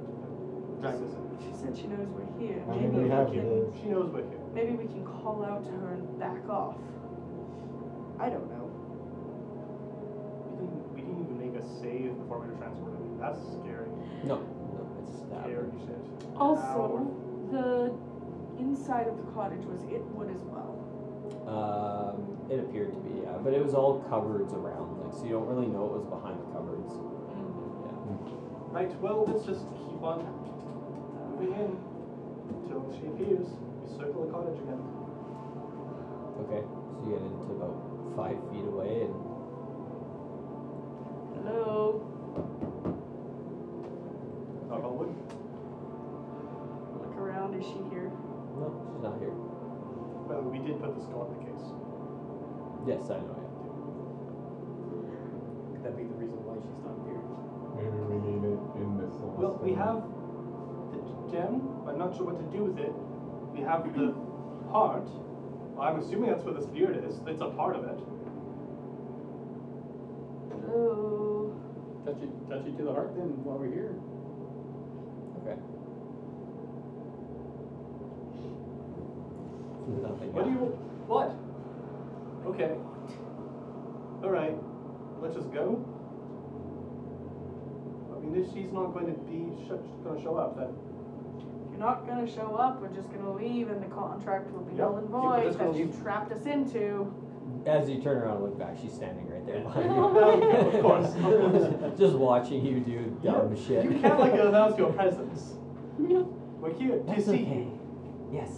Speaker 3: Dragged us in.
Speaker 7: She said she knows we're here.
Speaker 6: I
Speaker 7: Maybe
Speaker 6: mean, we have
Speaker 7: can,
Speaker 6: the
Speaker 3: She knows we're here.
Speaker 7: maybe we can call out to her and back off. I don't know.
Speaker 3: We didn't, we didn't even make a save before we were transported. That's scary.
Speaker 5: No, no, it's that.
Speaker 3: Scary shit.
Speaker 7: Also, the inside of the cottage was it wood as well.
Speaker 5: Um, it appeared to be, yeah, but it was all cupboards around, like so you don't really know what was behind the cupboards.
Speaker 3: Right, well, let's just keep on moving in until she appears. We circle the cottage again.
Speaker 5: Okay, so you get into about five feet away, and
Speaker 7: Hello.
Speaker 3: Knock on wood.
Speaker 7: Look around. Is she here?
Speaker 5: no, she's not here.
Speaker 3: Well, we did put the skull in the case.
Speaker 5: Yes, I know.
Speaker 4: Could that be the reason why she's not here?
Speaker 6: Maybe we need it in the celestial.
Speaker 3: Well, we have the gem. I'm not sure what to do with it. We have the heart. I'm assuming that's where the spirit is. It's a part of it.
Speaker 7: Hello.
Speaker 4: Touch it, touch it to the heart then while we're here.
Speaker 5: Yeah. Okay. Nothing.
Speaker 3: What do you? What? Okay. All right. Let's just go. I mean, if she's not going to be sh- going to show up, then
Speaker 7: If you're not gonna show up, we're just gonna leave, and the contract will be
Speaker 3: Yep.
Speaker 7: null and
Speaker 3: Yeah, we're
Speaker 7: void
Speaker 3: just
Speaker 7: that
Speaker 3: gonna
Speaker 7: you
Speaker 3: leave.
Speaker 7: trapped us into.
Speaker 5: As you turn around and look back, she's standing right there behind
Speaker 3: Of
Speaker 5: you.
Speaker 3: course, of course.
Speaker 5: Just watching you do dumb
Speaker 3: you,
Speaker 5: shit.
Speaker 3: you can't like announce your presence. We're here. Do you
Speaker 5: That's
Speaker 3: see?
Speaker 5: okay. Yes.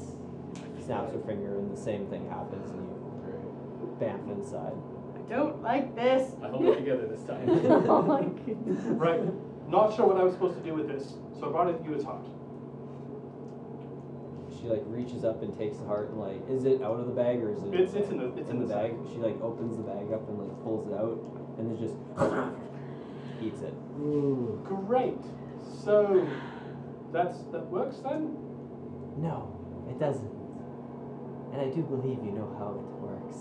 Speaker 5: Snaps her finger, and the same thing happens, and you bamf inside.
Speaker 7: I don't like this.
Speaker 4: I hold it together this time.
Speaker 11: Oh my goodness.
Speaker 3: Right. Not sure what I was supposed to do with this, so I brought it to you as heart.
Speaker 5: She like reaches up and takes the heart and like, is it out of the bag or is it?
Speaker 3: It's it's in the it's in,
Speaker 5: the bag.
Speaker 3: sack.
Speaker 5: She like opens the bag up and like pulls it out and then just eats it.
Speaker 6: Ooh,
Speaker 3: Great. So that's that works then.
Speaker 5: No, it doesn't. And I do believe you know how it works.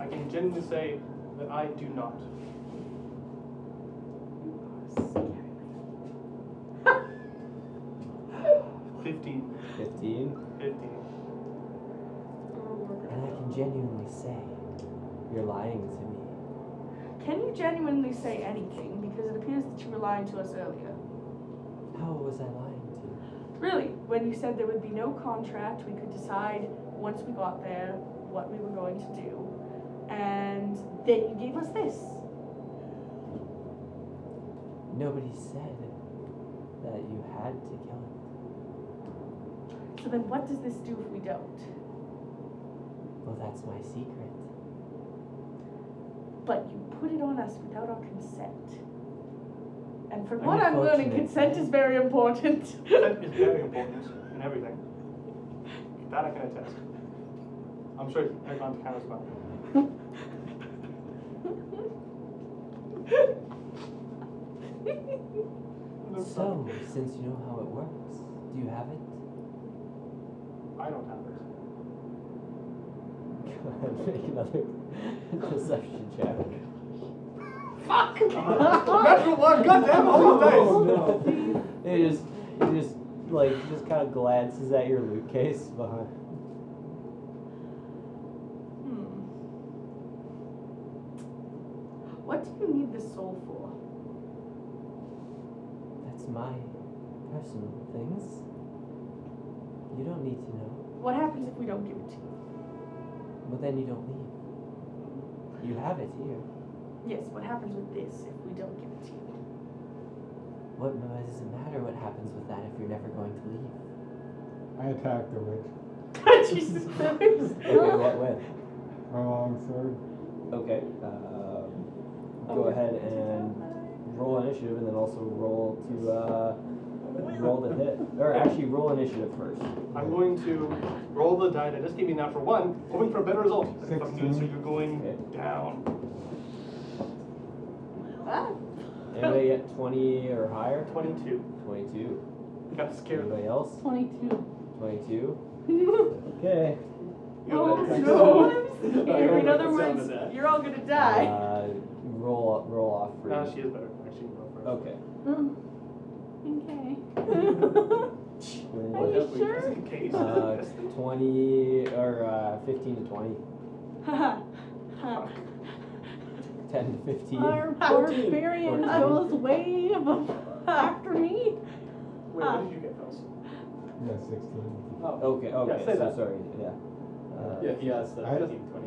Speaker 3: I can genuinely say that I do not. Fifteen.
Speaker 5: Fifteen.
Speaker 3: Fifteen.
Speaker 5: And I can genuinely say, you're lying to me.
Speaker 7: Can you genuinely say anything? Because it appears that you were lying to us earlier.
Speaker 5: How was I lying to you?
Speaker 7: Really, when you said there would be no contract, we could decide once we got there what we were going to do. And then you gave us this.
Speaker 5: Nobody said that you had to kill him.
Speaker 7: So then what does this do if we don't?
Speaker 5: Well, that's my secret.
Speaker 7: But you put it on us without our consent. And from what I'm learning,
Speaker 5: Unfortunately.
Speaker 7: consent is very important.
Speaker 3: That is very important in everything. That I can attest. I'm sure everyone's cameras about
Speaker 5: So, since you know how it works, do you have it?
Speaker 3: I don't have it.
Speaker 5: Go ahead, make another deception check.
Speaker 3: Natural one, goddamn, all the dice.
Speaker 5: Oh, no! It just, it just, like, just kind of glances at your loot case behind.
Speaker 7: Hmm. What do you need the soul for?
Speaker 5: That's my personal things. You don't need to know.
Speaker 7: What happens if we don't give it to you?
Speaker 5: Well, then you don't leave. You have it here.
Speaker 7: Yes, what happens with this if we don't give it to you?
Speaker 5: What why does it matter what happens with that if you're never going to leave?
Speaker 6: I attacked the witch.
Speaker 7: Jesus Christ.
Speaker 5: Okay, what with?
Speaker 6: My long sword.
Speaker 5: Okay. Um, go ahead and roll initiative, and then also roll to uh, roll the hit, or actually roll initiative first.
Speaker 3: I'm going to roll the die that just gave me a natural one, hoping for a better result. If I'm doing so,
Speaker 6: Sixteen.
Speaker 3: you're going
Speaker 5: Okay.
Speaker 3: down.
Speaker 7: Ah,
Speaker 5: Anybody at twenty or higher?
Speaker 3: 22.
Speaker 5: Twenty-two.
Speaker 3: Got scared.
Speaker 5: Anybody else?
Speaker 11: 22.
Speaker 5: Twenty-two. Okay.
Speaker 3: You know,
Speaker 7: Oh,
Speaker 3: that-
Speaker 7: no.
Speaker 4: I
Speaker 7: In
Speaker 4: heard
Speaker 7: other
Speaker 4: the sound of
Speaker 7: words,
Speaker 4: that.
Speaker 7: you're all gonna die.
Speaker 5: Uh, roll roll off for
Speaker 3: Uh,
Speaker 5: you.
Speaker 3: she is better. Actually, you go first.
Speaker 5: Okay.
Speaker 4: Uh-huh.
Speaker 11: Okay.
Speaker 5: What-
Speaker 11: Are you sure?
Speaker 3: Just in case.
Speaker 5: Uh, twenty or uh, fifteen to twenty. Ten to fifteen.
Speaker 11: Our barbarian
Speaker 5: Fourteen.
Speaker 11: goes way above after me.
Speaker 3: Wait, what did you get, Phelps?
Speaker 6: Yeah, 16.
Speaker 3: Oh,
Speaker 5: Okay. Okay.
Speaker 3: say
Speaker 5: so
Speaker 3: that.
Speaker 5: sorry. Yeah. Uh,
Speaker 4: Yeah, he has the
Speaker 6: I-
Speaker 4: 15, 20.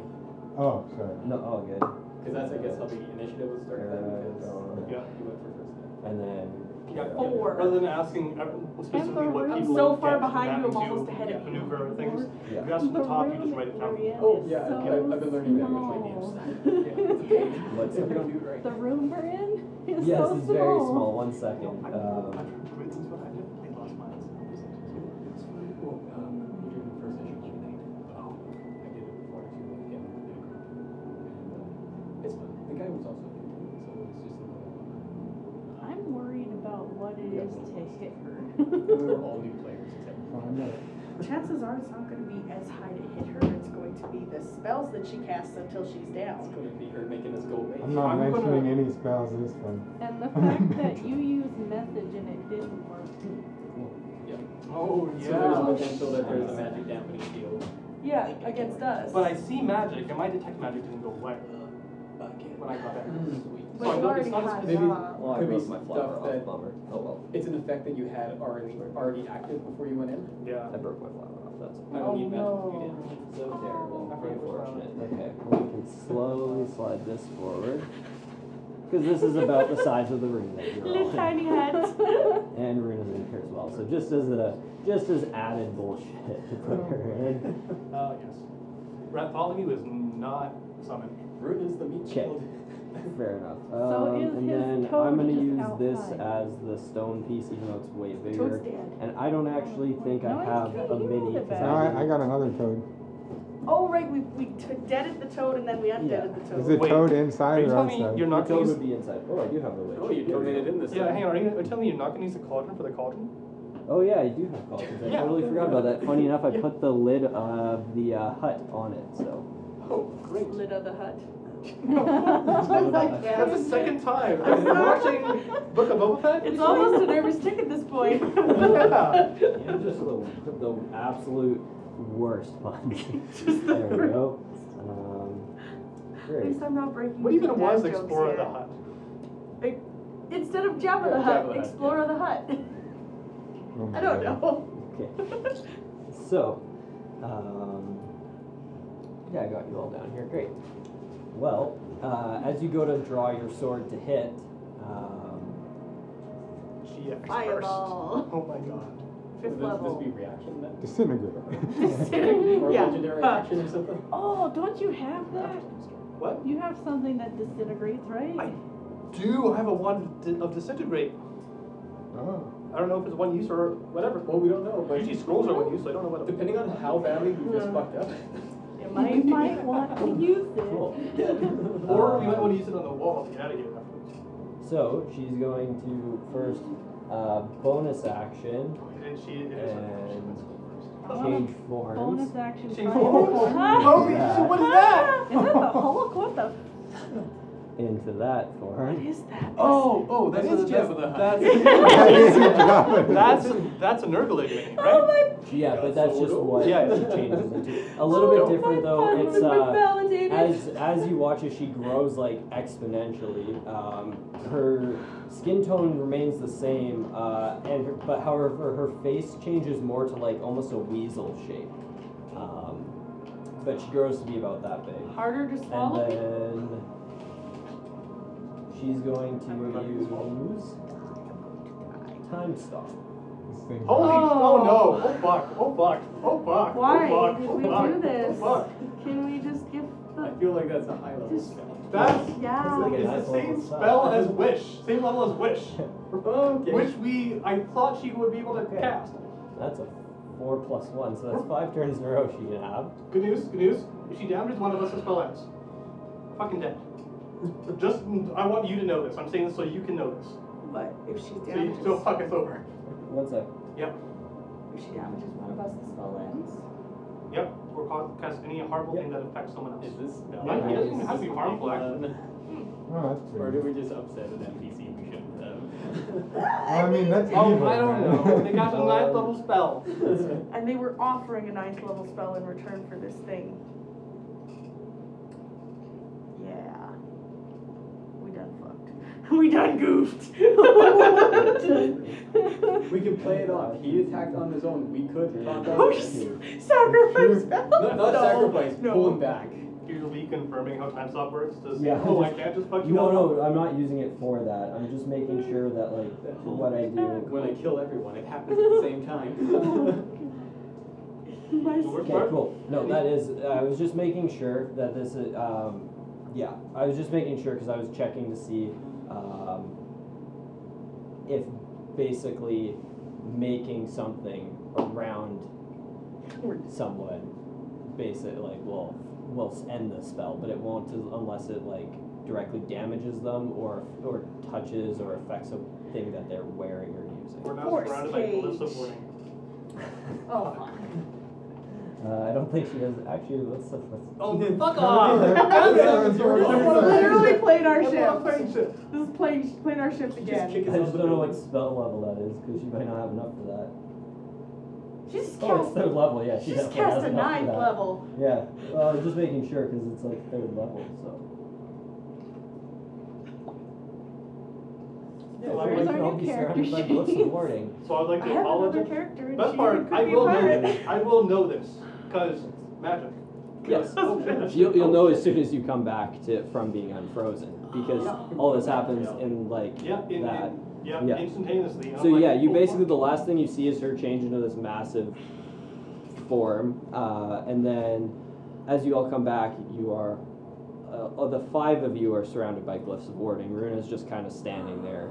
Speaker 6: Oh, sorry.
Speaker 5: No. Oh, good.
Speaker 4: Because that's, I guess, how the initiative was started then,
Speaker 5: Uh,
Speaker 4: because
Speaker 5: don't-
Speaker 3: Yeah.
Speaker 4: you went for first. then.
Speaker 5: And then.
Speaker 3: Yeah, yeah.
Speaker 7: Four.
Speaker 3: Rather than asking uh, specifically
Speaker 11: And the
Speaker 3: what
Speaker 11: room-
Speaker 3: people
Speaker 7: I'm so far
Speaker 3: get
Speaker 7: behind
Speaker 3: that
Speaker 7: you, I'm
Speaker 3: do
Speaker 7: almost ahead of you.
Speaker 3: Maneuver things.
Speaker 5: Yeah.
Speaker 3: If you ask from the
Speaker 11: The
Speaker 3: top, you
Speaker 11: room
Speaker 3: just write it
Speaker 11: that
Speaker 3: down.
Speaker 11: we're in
Speaker 4: Oh,
Speaker 11: is
Speaker 4: yeah,
Speaker 11: so
Speaker 4: okay, I've been learning that with my
Speaker 11: small.
Speaker 4: names.
Speaker 5: What's
Speaker 4: If you don't do it right.
Speaker 11: The room we're in is
Speaker 5: yes,
Speaker 11: so
Speaker 5: it's
Speaker 11: small.
Speaker 5: very small. One second.
Speaker 3: I'm-
Speaker 5: Um,
Speaker 3: I'm great since what I did. I lost mine. It's fine.
Speaker 4: Well, um, you did the first issue too late. Oh. I did it before too late, yeah, in a group. And, um, it's fun. The guy was also new, so it's just a little,
Speaker 11: I'm worried about what it is to hit
Speaker 4: uh, we were
Speaker 11: her.
Speaker 4: all new players except for
Speaker 6: Find out.
Speaker 7: Chances are it's not going to be as high to hit her. It's going to be the spells that she casts until she's
Speaker 4: It's
Speaker 7: down.
Speaker 4: gonna be her making us go away.
Speaker 6: I'm not
Speaker 3: I'm gonna-
Speaker 6: mentioning any spells this time.
Speaker 11: and the fact that you used message and it didn't work.
Speaker 3: Oh,
Speaker 4: So there's a
Speaker 3: yeah.
Speaker 4: potential that there's a magic dampening field.
Speaker 7: Yeah, against us.
Speaker 3: But I see magic, and my detect magic didn't go away when I got back.
Speaker 4: Mm.
Speaker 3: So I
Speaker 7: you
Speaker 3: don't- it's
Speaker 7: already
Speaker 3: not as
Speaker 7: had
Speaker 3: specific-
Speaker 7: that.
Speaker 11: uh,
Speaker 5: well, I
Speaker 4: Could be
Speaker 5: broke my flower
Speaker 4: stuff
Speaker 5: off.
Speaker 4: that-
Speaker 5: Bummer. Oh well.
Speaker 4: It's an effect that you had already, already active before you went in.
Speaker 3: Yeah.
Speaker 5: I broke my flower off. That's
Speaker 4: I
Speaker 3: Oh,
Speaker 4: don't need magic, you
Speaker 3: no.
Speaker 4: didn't.
Speaker 5: so terrible.
Speaker 3: I forgot which flower.
Speaker 5: Unfortunate. Okay. Well, we can slowly slide this forward. Because this is about the size of the room that you're all
Speaker 11: Little
Speaker 5: in.
Speaker 11: tiny heads.
Speaker 5: And Rena's in here as well. So just as a just as added bullshit to put her in.
Speaker 3: Uh, yes. Bartholomew is not summoned.
Speaker 4: Root is the meat
Speaker 5: Okay.
Speaker 4: shield.
Speaker 5: Fair enough. Um,
Speaker 11: So is
Speaker 5: and
Speaker 11: his
Speaker 5: then
Speaker 11: toad
Speaker 5: I'm gonna
Speaker 11: just
Speaker 5: use this
Speaker 11: outside?
Speaker 5: as the stone piece, even though it's way bigger.
Speaker 7: Toad's dead.
Speaker 5: And I don't actually think
Speaker 11: No,
Speaker 5: I
Speaker 11: it's
Speaker 5: have
Speaker 11: okay.
Speaker 5: a
Speaker 11: You
Speaker 5: mini.
Speaker 11: rolled it
Speaker 5: 'cause
Speaker 6: No, I, I
Speaker 5: didn't-
Speaker 6: got another toad.
Speaker 7: Oh, right, we, we t- deaded the toad and then we undeaded the
Speaker 6: Is
Speaker 7: toad.
Speaker 6: it
Speaker 3: Wait,
Speaker 6: toad
Speaker 3: Are
Speaker 6: inside
Speaker 3: you
Speaker 6: or
Speaker 3: telling me
Speaker 6: outside?
Speaker 3: you're not
Speaker 5: The
Speaker 3: going
Speaker 5: toad
Speaker 3: to
Speaker 5: would be inside. Oh, I do have the witch.
Speaker 4: Oh, you
Speaker 5: Here we
Speaker 4: donated
Speaker 5: go.
Speaker 4: in this
Speaker 3: Yeah,
Speaker 4: time.
Speaker 3: hang on. Are you, are you telling me you're not going to use the cauldron for the cauldron?
Speaker 5: Oh yeah, I do have coffins. I
Speaker 3: Yeah.
Speaker 5: totally forgot about that. Funny enough, I put the lid of the uh, hut on it. So
Speaker 3: Oh, great.
Speaker 10: Lid of the hut.
Speaker 3: That's the second time. I've been watching Book of Boba Fett.
Speaker 7: It's almost a nervous tick at this point.
Speaker 3: Yeah.
Speaker 5: you're just the, the absolute worst pun. there we go. Um,
Speaker 7: At
Speaker 5: great.
Speaker 7: least I'm not breaking
Speaker 3: What
Speaker 7: into dad
Speaker 3: even was
Speaker 7: jokes
Speaker 3: Explorer
Speaker 7: here.
Speaker 3: the Hut?
Speaker 7: Instead of Jabba
Speaker 4: Yeah,
Speaker 7: the Hutt,
Speaker 4: Jabba the Hutt,
Speaker 7: Explorer the Hutt.
Speaker 6: Oh my
Speaker 7: I don't
Speaker 6: God.
Speaker 7: know.
Speaker 5: Okay. So, um, yeah, I got you all down here. Great. Well, uh, as you go to draw your sword to hit, um,
Speaker 3: She X first.
Speaker 7: Fireball.
Speaker 3: Oh my god.
Speaker 7: Fifth
Speaker 4: Would this,
Speaker 7: level.
Speaker 4: this be reaction then?
Speaker 6: Disintegrate.
Speaker 4: Or
Speaker 7: yeah.
Speaker 4: legendary
Speaker 7: Huh.
Speaker 4: action or something?
Speaker 11: oh, don't you have that?
Speaker 3: What?
Speaker 11: You have something that disintegrates, right?
Speaker 3: I do have a one of di- of disintegrate.
Speaker 6: oh.
Speaker 3: I don't know if it's one use or whatever.
Speaker 4: Well, we don't know, but
Speaker 3: Usually scrolls are one use, so I don't know what. it-
Speaker 4: depending on how badly we just fucked up.
Speaker 7: It
Speaker 11: You
Speaker 7: might.
Speaker 11: might want to use it.
Speaker 5: cool.
Speaker 3: Or we might want to use it on the wall to get out of here.
Speaker 5: So she's going to first uh, bonus action
Speaker 3: And she. It is
Speaker 5: And-
Speaker 11: I want a
Speaker 5: change forms.
Speaker 11: bonus action.
Speaker 3: Change
Speaker 11: fighter.
Speaker 3: forms.
Speaker 11: Huh?
Speaker 3: Holy shit! What is that?
Speaker 7: Ah,
Speaker 11: Is that the Hulk? What the?
Speaker 5: into that
Speaker 7: What
Speaker 5: form.
Speaker 7: is that?
Speaker 3: Oh, oh,
Speaker 4: That
Speaker 3: what
Speaker 4: is
Speaker 3: it-
Speaker 4: Jabba the Hutt.
Speaker 3: That's that's a Nurgle
Speaker 7: Oh
Speaker 3: right?
Speaker 5: Yeah, but that's just what
Speaker 3: Yeah,
Speaker 5: she
Speaker 3: yeah.
Speaker 5: changes into. A little bit different though. It's uh,
Speaker 7: validated.
Speaker 5: as as you watch as she grows like exponentially, um, her skin tone remains the same, uh, and her, but however her face changes more to like almost a weasel shape. Um, but she grows to be about that big.
Speaker 7: Harder to
Speaker 5: And
Speaker 7: swallow.
Speaker 5: then she's going to use time stop.
Speaker 6: This thing's
Speaker 3: Holy!
Speaker 7: Oh.
Speaker 3: Oh no! Oh fuck! Oh fuck! Oh fuck!
Speaker 7: Why
Speaker 3: Oh fuck!
Speaker 7: did
Speaker 3: Oh
Speaker 7: we
Speaker 3: fuck!
Speaker 7: do this?
Speaker 3: Oh
Speaker 7: Can we just give
Speaker 4: I
Speaker 7: the
Speaker 4: feel like that's a high level spell.
Speaker 3: fuck! That's
Speaker 7: yeah?
Speaker 5: Yeah,
Speaker 3: it's
Speaker 5: that's
Speaker 3: the same
Speaker 5: all.
Speaker 3: spell as wish. Same level as wish.
Speaker 4: Okay.
Speaker 3: Which we I thought she would be able to cast.
Speaker 5: That's a four plus one, so that's five turns in a row she can have.
Speaker 3: Good news, good news. If she damages one of us, the spell ends. Fucking dead. Just I want you to know this. I'm saying this so you can know this.
Speaker 7: But if she
Speaker 3: So you
Speaker 7: damages,
Speaker 3: so fuck us over.
Speaker 5: One sec.
Speaker 3: Yep.
Speaker 7: if she damages one of us, the spell ends.
Speaker 3: Yep. Or ca- cast any harmful thing that affects someone else.
Speaker 4: Is this spell?
Speaker 3: Not- it doesn't even have to be harmful,
Speaker 4: Um,
Speaker 6: Oh, that's
Speaker 4: Or
Speaker 6: pretty.
Speaker 4: did we just upset an NPC we shouldn't have?
Speaker 6: I mean, that's
Speaker 3: Oh,
Speaker 6: evil,
Speaker 3: I don't
Speaker 6: man.
Speaker 3: know. They got a ninth level spell.
Speaker 7: And they were offering a ninth level spell in return for this thing. Yeah. We done fucked. We done goofed.
Speaker 4: we can play it off. He attacked on his own. We could talk
Speaker 7: Oh,
Speaker 4: out
Speaker 7: s-
Speaker 4: him.
Speaker 7: sacrifice spell.
Speaker 4: No, not sacrifice.
Speaker 7: no.
Speaker 4: Pull him back.
Speaker 3: You're reconfirming how time stop works to say,
Speaker 5: Yeah.
Speaker 3: oh, I can't just fuck you
Speaker 5: No,
Speaker 3: up.
Speaker 5: no, I'm not using it for that. I'm just making sure that like what I do.
Speaker 4: When I kill everyone, it happens at the same time.
Speaker 3: The worst
Speaker 5: Okay,
Speaker 3: part-
Speaker 5: cool. No, that is. I was just making sure that this is. Um, yeah, I was just making sure because I was checking to see um, if basically making something around someone basically like will will end the spell, but it won't unless it like directly damages them or or touches or affects a thing that they're wearing or using.
Speaker 3: We're now
Speaker 7: Force
Speaker 3: surrounded by glyphs
Speaker 7: cage.
Speaker 3: of warning.
Speaker 10: Oh, fuck.
Speaker 5: Uh, I don't think she does actually. Let's, let's,
Speaker 3: Oh, fuck
Speaker 6: off.
Speaker 7: We literally played our
Speaker 3: playing
Speaker 7: shift.
Speaker 3: shit.
Speaker 7: This is playing, playing our shift
Speaker 4: Just
Speaker 7: again.
Speaker 4: kick us
Speaker 5: I
Speaker 4: out
Speaker 5: just
Speaker 4: the
Speaker 5: don't know what
Speaker 4: building.
Speaker 5: spell level that is because she might not have enough for that.
Speaker 7: She's
Speaker 5: Oh, it's
Speaker 7: cast,
Speaker 5: third level, yeah. She
Speaker 7: she's
Speaker 5: definitely has
Speaker 7: cast a
Speaker 5: enough for
Speaker 7: ninth
Speaker 5: that.
Speaker 7: level.
Speaker 5: Yeah, well, I'm just making sure because it's like third level, so.
Speaker 3: Yeah, well,
Speaker 5: we
Speaker 3: it's
Speaker 5: can
Speaker 11: our
Speaker 5: all
Speaker 11: new
Speaker 5: be surrounded by
Speaker 11: character
Speaker 5: glyphs of
Speaker 11: sheets.
Speaker 5: warding.
Speaker 3: So I'd like
Speaker 7: I
Speaker 3: to
Speaker 7: have another
Speaker 3: apologize.
Speaker 7: character and
Speaker 3: Best
Speaker 7: she
Speaker 3: part,
Speaker 7: could
Speaker 3: I
Speaker 7: be
Speaker 3: will
Speaker 7: a
Speaker 3: know.
Speaker 7: pirate.
Speaker 5: pirate.
Speaker 3: I will know this because magic.
Speaker 5: Yes.
Speaker 3: Oh, shit.
Speaker 5: You'll, you'll know as soon as you come back to from being unfrozen because all this happens
Speaker 4: Yeah.
Speaker 5: in like
Speaker 3: Yeah, in,
Speaker 5: that.
Speaker 3: in, yeah,
Speaker 5: Yeah.
Speaker 3: instantaneously. And
Speaker 5: So
Speaker 3: I'm like,
Speaker 5: yeah, you
Speaker 3: oh,
Speaker 5: basically
Speaker 3: fuck.
Speaker 5: the last thing you see is her change into this massive form, uh, and then as you all come back, you are uh, oh, the five of you are surrounded by glyphs of warding. Runa's just kind of standing there,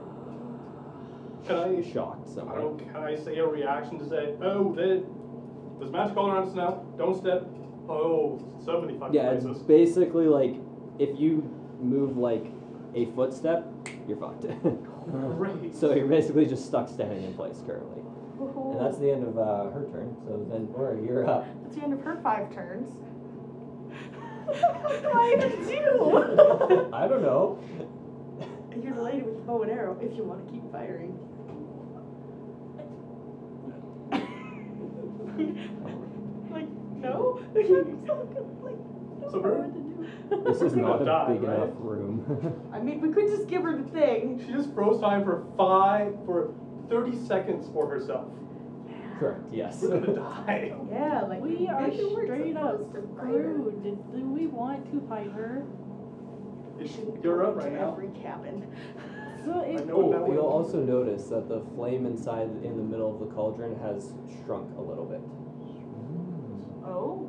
Speaker 3: Can I
Speaker 5: shocked
Speaker 3: I
Speaker 5: somewhat.
Speaker 3: don't, can I say a reaction to say, oh, there, there's magic all around us now. Don't step. Oh, so many fucking
Speaker 5: Yeah, it's
Speaker 3: places.
Speaker 5: basically like if you move like a footstep, you're fucked.
Speaker 3: Great.
Speaker 5: so you're basically just stuck standing in place currently, and that's the end of uh, her turn. So then, Nora, you're up.
Speaker 7: That's the end of her five turns. Why did you?
Speaker 5: I don't know.
Speaker 7: And You're the lady with the bow and arrow if you want to keep firing. like, no? like,
Speaker 3: So we're-
Speaker 5: This is
Speaker 3: We're
Speaker 5: not
Speaker 3: gonna
Speaker 5: a
Speaker 3: die,
Speaker 5: big
Speaker 3: right?
Speaker 5: enough room.
Speaker 7: I mean, we could just give her the thing.
Speaker 3: She just froze time for five, for 30 seconds for herself.
Speaker 5: Correct. Yes.
Speaker 3: We're gonna die.
Speaker 7: Yeah, like
Speaker 11: We are
Speaker 7: maybe we're
Speaker 11: straight up
Speaker 7: supposed to fight her.
Speaker 11: screwed. Did- Do we want to fight her?
Speaker 7: We
Speaker 3: It's-
Speaker 7: shouldn't
Speaker 3: You're
Speaker 7: go
Speaker 3: up
Speaker 7: into
Speaker 3: right now.
Speaker 7: Every cabin.
Speaker 11: So if
Speaker 3: know
Speaker 5: Oh,
Speaker 3: that one.
Speaker 5: you'll also notice that the flame inside in the middle of the cauldron has shrunk a little bit
Speaker 7: Oh,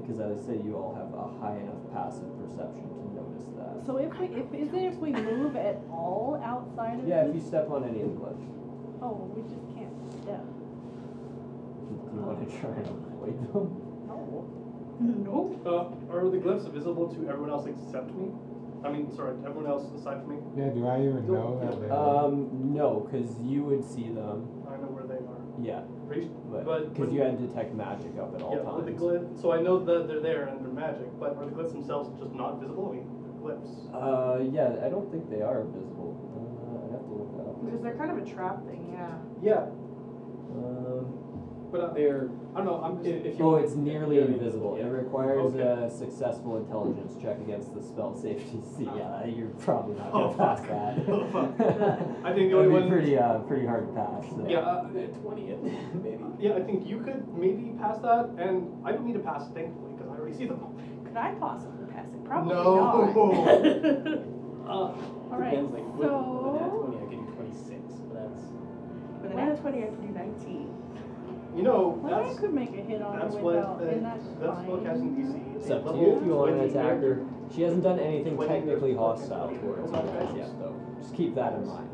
Speaker 5: because I would say you all have a high enough passive perception to notice that.
Speaker 11: so if we if is it if we move at all outside of
Speaker 5: Yeah, if you
Speaker 11: this?
Speaker 5: step on any of the glyphs,
Speaker 11: Oh, we just can't step.
Speaker 5: do you want to try and avoid them?
Speaker 11: No.
Speaker 3: Nope. Uh, are the glyphs visible to everyone else except me? I mean, sorry, everyone else aside from me?
Speaker 6: Yeah, do I even know that they
Speaker 3: Uh,
Speaker 5: Um, no, because you would see them.
Speaker 3: I know where they are.
Speaker 5: Yeah,
Speaker 3: Are you-
Speaker 5: but
Speaker 3: But
Speaker 5: because
Speaker 3: when-
Speaker 5: you had to detect magic up at all
Speaker 3: yeah, were the
Speaker 5: times.
Speaker 3: glyph, so I know that they're there and they're magic, but are the glyphs themselves just not visible? I mean, the glyphs.
Speaker 5: Uh, yeah, I don't think they are visible. Uh, I'd have to look that up.
Speaker 7: because they're kind of a trap thing, yeah.
Speaker 3: Yeah,
Speaker 5: Um,
Speaker 3: but uh,
Speaker 4: They're
Speaker 3: I don't know. I'm just.
Speaker 4: If- if you
Speaker 5: oh,
Speaker 4: want-
Speaker 5: it's nearly
Speaker 4: Yeah,
Speaker 5: invisible. It
Speaker 4: yeah.
Speaker 5: requires
Speaker 3: Okay.
Speaker 5: a successful intelligence check against the spell safety. So yeah, you're probably not
Speaker 3: Oh,
Speaker 5: gonna pass
Speaker 3: fuck.
Speaker 5: that.
Speaker 3: Oh, fuck. I think the only
Speaker 5: It'd be
Speaker 3: one.
Speaker 5: pretty, uh, pretty hard to pass. So.
Speaker 3: Yeah, uh,
Speaker 4: twentieth, maybe.
Speaker 3: yeah. I think you could maybe pass that, and I don't need to pass thankfully because I already see them.
Speaker 7: Could I possibly pass it? Probably
Speaker 3: No.
Speaker 7: not.
Speaker 3: Uh,
Speaker 11: All right.
Speaker 4: Depends, like, with, with that
Speaker 11: So
Speaker 4: twenty, I could do twenty-six, but that's.
Speaker 7: But an at 20, I can do 19.
Speaker 3: you know
Speaker 11: well, I
Speaker 3: that's
Speaker 11: could make a hit on
Speaker 3: that's
Speaker 11: her
Speaker 3: what
Speaker 11: without,
Speaker 3: uh,
Speaker 11: and that's
Speaker 3: that's
Speaker 11: fine.
Speaker 3: what casting DC.
Speaker 5: It's
Speaker 3: a
Speaker 5: up to
Speaker 3: level
Speaker 5: you if you want to
Speaker 3: 20
Speaker 5: attack her. She hasn't done anything
Speaker 3: When you-
Speaker 5: technically hostile towards you guys yet, though. Just keep that in mind.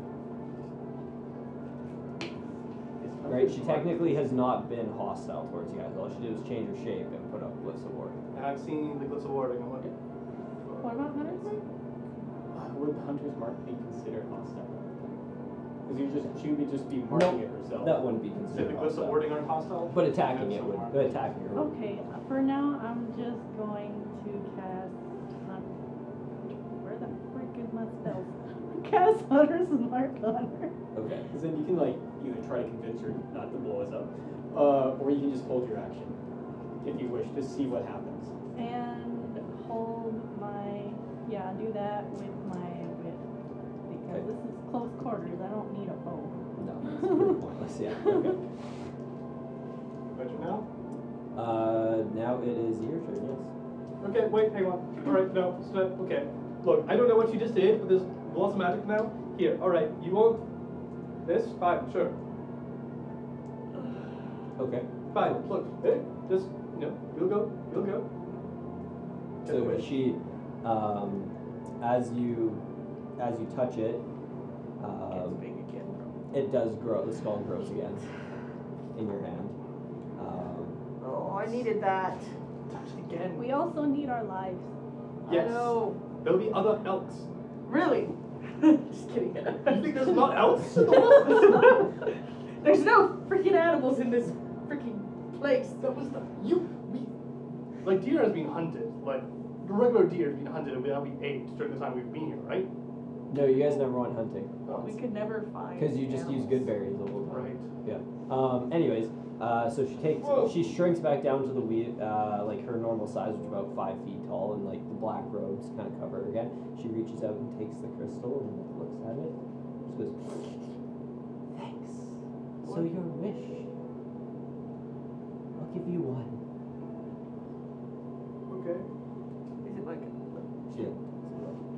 Speaker 4: it's not
Speaker 5: Right? She
Speaker 4: really
Speaker 5: technically has not been hostile towards you guys. All she did was change her shape and put up glyphs of war.
Speaker 3: And I've seen the Glitz Award. I'm like,
Speaker 11: What about Hunter's Mark?
Speaker 4: hard. Uh, Would the hunter's mark be considered hostile? Because you just, she would just be marking it herself.
Speaker 5: That wouldn't be
Speaker 3: say the
Speaker 5: considered
Speaker 3: Glitz
Speaker 5: hostile.
Speaker 3: Awarding aren't hostile.
Speaker 5: But attacking
Speaker 3: Yeah,
Speaker 5: it
Speaker 3: so
Speaker 5: would.
Speaker 3: far.
Speaker 5: But attacking her would.
Speaker 11: Okay, for now I'm just going to cast Hunter's on spells. Cast Hunter's Mark on her.
Speaker 5: Okay.
Speaker 4: Because then you can like either try to convince her not to blow us up, uh, or you can just hold your action if you wish to see what happens.
Speaker 11: And hold my. Yeah, do that with my whip.
Speaker 5: Okay.
Speaker 11: Because this is close quarters. I don't need a bow.
Speaker 5: No, that's pretty pointless. Yeah. Okay.
Speaker 3: Better now?
Speaker 5: Uh, now it is your turn. Yes.
Speaker 3: Okay, wait, hang on. Alright, no, stop. Okay. Look, I don't know what you just did, but there's lots of magic now. Here, alright, you want this? Fine, sure.
Speaker 5: Okay.
Speaker 3: Fine, look, hey, just, you know, you'll go, you'll go.
Speaker 5: So she, um, as you, as you touch it, um, it does grow. The skull grows again in your hand. Um,
Speaker 7: Oh, I needed that.
Speaker 3: Touch it again.
Speaker 11: We also need our lives.
Speaker 3: Yes.
Speaker 7: I know.
Speaker 3: There'll be other elks.
Speaker 7: Really? Just kidding.
Speaker 3: You think there's not elks in the world?
Speaker 7: There's no freaking animals in this freaking place. That was the
Speaker 3: you, we, like deer has been hunted. Like the regular deer has been hunted, and now we ate during the time we've been here, right?
Speaker 5: no, you guys never went hunting
Speaker 7: Oh, we could never find.
Speaker 5: because you just use
Speaker 7: animals.
Speaker 5: good berries the whole time.
Speaker 3: Right.
Speaker 5: Yeah. Um, anyways, uh, so she takes,
Speaker 3: Whoa.
Speaker 5: she shrinks back down to the wee uh, like her normal size, which is about five feet tall, and like the black robes kind of cover her again. She reaches out and takes the crystal and looks at it. She goes, "Thanks. So your wish. I'll give you one."
Speaker 3: Okay.
Speaker 7: Is it like
Speaker 5: She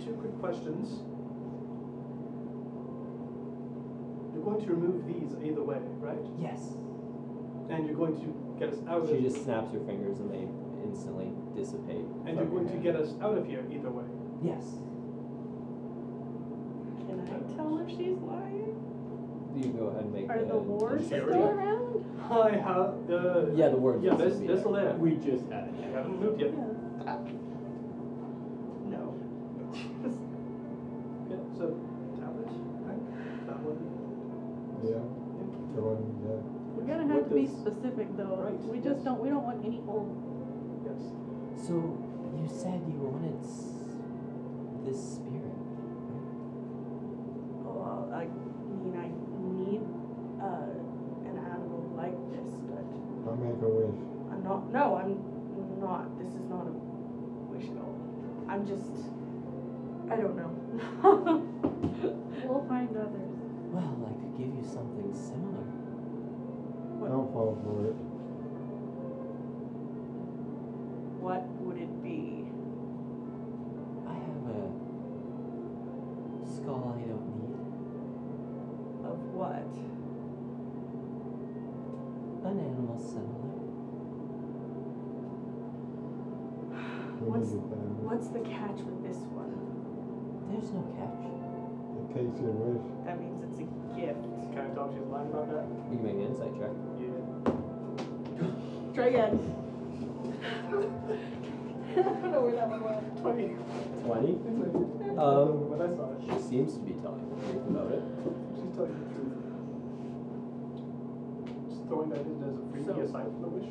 Speaker 3: Two quick questions. You're going to remove these either way, right?
Speaker 5: yes.
Speaker 3: And you're going to get us out of
Speaker 5: She just snaps her fingers and they instantly dissipate.
Speaker 3: and you're
Speaker 5: from your
Speaker 3: going to
Speaker 5: hand.
Speaker 3: get us out of here either way.
Speaker 5: yes.
Speaker 7: Can I tell if she's lying?
Speaker 5: You go ahead and make.
Speaker 11: Are
Speaker 5: the,
Speaker 11: the wards
Speaker 5: insight
Speaker 3: Sure.
Speaker 11: still
Speaker 5: check.
Speaker 11: around?
Speaker 3: I have the
Speaker 5: Yeah, the words
Speaker 3: Yeah,
Speaker 5: must
Speaker 3: they're,
Speaker 5: be
Speaker 3: they're still there.
Speaker 4: We just had it.
Speaker 3: We haven't moved yet.
Speaker 7: No.
Speaker 3: Yeah, so tablet, right? That one.
Speaker 6: Yeah. The one, yeah.
Speaker 11: We're gonna have
Speaker 3: What
Speaker 11: to be
Speaker 3: does-
Speaker 11: specific though.
Speaker 3: Right,
Speaker 11: We
Speaker 3: yes.
Speaker 11: just don't. We don't want any old.
Speaker 3: Yes.
Speaker 5: So you said you wanted s- this spirit.
Speaker 7: Well, Oh, I mean, I need uh, an animal like this, but
Speaker 6: I'll make a wish.
Speaker 7: I'm not. No, I'm not. This is not a wish at all. I'm just. I don't know.
Speaker 11: We'll find others.
Speaker 5: Well, I could give you something similar.
Speaker 6: Don't fall for it.
Speaker 7: what would it be?
Speaker 5: I have a skull I don't need.
Speaker 7: Of what?
Speaker 5: An animal similar.
Speaker 6: We
Speaker 7: What's-
Speaker 6: need it done.
Speaker 7: What's the catch with this one?
Speaker 5: There's no catch.
Speaker 6: It takes your wish.
Speaker 7: That means it's a gift.
Speaker 3: Can I talk to you lying about that?
Speaker 5: You can make an insight check.
Speaker 3: Yeah.
Speaker 7: Try again. I don't know where that one was.
Speaker 3: Twenty.
Speaker 5: Twenty.
Speaker 3: Um, but I saw it.
Speaker 5: She seems to be telling the truth about it.
Speaker 3: She's telling the truth. Just throwing that in as a freebie
Speaker 7: So-
Speaker 3: aside from the wish.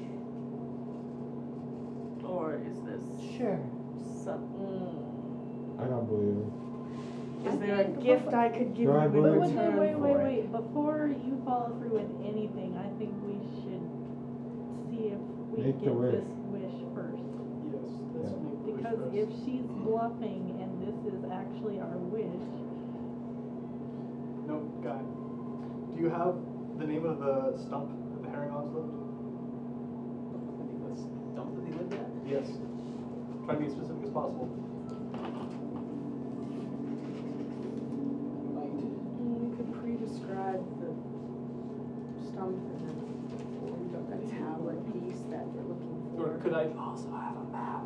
Speaker 7: Or is this
Speaker 5: Sure.
Speaker 7: something?
Speaker 6: I don't believe it.
Speaker 7: Is
Speaker 11: I
Speaker 7: there a
Speaker 11: think-
Speaker 7: gift Mm. I could give you
Speaker 6: No, I
Speaker 7: in
Speaker 6: believe-
Speaker 11: But
Speaker 6: Good
Speaker 11: wait,
Speaker 7: return
Speaker 11: wait, wait,
Speaker 7: for
Speaker 11: wait,
Speaker 7: it?
Speaker 11: wait. Before you follow through with anything, I think we should see if we
Speaker 6: Make the
Speaker 11: get
Speaker 6: wish.
Speaker 11: this wish first.
Speaker 3: Yes, that's
Speaker 6: Yeah.
Speaker 3: make the wish
Speaker 11: Because
Speaker 3: first.
Speaker 11: if she's bluffing and this is actually our wish,
Speaker 3: No, guy. Do you have the name of the stump that the herringons lived?
Speaker 4: I think that's dumb that they lived at.
Speaker 3: Yes. Try to be as specific as possible.
Speaker 4: Might.
Speaker 7: Mm, We could pre-describe the stump and then the tablet piece that we're looking
Speaker 3: Or
Speaker 7: for.
Speaker 3: could I also have a map?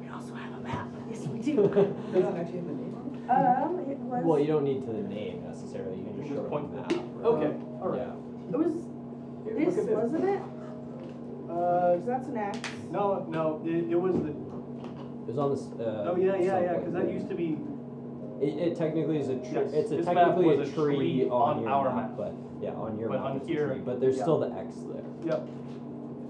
Speaker 7: We also have a map. Yes, we do.
Speaker 4: Does it actually have a name on it?
Speaker 7: Um, it was.
Speaker 5: Well, you don't need to name necessarily. You can
Speaker 3: You
Speaker 5: just
Speaker 3: just
Speaker 5: show her
Speaker 3: point
Speaker 5: the map.
Speaker 3: them.
Speaker 5: right?
Speaker 3: Okay, alright.
Speaker 5: Yeah.
Speaker 7: It was
Speaker 3: Here,
Speaker 7: this,
Speaker 3: look at this.
Speaker 7: wasn't it?
Speaker 3: Uh,
Speaker 7: 'Cause that's an axe.
Speaker 3: no, no, it, it was the.
Speaker 5: It was on this. Uh,
Speaker 3: oh, yeah,
Speaker 5: some
Speaker 3: yeah, yeah,
Speaker 5: point
Speaker 3: because that
Speaker 5: there.
Speaker 3: used to be.
Speaker 5: It, it technically is a tree.
Speaker 3: Yes,
Speaker 5: It's a
Speaker 3: this map
Speaker 5: technically
Speaker 3: was
Speaker 5: a
Speaker 3: a
Speaker 5: tree,
Speaker 3: tree
Speaker 5: on,
Speaker 3: on
Speaker 5: your
Speaker 3: our
Speaker 5: map,
Speaker 3: map.
Speaker 5: but yeah, on your
Speaker 3: But
Speaker 5: map.
Speaker 3: on
Speaker 5: it's a
Speaker 3: here,
Speaker 5: tree, but there's
Speaker 3: yeah.
Speaker 5: still the X there.
Speaker 3: Yep.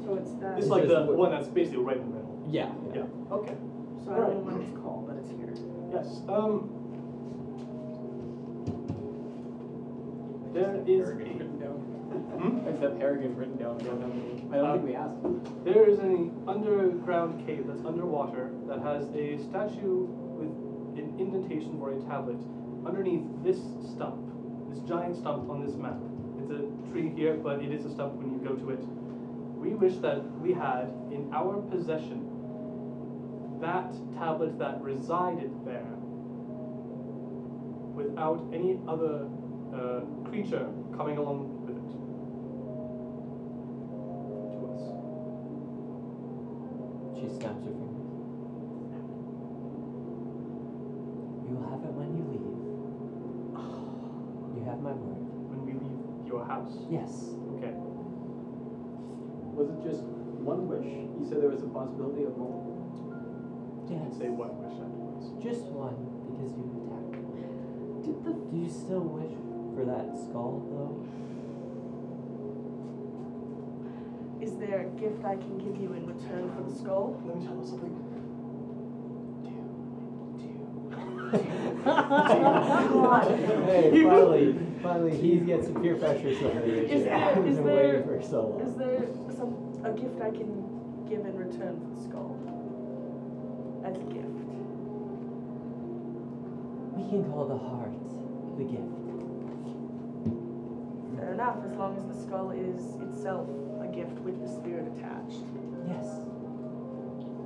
Speaker 7: So it's uh, that.
Speaker 3: It's
Speaker 5: It
Speaker 3: like
Speaker 5: says
Speaker 3: the
Speaker 5: what-
Speaker 3: one that's basically right in the middle.
Speaker 5: Yeah.
Speaker 3: Yeah. Okay.
Speaker 7: so I don't know what it's called, but it's here.
Speaker 3: Yes. Um. There
Speaker 4: have
Speaker 3: is
Speaker 4: Harrigan
Speaker 3: a-
Speaker 4: written down.
Speaker 3: Hmm?
Speaker 4: I just have Harrigan written down. I don't know. I don't think we asked him.
Speaker 3: There is an underground cave that's underwater that has a statue with an indentation for a tablet underneath this stump, this giant stump on this map. It's a tree here, but it is a stump when you go to it. We wish that we had in our possession that tablet that resided there without any other uh, creature coming along with it to us.
Speaker 5: She snaps her fingers. You'll have it when you leave. You have my word.
Speaker 3: when we leave your house.
Speaker 5: Yes.
Speaker 3: Okay.
Speaker 4: Was it just one wish? You said there was a possibility of multiple.
Speaker 3: You
Speaker 5: Yes.
Speaker 3: can say what wish that was.
Speaker 5: Just one, because you attacked.
Speaker 10: Did the
Speaker 5: Do you still wish for that skull, though?
Speaker 7: Is there a gift I can give you in return for the skull?
Speaker 3: Let me tell you something.
Speaker 5: hey, finally, finally, he gets some peer pressure. Somebody
Speaker 7: Is there-
Speaker 5: I've
Speaker 7: is
Speaker 5: been
Speaker 7: there-
Speaker 5: waiting for so long.
Speaker 7: Is there some a gift I can give in return for the skull? As a gift.
Speaker 5: We can call the heart the gift.
Speaker 7: Fair enough, as long as the skull is itself a gift with the spirit attached.
Speaker 5: Yes.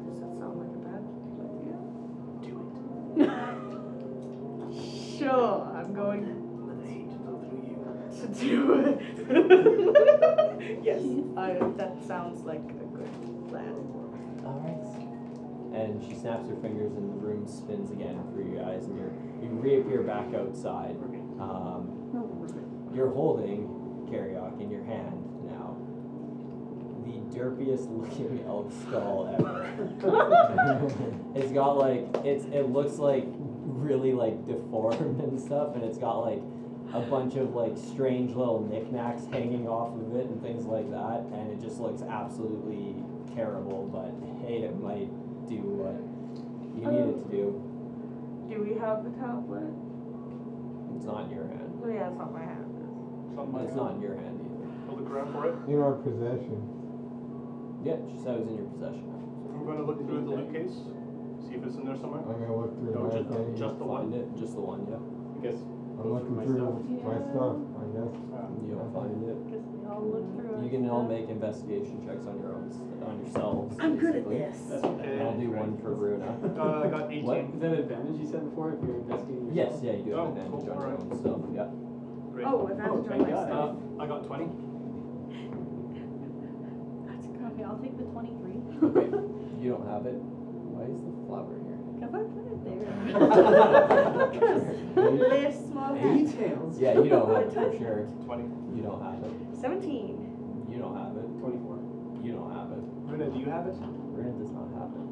Speaker 7: Does that sound like a bad idea?
Speaker 3: Do
Speaker 7: Sure, I'm going
Speaker 3: it. Let the hate flow through you.
Speaker 7: to do it. yes, I, that sounds like a good plan.
Speaker 5: All right. And she snaps her fingers, and the room spins again for you guys, and you're, you reappear back outside. Um, you're holding Karyok in your hand now. The derpiest looking elf skull ever. it's got like it's it looks like really like deformed and stuff, and it's got like a bunch of like strange little knickknacks hanging off of it and things like that, and it just looks absolutely terrible. But hey, it might do what you need it to do.
Speaker 7: Do we have the tablet?
Speaker 5: It's not in your hand.
Speaker 7: Oh yeah, it's not my hand.
Speaker 5: It's not in your hand either.
Speaker 3: I'll look around for it.
Speaker 6: In our possession.
Speaker 5: Yeah, she said it was in your possession.
Speaker 3: I'm going to look through the loot case, see if it's in there somewhere.
Speaker 6: I'm gonna look through
Speaker 3: No,
Speaker 6: my
Speaker 3: just-
Speaker 6: thing.
Speaker 3: just- the
Speaker 5: Find it, just the one. Yeah,
Speaker 4: I guess.
Speaker 6: I'm looking through my
Speaker 11: Yeah.
Speaker 6: stuff, I guess.
Speaker 3: um,
Speaker 5: you'll find it.
Speaker 11: Guess we all look through
Speaker 5: You
Speaker 11: our
Speaker 5: can all
Speaker 11: stuff.
Speaker 5: make investigation checks on your own, s- on yourselves.
Speaker 2: I'm good at
Speaker 5: basically.
Speaker 2: this.
Speaker 4: That's what
Speaker 5: And I'll do one for Runa.
Speaker 3: Uh, I got 18.
Speaker 5: What?
Speaker 4: Is that an advantage you said before if you're investigating
Speaker 5: Yes,
Speaker 4: yourself?
Speaker 5: yeah, you do have
Speaker 3: Oh,
Speaker 5: advantage
Speaker 3: cool,
Speaker 5: on your
Speaker 3: alright.
Speaker 5: own stuff. Yeah.
Speaker 3: Great.
Speaker 7: Oh, if I
Speaker 4: Oh,
Speaker 7: have to join
Speaker 4: thank
Speaker 7: my
Speaker 4: God.
Speaker 7: stuff.
Speaker 3: Uh, I got 20.
Speaker 11: Okay, I'll take the 23.
Speaker 5: You don't have it. Why is the flower here?
Speaker 11: Because I put it there.
Speaker 5: Eight?
Speaker 7: Live small hat.
Speaker 4: Details.
Speaker 5: Yeah, you don't have it for sure.
Speaker 3: 20.
Speaker 5: You don't have it.
Speaker 7: 17.
Speaker 5: You don't have it.
Speaker 4: Twenty-four.
Speaker 5: You don't have it.
Speaker 3: Runa, do you have it?
Speaker 5: Runa does not have it.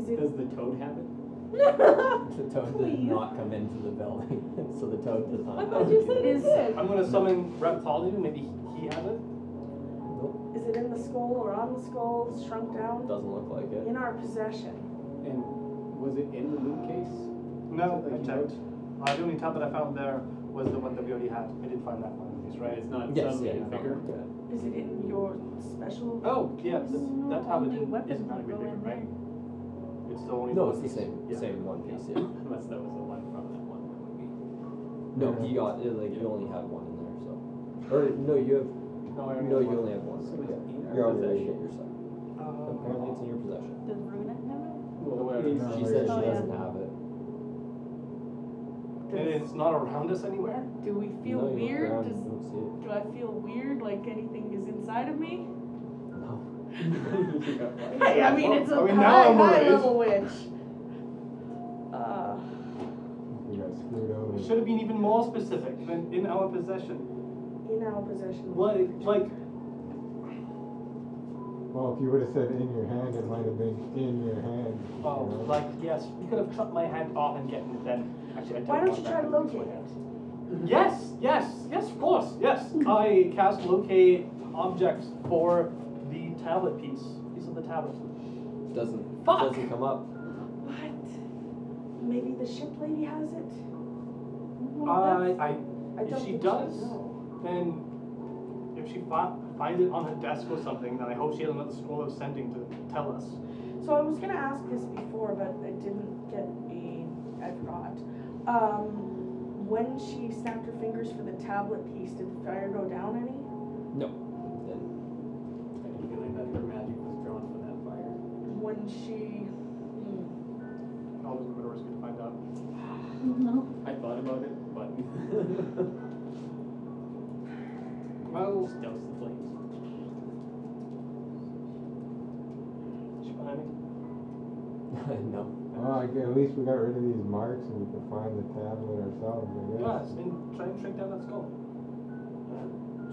Speaker 7: Is it?
Speaker 4: Does the toad have it?
Speaker 5: The toad did not come into the building, so the toad does
Speaker 11: I
Speaker 5: not
Speaker 11: thought
Speaker 5: have
Speaker 11: you
Speaker 5: it.
Speaker 11: said it
Speaker 7: Is-
Speaker 11: did.
Speaker 3: I'm going to summon Reptalia. Maybe he has it.
Speaker 5: Nope,
Speaker 7: Is it in the skull or on the skull, shrunk down?
Speaker 5: doesn't look like it.
Speaker 7: In our possession.
Speaker 4: And was it in the loot case?
Speaker 3: No,
Speaker 4: Like
Speaker 3: I
Speaker 4: you
Speaker 3: checked. Uh, the only tab that I found there was the one that we already had. I did find that one, at least, right?
Speaker 4: It's not
Speaker 5: Yes,
Speaker 4: suddenly
Speaker 5: yeah,
Speaker 4: a
Speaker 5: no,
Speaker 4: figure.
Speaker 5: yeah.
Speaker 7: Is it in your special?
Speaker 3: Oh, yeah, that, that tablet
Speaker 11: Only
Speaker 3: isn't,
Speaker 11: weapons
Speaker 3: isn't that a
Speaker 11: that go in
Speaker 3: right? It's the only
Speaker 5: No,
Speaker 3: one
Speaker 5: it's the
Speaker 3: piece.
Speaker 5: same,
Speaker 3: Yeah.
Speaker 5: same one piece. Yeah.
Speaker 4: Unless that was the one from that one. That would be.
Speaker 5: No, you got it, like you only have one in there, so. Or no, you have
Speaker 3: No, Oh, I
Speaker 5: no, you
Speaker 3: only have one.
Speaker 5: only have one.
Speaker 4: So it's
Speaker 5: yeah.
Speaker 4: in our
Speaker 5: You're on your way to
Speaker 4: possession.
Speaker 5: get your stuff.
Speaker 3: Oh.
Speaker 5: Apparently, it's in your possession.
Speaker 11: Does Runa have it?
Speaker 4: Well,
Speaker 3: She
Speaker 6: No,
Speaker 5: She
Speaker 6: we're-
Speaker 5: said
Speaker 11: Oh,
Speaker 5: she
Speaker 11: yeah.
Speaker 5: doesn't have it.
Speaker 3: And it's not around us anywhere?
Speaker 7: Do we feel
Speaker 5: No, you look
Speaker 7: weird?
Speaker 5: around,
Speaker 7: Does,
Speaker 5: you don't see it.
Speaker 7: do I feel weird like anything is inside of me?
Speaker 5: No.
Speaker 4: you got one.
Speaker 7: Hey, I mean,
Speaker 3: Well,
Speaker 7: it's a
Speaker 3: I mean, now
Speaker 7: high,
Speaker 3: I'm
Speaker 7: high
Speaker 3: worried.
Speaker 7: level witch. Uh,
Speaker 6: You got screwed over.
Speaker 3: It should have been even more specific than in our possession.
Speaker 7: in our possession.
Speaker 3: Like, like
Speaker 6: Well, if you would have said in your hand, it might have been in your hand. you
Speaker 3: oh,
Speaker 6: know?
Speaker 3: like, yes, you could have chopped my hand off and gotten it then. Actually, I don't
Speaker 7: Why don't
Speaker 3: want
Speaker 7: you
Speaker 3: that
Speaker 7: try to
Speaker 3: to be
Speaker 7: locate
Speaker 3: my
Speaker 7: it?
Speaker 3: hand. Yes, yes, yes, of course, yes. I cast locate objects for the tablet piece, piece of the tablet.
Speaker 5: Doesn't
Speaker 3: Fuck!
Speaker 5: doesn't come up.
Speaker 7: What? Maybe the ship lady has it?
Speaker 3: I, I,
Speaker 7: I don't
Speaker 5: Uh,
Speaker 3: if she
Speaker 7: think
Speaker 3: does,
Speaker 7: no.
Speaker 3: then if she fi- finds it on her desk or something, then I hope she has another scroll of sending to tell us.
Speaker 7: So I was gonna ask this before, but I didn't get a, I forgot. Um, when she snapped her fingers for the tablet piece, did the fire go down any?
Speaker 5: Then
Speaker 4: feeling that her magic was drawn from that fire.
Speaker 7: When she, hmm,
Speaker 3: All the murderers get to find out.
Speaker 11: No.
Speaker 4: I thought about it, but
Speaker 3: Well,
Speaker 4: just doused the flames.
Speaker 3: she found anything?
Speaker 5: no.
Speaker 6: Well, I gu- at least we got rid of these marks and we could find the tablet ourselves, I guess.
Speaker 3: Yes, and try and shrink down that skull.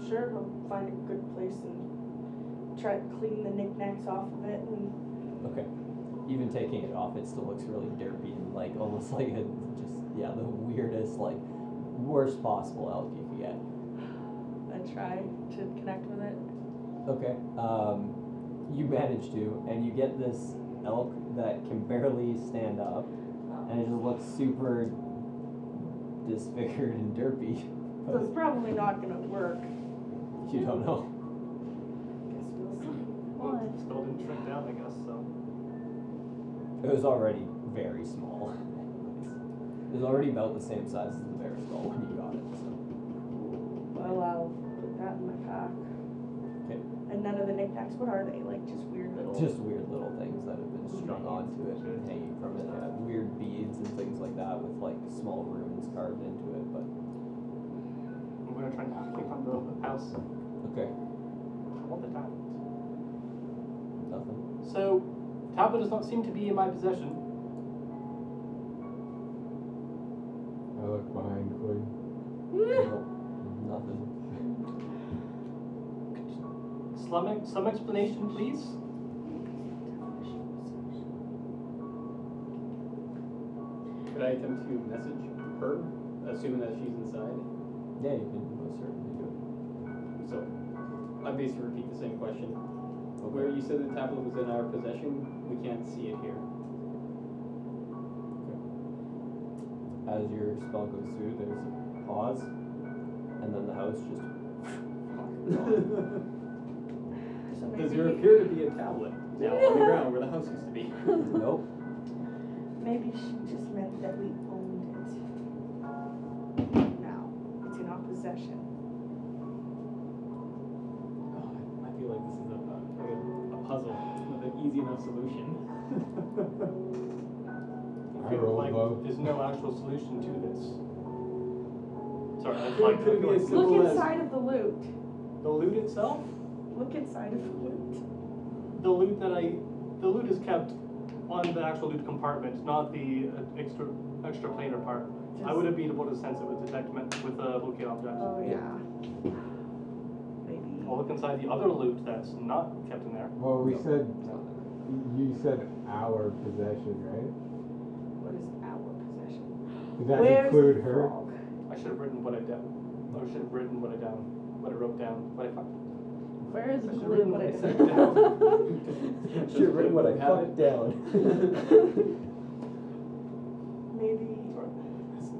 Speaker 7: sure, we'll find a good place and try to clean the knickknacks off of it and.
Speaker 5: Okay. Even taking it off, it still looks really derpy and like almost like a just yeah the weirdest like worst possible elk you could get.
Speaker 7: I try to connect with it.
Speaker 5: Okay. Um, you manage to, and you get this elk that can barely stand up, and it just looks super disfigured and derpy.
Speaker 7: So it's probably not gonna work.
Speaker 5: you don't know.
Speaker 7: Guess we'll see.
Speaker 3: Well,
Speaker 11: What?
Speaker 3: the skull didn't shrink down, I guess, so.
Speaker 5: It was already very small. It was already about the same size as the bear skull when you got it. So.
Speaker 7: Well, I'll put that in my pack.
Speaker 5: Okay.
Speaker 7: And none of the knickknacks, what are they? Like just weird little.
Speaker 5: Just weird little things that have been strung onto it, and hanging from it. Yeah, weird beads and things like that with like small runes carved into it. But
Speaker 3: I'm gonna try and click on the house.
Speaker 5: okay,
Speaker 3: I want the tablet.
Speaker 5: nothing.
Speaker 3: So, tablet does not seem to be in my possession.
Speaker 6: I look behind Quinn.
Speaker 5: No, nothing.
Speaker 3: Some, some explanation, please.
Speaker 4: Could I attempt to message her, assuming that she's inside?
Speaker 5: Yeah, you can most certainly do it.
Speaker 4: So, I basically repeat the same question.
Speaker 5: Okay.
Speaker 4: Where you said the tablet was in our possession, we can't see it here.
Speaker 5: As your spell goes through, there's a pause, and then the house just.
Speaker 7: So
Speaker 4: Does there
Speaker 7: maybe,
Speaker 4: appear to be a tablet now on the ground where the house used to be?
Speaker 5: nope.
Speaker 7: maybe she just meant that we owned it. Now, it's in our possession.
Speaker 4: Oh, I feel like this is a, a, a puzzle with an easy enough solution.
Speaker 6: I
Speaker 3: feel
Speaker 6: roll
Speaker 3: like
Speaker 6: low.
Speaker 3: there's no actual solution to this. Sorry, I
Speaker 4: Could-
Speaker 3: like
Speaker 4: could it
Speaker 3: I feel
Speaker 4: be a
Speaker 3: like
Speaker 4: simple-
Speaker 7: Look
Speaker 4: Well, as-
Speaker 7: inside of the loot.
Speaker 3: the loot itself.
Speaker 7: Look inside of the loot.
Speaker 3: The loot that I, the loot is kept on the actual loot compartment, not the uh, extra extra planar part. I would have been able to sense it with detect men- with uh, a locate object.
Speaker 7: Oh yeah. Maybe.
Speaker 3: I'll look inside the other loot that's not kept in there.
Speaker 6: Well, we
Speaker 5: No.
Speaker 6: said,
Speaker 5: Nothing.
Speaker 6: you said our possession, right?
Speaker 7: What is our possession?
Speaker 6: Does that
Speaker 7: Where's
Speaker 6: include
Speaker 7: the
Speaker 6: her?
Speaker 7: frog?
Speaker 3: I should have written what I did, or should have written what I down, what I wrote down, what I fucked.
Speaker 11: Where is Oh
Speaker 3: I should've
Speaker 11: glue?
Speaker 3: written what I
Speaker 11: What
Speaker 3: said
Speaker 11: I-
Speaker 3: down.
Speaker 5: Should've written what I
Speaker 4: Have
Speaker 5: fucked
Speaker 4: it.
Speaker 5: down.
Speaker 7: Maybe.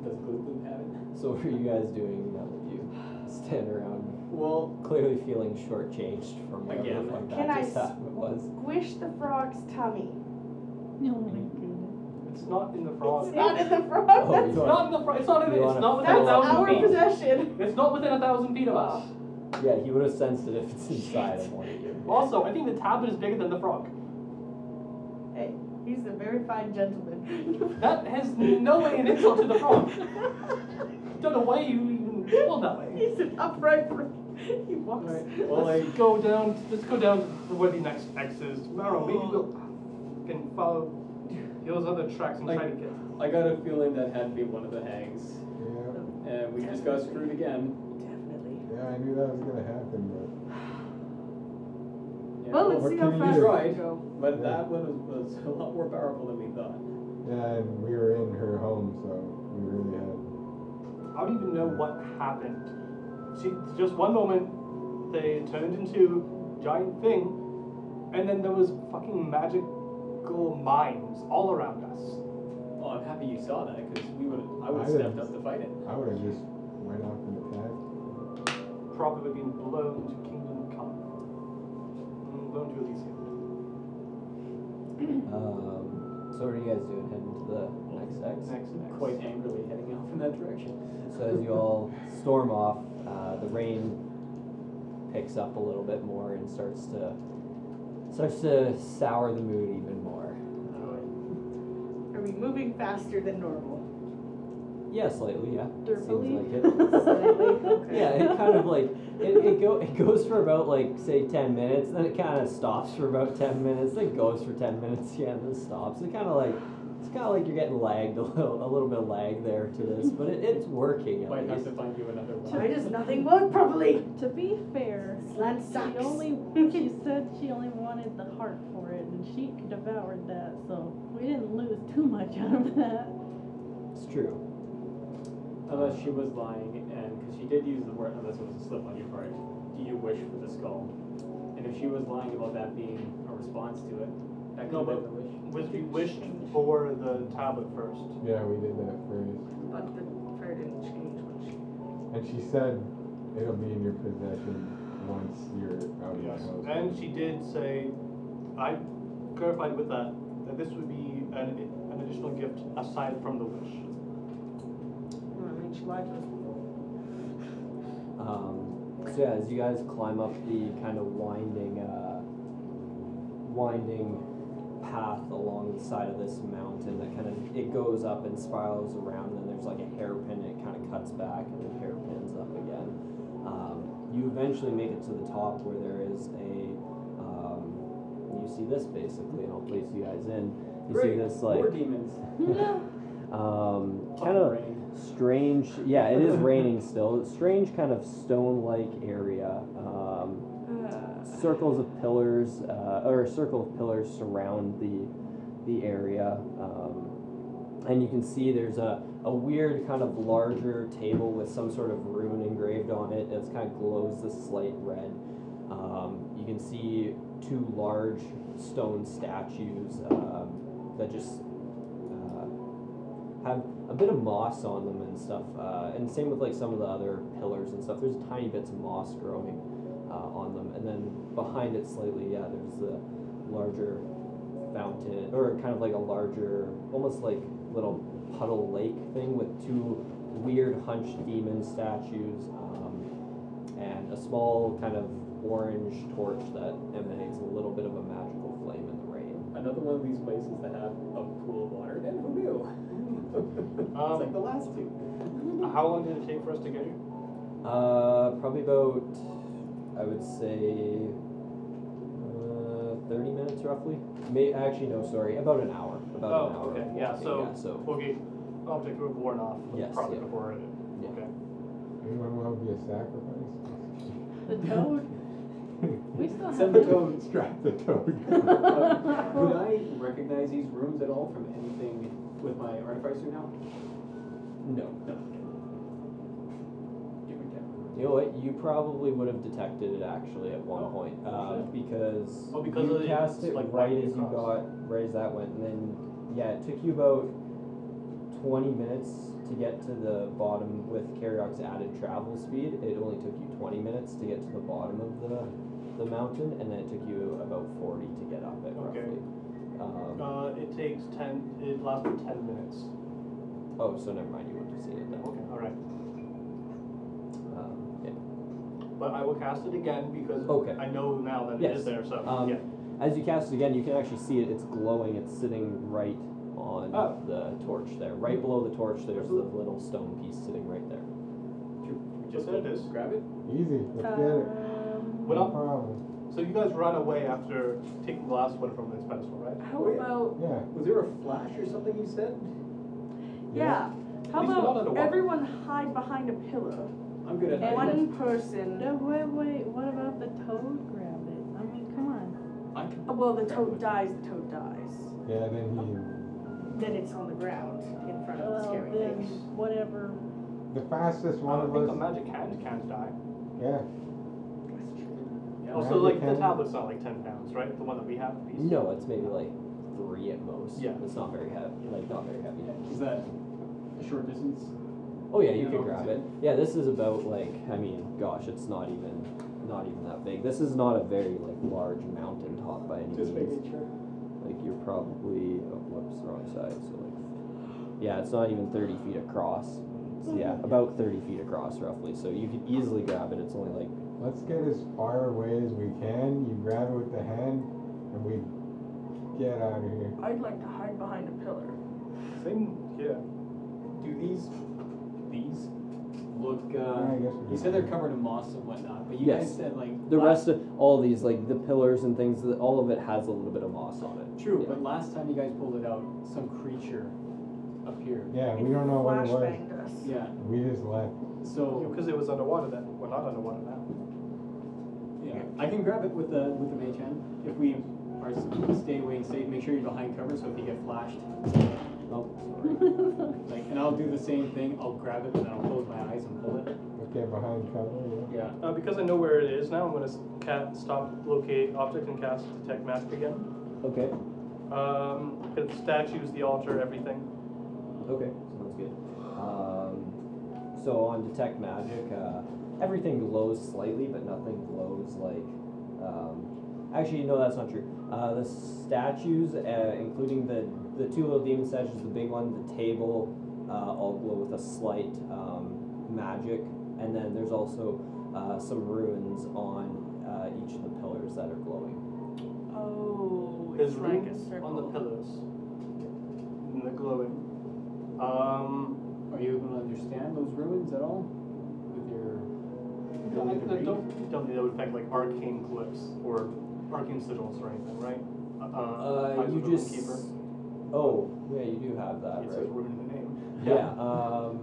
Speaker 4: Does Blue Blue have it?
Speaker 5: so what are you guys doing now that you stand around,
Speaker 4: Well,
Speaker 5: clearly feeling shortchanged from whatever
Speaker 4: Again.
Speaker 5: the fuck
Speaker 7: Can
Speaker 5: that
Speaker 7: I
Speaker 5: just
Speaker 7: s-
Speaker 5: happened was?
Speaker 7: Squish the frog's tummy.
Speaker 11: Oh my goodness.
Speaker 3: It's not in the frog.
Speaker 7: It's not in the frog.
Speaker 5: Oh,
Speaker 3: It's
Speaker 5: you
Speaker 3: not in the frog. It's not in.
Speaker 5: You
Speaker 3: It's
Speaker 5: wanna-
Speaker 3: not within a
Speaker 7: That's
Speaker 3: thousand
Speaker 7: our
Speaker 3: feet.
Speaker 7: possession.
Speaker 3: It's not within a thousand feet of us.
Speaker 5: Yeah, he would have sensed it if it's inside of one of you.
Speaker 3: Also, I think the tablet is bigger than the frog.
Speaker 7: Hey, he's a very fine gentleman.
Speaker 3: That has no way an insult to the frog. Don't know why you even feel that way.
Speaker 7: he's an upright. fr- He walks.
Speaker 4: well, I
Speaker 3: Let's go down. Let's go down to where the next X is. I don't know. Maybe we'll can follow those other tracks and try to get.
Speaker 4: I got a feeling that had to be one of the hags,
Speaker 6: Yeah,
Speaker 4: and we just got screwed again.
Speaker 7: Definitely.
Speaker 6: yeah, I knew that was gonna happen, but
Speaker 4: Yeah,
Speaker 7: Well, let's
Speaker 6: What
Speaker 7: see
Speaker 6: can
Speaker 7: how
Speaker 6: you
Speaker 7: fast we
Speaker 6: do?
Speaker 7: go.
Speaker 4: But that one was, was a lot more powerful than we thought.
Speaker 6: and we were in her home, so we really had.
Speaker 3: I don't even know what happened. She just one moment they turned into giant thing, and then there was fucking magical mines all around us.
Speaker 4: Oh, I'm happy you saw that because we would I would
Speaker 6: I
Speaker 4: have stepped
Speaker 6: didn't.
Speaker 4: up to fight it.
Speaker 6: I would have just went off and attacked.
Speaker 3: probably been blown to Kingdom Come. Mm, Blown to Elysium.
Speaker 5: Um, so what are you guys doing? Heading to the next X?
Speaker 3: Next, next.
Speaker 4: quite angrily heading off in that direction.
Speaker 5: So as you all storm off, uh, the rain picks up a little bit more and starts to starts to sour the mood even more. Um,
Speaker 7: Are we moving faster than normal?
Speaker 5: yeah, slightly. Yeah,
Speaker 11: Derpily.
Speaker 5: seems like it. Yeah, it kind of like it, it go it goes for about like say ten minutes, then it kind of stops for about ten minutes, then goes for ten minutes again, and then stops. It kind of like it's kind of like you're getting lagged a little, a little bit of lag there to this, but it, it's working. At
Speaker 4: Might have
Speaker 5: least.
Speaker 4: to find you another one.
Speaker 7: Why does nothing work properly?
Speaker 11: To be fair,
Speaker 7: Slant
Speaker 11: she
Speaker 7: sucks.
Speaker 11: only she said she only wanted the heart for it, and she devoured that, so we didn't lose too much out of that.
Speaker 5: It's true.
Speaker 4: Unless she was lying, and because she did use the word, unless it was a slip on your part, do you wish for the skull? And if she was lying about that being a response to it, that
Speaker 3: No,
Speaker 4: could have been
Speaker 3: but-
Speaker 4: the wish.
Speaker 3: With we wished for the tablet first.
Speaker 6: Yeah, we did that first.
Speaker 2: But the prayer didn't change when she.
Speaker 6: And she said it'll be in your possession once you're out of
Speaker 3: Yes.
Speaker 6: the house.
Speaker 3: And she did say, I clarified with that that this would be an, an additional gift aside from the wish.
Speaker 2: No, I mean, she lied to us before.
Speaker 5: Um, so yeah, as you guys climb up the kind of winding, uh, winding path along the side of this mountain that kind of it goes up and spirals around, and then there's like a hairpin. And it kind of cuts back and then hairpins up again. Um, you eventually make it to the top where there is a. Um, you see this basically, and I'll place you guys in. You see
Speaker 4: Great,
Speaker 5: this like
Speaker 4: More demons.
Speaker 5: um,
Speaker 4: Fucking
Speaker 5: kind of
Speaker 4: rain.
Speaker 5: strange yeah it is raining still strange kind of stone like area um, circles of pillars uh, or a circle of pillars surround the the area um, and you can see there's a, a weird kind of larger table with some sort of rune engraved on it that's kind of glows this slight red um, you can see two large stone statues um, that just uh, have a bit of moss on them and stuff. Uh, and same with like some of the other pillars and stuff. There's tiny bits of moss growing uh, on them. And then behind it slightly, yeah, there's the larger fountain or kind of like a larger, almost like little puddle lake thing with two weird hunched demon statues um, and a small kind of orange torch that emanates a little bit of a magical flame in the rain.
Speaker 4: Another one of these places that have a pool of water, and who knew? it's like the last two.
Speaker 3: How long did it take for us to get here?
Speaker 5: Uh, probably about, I would say, uh, 30 minutes roughly. May, actually, no, sorry, about an hour. About an
Speaker 3: oh,
Speaker 5: hour.
Speaker 3: okay. Yeah, so,
Speaker 5: yeah, so
Speaker 3: okay. Object would have worn off
Speaker 5: Yes,
Speaker 3: probably
Speaker 5: yeah.
Speaker 3: before it.
Speaker 5: Yeah.
Speaker 3: Okay.
Speaker 6: Anyone want to be a sacrifice?
Speaker 11: The toad. We still have
Speaker 4: Send the
Speaker 11: him.
Speaker 4: toad.
Speaker 6: Strap the toad.
Speaker 4: Uh, Would I recognize these rooms at all from anything with my artificer now?
Speaker 5: no.
Speaker 4: No. Different type.
Speaker 5: You know what? You probably would have detected it actually at one point, uh, because
Speaker 3: Oh, because
Speaker 5: you
Speaker 3: of the-
Speaker 5: cast it
Speaker 3: it's like
Speaker 5: right
Speaker 3: lightning
Speaker 5: as you
Speaker 3: cross.
Speaker 5: got right as that went, and then yeah, it took you about 20 minutes to get to the bottom with Karyok's added travel speed. It only took you 20 minutes to get to the bottom of the, the mountain, and then it took you about 40 to get up it
Speaker 3: Okay.
Speaker 5: roughly. Um,
Speaker 3: Uh, it takes 10, it lasted 10 minutes.
Speaker 5: oh, so never mind, you would have seen it then.
Speaker 3: Uh, Okay, alright.
Speaker 5: Um, yeah.
Speaker 3: But I will cast it again because
Speaker 5: Okay.
Speaker 3: I know now that it
Speaker 5: Yes.
Speaker 3: is there, so
Speaker 5: Um,
Speaker 3: yeah.
Speaker 5: As you cast it again, you can actually see it. It's glowing. It's sitting right on
Speaker 4: Oh.
Speaker 5: the torch there. Right below the torch, there's the little stone piece sitting right there.
Speaker 4: Should we
Speaker 3: Just
Speaker 4: Just
Speaker 3: there it is.
Speaker 4: grab it?
Speaker 6: Easy, let's get it.
Speaker 11: Um,
Speaker 3: What
Speaker 6: No
Speaker 3: up?
Speaker 6: problem.
Speaker 3: So you guys run away after taking the last one from this pedestal, right?
Speaker 10: How about
Speaker 6: Yeah.
Speaker 4: Was there a flash or something you said?
Speaker 7: Yeah. How
Speaker 3: least we're not
Speaker 7: about
Speaker 3: underwater.
Speaker 7: everyone hide behind a pillow?
Speaker 4: I'm good at
Speaker 11: And
Speaker 4: hiding.
Speaker 7: One person.
Speaker 11: no, wait, wait. What about the toad grab it? I mean, come on.
Speaker 4: I can
Speaker 7: oh, Well, the toad dies, the toad dies.
Speaker 6: Yeah, then
Speaker 7: Then it's on the ground in front of the
Speaker 11: Well,
Speaker 7: scary
Speaker 11: then
Speaker 7: thing.
Speaker 11: whatever.
Speaker 6: he. The fastest
Speaker 3: Uh, I
Speaker 6: one
Speaker 3: don't
Speaker 6: of
Speaker 3: think the
Speaker 6: us.
Speaker 3: magic hand can die.
Speaker 6: yeah.
Speaker 4: Yeah,
Speaker 3: also,
Speaker 6: magic
Speaker 3: like, the
Speaker 6: hand.
Speaker 3: tablet's not like 10 pounds, right? The one that we have. the piece?
Speaker 5: No, it's maybe like three at most.
Speaker 3: Yeah.
Speaker 5: It's not very heavy. Like not very heavy.
Speaker 4: Yeah, Is that a short distance?
Speaker 5: Oh yeah, you
Speaker 4: Yeah,
Speaker 5: could
Speaker 4: I'll
Speaker 5: grab
Speaker 4: see.
Speaker 5: it. Yeah, this is about like I mean, gosh, it's not even not even that big. This is not a very like large mountain top by any
Speaker 4: Just
Speaker 5: means.
Speaker 4: making sure.
Speaker 5: Like you're probably oh whoops, wrong side. So like yeah, it's not even thirty feet across. It's, yeah,
Speaker 4: Mm-hmm.
Speaker 5: about thirty feet across roughly. So you could easily grab it. It's only like
Speaker 6: Let's get as far away as we can. You grab it with the hand, and we get out of here.
Speaker 10: I'd like to hide behind a pillar.
Speaker 3: Same here.
Speaker 4: Do these, these look,
Speaker 6: I
Speaker 4: uh,
Speaker 6: guess we
Speaker 4: you
Speaker 6: just-
Speaker 4: said they're covered in moss and whatnot, but you
Speaker 5: Yes.
Speaker 4: guys said like.
Speaker 5: the
Speaker 4: last-
Speaker 5: rest of all these like the pillars and things. that- All of it has a little bit of moss on it.
Speaker 4: True,
Speaker 5: Yeah.
Speaker 4: but last time you guys pulled it out, some creature appeared.
Speaker 6: Yeah, we don't know what it was.
Speaker 7: Flashbanged us.
Speaker 4: Yeah,
Speaker 6: We just left.
Speaker 4: so,
Speaker 3: Because it was underwater then. Well, not underwater now.
Speaker 4: yeah, I can grab it with the, with the mage hand, if we are, s- stay away and safe, make sure you're behind cover, so if you get flashed. Oh, sorry. Like, and I'll do the same thing, I'll grab it, and then I'll close my eyes and pull it.
Speaker 6: Okay, behind cover, yeah.
Speaker 4: Yeah.
Speaker 3: Uh, because I know where it is now, I'm going to cat stop, locate object, and cast detect magic again.
Speaker 5: Okay.
Speaker 3: Um, the statues, the altar, everything.
Speaker 5: Okay, sounds good. Um, so on detect magic, uh, everything glows slightly, but nothing glows like. Um, actually, no, that's not true. Uh, the statues, uh, including the the two little demon statues, the big one, the table, uh, all glow with a slight um, magic, and then there's also uh, some ruins on uh, each of the pillars that are glowing.
Speaker 7: Oh,
Speaker 3: There's runes on the pillows. And they're glowing. Um,
Speaker 4: Are you able to understand those ruins at all? With your.
Speaker 3: I,
Speaker 4: ability to
Speaker 3: I
Speaker 4: read?
Speaker 3: don't, don't think that would affect like arcane clips or arcane sigils or anything, right? Uh,
Speaker 5: Uh,
Speaker 3: eyes
Speaker 5: you
Speaker 3: of the
Speaker 5: just.
Speaker 3: Runekeeper.
Speaker 5: Oh, yeah, you do have that,
Speaker 3: It
Speaker 5: right?
Speaker 3: says rune in the name.
Speaker 5: Yeah. Um,
Speaker 3: Let me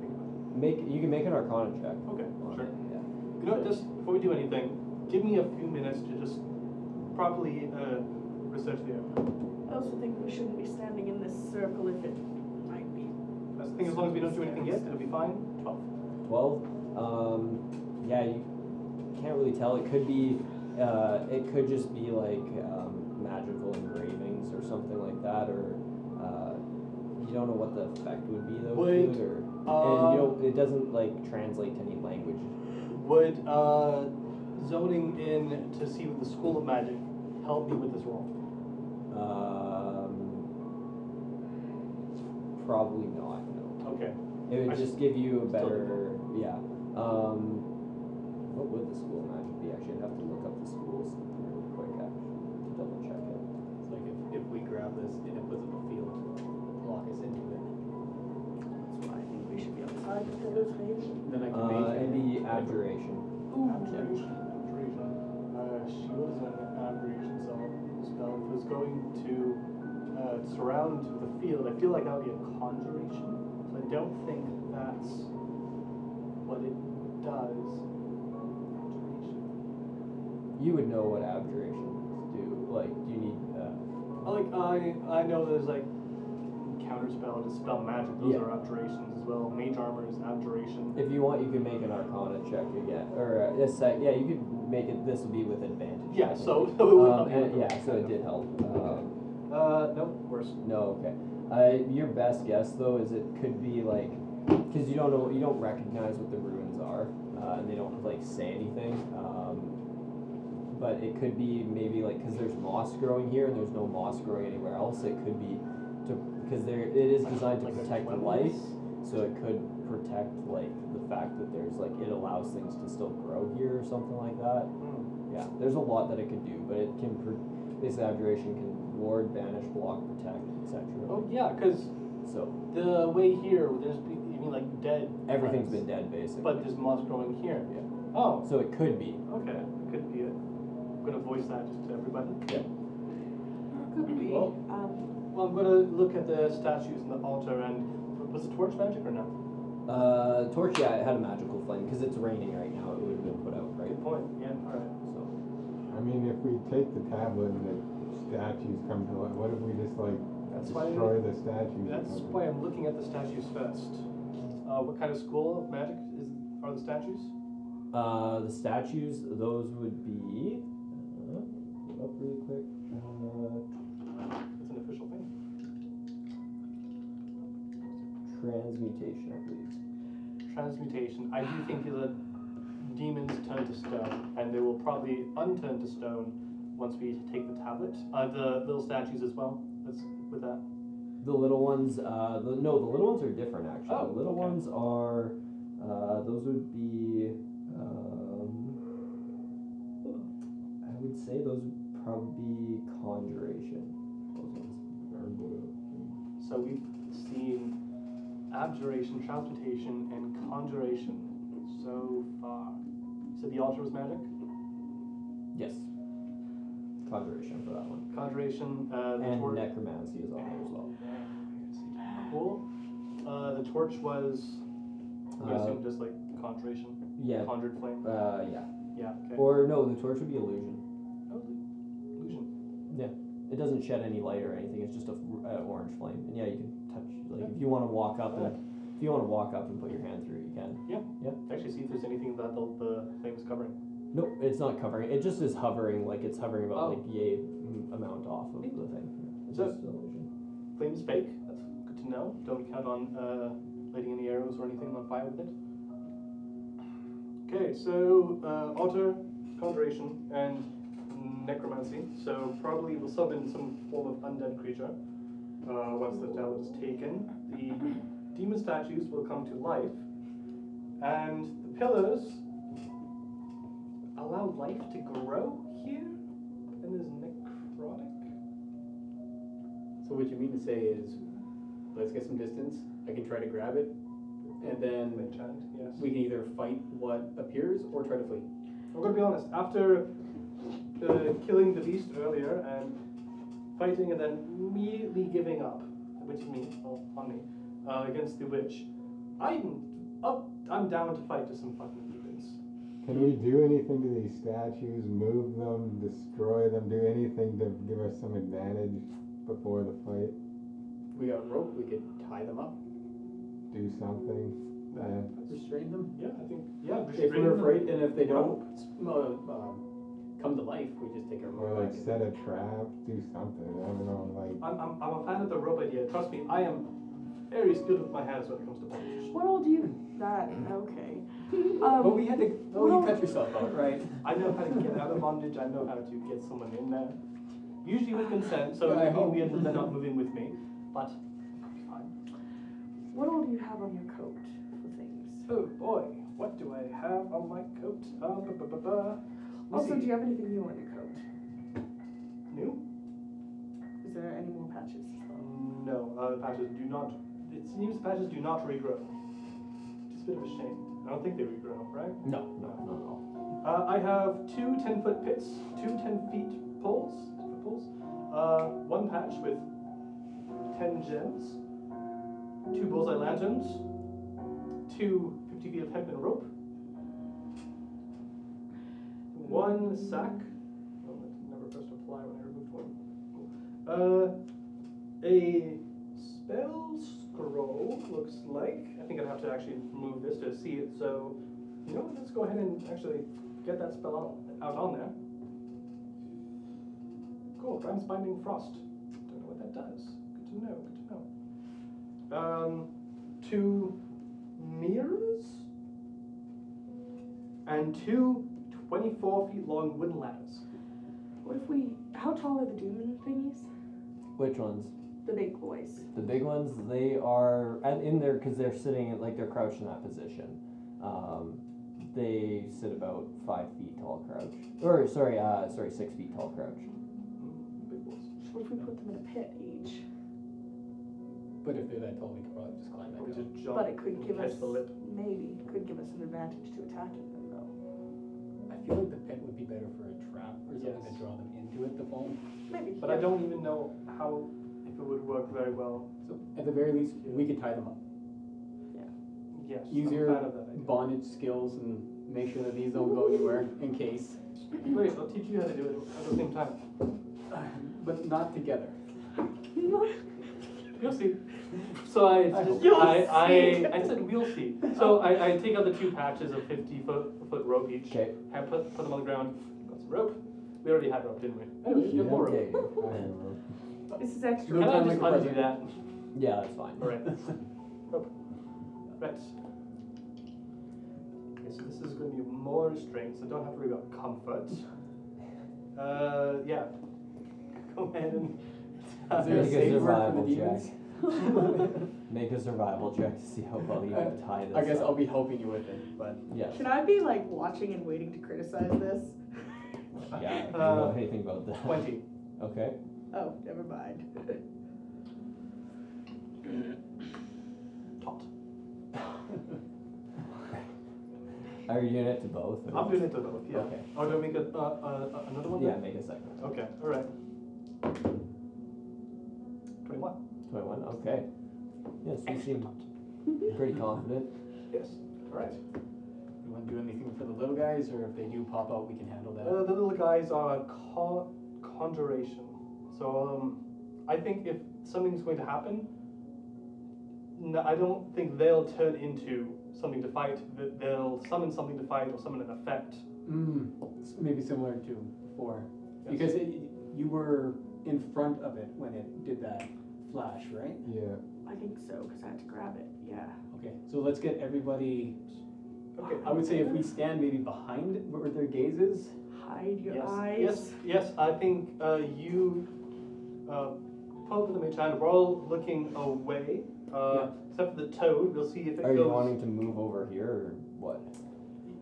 Speaker 3: think about it.
Speaker 5: make you can make an Arcana check.
Speaker 3: Okay,
Speaker 5: on
Speaker 3: sure.
Speaker 5: it, Yeah.
Speaker 3: You know, what, just before we do anything, give me a few minutes to just properly uh, research the area.
Speaker 7: I also think we shouldn't be standing in this circle if it might be.
Speaker 3: I think as long as we don't do anything yet, it'll be fine. Twelve.
Speaker 5: Twelve. Um, yeah, you can't really tell. It could be. Uh, it could just be like um, magical engravings or something like that, or uh, you don't know what the effect would be though. to
Speaker 3: Wait,
Speaker 5: it, or, and
Speaker 3: uh,
Speaker 5: you don't. It doesn't like translate to any language.
Speaker 3: Would uh, zoning in to see the school of magic help me with this role?
Speaker 5: Um, probably not. No.
Speaker 3: Okay.
Speaker 5: It would
Speaker 3: I
Speaker 5: just give you a
Speaker 3: still do
Speaker 5: better, yeah. Um, what would the school magic be? Actually, I'd have to look up the schools real quick, actually, to double check it.
Speaker 4: It's like if, if we grab this and it puts up a field, lock us into it.
Speaker 7: That's why I think we should be outside the pillars, maybe.
Speaker 4: Then I can make
Speaker 5: Uh, it'd be abjuration.
Speaker 3: Abjuration. Abjuration. Uh, she was an abjuration spell. Spell was going to uh, surround the field. I feel like that would be a conjuration. So I don't think that's what it does. Abjuration.
Speaker 5: You would know what abjurations do. Like, do you need? Uh,
Speaker 3: I Oh, like I I know there's like counterspell, dispel magic. Those
Speaker 5: Yeah.
Speaker 3: are abjurations as well. Mage armor is an abjuration.
Speaker 5: if you want, you can make an Arcana check again, or uh, a sec. Yeah, you could make it. This would be with advantage.
Speaker 3: Yeah,
Speaker 5: I
Speaker 3: so
Speaker 5: believe.
Speaker 3: so it would
Speaker 5: Um,
Speaker 3: help me
Speaker 5: and-
Speaker 3: with the-
Speaker 5: yeah, so it did help. Um,
Speaker 3: Uh, nope, worse.
Speaker 5: No, okay. Uh, your best guess though is it could be like, because you don't know, you don't recognize what the ruins are, uh, and they don't like say anything. Um, but it could be maybe like because there's moss growing here and there's no moss growing anywhere else. It could be to because there it is designed to
Speaker 3: Like a
Speaker 5: protect the
Speaker 3: 12?
Speaker 5: life, so it could protect like the fact that there's like it allows things to still grow here or something like that.
Speaker 3: Hmm.
Speaker 5: Yeah, there's a lot that it can do, but it can pr- basically abjuration can ward, banish, block, protect, etc.
Speaker 3: Oh yeah, because
Speaker 5: So
Speaker 3: The way here, there's pe- you mean like dead.
Speaker 5: everything's
Speaker 3: plants,
Speaker 5: been dead basically.
Speaker 3: But there's moss growing here.
Speaker 5: Yeah.
Speaker 3: Oh,
Speaker 5: so it could be.
Speaker 3: okay. That could be it. I'm gonna voice that just to everybody.
Speaker 10: Could be.
Speaker 3: Well-
Speaker 10: Um,
Speaker 3: Well, I'm gonna look at the statues and the altar and was the torch magic or no?
Speaker 5: Uh, torch, yeah, it had a magical flame because it's raining right now. It would have been put out, right?
Speaker 3: Good point. Yeah. All right.
Speaker 5: So
Speaker 6: I mean, if we take the tablet and the statues come to life, what if we just like
Speaker 3: That's why.
Speaker 6: destroy the statues? or
Speaker 3: That's
Speaker 6: something?
Speaker 3: why I'm looking at the statues first. Uh, what kind of school of magic is are the statues?
Speaker 5: uh, the statues, those would be. Uh, get up really quick. Uh,
Speaker 3: It's an official thing.
Speaker 5: transmutation, I believe.
Speaker 3: Transmutation. I do think that demons turn to stone, and they will probably unturn to stone once we take the tablet. Uh, the little statues as well. That's with that.
Speaker 5: The little ones, uh, the, no, the little ones are different actually.
Speaker 3: Oh,
Speaker 5: the little
Speaker 3: okay.
Speaker 5: ones are, uh, those would be, um, I would say those would probably be conjuration. Those ones are blue.
Speaker 3: So we've seen abjuration, transmutation, and conjuration so far. So the altar was magic.
Speaker 5: Yes. Conjuration for that one.
Speaker 3: Conjuration. Uh, the
Speaker 5: And
Speaker 3: torch.
Speaker 5: necromancy is on there as well.
Speaker 3: Cool. Uh, the torch was. I
Speaker 5: Uh,
Speaker 3: assume just like conjuration,
Speaker 5: Yeah.
Speaker 3: conjured flame.
Speaker 5: Uh, yeah.
Speaker 3: Yeah. Okay.
Speaker 5: Or no, the torch would be illusion.
Speaker 3: Oh, illusion.
Speaker 5: It doesn't shed any light or anything. It's just a uh, orange flame. And yeah, you can touch. Like if you want to walk up and if you want to walk up and put your hand through, you can.
Speaker 3: Actually, see if there's anything that the, the flame is covering.
Speaker 5: Nope, it's not covering. It just is hovering. Like it's hovering about
Speaker 3: Oh.
Speaker 5: like yay m- amount off of the thing. It's
Speaker 3: So-
Speaker 5: just an illusion.
Speaker 3: Flame's fake. That's good to know. Don't count on uh, lighting any arrows or anything on fire with it. Okay, so uh, altar, conjuration, and necromancy. So probably will summon some form of undead creature. Uh, once the tablet is taken, the demon statues will come to life, and the pillars allow life to grow here, and is necrotic.
Speaker 4: So what you mean to say is, let's get some distance. I can try to grab it, and then
Speaker 3: Enchant, yes.
Speaker 4: we can either fight what appears or try to flee.
Speaker 3: I'm gonna be honest. After uh, killing the beast earlier and fighting, and then immediately giving up, which is me, well, on me, uh, against the witch, I'm up. I'm down to fight to some fucking demons.
Speaker 6: Can we do anything to these statues? Move them, destroy them, do anything to give us some advantage before the fight?
Speaker 4: We got rope. We could tie them up,
Speaker 6: Do something? Uh, Yeah.
Speaker 4: restrain them.
Speaker 3: Yeah, I think. Yeah,
Speaker 4: If we're afraid, and if they
Speaker 3: Rope.
Speaker 4: don't uh, um, come to life, we just take our
Speaker 6: Or
Speaker 4: rope.
Speaker 6: like
Speaker 4: back and-
Speaker 6: set a trap, do something. I don't know, like
Speaker 3: I'm, I'm, I'm a fan of the rope idea. Trust me, I am very skilled with my hands when it comes to punch.
Speaker 7: What all do you that
Speaker 3: Mm.
Speaker 7: okay?
Speaker 4: But
Speaker 7: Um,
Speaker 4: we had to. Oh, you cut yourself out, right?
Speaker 3: I know how to get out of bondage. I know how to get someone in there. Usually with consent, so
Speaker 4: Yeah, I
Speaker 3: it would
Speaker 4: hope.
Speaker 3: be weird that they're not moving with me. But fine.
Speaker 7: what all do you have on your coat for things?
Speaker 3: Oh boy, what do I have on my coat? Uh, bu- bu- bu- bu. Let's
Speaker 7: Also, do
Speaker 3: see.
Speaker 7: you have anything new on your coat?
Speaker 3: new?
Speaker 7: Is there any more patches?
Speaker 3: Um, no, uh, the patches do not. It seems patches do not regrow. Which is a bit of a shame. I don't think they regrow, right?
Speaker 5: No, no, not at all.
Speaker 3: Uh, I have two 10 foot pits, two 10 feet poles, foot poles uh, one patch with 10 gems, two bullseye lanterns, two 50 feet of hempen rope, one sack. Oh, that never pressed apply when I removed one. Cool. Uh, a spell scroll looks like. I think I'd have to actually move this to see it. So, you know what? Let's go ahead and actually get that spell out, out on there. Cool, Grimes Binding Frost. Don't know what that does. Good to know, good to know. Um, two mirrors and two 24 feet long wooden ladders.
Speaker 7: What if we? How tall are the demon thingies?
Speaker 5: Which ones?
Speaker 7: The big boys.
Speaker 5: The big ones, they are and in there because they're sitting like they're crouched in that position. Um, they sit about five feet tall, crouch. Or sorry, uh, sorry, six feet tall, crouch.
Speaker 3: Hmm, Big boys.
Speaker 7: What if we put them in a pit each?
Speaker 4: But if they're that tall, we could probably just climb
Speaker 3: Probably
Speaker 4: back up.
Speaker 3: just jump
Speaker 7: But it could
Speaker 3: and
Speaker 7: give
Speaker 3: catch
Speaker 7: us
Speaker 3: the lip.
Speaker 7: maybe could give us an advantage to attacking them though.
Speaker 4: I feel like the pit would be better for a trap or something to
Speaker 3: Yes.
Speaker 4: draw them into it. The foam.
Speaker 7: Maybe.
Speaker 3: But I don't even know how if it would work very well.
Speaker 4: So at the very least, we could tie them up.
Speaker 3: Yes,
Speaker 4: Use
Speaker 3: I'm a
Speaker 4: your
Speaker 3: fan of that idea.
Speaker 4: Bondage skills and make sure that these don't go anywhere in case,
Speaker 3: Wait, I'll teach you how to do it at the same time.
Speaker 4: but not together.
Speaker 3: You'll see. So I,
Speaker 4: I hope.
Speaker 3: I, I, I, said we'll see. So I, I take out the two patches of fifty foot foot rope each.
Speaker 5: Okay.
Speaker 3: I put put them on the ground. Got some rope. We already had rope, didn't we?
Speaker 4: Anyway,
Speaker 3: You have more rope.
Speaker 5: Okay.
Speaker 6: I don't know.
Speaker 7: This is extra.
Speaker 4: No
Speaker 3: Can I
Speaker 4: time
Speaker 3: just
Speaker 4: like a
Speaker 3: undo that?
Speaker 5: Yeah, that's fine.
Speaker 3: All right. rope. Right. Okay, so this is going to be more restraint, so don't have to worry about comfort. Uh, yeah. Go ahead and.
Speaker 4: Is there a
Speaker 5: Make a
Speaker 4: safe word for
Speaker 5: survival
Speaker 4: the demons?
Speaker 5: check. Make a survival check to see how well you can tie this
Speaker 4: I guess
Speaker 5: up.
Speaker 4: I'll be helping you with it, but
Speaker 5: Yes.
Speaker 7: Should I be like watching and waiting to criticize this?
Speaker 5: Yeah, I don't
Speaker 3: Uh,
Speaker 5: know anything about that.
Speaker 3: 20.
Speaker 5: Okay.
Speaker 7: Oh, never mind.
Speaker 3: Tot.
Speaker 5: Are you doing it to both? or-
Speaker 3: I'm doing it to both, yeah.
Speaker 5: Okay.
Speaker 3: Oh, do I make a, uh, uh, another one?
Speaker 5: Yeah, make a second.
Speaker 3: Okay, alright. 21.
Speaker 5: 21, okay. Yes, you seem pretty confident.
Speaker 3: Yes. Alright.
Speaker 4: we want to do anything for the little guys, or if they do pop out, we can handle that.
Speaker 3: Uh, the little guys are a co- conjuration. So um, I think if something's going to happen, no, I don't think they'll turn into something to fight. Th- They'll summon something to fight or summon an effect.
Speaker 4: Mm, s- maybe similar to before, because it, you were in front of it when it did that flash, right?
Speaker 6: Yeah.
Speaker 2: I think so, because I had to grab it. Yeah.
Speaker 4: Okay, so let's get everybody.
Speaker 3: Okay.
Speaker 4: I would say if we stand maybe behind where their gaze is,
Speaker 2: Hide your
Speaker 3: yes,
Speaker 2: eyes.
Speaker 3: yes, yes. I think uh, you, uh, probably the child, we're all looking away, uh, except for the toad. We'll see if it
Speaker 5: Are
Speaker 3: goes.
Speaker 5: you wanting to move over here or what?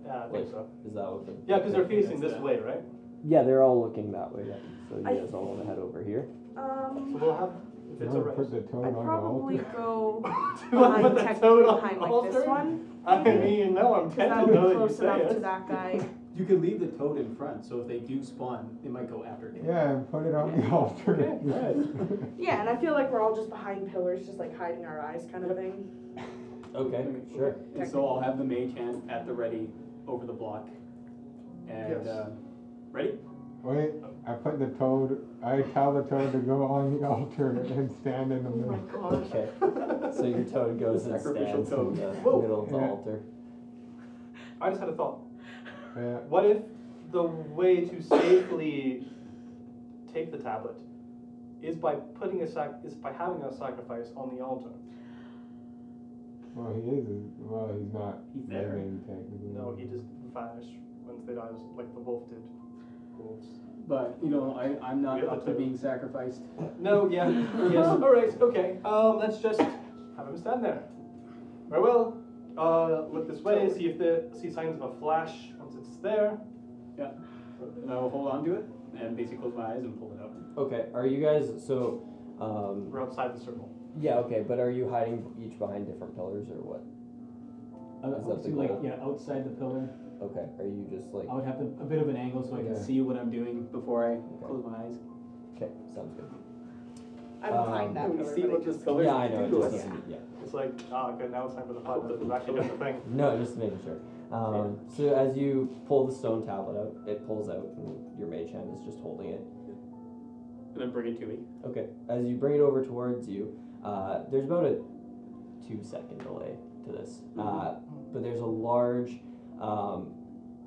Speaker 3: yeah, I
Speaker 5: like-
Speaker 3: think so.
Speaker 5: Is that what the.
Speaker 3: Yeah, because they're facing
Speaker 4: That's
Speaker 3: this
Speaker 4: that.
Speaker 3: way, right?
Speaker 5: Yeah, they're all looking that way. So you
Speaker 10: I-
Speaker 5: guys all want to head over here.
Speaker 3: So
Speaker 10: Um,
Speaker 3: we'll have if
Speaker 6: You
Speaker 3: it's a
Speaker 6: wanna
Speaker 3: race.
Speaker 6: put the toad
Speaker 10: I'd
Speaker 6: on the
Speaker 10: probably
Speaker 6: altar?
Speaker 10: go
Speaker 3: Do you wanna
Speaker 10: behind,
Speaker 3: put the
Speaker 10: technically
Speaker 3: toad on
Speaker 10: behind
Speaker 3: the
Speaker 10: like this
Speaker 3: altar?
Speaker 10: one,
Speaker 3: I mean, no, I'm
Speaker 10: because
Speaker 3: tempted
Speaker 10: I'm
Speaker 3: now that you
Speaker 10: close
Speaker 3: say
Speaker 10: enough to
Speaker 3: it.
Speaker 10: that guy.
Speaker 4: you could leave the toad in front, so if they do spawn, they might go after it.
Speaker 6: Yeah, and put it on the altar.
Speaker 7: Yeah, and I feel like we're all just behind pillars, just like hiding our eyes, kind of thing.
Speaker 5: Okay, sure.
Speaker 4: And so I'll have the mage hand at the ready over the block. And,
Speaker 3: Yes.
Speaker 4: uh, ready?
Speaker 6: Wait, I put the toad. I tell the toad to go on the altar and stand in the
Speaker 2: Oh my
Speaker 6: middle.
Speaker 2: god.
Speaker 5: Okay. So your toad goes and
Speaker 4: Sacrificial
Speaker 5: stands
Speaker 4: toad.
Speaker 5: in the
Speaker 3: Whoa.
Speaker 5: middle of the
Speaker 6: Yeah.
Speaker 5: altar.
Speaker 3: I just had a thought.
Speaker 6: Yeah.
Speaker 3: What if the way to safely take the tablet is by putting a sac- is by having a sacrifice on the altar?
Speaker 6: Well, he is. Well, he's not
Speaker 4: He's there.
Speaker 6: living technically.
Speaker 3: No, he just vanished once they died, like the wolf did. Wolves.
Speaker 4: But, you know, I, I'm not
Speaker 3: Yeah,
Speaker 4: up to
Speaker 3: toad.
Speaker 4: being sacrificed.
Speaker 3: No, yeah, yes, all right, okay. Um, let's just have him stand there. Very well. Uh, look this way, see if there see signs of a flash once it's there.
Speaker 4: Yeah. And I will hold on to it and basically close my eyes and pull it out.
Speaker 5: Okay, are you guys. So. Um,
Speaker 3: We're outside the circle.
Speaker 5: yeah, okay, but are you hiding each behind different pillars or what?
Speaker 4: I
Speaker 5: Is that the
Speaker 4: like,
Speaker 5: goal?
Speaker 4: yeah, outside the pillar.
Speaker 5: Okay, are you just like.
Speaker 4: I would have a, a bit of an angle so I can
Speaker 6: Yeah.
Speaker 4: see what I'm doing before I close my eyes.
Speaker 5: Okay, sounds good.
Speaker 7: I'm
Speaker 4: Uh,
Speaker 5: Um,
Speaker 7: behind that pillar. but it
Speaker 4: this pillar
Speaker 5: Yeah, I know. It
Speaker 4: to
Speaker 5: just
Speaker 4: us.
Speaker 5: doesn't, yeah.
Speaker 3: It's like, ah, good, now it's time for the fun. We've actually done the thing.
Speaker 5: No, just making sure. Um, so as you pull the stone tablet out, it pulls out, and your mage hand is just holding it.
Speaker 4: And then bring it to me.
Speaker 5: Okay. As you bring it over towards you, uh, there's about a two-second delay to this, uh, but there's a large, um,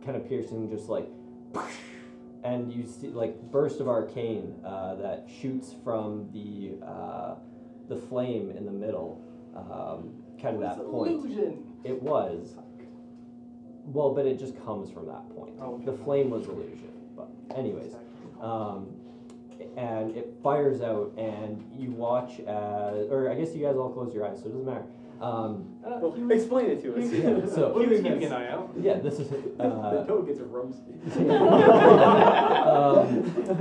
Speaker 5: kind of piercing, just like, and you see like burst of arcane uh, that shoots from the uh, the flame in the middle, um, kind of that point.
Speaker 3: Illusion.
Speaker 5: It was. Well, but it just comes from that point.
Speaker 3: Oh, okay.
Speaker 5: The flame was illusion. But anyways, um, and it fires out, and you watch as, or I guess you guys all close your eyes, so it doesn't matter. Um,
Speaker 3: Uh,
Speaker 4: Well, explain it to us.
Speaker 5: Yeah, so-
Speaker 3: we'll
Speaker 4: We'll
Speaker 3: be
Speaker 4: do
Speaker 3: keeping
Speaker 4: this.
Speaker 3: an eye out.
Speaker 5: yeah, this is.
Speaker 4: The- the
Speaker 5: Uh,
Speaker 4: toad gets roasted.
Speaker 5: um,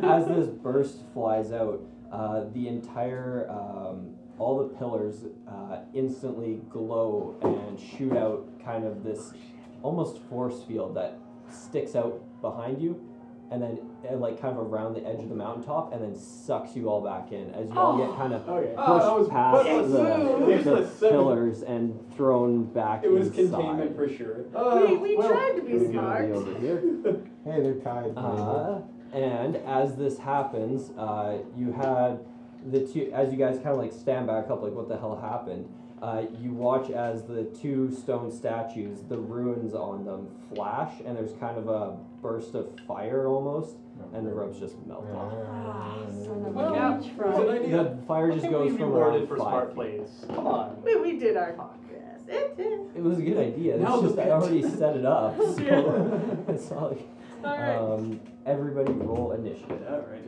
Speaker 5: as this burst flies out, uh, the entire, um, all the pillars uh, instantly glow and shoot out kind of this almost force field that sticks out behind you and then uh, like kind of around the edge of the mountaintop and then sucks you all back in as you all get kind of
Speaker 4: Okay.
Speaker 3: Oh, that was-
Speaker 5: pushed past
Speaker 3: that was
Speaker 5: the, the
Speaker 4: useless.
Speaker 5: pillars and thrown back
Speaker 4: It was
Speaker 5: inside.
Speaker 4: containment for sure.
Speaker 3: Uh,
Speaker 7: We- we tried to be
Speaker 5: Here we go,
Speaker 7: smart.
Speaker 5: over here.
Speaker 6: Hey, they're tied. man.
Speaker 5: Uh, and as this happens, uh, you had the two, as you guys kind of like stand back up, like, what the hell happened? Uh, you watch as the two stone statues, the ruins on them flash, and there's kind of a burst of fire almost and Ah, the ropes just melt off.
Speaker 11: Well,
Speaker 6: Yeah.
Speaker 10: Yeah.
Speaker 11: we
Speaker 3: It's an
Speaker 11: tried.
Speaker 3: idea.
Speaker 5: The fire
Speaker 3: I
Speaker 5: just
Speaker 3: think we
Speaker 5: goes from
Speaker 3: rewarded
Speaker 5: around
Speaker 3: for
Speaker 5: five
Speaker 3: smart
Speaker 5: feet.
Speaker 3: plays. Come on.
Speaker 7: We, we did our talk.
Speaker 2: Yes, it is.
Speaker 5: It was a good idea. It's
Speaker 4: Now the
Speaker 5: just I
Speaker 4: pit.
Speaker 5: already set it up.
Speaker 4: Yeah.
Speaker 5: So it's not like
Speaker 7: All right.
Speaker 5: um, everybody roll initiative.
Speaker 4: All right.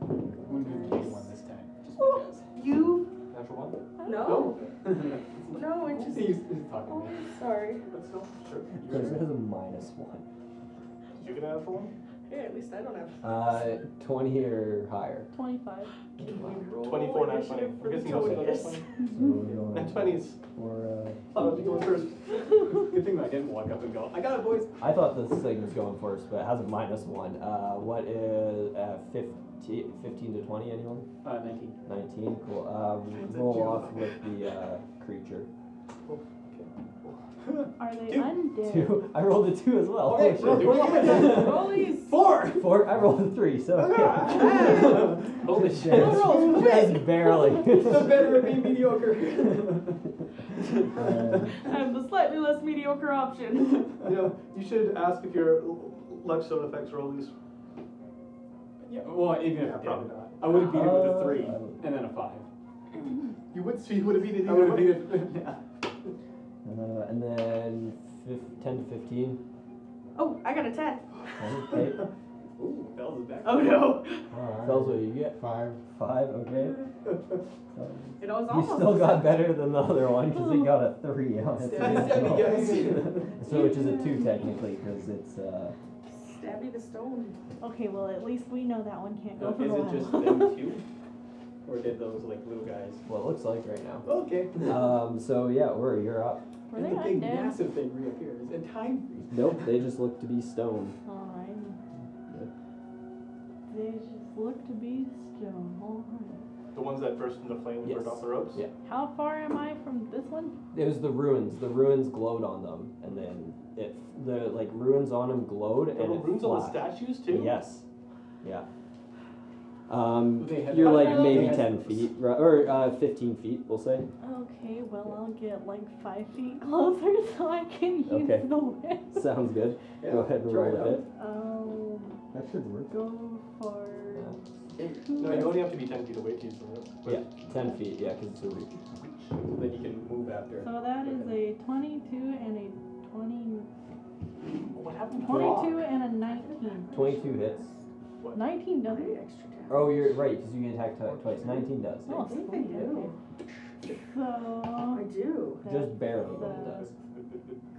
Speaker 4: I'm gonna do the big one this time, just
Speaker 7: Ooh.
Speaker 4: because.
Speaker 7: you
Speaker 3: Natural one.
Speaker 7: no
Speaker 4: No.
Speaker 7: no it just oh,
Speaker 4: He's, he's talking to me.
Speaker 7: sorry.
Speaker 3: But still, sure.
Speaker 5: Jason has a minus one.
Speaker 3: You can have one.
Speaker 7: Hey, at least I don't have.
Speaker 5: Uh, twenty or higher.
Speaker 11: 25.
Speaker 7: Can we roll
Speaker 3: Twenty-four, not
Speaker 7: initiative
Speaker 3: twenty.
Speaker 7: for
Speaker 3: We're
Speaker 7: the
Speaker 3: guessing you'll see
Speaker 7: toad?
Speaker 3: the
Speaker 7: Yes.
Speaker 3: next one.
Speaker 5: So we're going
Speaker 3: Nat twenties.
Speaker 5: for, uh,
Speaker 3: Oh, you go first.
Speaker 4: Good thing I didn't walk up and go, I got it, boys.
Speaker 5: I thought this thing was going first, but it has a minus one. Uh, what is uh, 15, 15 to 20, anyone?
Speaker 4: Uh, 19.
Speaker 5: 19, cool. Um,
Speaker 4: It's a
Speaker 5: roll
Speaker 4: joke.
Speaker 5: off with the uh, creature.
Speaker 11: Are they
Speaker 4: Two.
Speaker 11: undead?
Speaker 5: Two. I rolled a two as well.
Speaker 4: All right,
Speaker 5: Holy shit.
Speaker 4: roll again.
Speaker 7: Rollies.
Speaker 4: Four!
Speaker 5: Four. I rolled a three, so
Speaker 4: Holy
Speaker 5: Just-
Speaker 4: shit.
Speaker 7: rolls,
Speaker 5: Just barely.
Speaker 4: The better at being mediocre.
Speaker 5: Uh,
Speaker 7: I have the slightly less mediocre option.
Speaker 3: You know, you should ask if your l- luck still affects rollies.
Speaker 4: Yeah, well, even if
Speaker 3: Yeah,
Speaker 4: I did,
Speaker 3: probably not.
Speaker 4: I would have beat it with a
Speaker 5: Uh,
Speaker 4: three
Speaker 5: I would-
Speaker 4: and then a five.
Speaker 3: You would. So you would have beat it.
Speaker 4: I would have beat it. yeah.
Speaker 5: Uh, and then fif- 10 to 15.
Speaker 7: Oh, I got a ten.
Speaker 5: Okay.
Speaker 4: Ooh, Bell's is back.
Speaker 7: Oh no!
Speaker 5: Tells what you get.
Speaker 6: Five.
Speaker 5: Five, okay.
Speaker 7: It was
Speaker 5: You
Speaker 7: almost.
Speaker 5: still
Speaker 7: a
Speaker 5: got
Speaker 7: seven.
Speaker 5: better than the other one because it got a three on it.
Speaker 4: Stabby, stabby, guys.
Speaker 5: so which is a two technically because it's uh,
Speaker 7: Stabby the stone.
Speaker 11: Okay, well, at least we know that one can't
Speaker 4: Now,
Speaker 11: go for
Speaker 4: is
Speaker 11: the
Speaker 4: it just
Speaker 11: lava.
Speaker 4: them two? Or did those, like, little guys?
Speaker 5: what it looks like right now.
Speaker 4: Okay.
Speaker 5: Um, so yeah, Uri, you're up.
Speaker 11: Were
Speaker 4: and
Speaker 11: they
Speaker 4: the big
Speaker 11: undead?
Speaker 4: massive thing reappears. And time freeze.
Speaker 5: Nope, they just look to be stone.
Speaker 11: Alright. They just look to be stone. Alright.
Speaker 3: The ones that burst into flame and
Speaker 5: Yes.
Speaker 3: burned off the ropes.
Speaker 5: Yeah.
Speaker 11: How far am I from this one?
Speaker 5: It was the ruins. The ruins glowed on them, and then it the like ruins on them glowed
Speaker 3: There
Speaker 5: and
Speaker 3: were
Speaker 5: it
Speaker 3: runes on the
Speaker 5: flashed.
Speaker 3: statues too.
Speaker 5: Yes. Yeah. Um,
Speaker 4: They had-
Speaker 5: you're like
Speaker 11: Oh.
Speaker 5: maybe
Speaker 4: They had-
Speaker 5: ten feet, ri- or uh, fifteen feet, we'll say.
Speaker 11: Okay, well, I'll get like five feet closer so I can use
Speaker 5: Okay.
Speaker 11: the whip.
Speaker 5: Sounds good. Go ahead and
Speaker 4: try
Speaker 5: roll with it.
Speaker 11: I'll
Speaker 6: That should work.
Speaker 11: Um, go for.
Speaker 3: No, you only have to be ten feet away to use the rope.
Speaker 5: Yeah, ten feet. Yeah, because it's a reach.
Speaker 4: out. Then you can move after.
Speaker 11: So that is a 22 and a 20.
Speaker 3: What happened? to the rock?
Speaker 11: 22 and a 19.
Speaker 5: Twenty-two hits.
Speaker 11: 19 doesn't.
Speaker 7: extra ten.
Speaker 5: Oh, you're right because you attack t- twice. Nineteen does.
Speaker 11: Oh,
Speaker 7: I think they do.
Speaker 11: okay.
Speaker 7: Oh, I
Speaker 11: So.
Speaker 7: do.
Speaker 5: Just barely
Speaker 11: that's,
Speaker 5: one does.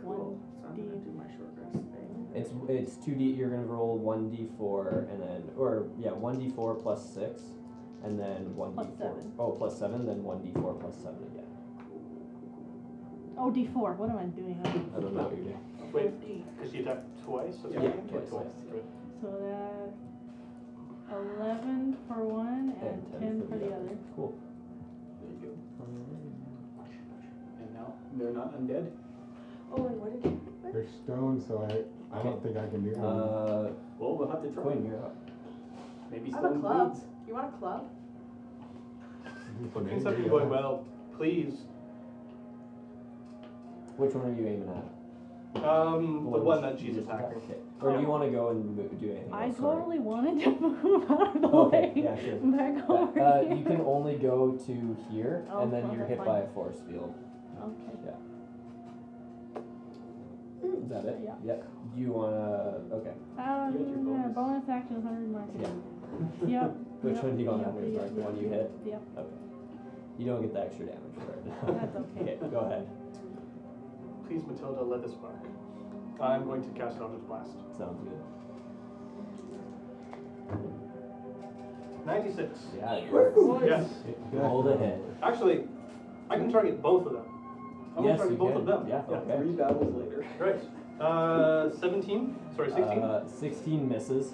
Speaker 7: Cool. So I'm gonna do my short rest thing.
Speaker 5: It's it's two d. You're gonna roll one d four and then or yeah one d four plus six, and then one
Speaker 11: Plus
Speaker 5: d four.
Speaker 11: seven.
Speaker 5: Oh, plus seven, then one d four plus seven again.
Speaker 11: Oh, D4. What am I doing?
Speaker 5: I don't know what you're doing.
Speaker 3: Wait,
Speaker 7: Fifty.
Speaker 3: because she attacked twice. So
Speaker 5: Yeah, twice, yeah.
Speaker 11: So that's 11 for one and 10 for the other.
Speaker 5: Cool.
Speaker 4: There you go. And now they're not undead.
Speaker 7: Oh, and what did you?
Speaker 6: They're stone, so I, I don't think I can do that.
Speaker 5: Uh,
Speaker 4: Well, we'll have to try.
Speaker 5: Quinn, you're up.
Speaker 4: Maybe
Speaker 7: I have a
Speaker 4: stone
Speaker 7: club.
Speaker 4: blades.
Speaker 7: You want a club?
Speaker 3: Things have been going well. Please.
Speaker 5: Which one are you aiming at?
Speaker 3: Um, the one that she's
Speaker 5: you just
Speaker 3: attacking.
Speaker 5: attacked. Okay. Or do you want to go and mo- do anything?
Speaker 11: I
Speaker 5: else? Oh, Sorry. Oh,
Speaker 11: totally wanted to move out of the
Speaker 5: Okay,
Speaker 11: way.
Speaker 5: yeah, sure.
Speaker 11: Back over
Speaker 5: Uh,
Speaker 11: here.
Speaker 5: you can only go to here,
Speaker 11: Oh,
Speaker 5: and then
Speaker 11: well,
Speaker 5: you're
Speaker 11: that's
Speaker 5: hit
Speaker 11: fine.
Speaker 5: by a force field.
Speaker 11: Okay.
Speaker 5: Is that it?
Speaker 11: Yeah.
Speaker 5: Yep. Do you wanna? Okay.
Speaker 11: Um,
Speaker 4: You got your
Speaker 11: yeah,
Speaker 4: bonus.
Speaker 11: bonus action 100 marks.
Speaker 5: Yeah.
Speaker 11: Yep.
Speaker 5: Which
Speaker 11: yep,
Speaker 5: one do you want to
Speaker 11: yep,
Speaker 5: have?
Speaker 11: yep,
Speaker 5: Like the
Speaker 11: yep,
Speaker 5: one you
Speaker 11: yep,
Speaker 5: hit.
Speaker 11: Yep.
Speaker 5: Okay. You don't get the extra damage for it.
Speaker 11: That's okay.
Speaker 5: okay, go ahead.
Speaker 3: Please, Matilda, let this work. I'm going to cast Eldritch Blast.
Speaker 5: Sounds good.
Speaker 3: 96.
Speaker 5: Yeah. It works.
Speaker 3: Yes.
Speaker 5: Roll the hit.
Speaker 3: Actually, I can target both of them. I'm
Speaker 5: yes,
Speaker 3: going
Speaker 5: you
Speaker 3: to target both
Speaker 5: can.
Speaker 3: of them.
Speaker 5: Yeah.
Speaker 4: Three
Speaker 5: Okay.
Speaker 4: battles later.
Speaker 3: Right. Uh, 17? Sorry, 16?
Speaker 5: Uh, 16 misses.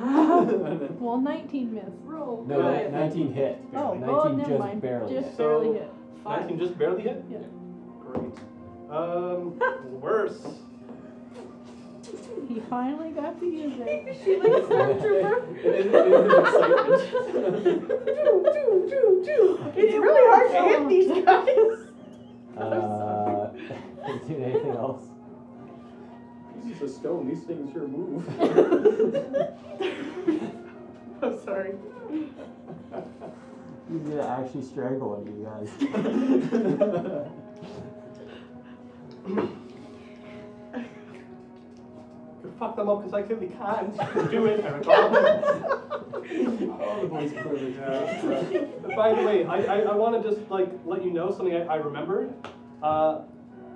Speaker 11: Well, 19 minutes.
Speaker 7: Roll.
Speaker 5: No,
Speaker 7: good.
Speaker 5: ni- 19 hit.
Speaker 11: Oh,
Speaker 5: 19
Speaker 11: well, never
Speaker 5: just
Speaker 11: mind.
Speaker 5: barely
Speaker 11: just
Speaker 5: hit.
Speaker 11: barely
Speaker 3: So-
Speaker 11: hit.
Speaker 3: 19 just barely hit?
Speaker 11: Yeah.
Speaker 3: Great. Um, worse.
Speaker 11: He finally got to use it.
Speaker 7: She like stormtrooper.
Speaker 4: It is, it is an excitement.
Speaker 7: It's really hard to hit these guys.
Speaker 5: Uh, do anything else?
Speaker 4: He's the stone, these things sure move.
Speaker 7: I'm sorry.
Speaker 5: He's gonna actually strangle one of you guys.
Speaker 3: You fuck them up because I clearly can't do it. Eric. Oh,
Speaker 5: Oh,
Speaker 4: All the boys are clearly-
Speaker 3: By the way, I, I, I want to just like let you know something I, I remembered. Uh,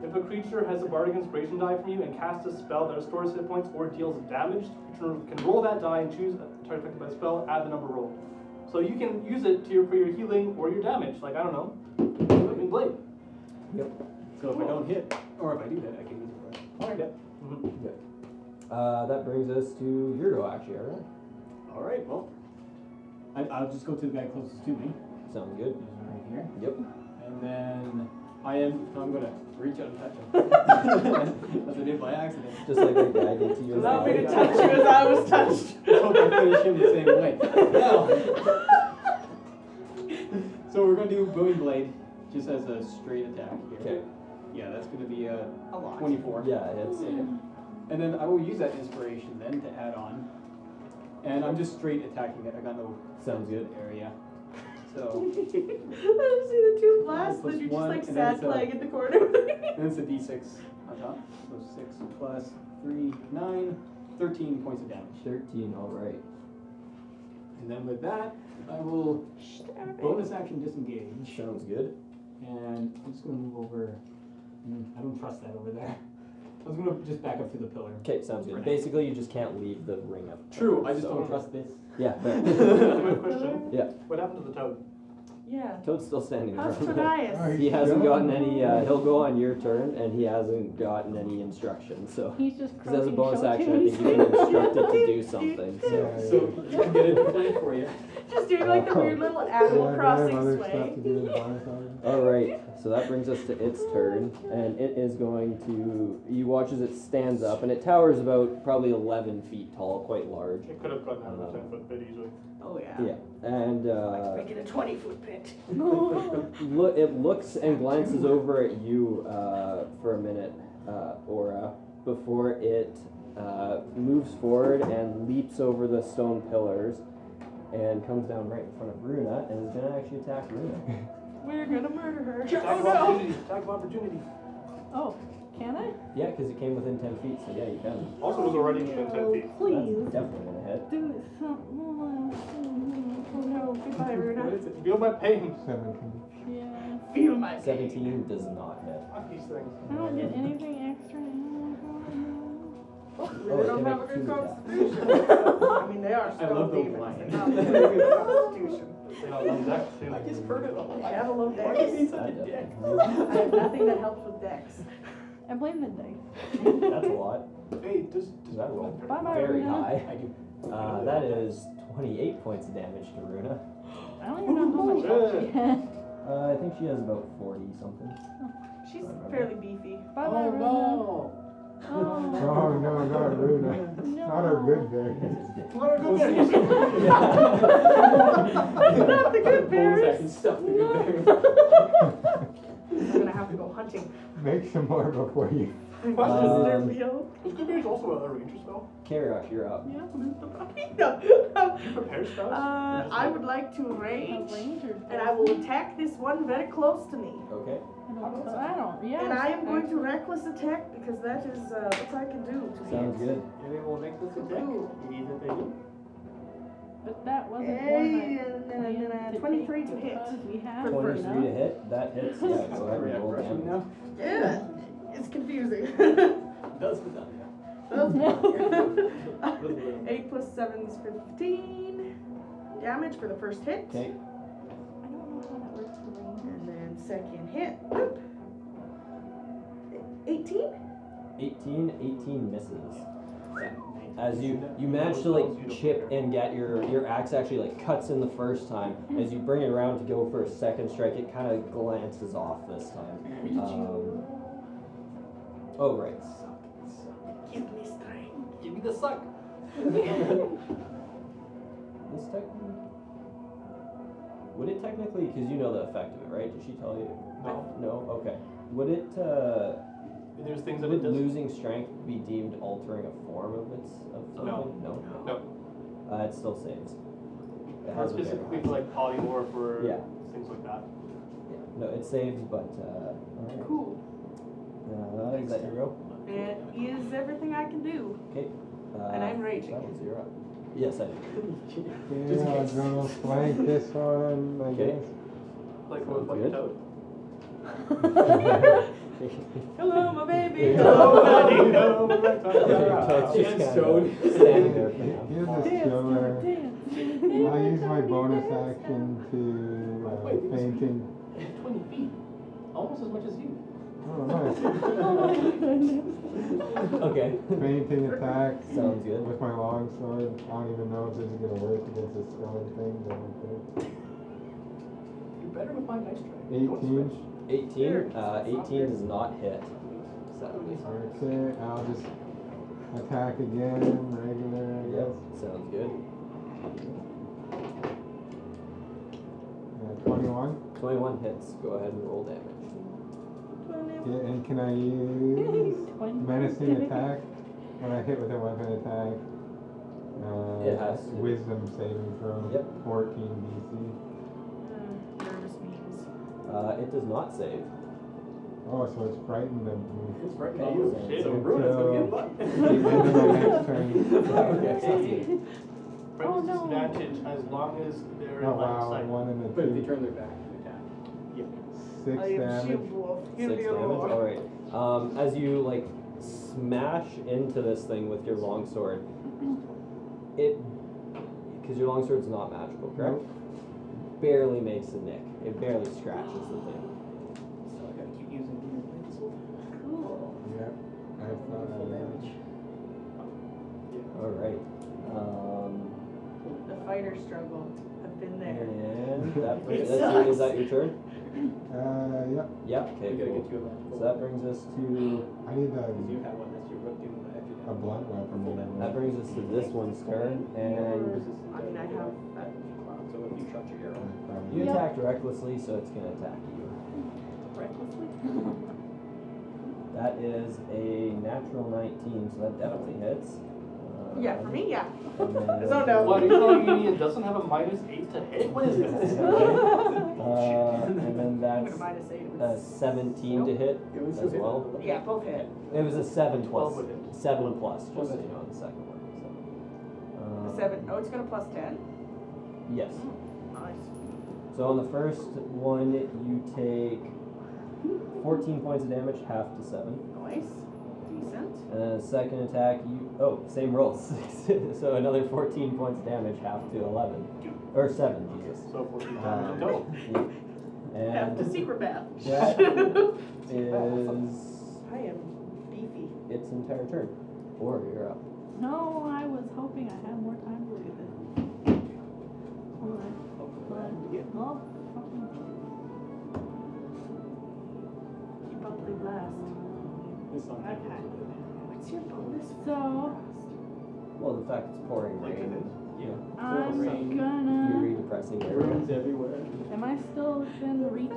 Speaker 3: if a creature has a bardic inspiration die from you and casts a spell that restores hit points or deals damage, the creature can roll that die and choose uh, a target affected by the spell, add the number rolled. So you can use it to your, for your healing or your damage. Like I don't know, in blade.
Speaker 4: So if I don't hit, or if I do hit, I can use it. right?
Speaker 3: Alright. Yeah.
Speaker 5: Uh, that brings us to Yurdo, actually, alright?
Speaker 4: All right, well, I, I'll just go to the guy closest to me.
Speaker 5: Sounds good.
Speaker 4: He's right here.
Speaker 5: Yep.
Speaker 4: And then I am, I'm gonna reach out and touch him. As I did by accident.
Speaker 5: Just like that guy did to you.
Speaker 7: Allow me to
Speaker 4: Yeah.
Speaker 7: touch you as I was touched.
Speaker 4: I hope I finish him the same way. Now, so we're gonna do booming blade, just as a straight attack here.
Speaker 5: Okay.
Speaker 4: Yeah, that's gonna be a
Speaker 7: A lot.
Speaker 4: twenty-four.
Speaker 5: Yeah, it's.
Speaker 4: And then I will use that inspiration then to add on. And I'm just straight attacking it. I got no
Speaker 5: Sounds good.
Speaker 4: area. So
Speaker 7: I see the two blasts,
Speaker 4: Plus
Speaker 7: then you're just
Speaker 4: one,
Speaker 7: like
Speaker 4: and then
Speaker 7: sad
Speaker 4: it's a-
Speaker 7: playing in the corner.
Speaker 4: and it's a d6 on top. So six plus three, nine, 13 points of damage.
Speaker 5: 13, alright.
Speaker 4: And then with that, I will bonus action disengage.
Speaker 5: Sounds good.
Speaker 4: And I'm just gonna move over. Mm, I don't trust that over there. I was gonna just back up to the pillar.
Speaker 5: Okay, sounds
Speaker 4: For
Speaker 5: good.
Speaker 4: now.
Speaker 5: Basically, you just can't leave the ring up.
Speaker 4: True, I just
Speaker 5: so-
Speaker 4: don't trust this.
Speaker 5: Yeah, fair.
Speaker 3: Quick question.
Speaker 5: Yeah.
Speaker 3: What happened to the toad?
Speaker 7: Yeah.
Speaker 5: Toad's still standing
Speaker 7: How's
Speaker 5: there.
Speaker 7: Tonias?
Speaker 5: He hasn't gotten any. Uh, he'll go on your turn, and he hasn't gotten any instruction. So,
Speaker 11: He's just
Speaker 5: because as a
Speaker 11: croaking
Speaker 5: bonus
Speaker 11: so
Speaker 5: action, I think you
Speaker 11: too.
Speaker 5: can instruct it to do something. So,
Speaker 4: So you can get it to play for you.
Speaker 7: Just doing like the weird little Oh. Animal Crossing sway.
Speaker 5: all right. So that brings us to its turn, and it is going to. You watch as it stands up, and it towers about probably 11 feet tall, quite large.
Speaker 3: It could have gotten out of a ten foot bit easily.
Speaker 7: Oh yeah.
Speaker 5: Yeah, and uh,
Speaker 2: Make it a 20 foot pit.
Speaker 5: Lo- it looks and glances over at you uh, for a minute, uh, Aura, before it uh, moves forward and leaps over the stone pillars and comes down right in front of Runa and is going to actually attack Runa.
Speaker 7: We're gonna murder her.
Speaker 3: Attack of opportunity. Attack of opportunity.
Speaker 11: Oh, can I?
Speaker 5: Yeah, because it came within 10 feet, so yeah, you can.
Speaker 3: Also was already within ten
Speaker 11: Oh,
Speaker 3: feet.
Speaker 11: please
Speaker 5: That's definitely going to hit.
Speaker 11: do something.
Speaker 7: Oh no, goodbye,
Speaker 3: What
Speaker 7: Runa.
Speaker 3: is it? Feel my pain.
Speaker 6: Seventeen.
Speaker 11: Yeah.
Speaker 2: Feel my pain.
Speaker 5: 17 does not hit.
Speaker 3: Fuck these things.
Speaker 11: I don't get anything extra. now.
Speaker 7: We
Speaker 5: Oh, it
Speaker 7: don't
Speaker 5: can
Speaker 7: have a
Speaker 5: make
Speaker 7: good
Speaker 5: two of
Speaker 7: constitution. I mean, they are
Speaker 4: I
Speaker 7: stone
Speaker 4: love the
Speaker 7: demons.
Speaker 4: wine.
Speaker 7: They have a good constitution.
Speaker 3: They got low dex, too.
Speaker 4: I just heard it all.
Speaker 7: I have a low
Speaker 4: Why is he
Speaker 7: dex.
Speaker 4: such a dick?
Speaker 7: I have nothing that helps with dex.
Speaker 11: I blame the dice.
Speaker 5: That's a lot.
Speaker 3: Hey, just,
Speaker 5: Does
Speaker 3: just
Speaker 5: that roll?
Speaker 11: Bye bye,
Speaker 5: Very
Speaker 11: Runa.
Speaker 5: high.
Speaker 4: I do.
Speaker 5: Uh, that is 28 points of damage to Runa.
Speaker 11: I don't even know how much health she had.
Speaker 5: Uh, I think she has about 40 something.
Speaker 7: She's fairly beefy.
Speaker 11: Bye bye, Runa. Oh,
Speaker 6: Oh no, not Runa.
Speaker 11: no.
Speaker 6: Not our good bear.
Speaker 3: Let her go there.
Speaker 7: Not the good
Speaker 4: Bonus
Speaker 7: berries.
Speaker 4: action stuff the good bears.
Speaker 7: I'm gonna have to go hunting.
Speaker 6: Make some more before you.
Speaker 3: Question.
Speaker 7: Is there
Speaker 5: Um,
Speaker 7: Leo?
Speaker 3: Is good berries also a ranger spell?
Speaker 5: Karosh, you're up.
Speaker 7: Yeah, I'm the puppy. No.
Speaker 3: You prepare spells?
Speaker 7: Uh, I would like to
Speaker 11: a
Speaker 7: rage,
Speaker 11: ranger.
Speaker 7: and I will attack this one very close to me.
Speaker 5: Okay.
Speaker 11: I don't, know. I don't. Yeah.
Speaker 7: And I am going to reckless attack because that is uh, what I can do to
Speaker 5: Sounds
Speaker 7: hit.
Speaker 5: good.
Speaker 4: Maybe we'll make this attack.
Speaker 7: Ooh.
Speaker 4: It is a thing.
Speaker 11: But that wasn't
Speaker 7: Hey,
Speaker 11: one
Speaker 7: and then, and then, uh, 23 to hit.
Speaker 11: We have
Speaker 7: For free.
Speaker 5: 23 to hit. That hits. Yeah,
Speaker 4: That's
Speaker 5: go ahead and
Speaker 4: correct,
Speaker 5: roll
Speaker 4: right?
Speaker 5: damage.
Speaker 4: No.
Speaker 7: Yeah, it's confusing.
Speaker 4: Does with that.
Speaker 7: Eight plus seven is fifteen. Damage for the first hit,
Speaker 5: Okay.
Speaker 11: I don't know how that works for ranger.
Speaker 7: and then second hit. Boop. Eighteen.
Speaker 5: 18, 18 misses. As you you manage to like chip and get your your axe actually like cuts in the first time. As you bring it around to go for a second strike, it kind of glances off this time. Um, oh right.
Speaker 7: Give me strength.
Speaker 3: Give me the suck.
Speaker 5: This technically would it technically because you know the effect of it, right? Did she tell you?
Speaker 3: No.
Speaker 5: No. Okay. Would it? Uh,
Speaker 3: There's things that
Speaker 5: Would
Speaker 3: it does.
Speaker 5: losing strength be deemed altering a form of its of something? No.
Speaker 3: No.
Speaker 5: Uh, it still saves. It
Speaker 3: Not
Speaker 5: has whatever
Speaker 3: specifically
Speaker 5: high
Speaker 3: for like polymorph or
Speaker 5: Yeah.
Speaker 3: things like that.
Speaker 5: save. Yeah. No, it saves, but uh, alright.
Speaker 7: Cool.
Speaker 5: Uh, is that your roll?
Speaker 7: It is everything I can do.
Speaker 5: Okay. Uh,
Speaker 7: And I'm raging.
Speaker 5: That was your up. Yes, I do.
Speaker 6: Yeah, I'm gonna flank this one, I
Speaker 5: Okay.
Speaker 6: guess.
Speaker 3: Like with like
Speaker 5: Good.
Speaker 3: toad.
Speaker 7: Hello, my baby.
Speaker 3: Hello,
Speaker 7: Hello, buddy.
Speaker 3: buddy. Hello, my back
Speaker 5: Yeah,
Speaker 3: on.
Speaker 5: it's just
Speaker 4: Against
Speaker 5: kinda
Speaker 4: Toad.
Speaker 5: standing
Speaker 6: Yeah,
Speaker 5: there
Speaker 6: okay.
Speaker 5: now.
Speaker 6: You're the
Speaker 11: Dance,
Speaker 6: killer.
Speaker 11: Toad, dance.
Speaker 6: I
Speaker 11: Everyone
Speaker 6: use my
Speaker 11: Toad,
Speaker 6: bonus
Speaker 11: dance now.
Speaker 6: action to uh,
Speaker 4: Wait, this-
Speaker 6: fainting.
Speaker 4: Twenty feet, almost as much as you.
Speaker 6: Oh, nice.
Speaker 11: Oh my goodness.
Speaker 5: okay.
Speaker 6: fainting attack.
Speaker 5: Sounds good.
Speaker 6: With my long sword. I don't even know if this is gonna work against this stone thing. but I'm
Speaker 4: You're better with my nice try.
Speaker 6: good.
Speaker 4: Don't switch.
Speaker 6: 18.
Speaker 5: 18. Uh, 18 does not hit. Sadly.
Speaker 6: Okay, I'll just attack again, regular, I
Speaker 5: Yep.
Speaker 6: guess.
Speaker 5: Sounds good.
Speaker 6: Uh, 21.
Speaker 5: 21 hits. Go ahead and roll damage.
Speaker 6: Yeah, and can I use
Speaker 11: Twenty.
Speaker 6: menacing attack when I hit with a weapon attack? Uh,
Speaker 5: It has to.
Speaker 6: Wisdom saving throw.
Speaker 5: Yep.
Speaker 6: 14
Speaker 7: Nervous memes.
Speaker 5: Uh, it does not save.
Speaker 6: DC. Oh, so it's frightened of me.
Speaker 4: It's right at you.
Speaker 3: Oh, shit.
Speaker 4: So ruin it's gonna get luck.
Speaker 6: end of my next turn.
Speaker 5: okay.
Speaker 3: Right
Speaker 11: Oh,
Speaker 3: is
Speaker 11: no.
Speaker 3: disadvantage as long as they're
Speaker 6: Oh
Speaker 3: in line of
Speaker 6: wow,
Speaker 3: sight.
Speaker 6: one and a
Speaker 4: But if they
Speaker 6: two.
Speaker 4: turn their back, they attack.
Speaker 6: Six
Speaker 7: I am
Speaker 6: damage.
Speaker 7: Shield Wolf. Give
Speaker 5: Six
Speaker 7: me
Speaker 5: damage. Oh,
Speaker 7: a roar.
Speaker 5: All right. Um, as you like smash into this thing with your longsword, it because your longsword's not magical, correct? Barely makes a nick. It barely scratches the thing.
Speaker 4: So I gotta keep using the blades.
Speaker 11: Cool.
Speaker 6: Yep. I uh, thought I
Speaker 4: Full damage.
Speaker 5: All right. Um,
Speaker 7: The fighter struggle. I've been there.
Speaker 5: and that brings,
Speaker 7: It
Speaker 5: that's your, is
Speaker 7: sucks.
Speaker 5: that your turn?
Speaker 6: Uh, yep.
Speaker 5: Yep.
Speaker 4: We
Speaker 5: Okay.
Speaker 4: gotta
Speaker 5: Cool.
Speaker 4: get you a magical.
Speaker 5: So that brings us to
Speaker 6: I need
Speaker 4: Because you
Speaker 6: a,
Speaker 4: have one that's your rook doing the extra
Speaker 6: a
Speaker 4: damage.
Speaker 6: blunt
Speaker 4: Full
Speaker 6: weapon.
Speaker 5: that brings us to this one's turn, and
Speaker 7: Mm. I mean, I have that.
Speaker 4: So if you shot your arrow,
Speaker 6: Uh,
Speaker 5: you
Speaker 11: Yeah.
Speaker 5: attacked recklessly, so it's gonna attack you.
Speaker 11: Recklessly.
Speaker 5: That is a natural 19, so that definitely hits. Uh,
Speaker 7: Yeah, for me, yeah.
Speaker 5: and then- uh,
Speaker 7: So no.
Speaker 3: What are you telling me it doesn't have a minus eight to hit? What is this?
Speaker 5: Uh, and then
Speaker 7: I'm gonna
Speaker 5: that's
Speaker 7: minus eight. It
Speaker 5: a
Speaker 7: was,
Speaker 5: 17 Uh, to hit
Speaker 4: it was
Speaker 5: as well.
Speaker 7: yeah, both hit.
Speaker 5: It was a 7 plus.
Speaker 3: Twelve would
Speaker 5: 7 plus, just
Speaker 4: Twelve
Speaker 5: so
Speaker 4: would
Speaker 5: you know, on the second one. So.
Speaker 7: The
Speaker 5: Um,
Speaker 7: seven. Oh, it's got a plus ten.
Speaker 5: Yes.
Speaker 7: Nice.
Speaker 5: So on the first one, you take 14 points of damage, half to 7.
Speaker 7: Nice. Decent.
Speaker 5: And then the second attack, you. Oh, same rolls. so another 14 points of damage, half to 11. Or 7, Jesus.
Speaker 3: So fourteen
Speaker 6: Uh,
Speaker 3: times. No.
Speaker 7: Have to
Speaker 5: And
Speaker 7: secret bath.
Speaker 5: that is
Speaker 7: I am beefy.
Speaker 5: its entire turn. Or you're up.
Speaker 11: No, I was hoping I had more time to do this. Hold on. Hold on. Oh, fucking-
Speaker 7: Keep up the blast.
Speaker 4: It's not that
Speaker 7: Okay.
Speaker 4: good.
Speaker 7: What's your bonus? Oh,
Speaker 11: So
Speaker 5: Well, the fact it's pouring
Speaker 4: Like it
Speaker 5: rain.
Speaker 4: is. Yeah.
Speaker 11: I'm
Speaker 4: rain.
Speaker 11: gonna.
Speaker 5: You're depressing everyone.
Speaker 4: Ruins everywhere.
Speaker 11: Am I still within reach for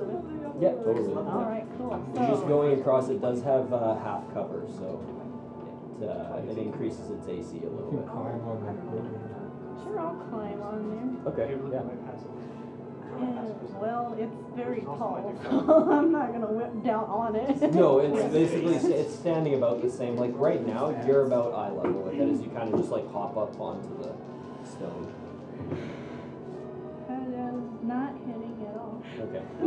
Speaker 11: the whip?
Speaker 5: Yeah, totally.
Speaker 11: All right, cool.
Speaker 5: You're just
Speaker 11: So
Speaker 5: going across. It does have uh, half cover, so it, uh, it increases its AC a
Speaker 6: You
Speaker 5: little
Speaker 6: can
Speaker 5: bit.
Speaker 6: climb on that thing.
Speaker 11: sure, I'll climb on
Speaker 5: Okay.
Speaker 3: You're looking
Speaker 5: Yeah.
Speaker 3: at my passive.
Speaker 11: there.
Speaker 3: You're my
Speaker 11: Yeah,
Speaker 3: passive percent.
Speaker 11: well, it's very
Speaker 3: Which is also
Speaker 11: tall,
Speaker 3: my default.
Speaker 11: so I'm not gonna whip down on it.
Speaker 5: No, it's basically sta- it's standing about the same. Like right now, you're about eye level with it as you kind of just like hop up onto the stone.
Speaker 11: That is not hitting at all.
Speaker 5: Okay. uh,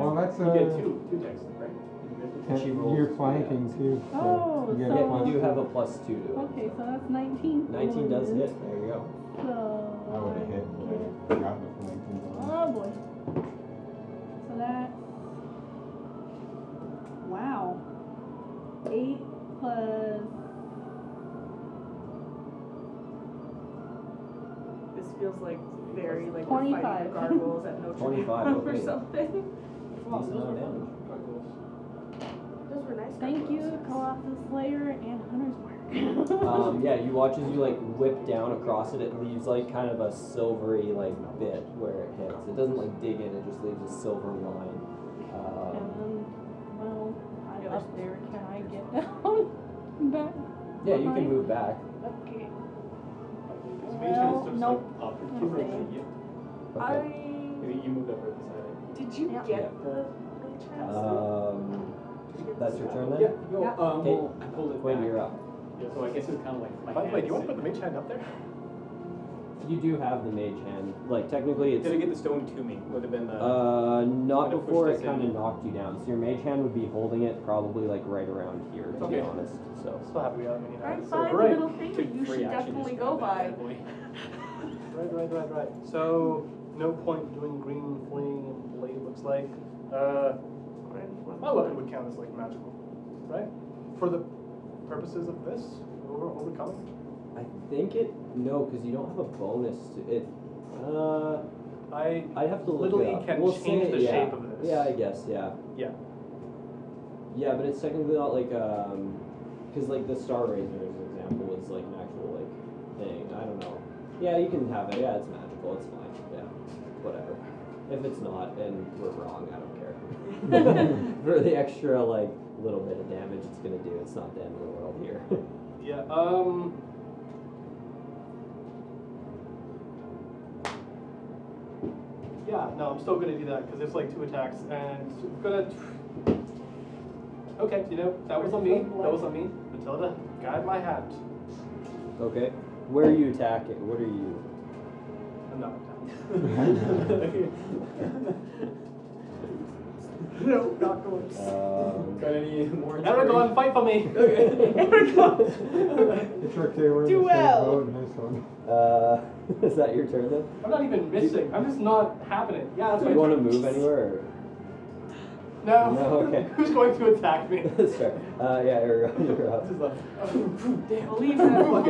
Speaker 6: Well, that's
Speaker 4: You get
Speaker 6: a.
Speaker 4: two, two decks, right? You
Speaker 5: two. She rolls.
Speaker 6: You're flanking too. so
Speaker 11: Oh,
Speaker 6: you get
Speaker 11: so-
Speaker 6: a
Speaker 5: Yeah,
Speaker 6: plus
Speaker 5: you do
Speaker 6: two.
Speaker 5: have a plus two to it.
Speaker 11: Okay,
Speaker 5: so.
Speaker 11: so that's 19.
Speaker 5: 19 does hit. There you go.
Speaker 11: So.
Speaker 6: I would have hit, but I forgot the flanking. bonus.
Speaker 11: Oh boy. So that's. Wow. 8 plus.
Speaker 7: This feels like very like we're fighting
Speaker 11: 25.
Speaker 7: the gargoyles at Notre
Speaker 5: 25,
Speaker 7: Dame
Speaker 5: okay.
Speaker 7: or something.
Speaker 5: Decent amount of damage.
Speaker 7: Those were nice.
Speaker 11: Thank you,
Speaker 7: gargoyles.
Speaker 11: Colossus Slayer and Hunter's Mark.
Speaker 4: Uh,
Speaker 5: Um, yeah, you watch as you like whip down across it. It leaves like kind of a silvery like bit where it hits. It doesn't like dig in. It just leaves a silver line.
Speaker 11: and
Speaker 5: Um,
Speaker 11: then, well, I I'm up there. Can I get down? back?
Speaker 5: Yeah, you
Speaker 11: Behind?
Speaker 5: can move back.
Speaker 11: Okay.
Speaker 3: Is Mage Hand
Speaker 11: Well,
Speaker 3: still just,
Speaker 11: nope.
Speaker 3: like, up?
Speaker 11: I'm saying.
Speaker 4: Yeah.
Speaker 5: Okay.
Speaker 4: You you moved up right beside it.
Speaker 7: Did you
Speaker 10: Yeah.
Speaker 7: get
Speaker 5: Yeah.
Speaker 7: the mage hand?
Speaker 5: Um, that's your turn then.
Speaker 4: Yeah, yo,
Speaker 10: Yeah.
Speaker 4: um,
Speaker 5: Okay.
Speaker 4: well, I pulled it
Speaker 5: Quinn,
Speaker 4: back.
Speaker 5: you're up.
Speaker 4: Yeah, so I guess it's kind of like my
Speaker 3: By the way, do you want
Speaker 4: hands
Speaker 3: to put the
Speaker 4: sitting-
Speaker 3: mage hand up there?
Speaker 5: You do have the mage hand. Like technically, it's
Speaker 4: Did I get the stone to me? Would have been the.
Speaker 5: uh not
Speaker 4: Kinda pushed
Speaker 5: before
Speaker 4: us
Speaker 5: it
Speaker 4: in.
Speaker 5: kind of knocked you down. So your mage hand would be holding it probably like right around here, to
Speaker 4: Okay.
Speaker 5: be honest. So
Speaker 3: Still happy we have a mini
Speaker 10: Right,
Speaker 3: knife.
Speaker 10: five
Speaker 3: right,
Speaker 10: little things
Speaker 4: took
Speaker 10: you
Speaker 4: free
Speaker 10: should
Speaker 4: action to
Speaker 10: definitely
Speaker 4: grab
Speaker 10: go
Speaker 4: that
Speaker 10: by.
Speaker 4: bad boy.
Speaker 3: right, right, right, right. So, no point doing green fling and blade, it looks like. Uh, my weapon would count as like magical, right? For the purposes of this, over, overcoming.
Speaker 5: I think it no, because you don't have a bonus to it. Uh,
Speaker 3: I
Speaker 5: I have to look
Speaker 3: Literally
Speaker 5: it up.
Speaker 3: can
Speaker 5: we'll
Speaker 3: change
Speaker 5: say-
Speaker 3: the
Speaker 5: yeah.
Speaker 3: shape of this.
Speaker 5: Yeah, I guess. Yeah.
Speaker 3: Yeah.
Speaker 5: Yeah, but it's technically not like um, because like the Star Razor as an example is like an actual like thing. I don't know. Yeah, you can have it. Yeah, it's magical. It's fine. Yeah, whatever. If it's not and we're wrong, I don't care. For the extra like little bit of damage it's gonna do, it's not the end of the world here.
Speaker 3: Yeah, um. Yeah, no, I'm still gonna do that because it's like two attacks and I'm gonna. Okay, you know, that was on me. That was on me. Matilda, guide my hat.
Speaker 5: okay, where are you attacking? What are you?
Speaker 3: I'm not
Speaker 4: no, not going.
Speaker 5: Um,
Speaker 4: Got any more?
Speaker 3: Aragon, fight for me!
Speaker 4: Aragon.
Speaker 6: It's okay, we're in the
Speaker 7: Duel.
Speaker 6: same boat in this one.
Speaker 5: uh, is that your turn then?
Speaker 3: I'm not even missing. I'm just not happening. Yeah, that's
Speaker 5: Do you
Speaker 3: my
Speaker 5: want to
Speaker 3: turn.
Speaker 5: move anywhere?
Speaker 3: No.
Speaker 5: No, okay.
Speaker 3: Who's going to attack me?
Speaker 5: Or? Sorry. Uh, yeah, you're, you're up.
Speaker 4: This is like.
Speaker 10: Leave that alone.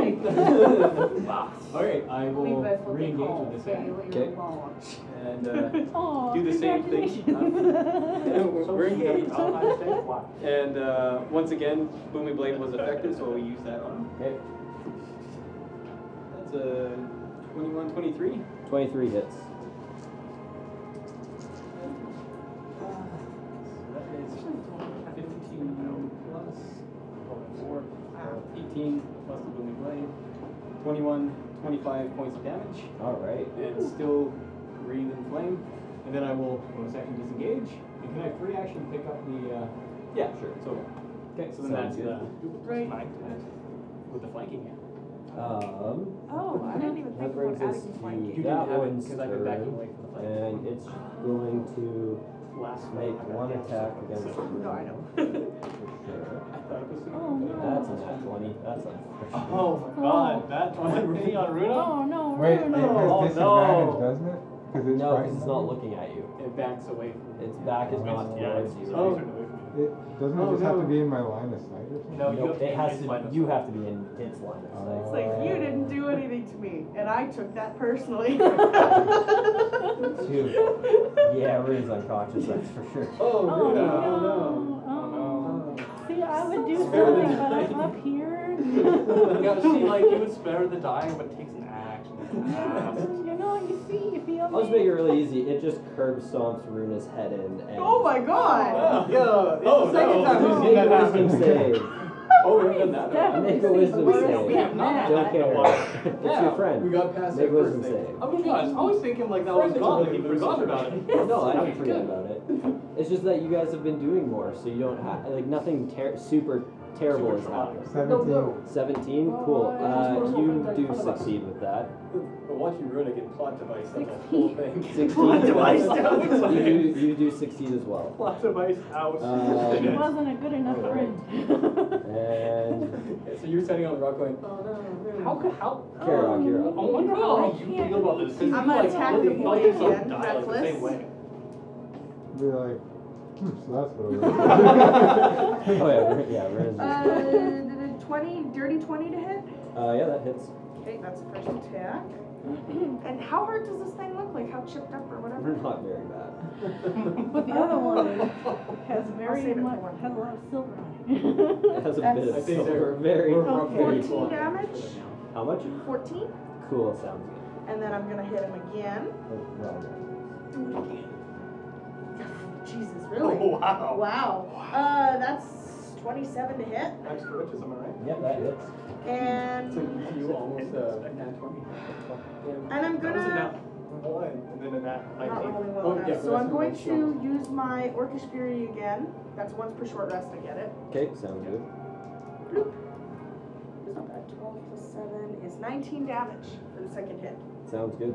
Speaker 4: Okay, I will
Speaker 10: Leave that fucking
Speaker 4: re-engage
Speaker 10: hole.
Speaker 4: with this guy
Speaker 5: Okay.
Speaker 10: Failure alone.
Speaker 4: and uh,
Speaker 11: Aw,
Speaker 4: do the same thing.
Speaker 11: Oh, congratulations.
Speaker 4: we're
Speaker 3: So
Speaker 4: we're
Speaker 3: he
Speaker 4: engaged.
Speaker 3: ate all my steak. Why?
Speaker 4: And uh, once again, booming blade was effective, so we use that on.
Speaker 5: Okay.
Speaker 4: him. That's a 21, 23.
Speaker 5: 23 hits.
Speaker 4: That is 15 plus 4, uh, 18 plus the booming blade. 21, 25 points of damage.
Speaker 5: All right.
Speaker 4: It's still breathe in flame. And then I will bonus action disengage. And can I free action pick up the. Uh, yeah, sure. So, okay, so then that's
Speaker 5: Sounds good.
Speaker 4: the.
Speaker 7: Right.
Speaker 4: Mine. With the flanking hand.
Speaker 5: Um,
Speaker 7: Oh, I didn't even
Speaker 5: that
Speaker 7: think about
Speaker 5: brings us
Speaker 7: adding
Speaker 5: to
Speaker 7: the flanking.
Speaker 4: You
Speaker 5: that
Speaker 4: didn't have it,
Speaker 5: one's
Speaker 4: 'cause I've been backing
Speaker 5: turn,
Speaker 4: away from the flank.
Speaker 5: and it's going to
Speaker 4: Last
Speaker 5: make
Speaker 4: round, I got
Speaker 5: one
Speaker 4: damage
Speaker 5: attack
Speaker 4: so-
Speaker 5: against
Speaker 4: so-
Speaker 7: No, I know.
Speaker 5: for sure.
Speaker 4: I thought it was.
Speaker 11: Oh, no.
Speaker 5: That's a nat 20. That's unfortunate.
Speaker 3: Oh my god, that one thing on Runo?
Speaker 11: Oh no,
Speaker 6: Wait,
Speaker 11: no,
Speaker 6: it
Speaker 11: no.
Speaker 3: no.
Speaker 6: has disadvantage, doesn't it? Because it's
Speaker 5: Oh, No,
Speaker 6: right
Speaker 5: because it's not looking at you.
Speaker 4: It backs away from
Speaker 5: Its back is not
Speaker 3: Yeah,
Speaker 5: towards
Speaker 3: it's-
Speaker 5: you.
Speaker 3: oh.
Speaker 6: It, doesn't
Speaker 4: Oh,
Speaker 6: it just have
Speaker 4: no.
Speaker 6: to be in my line of sight or something?
Speaker 3: No, you
Speaker 5: Nope,
Speaker 3: have to
Speaker 5: it
Speaker 3: be
Speaker 5: has
Speaker 3: hit by
Speaker 5: to.
Speaker 3: the-
Speaker 5: You have to be in its line of sight.
Speaker 11: Oh.
Speaker 7: It's like, you didn't do anything to me, and I took that personally.
Speaker 5: Two. Yeah, Rune's unconscious. That's for sure.
Speaker 4: Oh,
Speaker 11: Oh,
Speaker 4: Runa.
Speaker 11: no.
Speaker 4: Oh, no.
Speaker 11: See, I would do
Speaker 4: Spare the
Speaker 11: something, but I'm
Speaker 4: dying.
Speaker 11: up here.
Speaker 3: No, she like you would spare the dying, but it takes an action.
Speaker 11: you know, you see, you feel me.
Speaker 5: I'll just make it really easy. It just curb stomps Runa's head in. And
Speaker 7: Oh my god!
Speaker 4: Yeah. Oh,
Speaker 3: the second
Speaker 4: no.
Speaker 3: time we've seen
Speaker 5: Make
Speaker 3: that
Speaker 5: a wisdom
Speaker 3: happen.
Speaker 5: save.
Speaker 4: Oh, we've done that.
Speaker 11: Definitely
Speaker 5: Make a
Speaker 11: seen
Speaker 5: wisdom
Speaker 11: worse.
Speaker 5: save.
Speaker 3: We have not had
Speaker 5: Don't
Speaker 3: that in a
Speaker 5: care.
Speaker 3: while.
Speaker 5: It's
Speaker 3: Yeah.
Speaker 5: your friend.
Speaker 4: We got past
Speaker 5: Make
Speaker 4: that first
Speaker 5: wisdom
Speaker 4: thing.
Speaker 5: save.
Speaker 3: Oh my gosh, I was thinking like that was
Speaker 4: Friends are
Speaker 3: gone, like
Speaker 4: really
Speaker 3: you
Speaker 4: loose.
Speaker 3: forgot about it.
Speaker 5: No, I
Speaker 3: Yes.
Speaker 5: didn't forget about it. It's just that you guys have been doing more, so you don't have like nothing ter- super terrible
Speaker 3: Super
Speaker 5: has
Speaker 3: traumatic.
Speaker 5: happened.
Speaker 6: Seventeen.
Speaker 5: Seventeen,
Speaker 11: Well,
Speaker 5: cool.
Speaker 11: Oh, I-
Speaker 5: Uh,
Speaker 4: Just
Speaker 5: you
Speaker 4: personal
Speaker 5: do
Speaker 4: friends are fun of us.
Speaker 5: succeed with that.
Speaker 4: But watching Runa get plot device, that's a whole thing.
Speaker 5: Sixteen.
Speaker 3: device out.
Speaker 5: You do you do succeed as well.
Speaker 3: Plot device out.
Speaker 5: Um,
Speaker 11: She wasn't a good enough
Speaker 5: Alright.
Speaker 11: friend.
Speaker 5: And
Speaker 4: Yeah, so you're standing on the rock going, oh no, Runa.
Speaker 3: how could how?
Speaker 5: Karok,
Speaker 4: oh.
Speaker 5: you're
Speaker 3: I
Speaker 5: up.
Speaker 3: wonder how
Speaker 11: I
Speaker 3: you
Speaker 11: can't
Speaker 3: feel about this. 'cause
Speaker 11: I'm
Speaker 3: you,
Speaker 11: gonna
Speaker 3: like,
Speaker 7: attack
Speaker 3: really
Speaker 7: the
Speaker 3: felt
Speaker 7: boy
Speaker 3: yourself
Speaker 7: again,
Speaker 3: die, like, the
Speaker 7: reckless.
Speaker 3: same way.
Speaker 6: Be like, hmm, so that's what it
Speaker 5: Oh yeah, Ren- yeah, Ren's
Speaker 7: Uh,
Speaker 5: uh,
Speaker 7: did a 20, dirty 20 to hit?
Speaker 5: uh, yeah, that hits.
Speaker 7: Okay, that's the first attack. and how hard does this thing look? Like, how chipped up or whatever?
Speaker 5: Not very bad.
Speaker 11: But the other one has very
Speaker 7: save it
Speaker 11: much
Speaker 7: for one.
Speaker 11: has a lot of silver on it.
Speaker 5: It has
Speaker 7: That's-
Speaker 5: a bit
Speaker 4: I
Speaker 5: of
Speaker 4: think
Speaker 5: silver.
Speaker 4: they're
Speaker 5: Very.
Speaker 4: we're up there.
Speaker 7: 14 damage?
Speaker 5: How much?
Speaker 7: 14?
Speaker 5: Cool. Sounds good.
Speaker 7: And then I'm gonna hit him again.
Speaker 5: Oh, well,
Speaker 7: Do it again. Jesus, really?
Speaker 3: Oh, wow.
Speaker 7: Wow. Uh, that's 27 to hit.
Speaker 3: Next to witches, am I right?
Speaker 5: Yeah, that hits.
Speaker 7: And
Speaker 4: So you- you almost, uh,
Speaker 3: Expect-
Speaker 4: nat 20.
Speaker 7: and I'm
Speaker 3: That was a
Speaker 7: gonna
Speaker 3: nat one, and then a nat
Speaker 7: not
Speaker 3: 19.
Speaker 7: rolling
Speaker 4: Oh,
Speaker 7: well
Speaker 4: yeah,
Speaker 7: enough.
Speaker 4: that's
Speaker 7: So I'm
Speaker 4: a
Speaker 7: going
Speaker 4: nice
Speaker 7: to use my Orcish Fury again. That's once per short rest, I get it.
Speaker 5: Okay, sounds good.
Speaker 7: It's not bad. 12 plus 7 is 19 damage for the second hit.
Speaker 5: Sounds good.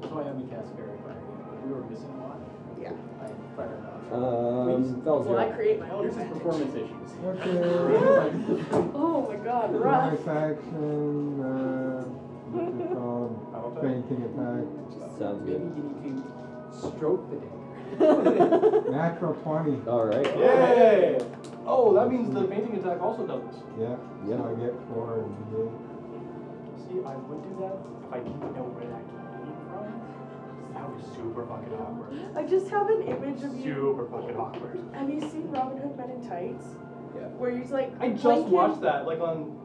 Speaker 4: That's why I haven't cast fairy fire yet. We were missing a lot.
Speaker 7: Yeah.
Speaker 4: I fired off.
Speaker 5: Um, Fells,
Speaker 7: Well,
Speaker 5: you're
Speaker 7: I
Speaker 5: up.
Speaker 7: create my own.
Speaker 4: Here's his
Speaker 7: advantage.
Speaker 4: performance issues.
Speaker 6: Okay.
Speaker 7: Oh my god, rough.
Speaker 6: Bonus action, uh, what's it called?
Speaker 3: Battle type.
Speaker 6: Fainting attack.
Speaker 5: Sounds
Speaker 4: Maybe
Speaker 5: good.
Speaker 4: you need to stroke the dagger.
Speaker 12: That's
Speaker 6: Natural 20.
Speaker 5: All right.
Speaker 3: Yay! Oh, that means the fainting attack also doubles.
Speaker 6: Yeah.
Speaker 5: Yeah.
Speaker 6: So I get 4 and D8.
Speaker 3: See, I would do that if I didn't know where that came from. That was super fucking awkward.
Speaker 7: I just have an image of you.
Speaker 3: Super fucking awkward.
Speaker 7: Have you seen Robin Hood Men in Tights?
Speaker 4: Yeah.
Speaker 7: Where he's like,
Speaker 3: I just
Speaker 7: blinking.
Speaker 3: watched that, like on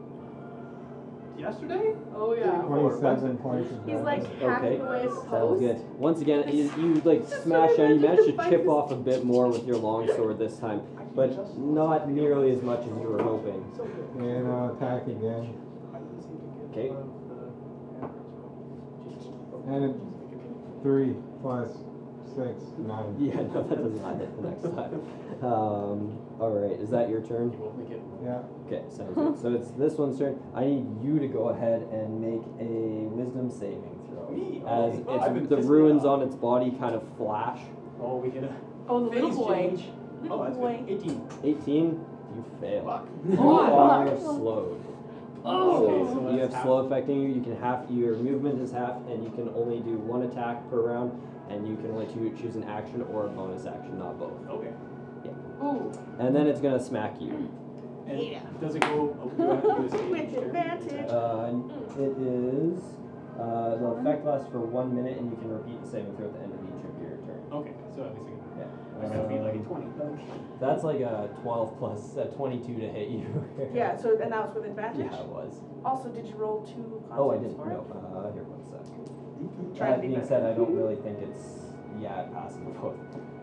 Speaker 3: yesterday?
Speaker 7: Oh yeah.
Speaker 3: Four.
Speaker 6: 27 points of
Speaker 7: He's like
Speaker 6: damage.
Speaker 7: hacking
Speaker 5: Okay.
Speaker 7: away at the
Speaker 5: Sounds
Speaker 7: post.
Speaker 5: good. Once again, you, you like
Speaker 7: Just
Speaker 5: smash
Speaker 7: so
Speaker 5: out. You
Speaker 7: imagine
Speaker 5: managed
Speaker 7: the
Speaker 5: to
Speaker 7: fight
Speaker 5: chip
Speaker 7: is-
Speaker 5: off a bit more with your longsword this time, but not nearly as much as you were hoping.
Speaker 3: So good.
Speaker 6: And I'll attack again.
Speaker 3: I didn't see if
Speaker 5: Okay.
Speaker 3: you could get one of the hammers, but just-
Speaker 6: And it,
Speaker 3: just make it-
Speaker 6: 3 plus 6, 9.
Speaker 5: Yeah, no, that does not hit the next time. Um, all right, is that your turn?
Speaker 4: You won't make it.
Speaker 6: Yeah.
Speaker 5: Okay, sounds good. So it's this one's turn. I need you to go ahead and make a wisdom saving throw.
Speaker 4: Me?
Speaker 5: As
Speaker 4: Oh, I've been
Speaker 5: it's, the
Speaker 4: pissed
Speaker 5: ruins
Speaker 4: off.
Speaker 5: on its body kind of flash.
Speaker 4: Oh, we hit a
Speaker 7: Oh, the
Speaker 4: phase
Speaker 7: little boy.
Speaker 4: change.
Speaker 7: Little
Speaker 4: Oh, that's
Speaker 7: boy.
Speaker 4: good. 18.
Speaker 5: 18, you fail.
Speaker 4: Fuck. Oh.
Speaker 5: You are
Speaker 11: fuck.
Speaker 5: slowed.
Speaker 4: Okay, so
Speaker 5: So you
Speaker 4: that's
Speaker 5: have
Speaker 4: half.
Speaker 5: slow affecting you. You can half your movement is half, and you can only do one attack per round, and you can only choo- choose an action or a bonus action, not both.
Speaker 4: Okay.
Speaker 7: Ooh.
Speaker 5: And then it's gonna smack you.
Speaker 4: And
Speaker 7: Yeah.
Speaker 4: does it go? Oh, do I have to do a saving
Speaker 7: With
Speaker 4: throw?
Speaker 7: advantage.
Speaker 5: Uh, it is. Uh, the effect lasts for one minute, and you can repeat the saving throw at the end of each of your turn.
Speaker 4: Okay, so at least I
Speaker 5: Yeah.
Speaker 4: can. I gotta be like a
Speaker 5: Um,
Speaker 4: 20. Okay.
Speaker 5: that's like a 12 plus a 22 to hit you.
Speaker 7: Yeah, so and that was with advantage.
Speaker 5: Yeah, it was.
Speaker 7: Also, did you roll two
Speaker 5: Oh, I
Speaker 7: concepts
Speaker 5: didn't
Speaker 7: for
Speaker 5: know.
Speaker 7: it?
Speaker 5: Uh, here, one sec.
Speaker 7: Try
Speaker 5: that
Speaker 7: to be
Speaker 5: being
Speaker 7: better.
Speaker 5: said, I don't really think it's. Yeah, it passes both.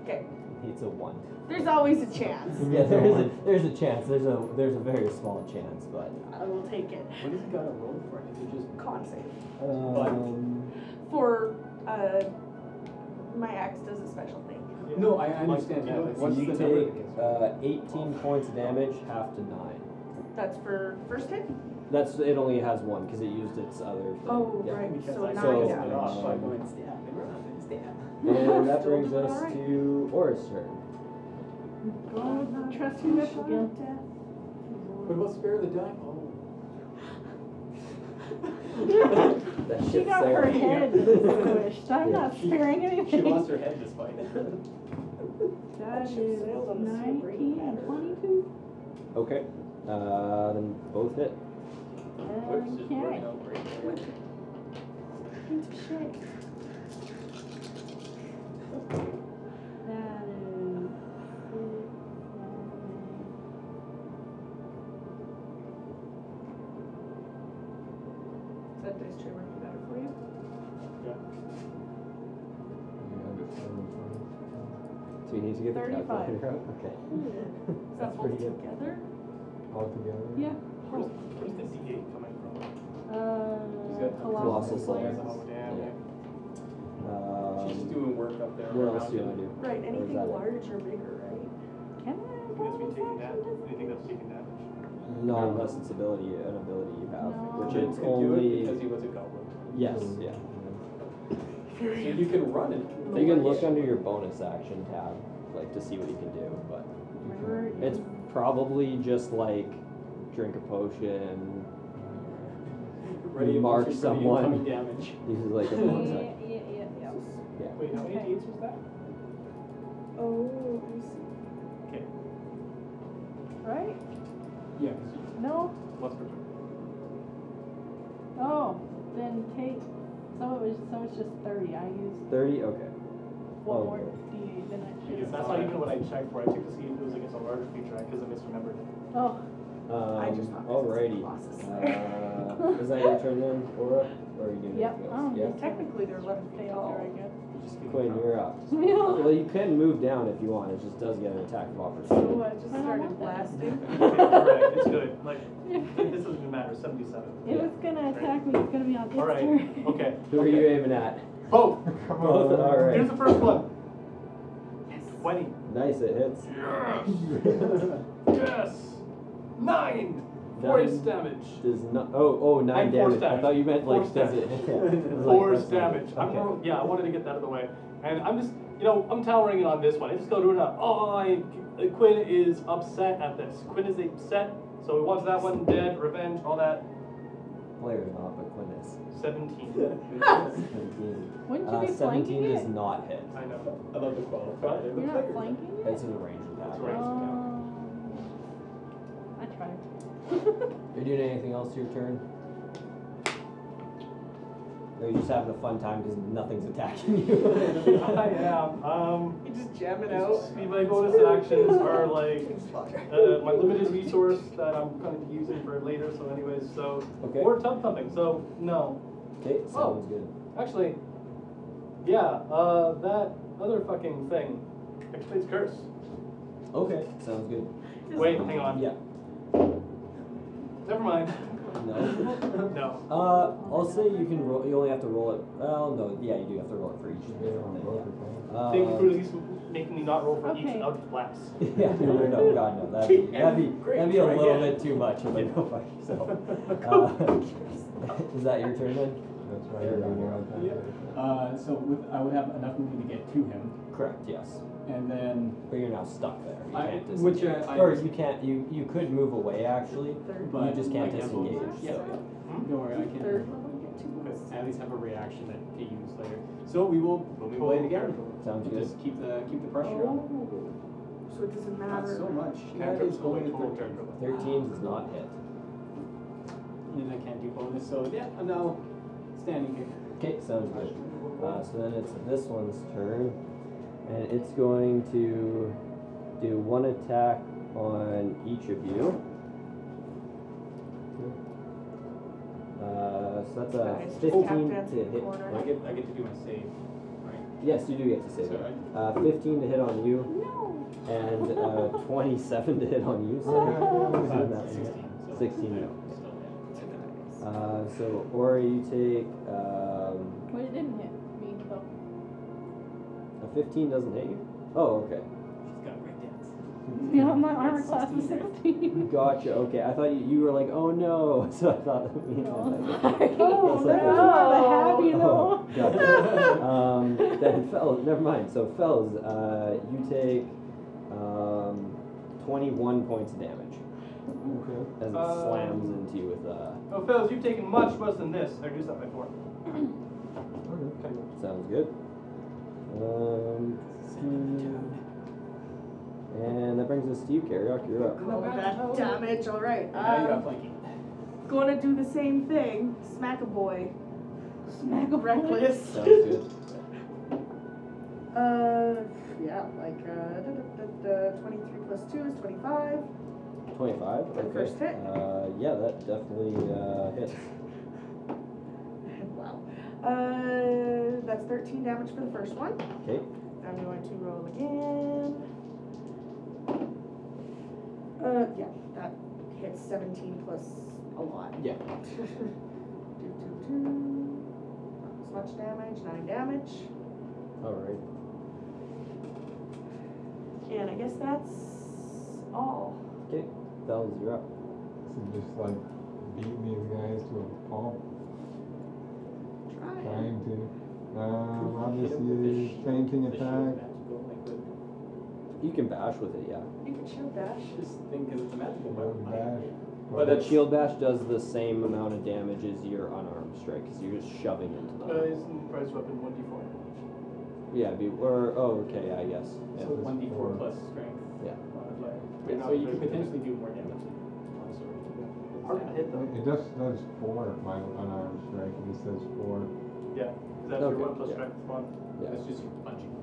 Speaker 7: Okay.
Speaker 5: It's a one.
Speaker 7: There's always a chance.
Speaker 5: Yeah, there is a there's a chance. There's a there's a very small chance, but
Speaker 7: I will take it.
Speaker 4: What does it gotta roll for? Is it just
Speaker 7: Con save.
Speaker 5: um,
Speaker 7: For uh, my axe does a special thing.
Speaker 3: Yeah.
Speaker 4: No, I I understand that.
Speaker 3: Like, you
Speaker 4: Like,
Speaker 3: know,
Speaker 4: what's
Speaker 5: you
Speaker 4: the number?
Speaker 5: take uh, 18 points of damage, half to nine.
Speaker 7: That's for first hit.
Speaker 5: That's it. Only has one because it used its other. Thing.
Speaker 7: Oh
Speaker 5: yeah.
Speaker 7: right,
Speaker 4: Because
Speaker 7: so
Speaker 4: I
Speaker 7: nine
Speaker 5: So-
Speaker 4: pissed it
Speaker 7: damage.
Speaker 4: off by
Speaker 5: um,
Speaker 4: going stab and run and stab.
Speaker 5: And that
Speaker 7: Still
Speaker 5: brings
Speaker 7: doing
Speaker 5: us
Speaker 7: alright.
Speaker 5: to Aura's turn.
Speaker 11: God, trust in Michigan.
Speaker 4: What about spare the dime? Oh.
Speaker 5: That
Speaker 11: She
Speaker 5: shit's
Speaker 11: got
Speaker 5: there.
Speaker 11: her head squished. I'm
Speaker 5: Yeah.
Speaker 11: not sparing anything.
Speaker 4: She lost her head despite it.
Speaker 11: That is
Speaker 7: ship sailed on the sea of
Speaker 11: nineteen
Speaker 7: Green
Speaker 11: and
Speaker 7: Matter.
Speaker 11: twenty-two.
Speaker 5: Okay. Uh, then both hit.
Speaker 4: Whip's just
Speaker 11: Okay.
Speaker 4: working out great.
Speaker 11: That is.
Speaker 7: Is that dice tray working better for you?
Speaker 5: So you need to get the
Speaker 11: 35.
Speaker 5: calculator out. Okay.
Speaker 7: Is
Speaker 5: That's
Speaker 7: that
Speaker 5: pretty
Speaker 7: both
Speaker 5: good.
Speaker 7: together?
Speaker 6: All together?
Speaker 11: Yeah.
Speaker 3: Where's, where's the D8 coming from?
Speaker 11: Uh,
Speaker 4: got
Speaker 5: colossal
Speaker 11: colossal
Speaker 5: slayers.
Speaker 11: slayers.
Speaker 3: Oh, damn.
Speaker 5: Yeah.
Speaker 4: She's just
Speaker 5: Um,
Speaker 4: doing work up there.
Speaker 5: what
Speaker 4: around
Speaker 5: else do you
Speaker 4: it.
Speaker 5: want to do?
Speaker 7: Right, anything
Speaker 5: that it?
Speaker 7: large or bigger, right?
Speaker 11: Can I?
Speaker 3: Anything that's been taken
Speaker 11: bonus action
Speaker 3: damage? Anything that's taken damage?
Speaker 5: No, unless it's ability, an ability you have,
Speaker 11: No.
Speaker 5: which
Speaker 4: Jin
Speaker 5: it's
Speaker 4: could do it
Speaker 5: only.
Speaker 4: because he was a goblin.
Speaker 5: yes. Yeah.
Speaker 4: So you can run it.
Speaker 5: You can look under your bonus action tab, like to see what you can do, but.
Speaker 11: Remember,
Speaker 5: It's probably just like drink a potion.
Speaker 4: Ready to
Speaker 5: mark
Speaker 4: mark
Speaker 5: someone.
Speaker 4: someone. Damage.
Speaker 5: This is like a
Speaker 11: Yeah,
Speaker 5: bonus action.
Speaker 11: yeah, yeah, yeah.
Speaker 3: Wait, how many
Speaker 11: Okay.
Speaker 3: D8s was that?
Speaker 7: Oh, I see.
Speaker 11: Right?
Speaker 4: Yeah.
Speaker 11: No?
Speaker 3: Plus per turn.
Speaker 11: Oh, then take, so it was, so it's just thirty. I used
Speaker 5: 30? Okay. Oh,
Speaker 11: one more
Speaker 5: okay.
Speaker 11: D8 than I
Speaker 3: Because
Speaker 11: should have.
Speaker 3: that's not even what I checked for. I checked to see if it was against a larger feature because I misremembered it.
Speaker 11: Oh,
Speaker 7: I
Speaker 5: Um,
Speaker 7: just thought
Speaker 5: alrighty. Uh, is that your turn then, Aura? Or are you doing
Speaker 11: yep.
Speaker 5: anything else?
Speaker 11: Um,
Speaker 5: yeah?
Speaker 7: Oh,
Speaker 11: Technically, they're left
Speaker 7: They
Speaker 11: there,
Speaker 7: all-
Speaker 11: I guess.
Speaker 4: Just give it a
Speaker 5: Quinn,
Speaker 4: try.
Speaker 5: you're up.
Speaker 11: Meow.
Speaker 5: Well, you can move down if you want. It just does get an attack of opportunity.
Speaker 7: So I just
Speaker 11: I don't
Speaker 7: started
Speaker 11: want that.
Speaker 7: blasting.
Speaker 3: Correct, it's good. Like, this doesn't even matter. 77.
Speaker 11: It was gonna attack me. It's gonna be on its
Speaker 3: All right.
Speaker 11: turn.
Speaker 3: Okay.
Speaker 5: Who are you aiming at?
Speaker 3: Both.
Speaker 6: Come
Speaker 5: Both
Speaker 6: on.
Speaker 5: are-
Speaker 3: Here's the first one. Twenty.
Speaker 5: Nice, it hits.
Speaker 3: Yes. Yes. Nine. Force
Speaker 5: Nine
Speaker 3: damage.
Speaker 5: Does not. Oh, oh, nine
Speaker 3: And force
Speaker 5: damage. I
Speaker 3: damage.
Speaker 5: thought you meant like
Speaker 3: Force
Speaker 5: does it
Speaker 3: damage.
Speaker 5: hit? I was like,
Speaker 3: Force
Speaker 5: that's not-
Speaker 3: damage. I'm
Speaker 5: Okay.
Speaker 3: roll- yeah, I wanted to get that out of the way, and I'm just you know I'm towering it on this one. I just go to it. uh, Oh, I, Quinn is upset at this. Quinn is upset, so he wants that one dead. Revenge, all that.
Speaker 5: Player's not, but Quinn is.
Speaker 3: Seventeen.
Speaker 5: Seventeen.
Speaker 11: Wouldn't you
Speaker 5: Uh,
Speaker 11: be
Speaker 5: Seventeen
Speaker 11: flanking
Speaker 5: does
Speaker 11: it?
Speaker 5: not hit.
Speaker 3: I know.
Speaker 4: I love the qualifier.
Speaker 11: You're not flanking it.
Speaker 5: It's in a range attack.
Speaker 3: It's a range.
Speaker 11: Um, I tried.
Speaker 5: You're doing anything else to your turn? Or are you just having a fun time because nothing's attacking you?
Speaker 3: I am. Um,
Speaker 7: You just jam it out.
Speaker 3: it's- my bonus actions are like
Speaker 7: It's fodder.
Speaker 3: uh, my limited resource that I'm kind of using for later. So, anyways, so
Speaker 5: Okay.
Speaker 3: or tub thumping. So no,
Speaker 5: okay,
Speaker 3: Oh.
Speaker 5: sounds good.
Speaker 3: actually, yeah. Uh, that other fucking thing activates curse.
Speaker 5: Okay, sounds good.
Speaker 3: Wait, hang on.
Speaker 5: Yeah.
Speaker 3: Never mind.
Speaker 5: No.
Speaker 3: no.
Speaker 5: Uh, I'll say you can roll. You only have to roll it. Well, no, yeah, you do have to roll it for each
Speaker 6: Should be
Speaker 5: different
Speaker 6: on both
Speaker 5: thing.
Speaker 6: of them.
Speaker 5: Yeah. Uh,
Speaker 3: Thank you for at least making me not roll for each
Speaker 11: Okay.
Speaker 3: out blast.
Speaker 5: yeah, no, no, no, God, no. That'd be, that'd be,
Speaker 3: Great
Speaker 5: that'd be a
Speaker 3: try
Speaker 5: little
Speaker 3: again.
Speaker 5: bit too much of a go fuck yourself. Uh, is that your turn then?
Speaker 6: That's why
Speaker 5: There
Speaker 6: you're
Speaker 5: we
Speaker 6: on
Speaker 5: go.
Speaker 6: your own.
Speaker 4: Yep. Uh, so with, I would have enough movement to get to him,
Speaker 5: Correct, yes.
Speaker 4: and then
Speaker 5: But you're now stuck there. You
Speaker 4: I-
Speaker 5: can't
Speaker 4: which, uh,
Speaker 5: disengage.
Speaker 4: I-
Speaker 5: or you can't, you, you could move away actually.
Speaker 4: but
Speaker 5: you just can't
Speaker 4: I can't move.
Speaker 5: disengage.
Speaker 4: Yeah,
Speaker 5: so-
Speaker 4: don't worry, I can.
Speaker 10: Third level, you get two bonus.
Speaker 4: I at least have a reaction that to use later. So we will
Speaker 3: We'll be
Speaker 4: pull it
Speaker 3: playing
Speaker 4: again.
Speaker 5: Sounds
Speaker 4: We'll
Speaker 5: good.
Speaker 4: Just keep the keep the pressure
Speaker 11: Oh.
Speaker 4: on.
Speaker 10: So it doesn't
Speaker 4: Not
Speaker 10: matter.
Speaker 4: so much. That
Speaker 3: Cantrips
Speaker 4: is
Speaker 3: will
Speaker 4: going
Speaker 3: be
Speaker 4: to
Speaker 3: total
Speaker 4: 13.
Speaker 3: cantrip.
Speaker 5: 13 does not hit.
Speaker 4: And I can't do bonus, so yeah, I'm now standing here.
Speaker 5: Okay, sounds good. Uh, so then it's this one's turn, and it's going to do one attack on each of you. Uh, so that's a
Speaker 7: Guys, just tap
Speaker 5: 15
Speaker 7: dance
Speaker 5: to
Speaker 7: in the
Speaker 5: hit.
Speaker 7: corner.
Speaker 4: I get I get to do my save.
Speaker 5: Yes, you do get to save
Speaker 4: So
Speaker 5: it.
Speaker 4: I-
Speaker 5: Uh, 15 to hit on you,
Speaker 11: No.
Speaker 5: and uh, 27 to hit on you. So
Speaker 6: Okay.
Speaker 5: Uh,
Speaker 4: that's 16. So
Speaker 5: 16,
Speaker 4: I-
Speaker 5: no.
Speaker 4: Still, yeah.
Speaker 5: Uh, so, Ori, you take um,
Speaker 11: But it didn't hit me though.
Speaker 5: a 15 doesn't hit you. Oh, okay.
Speaker 4: She's got great dance.
Speaker 11: Yeah, my armor
Speaker 4: That's
Speaker 11: class is
Speaker 4: 16, right?
Speaker 11: 16.
Speaker 5: Gotcha. Okay, I thought you, you were like, oh no. So I thought that means.
Speaker 11: Oh,
Speaker 5: That's
Speaker 11: no.
Speaker 5: like-
Speaker 11: I'm happy
Speaker 5: Oh,
Speaker 11: though.
Speaker 5: gotcha. um, then Fells, never mind. So Fells, uh, you take um, 21 points of damage
Speaker 6: Okay.
Speaker 5: as it
Speaker 3: Uh,
Speaker 5: slams into you with uh,
Speaker 3: Oh, fellas, you've taken much less than this. I reduced that by four.
Speaker 6: Okay.
Speaker 3: Okay.
Speaker 5: Sounds good. Um, and that brings us to you, Karyok. You're up.
Speaker 2: Roll that damage, alright.
Speaker 4: Now you got
Speaker 2: Um,
Speaker 4: flanking.
Speaker 2: gonna do the same thing. Smack a boy. Smack a reckless.
Speaker 5: Sounds good.
Speaker 2: Uh, yeah, like uh, da, da, da, da, 23 plus 2 is 25.
Speaker 5: 25.
Speaker 2: The
Speaker 5: Okay.
Speaker 2: first hit.
Speaker 5: Uh, yeah, that definitely uh, hits.
Speaker 2: Wow. Uh, that's 13 damage for the first one.
Speaker 5: Okay.
Speaker 2: I'm going to roll again. Uh, yeah, that hits 17 plus a lot.
Speaker 5: Yeah.
Speaker 2: do, do, do. Not as much damage, 9 damage.
Speaker 5: All right.
Speaker 2: And I guess that's all.
Speaker 5: Fells, you're up.
Speaker 6: So just like beat these guys to a pulp,
Speaker 2: Try.
Speaker 6: trying to. Um, obviously, fainting attack.
Speaker 5: You can bash with it, yeah.
Speaker 2: You can shield dash.
Speaker 4: Just think of the magical
Speaker 6: One
Speaker 4: weapon.
Speaker 6: bash.
Speaker 4: But
Speaker 5: But
Speaker 4: that's-
Speaker 5: shield bash does the same amount of damage as your unarmed strike, because you're just shoving into them.
Speaker 3: Uh, isn't prize weapon one d four?
Speaker 5: yeah, it'd be, or oh, okay, I guess. Yeah.
Speaker 4: So one d four plus strength.
Speaker 5: Yeah.
Speaker 4: modifier.
Speaker 3: Yeah,
Speaker 4: So you
Speaker 3: there's-
Speaker 4: can potentially do more damage. than one sword.
Speaker 3: Hard to hit though.
Speaker 6: It just does four. My unarmed strike. It just says four.
Speaker 3: Yeah, 'cause that's your
Speaker 5: Okay,
Speaker 3: one plus
Speaker 5: yeah.
Speaker 3: strength one.
Speaker 5: Yeah.
Speaker 4: That's just your punching.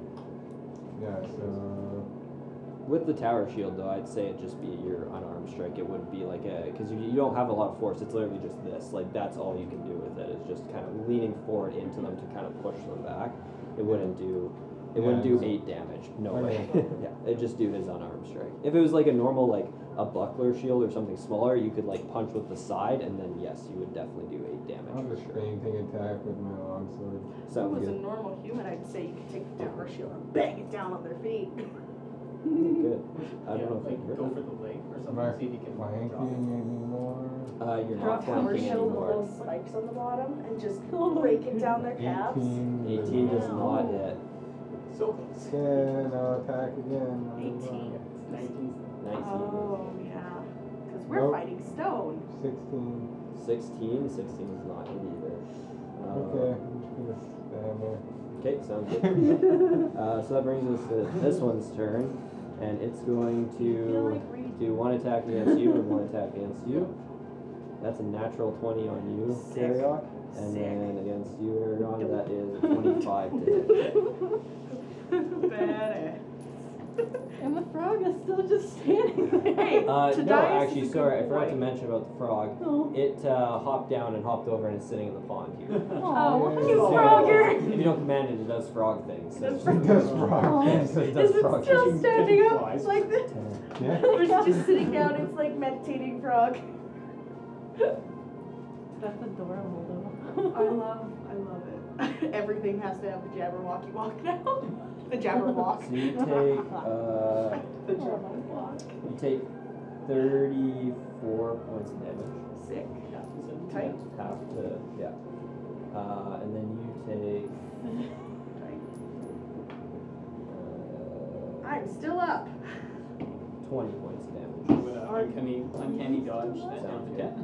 Speaker 6: Yeah. So
Speaker 5: With the tower shield, though, I'd say it'd just be your unarmed strike. It wouldn't be like a because you, you don't have a lot of force. It's literally just this. Like that's all you can do with it is just kind of leaning forward into them to kind of push them back. It wouldn't do. It
Speaker 6: Yeah,
Speaker 5: wouldn't do
Speaker 6: no.
Speaker 5: eight damage. No
Speaker 6: Oh,
Speaker 5: way.
Speaker 6: yeah.
Speaker 5: yeah, it'd just do his unarmed strike. If it was like a normal like a buckler shield or something smaller, you could like punch with the side, and then yes, you would definitely do eight
Speaker 6: I'll
Speaker 5: damage for
Speaker 6: just
Speaker 5: sure.
Speaker 6: fainting attack with my longsword.
Speaker 7: If it
Speaker 5: Sounds
Speaker 7: was a
Speaker 5: good.
Speaker 7: normal human, I'd say you could take the tower shield and bang it down on their feet.
Speaker 5: Good. I don't
Speaker 4: Yeah,
Speaker 5: know if
Speaker 4: like
Speaker 5: you heard
Speaker 4: go
Speaker 5: that.
Speaker 4: for the leg or
Speaker 6: My
Speaker 4: something, see if you can
Speaker 6: flanking
Speaker 4: drop it.
Speaker 6: anymore.
Speaker 5: Uh, you're
Speaker 11: Drop
Speaker 5: not
Speaker 11: power
Speaker 5: flanking
Speaker 11: shield
Speaker 5: anymore.
Speaker 2: little spikes on the bottom and just
Speaker 11: Oh my
Speaker 2: break it down their calves.
Speaker 6: Eighteen.
Speaker 5: Eighteen does
Speaker 11: No.
Speaker 5: not hit.
Speaker 4: So close.
Speaker 6: Ten. I'll attack again.
Speaker 7: Eighteen.
Speaker 4: Yeah, Nineteen.
Speaker 5: Nineteen.
Speaker 7: Oh, yeah. Because we're
Speaker 6: Nope.
Speaker 7: fighting stone.
Speaker 6: Sixteen.
Speaker 5: 16, 16 is not hit either.
Speaker 6: Okay. I'm just gonna stand there.
Speaker 5: Okay, sounds good. uh, so that brings us to this one's turn, and it's going
Speaker 11: I feel
Speaker 5: to
Speaker 11: like reading.
Speaker 5: do one attack against you and one attack against you. That's a natural 20 on you,
Speaker 7: Sick.
Speaker 5: Carriok. And
Speaker 7: Sick.
Speaker 5: then against you, Herion, that is a 25 to hit.
Speaker 7: Badass.
Speaker 11: And the frog is still just standing there.
Speaker 7: Hey,
Speaker 5: Uh,
Speaker 7: Tadias
Speaker 5: no, actually,
Speaker 7: is a
Speaker 5: sorry, I
Speaker 7: good
Speaker 5: forgot to
Speaker 7: boy.
Speaker 5: mention about the frog.
Speaker 11: Oh.
Speaker 5: It uh, hopped down and hopped over and is sitting in the pond here.
Speaker 11: Oh,
Speaker 6: Yay.
Speaker 11: you
Speaker 5: So,
Speaker 11: frogger!
Speaker 5: If you don't command it, it does frog things. so-
Speaker 6: It does rock.
Speaker 5: It just does
Speaker 7: Is it
Speaker 5: frog
Speaker 7: still
Speaker 5: things.
Speaker 7: standing up
Speaker 4: Flies.
Speaker 7: like this?
Speaker 6: Yeah.
Speaker 7: It's just sitting down. It's like meditating frog.
Speaker 11: That's adorable
Speaker 7: I
Speaker 11: though.
Speaker 7: love, I love it. Everything has to have the Jabberwocky walk now. the Jabberwock.
Speaker 5: So you take uh,
Speaker 7: the
Speaker 11: Oh,
Speaker 7: Jabberwock.
Speaker 5: you take thirty-four points of damage.
Speaker 7: Sick.
Speaker 5: Yeah,
Speaker 7: Tight.
Speaker 5: Half to yeah. Uh, and then you take.
Speaker 7: Tight.
Speaker 5: Uh,
Speaker 7: I'm still up.
Speaker 5: 20 points of damage.
Speaker 4: With a uncanny, uncanny dodge. that
Speaker 5: Sounds
Speaker 4: sounds
Speaker 5: good.
Speaker 4: good.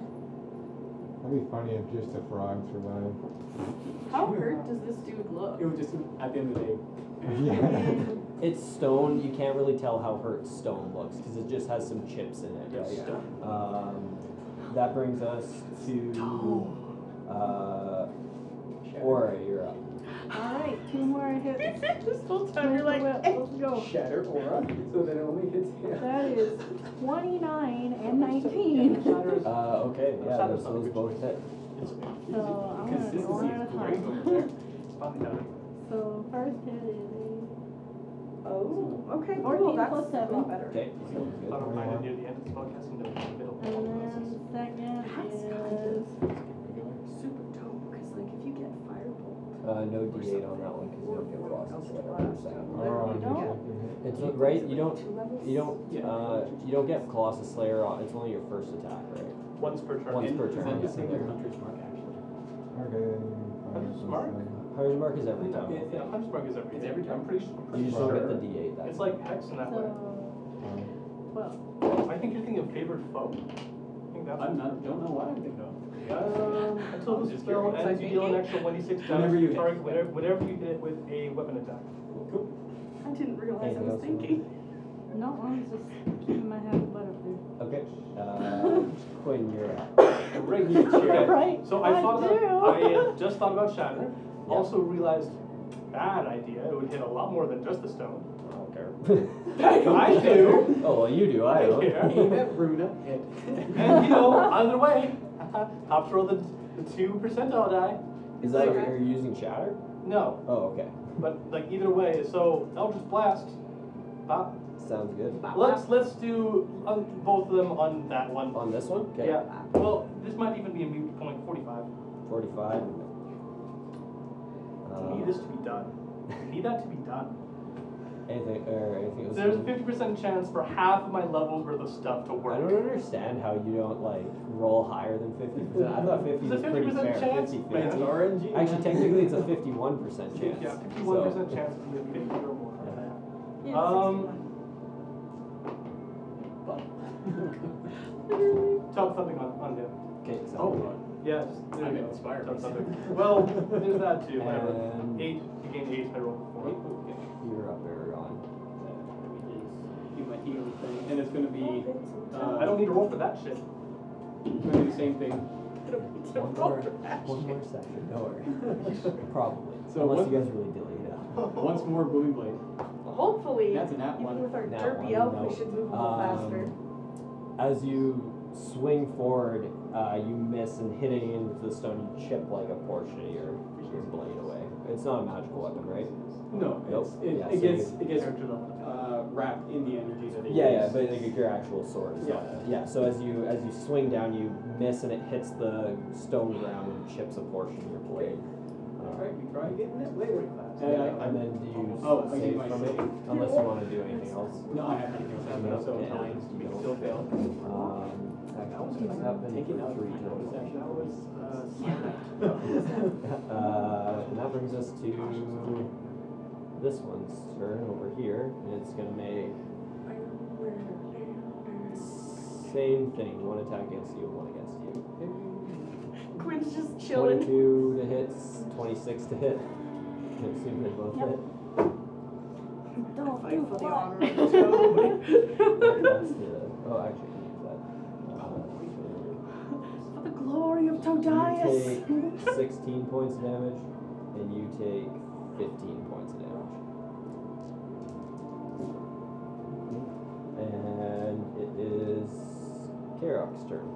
Speaker 6: That'd be funny if just a frog survived.
Speaker 7: How hurt does this dude look?
Speaker 4: It would just, at the end of the day,
Speaker 6: Yeah.
Speaker 5: It's stone. You can't really tell how hurt stone looks because it just has some chips in
Speaker 4: it's
Speaker 5: it. right?
Speaker 4: stone.
Speaker 5: Um, that brings us to uh, Aura. You're up.
Speaker 11: Alright, two more hits.
Speaker 7: this whole time you're
Speaker 11: Here's the
Speaker 7: like,
Speaker 11: whip.
Speaker 7: "Eh."
Speaker 11: Let's go.
Speaker 4: Shatter aura, so that it only hits him.
Speaker 11: That is 29 and 19.
Speaker 5: Uh, okay, yeah,
Speaker 3: Shadow
Speaker 5: those,
Speaker 3: Sun,
Speaker 5: those
Speaker 3: good
Speaker 5: both
Speaker 3: choice.
Speaker 5: hit.
Speaker 11: So I'm gonna
Speaker 4: Consistency
Speaker 11: go one
Speaker 4: is
Speaker 11: at a
Speaker 4: great over
Speaker 11: time.
Speaker 4: there. It's finally done.
Speaker 11: So first hit is
Speaker 7: Oh, okay, cool.
Speaker 11: 14
Speaker 7: That's
Speaker 11: plus
Speaker 7: a lot
Speaker 11: seven.
Speaker 7: better.
Speaker 5: Okay, Uh, sounds
Speaker 3: I
Speaker 5: good.
Speaker 3: don't find it near the end of this podcast and in the middle.
Speaker 11: eight, and then second is
Speaker 7: Super dope, because like if you get firebolt,
Speaker 5: Uh, no D8 on that one because you don't get losses or whatever. so-
Speaker 6: Or
Speaker 11: You don't?
Speaker 5: It's not- right. You don't.
Speaker 7: two levels.
Speaker 5: You don't. Uh, you don't get Colossus Slayer. On, it's only your first attack, right?
Speaker 3: Once per turn.
Speaker 5: Once per
Speaker 4: Is that
Speaker 5: turn.
Speaker 4: just like a hunter's mark action?
Speaker 6: Okay.
Speaker 3: Smart.
Speaker 5: Hunter's Mark is every time. I
Speaker 3: Yeah, yeah,
Speaker 5: think.
Speaker 3: Hunter's Mark is every
Speaker 4: It's
Speaker 3: day.
Speaker 4: every
Speaker 3: I'm
Speaker 4: time.
Speaker 3: pretty, su- I'm
Speaker 5: You
Speaker 3: pretty
Speaker 5: just don't get
Speaker 3: sure.
Speaker 5: the D8. That's
Speaker 3: It's like Hex in that way.
Speaker 11: so 12.
Speaker 3: I think you're thinking of Favored Foe. I think that's.
Speaker 4: I'm not, don't know what I'm thinking of.
Speaker 3: Um, until
Speaker 4: I'm
Speaker 3: the
Speaker 4: just
Speaker 3: spell
Speaker 4: curious.
Speaker 3: ends, you deal an extra 1d6
Speaker 4: Whenever you
Speaker 3: damage to
Speaker 4: hit.
Speaker 3: target, whatever, whatever you hit with a weapon attack.
Speaker 7: I didn't realize I
Speaker 5: Anything
Speaker 7: was
Speaker 5: else?
Speaker 7: thinking.
Speaker 11: No, I'm just keeping my head above
Speaker 5: Okay. Uh, Quinn, you're up.
Speaker 3: Great, okay.
Speaker 11: Right,
Speaker 3: So I
Speaker 11: I
Speaker 3: thought
Speaker 11: do.
Speaker 3: that, I uh, had just thought about Shatter, also realized, bad idea, it would hit a lot more than just the stone.
Speaker 5: I don't care.
Speaker 3: I do,
Speaker 5: oh well, you do. I
Speaker 3: I
Speaker 5: don't.
Speaker 3: care.
Speaker 4: Aim at Runa, hit.
Speaker 3: And you know, either way, top roll the, the two percentile die.
Speaker 5: Is that are you using Shatter?
Speaker 3: No,
Speaker 5: Oh, okay.
Speaker 3: but like either way, so Eldritch Blast, pop.
Speaker 5: Sounds good.
Speaker 3: Let's let's do uh, both of them on that one.
Speaker 5: On this one, okay.
Speaker 3: Yeah. Well, this might even be a moot point. Forty-five.
Speaker 5: Forty-five.
Speaker 3: we need
Speaker 5: Um,
Speaker 3: this to be done.
Speaker 5: Uh,
Speaker 3: We need that to be done.
Speaker 5: anything or anything else?
Speaker 3: There's a fifty percent chance for half of my levels worth of stuff to
Speaker 5: I
Speaker 3: work.
Speaker 5: don't understand how you don't like roll higher than fifty percent. I thought fifty
Speaker 3: It's a
Speaker 5: was pretty
Speaker 3: 50%
Speaker 5: fair.
Speaker 3: chance,
Speaker 5: 50,
Speaker 3: man.
Speaker 4: It's RNG.
Speaker 5: Actually, technically, it's a fifty-one percent chance.
Speaker 3: Yeah,
Speaker 5: so-
Speaker 3: fifty-one percent chance to be a fifty or more.
Speaker 11: the roof.
Speaker 3: Um, tell something on on him.
Speaker 5: Okay, so
Speaker 4: Oh.
Speaker 3: Yeah, just, there
Speaker 4: I'm
Speaker 3: you go.
Speaker 4: inspired.
Speaker 3: Tell something. Well, there's that too. Whatever.
Speaker 5: And
Speaker 3: Eight. You gain eight. I rolled four.
Speaker 5: you're up, Aragon.
Speaker 4: Do my healing thing, and it's gonna be, uh,
Speaker 3: I don't need to roll for that shit.
Speaker 4: gonna do the same thing.
Speaker 5: One more, one more session. Don't worry. Probably.
Speaker 4: So
Speaker 5: Unless
Speaker 4: what-
Speaker 5: you guys really delete it.
Speaker 4: Once more booming blade.
Speaker 7: Hopefully,
Speaker 4: That's an at
Speaker 7: even
Speaker 4: one.
Speaker 7: with our
Speaker 5: Nat
Speaker 7: derpy
Speaker 5: one,
Speaker 7: elf,
Speaker 5: no.
Speaker 7: we should move a little faster.
Speaker 5: Um, As you swing forward, uh, you miss and hitting into the stone, you chip like a portion of your, your blade away. It's not a magical weapon, right?
Speaker 4: No,
Speaker 5: Nope.
Speaker 4: it's, it, it
Speaker 5: Yeah, so you-
Speaker 4: gets, it gets
Speaker 3: Character level.
Speaker 4: uh, wrapped in the energy that it
Speaker 5: Yeah, yeah,
Speaker 4: uses.
Speaker 5: but like your actual sword is not it. Yeah. So as you as you swing down, you miss and it hits the stone ground and chips a portion of your blade.
Speaker 4: All
Speaker 5: Uh,
Speaker 4: right, we try getting it later. And I,
Speaker 5: and then do you
Speaker 4: Oh, I
Speaker 5: save
Speaker 4: did my
Speaker 5: from it?
Speaker 4: save.
Speaker 5: Unless you want to do anything else.
Speaker 4: I, no, I have to do something, so
Speaker 5: Yeah.
Speaker 4: we can still fail.
Speaker 5: Um, that counts as
Speaker 4: Taking out
Speaker 5: three
Speaker 4: three
Speaker 5: total.
Speaker 4: That was, uh,
Speaker 5: Uh, and that brings us to this one's turn over here, and it's gonna make same thing. One attack against you, one against you.
Speaker 7: Quinn's just chilling.
Speaker 5: Twenty-two to hit, twenty-six to hit. I assume they both
Speaker 11: Yep.
Speaker 5: hit.
Speaker 11: Don't
Speaker 7: Fight
Speaker 11: do
Speaker 7: for the
Speaker 11: what?
Speaker 7: honor of the toad.
Speaker 5: That's the- oh, actually, I can use that. Uh,
Speaker 7: For the glory of Todias.
Speaker 5: You take Uh, sixteen points of damage, and you take fifteen points of damage. And it is Karok's turn.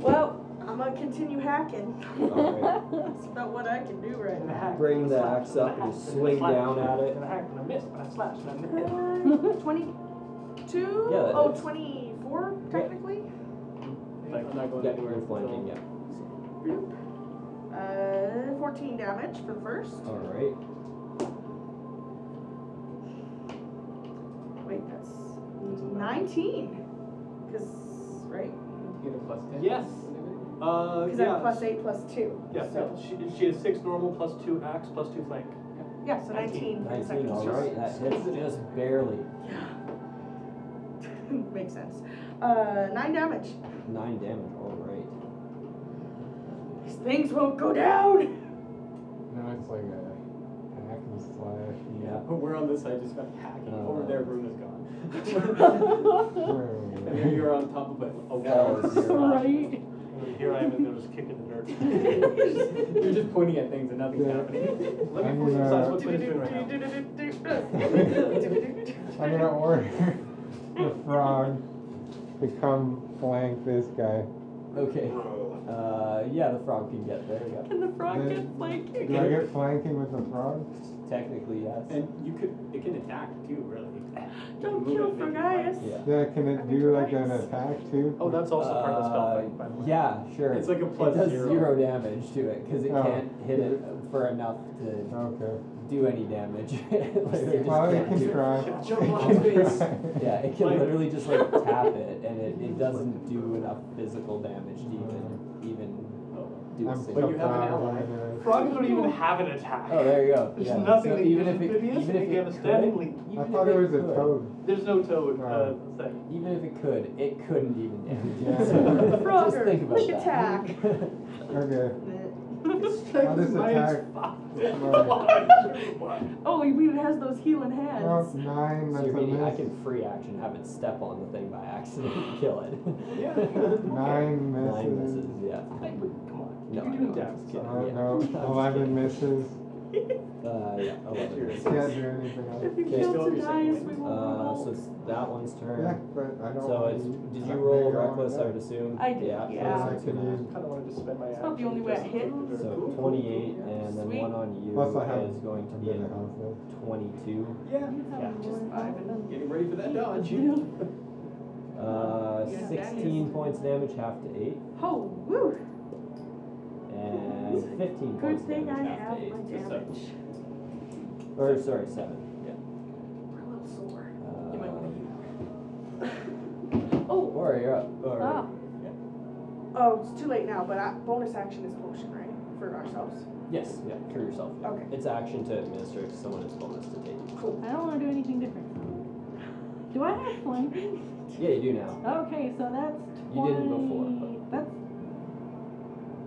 Speaker 7: Well, I'm gonna continue hacking.
Speaker 5: Alright.
Speaker 7: That's about what I can do right
Speaker 3: And
Speaker 7: now.
Speaker 3: I hacked,
Speaker 5: Bring
Speaker 3: and I
Speaker 5: the
Speaker 3: slashed,
Speaker 5: axe
Speaker 3: and I
Speaker 5: up and you swing
Speaker 3: hacked, I slashed,
Speaker 5: down at it.
Speaker 3: And I hacked and I missed, and I slashed and I missed.
Speaker 7: Uh, 22?
Speaker 5: Yeah, that
Speaker 7: oh,
Speaker 5: hits.
Speaker 7: 24 technically?
Speaker 4: like, I'm not going
Speaker 5: Yeah,
Speaker 4: anywhere.
Speaker 5: you're flanking, yeah.
Speaker 7: Uh, 14 damage for the first.
Speaker 5: Alright.
Speaker 7: Wait, that's 19. Because, right?
Speaker 4: Get a plus ten.
Speaker 3: Yes. Uh,
Speaker 7: Because
Speaker 3: yeah.
Speaker 7: I'm plus 8, plus 2.
Speaker 3: Yeah,
Speaker 7: So,
Speaker 3: she, she has six normal plus two axe plus two flank.
Speaker 7: yeah, so 19, for the
Speaker 5: Nineteen,
Speaker 7: second shot.
Speaker 5: alright, that hits just barely.
Speaker 7: Makes sense. Uh, 9 damage.
Speaker 5: Nine damage, alright.
Speaker 7: These things won't go down!
Speaker 6: Now it's like a hack and slash.
Speaker 5: Yeah.
Speaker 4: We're on this side, just got hacking.
Speaker 5: Uh,
Speaker 4: Over there, room is gone. and
Speaker 6: Where-
Speaker 4: then you're on top of Oh, a, a
Speaker 5: That was
Speaker 4: wall.
Speaker 5: zero.
Speaker 11: Right?
Speaker 3: And here I am, and they're just kicking the dirt.
Speaker 4: you're just pointing at things and nothing's
Speaker 6: Yeah.
Speaker 4: happening.
Speaker 3: Let me
Speaker 6: I'm
Speaker 3: fully
Speaker 5: uh,
Speaker 6: gonna-
Speaker 3: emphasize what Quinn's doing right now.
Speaker 6: I'm gonna order the frog to come flank this guy.
Speaker 5: Okay. Uh, yeah, the frog can get there, yeah.
Speaker 7: Can the frog
Speaker 6: Yeah.
Speaker 7: get flanked?
Speaker 6: Do I get flanking with the frog?
Speaker 5: Technically, yes.
Speaker 4: And you could, it can attack too, really.
Speaker 7: Don't
Speaker 4: Move
Speaker 7: kill
Speaker 4: it, make it
Speaker 7: Fergaius.
Speaker 5: yeah.
Speaker 6: Yeah, can it do like an attack too?
Speaker 3: Oh, that's also part of the spell
Speaker 5: Uh,
Speaker 3: flank, by the way.
Speaker 5: Yeah, sure.
Speaker 4: It's like a plus
Speaker 5: it does
Speaker 4: zero.
Speaker 5: damage to it because it
Speaker 6: Oh.
Speaker 5: can't hit it for enough to
Speaker 6: Okay.
Speaker 5: do any damage. like, it just
Speaker 6: Well, it
Speaker 5: can't do
Speaker 6: can
Speaker 5: it.
Speaker 6: try.
Speaker 4: Jump off
Speaker 6: It can
Speaker 4: base.
Speaker 6: try.
Speaker 5: Yeah, it can
Speaker 4: Like-
Speaker 5: literally just like tap it, and it, it doesn't do enough physical damage to even even
Speaker 4: Oh.
Speaker 5: do a
Speaker 6: I'm
Speaker 5: single.
Speaker 4: But you have an ally.
Speaker 6: surprised when it is.
Speaker 3: Frogs don't even have an attack.
Speaker 5: Oh, there you go.
Speaker 3: There's
Speaker 5: yeah. so
Speaker 3: nothing that
Speaker 5: even
Speaker 3: even
Speaker 5: if it,
Speaker 3: amphibious,
Speaker 5: even if
Speaker 3: they have a
Speaker 5: it
Speaker 3: standing
Speaker 5: could,
Speaker 3: leap.
Speaker 5: even
Speaker 6: I
Speaker 5: if
Speaker 6: thought it was a
Speaker 5: could-
Speaker 6: toad.
Speaker 3: There's no toad uh,
Speaker 6: Oh.
Speaker 3: thing.
Speaker 5: Even if it could, it couldn't even damage
Speaker 6: Yeah.
Speaker 5: it. So
Speaker 7: Frogger,
Speaker 5: just think about
Speaker 7: quick
Speaker 5: that.
Speaker 7: attack.
Speaker 6: Okay.
Speaker 3: Strength
Speaker 6: does
Speaker 3: minus
Speaker 6: attack-
Speaker 3: five.
Speaker 7: oh, he he has those healing hands.
Speaker 6: Well, nine,
Speaker 5: So
Speaker 6: that's
Speaker 5: you're
Speaker 6: a
Speaker 5: meaning I
Speaker 6: miss.
Speaker 5: can free action have it step on the thing by accident and kill it.
Speaker 3: Yeah.
Speaker 6: Nine
Speaker 5: Nine
Speaker 6: misses.
Speaker 5: misses, yeah.
Speaker 3: Come on.
Speaker 5: No, I
Speaker 3: You're doing
Speaker 5: know,
Speaker 3: damage.
Speaker 5: it's
Speaker 3: kid.
Speaker 5: fine.
Speaker 6: Oh,
Speaker 5: Yeah.
Speaker 6: no.
Speaker 5: I'm just
Speaker 6: Eleven
Speaker 5: kidding.
Speaker 6: misses.
Speaker 5: Uh, yeah, eleven misses.
Speaker 6: Can't do anything
Speaker 7: If
Speaker 6: else.
Speaker 7: you
Speaker 5: Okay.
Speaker 7: kill
Speaker 4: Still have your second
Speaker 7: Todias,
Speaker 4: win.
Speaker 7: we
Speaker 5: Uh,
Speaker 7: won't
Speaker 5: so it's that one's
Speaker 6: Yeah,
Speaker 5: turn.
Speaker 6: but I don't.
Speaker 5: So
Speaker 6: wanna
Speaker 5: it's, did
Speaker 6: use that
Speaker 5: you roll
Speaker 6: big on
Speaker 5: reckless, I
Speaker 6: that.
Speaker 5: would assume?
Speaker 7: I did,
Speaker 5: so
Speaker 7: yeah.
Speaker 5: that's
Speaker 6: I can
Speaker 5: gonna-
Speaker 6: use
Speaker 3: I kind of wanted to spend my
Speaker 7: It's not the only way it hits.
Speaker 5: So twenty-eight, and then
Speaker 7: Sweet.
Speaker 5: one on you
Speaker 6: Plus I have-
Speaker 5: is going to
Speaker 6: I'm
Speaker 5: be
Speaker 6: gonna
Speaker 5: a
Speaker 6: help them.
Speaker 5: twenty-two.
Speaker 4: Yeah.
Speaker 11: Yeah,
Speaker 7: just
Speaker 4: Getting ready for that dodge.
Speaker 5: Uh,
Speaker 7: Yeah, that
Speaker 5: sixteen
Speaker 7: is-
Speaker 5: points damage, half to eight,
Speaker 7: roll. Oh, woo!
Speaker 5: and fifteen points
Speaker 7: Good thing
Speaker 5: damage,
Speaker 7: I
Speaker 5: half
Speaker 7: have
Speaker 5: to eight.
Speaker 7: my damage.
Speaker 5: Or, sorry, seven, yeah.
Speaker 7: We're a little sore. You might
Speaker 5: Uh,
Speaker 7: want
Speaker 5: Oh, or you're up. Or,
Speaker 11: Ah.
Speaker 7: Oh. to. Oh, it's too late now, but I, bonus action is potion, right? For ourselves.
Speaker 5: Yes, yeah, for yourself. yeah.
Speaker 7: Okay.
Speaker 5: It's action to administer if someone is bonus to take you.
Speaker 7: Cool.
Speaker 11: I don't want to do anything different. Do I have flanking?
Speaker 5: Yeah, you do now.
Speaker 11: Okay, so that's
Speaker 5: You
Speaker 11: twenty.
Speaker 5: didn't before, but-
Speaker 11: That's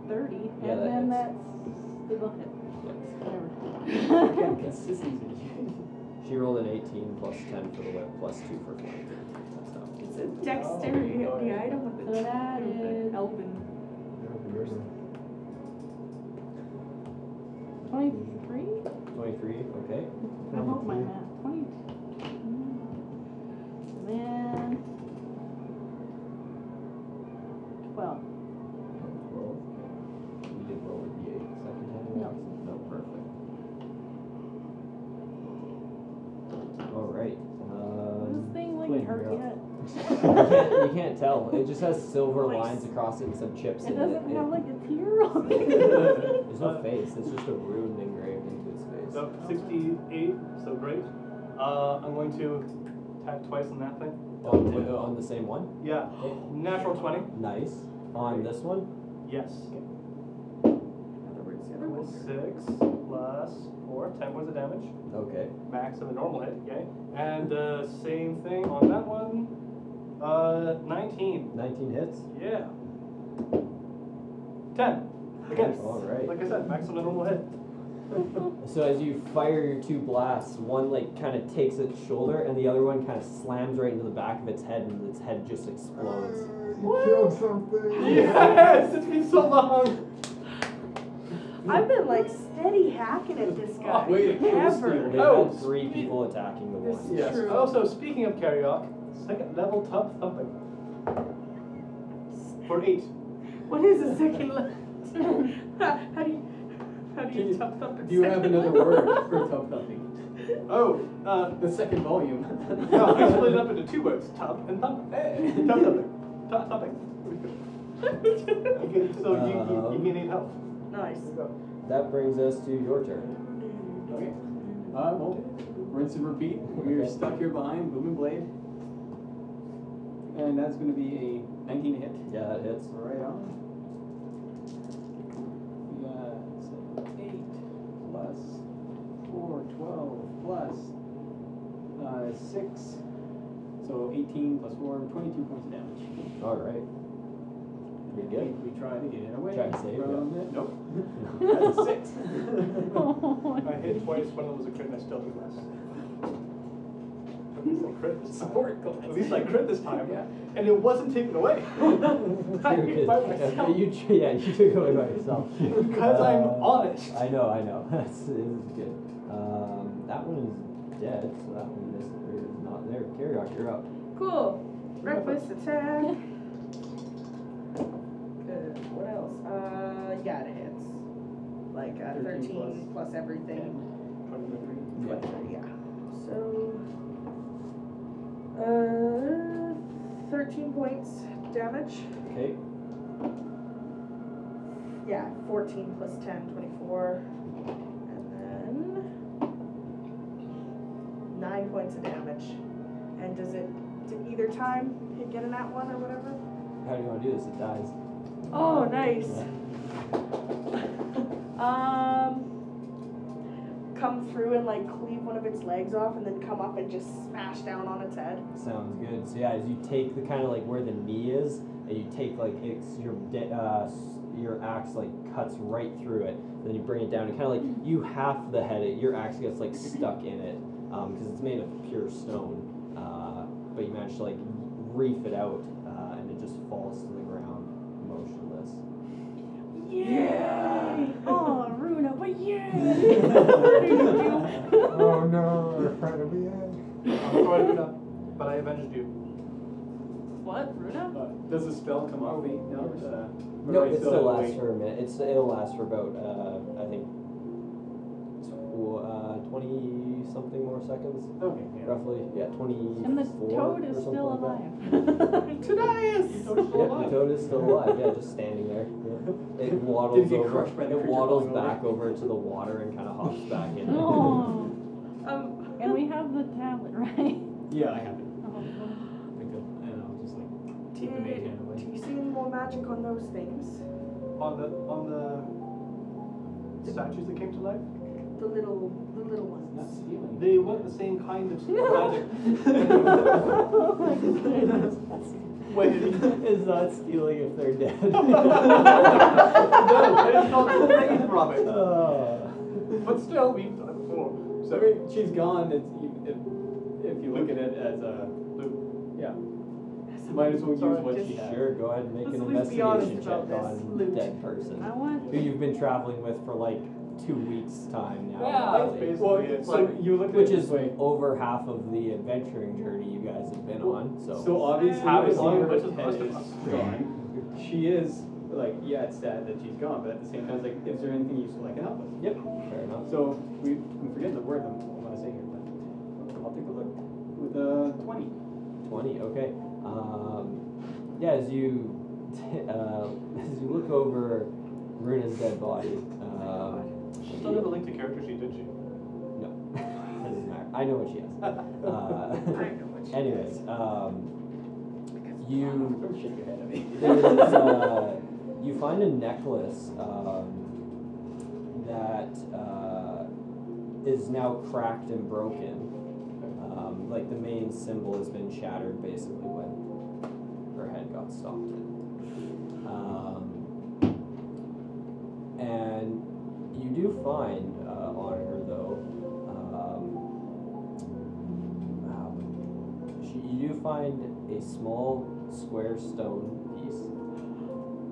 Speaker 11: thirty,
Speaker 5: Yeah,
Speaker 11: and
Speaker 5: that
Speaker 11: then
Speaker 5: hits.
Speaker 11: that's they both hit.
Speaker 4: Again,
Speaker 11: Whatever.
Speaker 4: consistency.
Speaker 5: She rolled an 18 plus 10 for the whip, plus 2 for flank. That's not-
Speaker 7: It's a dexterity hit me. I don't want
Speaker 11: So
Speaker 7: the
Speaker 11: that is
Speaker 7: Elven.
Speaker 6: That's a good one.
Speaker 11: twenty-three.
Speaker 5: 23, okay.
Speaker 11: I hope my
Speaker 6: 22.
Speaker 11: math. Twenty-two. Then twelve.
Speaker 5: You did roll a d8 second time.
Speaker 11: No.
Speaker 5: No, perfect. Um,
Speaker 11: hasn't hurt yet.
Speaker 5: you, can't, you can't tell. It just has silver
Speaker 7: Nice.
Speaker 5: lines across it and some chips
Speaker 11: It
Speaker 5: in
Speaker 11: doesn't
Speaker 5: it.
Speaker 11: have
Speaker 5: It-
Speaker 11: like a tear on it.
Speaker 5: There's no face. It's just a rune engraved into his face.
Speaker 3: So 68, so great. Uh, I'm going to attack twice on that thing.
Speaker 5: On, the- Oh, on the same one.
Speaker 3: Yeah, natural 20.
Speaker 5: Nice. On this one.
Speaker 3: Yes.
Speaker 10: In other words, the other
Speaker 3: Cool.
Speaker 10: one.
Speaker 3: 6 plus 4, 10 points of damage.
Speaker 5: Okay.
Speaker 3: Max of a normal hit, okay? And uh, same thing on that one. Uh, 19.
Speaker 5: 19 hits.
Speaker 3: Yeah. 10. Again.
Speaker 5: All right.
Speaker 3: Like I said, max on a normal hit.
Speaker 5: So as you fire your two blasts, one like kind of takes its shoulder, and the other one kind of slams right into the back of its head, and its head just explodes.
Speaker 6: You killed something.
Speaker 3: Yes! It's been so long!
Speaker 7: I've been like steady hacking at this guy.
Speaker 4: way to kill this
Speaker 7: Ever.
Speaker 5: They've
Speaker 3: Oh,
Speaker 5: had three
Speaker 3: sweet.
Speaker 5: people attacking the
Speaker 7: This
Speaker 5: one.
Speaker 7: is
Speaker 4: Yes.
Speaker 7: true.
Speaker 3: Also, Oh, speaking of Karyok, second level tough thumping. For 8.
Speaker 7: What is a second level? how do you how do
Speaker 4: Can
Speaker 7: you
Speaker 4: you-
Speaker 7: top up a
Speaker 4: Do you have
Speaker 7: second
Speaker 4: another
Speaker 7: level?
Speaker 4: word for tub thumping?
Speaker 3: Oh, uh,
Speaker 4: The second volume.
Speaker 3: no, I split it up into two words, tub and thumping.
Speaker 4: Hey.
Speaker 3: Tub thumping. Tub thumping. Okay, so you,
Speaker 4: Uh-huh.
Speaker 3: you, you may need help.
Speaker 7: Nice.
Speaker 5: That brings us to your turn.
Speaker 4: Okay. Uh, well, rinse and repeat. We're stuck here behind Boom and Blade. And that's going to be a 19 hit.
Speaker 5: Yeah, that hits.
Speaker 4: Right on. We got so 8 plus 4, 12 plus uh, 6. So 18 plus 4, 22 points of damage.
Speaker 5: All right. Pretty
Speaker 4: I
Speaker 5: good.
Speaker 4: think We try to get it away.
Speaker 5: Try to save
Speaker 4: from it. Nope. That's a 6.
Speaker 3: I hit twice, one of them was a crit, and I still do less. At least I crit this time.
Speaker 4: Support class.
Speaker 3: At least I crit this time.
Speaker 4: Yeah.
Speaker 3: And it wasn't taken away. I
Speaker 5: Very
Speaker 3: hit
Speaker 5: good.
Speaker 3: by myself.
Speaker 5: Okay, you, tr- yeah, you took it away by yourself.
Speaker 3: Because I'm
Speaker 5: Uh,
Speaker 3: honest.
Speaker 5: I know, I know. That's it is good. Um, that one is dead, so that one is, or is not there. Karyok, you're up.
Speaker 10: Cool.
Speaker 7: Breakfast attack.
Speaker 10: Good.
Speaker 7: What else? Uh, yeah, it hits. Like uh,
Speaker 4: 13
Speaker 7: 13 plus,
Speaker 4: plus
Speaker 7: plus everything.
Speaker 4: Yeah.
Speaker 7: Yeah. So, uh, 13 points damage.
Speaker 5: Okay.
Speaker 7: Yeah, 14 plus 10, 24. And then 9 points of damage. And does it, did either time it get an at one or whatever?
Speaker 5: How do you want to do this? It dies.
Speaker 7: Oh, nice. um, come through and like cleave one of its legs off and then come up and just smash down on its head.
Speaker 5: Sounds good. So yeah, as you take the kind of like where the knee is, and you take like it's your da- uh, s- your axe like cuts right through it. And then you bring it down and kind of
Speaker 7: Mm-hmm.
Speaker 5: like you half the head. It your axe gets like stuck in it because it's made of pure stone. Uh, but you manage to like reef it out, uh, and it just falls to the ground motionless.
Speaker 11: Yeah. oh, Runa, but yeah.
Speaker 6: Oh no, we're proud of you.
Speaker 3: I'm sorry, Luna, but I avenged you.
Speaker 7: What, Runa?
Speaker 4: Uh, Does the spell come off me? No. it's, uh,
Speaker 5: No,
Speaker 4: or is
Speaker 5: it still lasts
Speaker 4: wait.
Speaker 5: for a minute. It's it'll last for about uh, I think tw- uh, twenty something more seconds.
Speaker 4: Okay, yeah.
Speaker 5: Roughly, yeah, twenty-four.
Speaker 11: and the
Speaker 5: or
Speaker 11: toad is
Speaker 5: something
Speaker 11: still
Speaker 5: like that.
Speaker 11: alive.
Speaker 7: Tobias!
Speaker 5: Yeah, the toad is still alive. Yeah, just standing there. Yeah. It waddles
Speaker 4: get
Speaker 5: over.
Speaker 4: crushed by the
Speaker 5: It
Speaker 4: creature
Speaker 5: waddles
Speaker 4: falling
Speaker 5: back over into the water and kind of hops back in.
Speaker 11: Oh.
Speaker 7: Um,
Speaker 11: And we have the tablet, right?
Speaker 4: Yeah, I have it.
Speaker 11: Oh,
Speaker 4: Picked up, and I'll just like
Speaker 7: do
Speaker 4: take the main
Speaker 7: you,
Speaker 4: hand
Speaker 7: do
Speaker 4: away.
Speaker 7: you see any more magic on those things?
Speaker 3: On the on the statues that came to life,
Speaker 7: The little, the little
Speaker 4: Not
Speaker 7: ones.
Speaker 4: stealing.
Speaker 3: they weren't the same kind of magic.
Speaker 7: Oh
Speaker 11: my goodness.
Speaker 5: Wait, is not stealing if they're dead.
Speaker 3: no, that is not the same, Robert.
Speaker 5: Uh,
Speaker 3: But still, we've done it before.
Speaker 4: So I
Speaker 3: So,
Speaker 4: mean, she's gone. It's you- if, if you look at it as a loop. Yeah. Might as well use
Speaker 3: Sorry,
Speaker 4: what
Speaker 7: just-
Speaker 4: she has.
Speaker 5: sure, go ahead and make an
Speaker 7: Let's at least be honest
Speaker 5: investigation check
Speaker 7: about this
Speaker 5: on
Speaker 7: loot.
Speaker 5: dead person
Speaker 11: I want.
Speaker 5: who you've been traveling with for like two weeks time now.
Speaker 3: Yeah,
Speaker 5: probably.
Speaker 3: that's basically
Speaker 4: Well,
Speaker 3: it.
Speaker 4: so
Speaker 3: Like,
Speaker 4: you look at
Speaker 5: which
Speaker 4: it this
Speaker 5: is
Speaker 4: way.
Speaker 5: over half of the adventuring journey you guys have been on. So,
Speaker 4: So obviously,
Speaker 3: How
Speaker 4: as
Speaker 3: is
Speaker 4: long
Speaker 3: it-
Speaker 4: as her
Speaker 3: which is
Speaker 4: head
Speaker 3: most of
Speaker 4: is
Speaker 3: us?
Speaker 4: gone, she is like, yeah, it's sad that she's gone, but at the same time, it's like, is there anything useful I can help with? Yep.
Speaker 5: fair enough.
Speaker 4: So we, I'm forgetting the word I'm, I want to say here, but I'll take a look with a 20.
Speaker 5: Twenty. Okay. Um, yeah. As you uh, as you look over Runa's dead body. Um,
Speaker 3: She still never linked a character sheet, did she?
Speaker 5: no. Doesn't matter. I know what she has. Uh,
Speaker 7: know what she
Speaker 5: anyways, um, you
Speaker 4: Don't shake your head at me.
Speaker 5: there's, uh, you find a necklace um, that uh, is now cracked and broken. Um, like the main symbol has been shattered basically when her head got stopped in. Um, and you do find uh, on her though, um, wow, she, you do find a small square stone piece.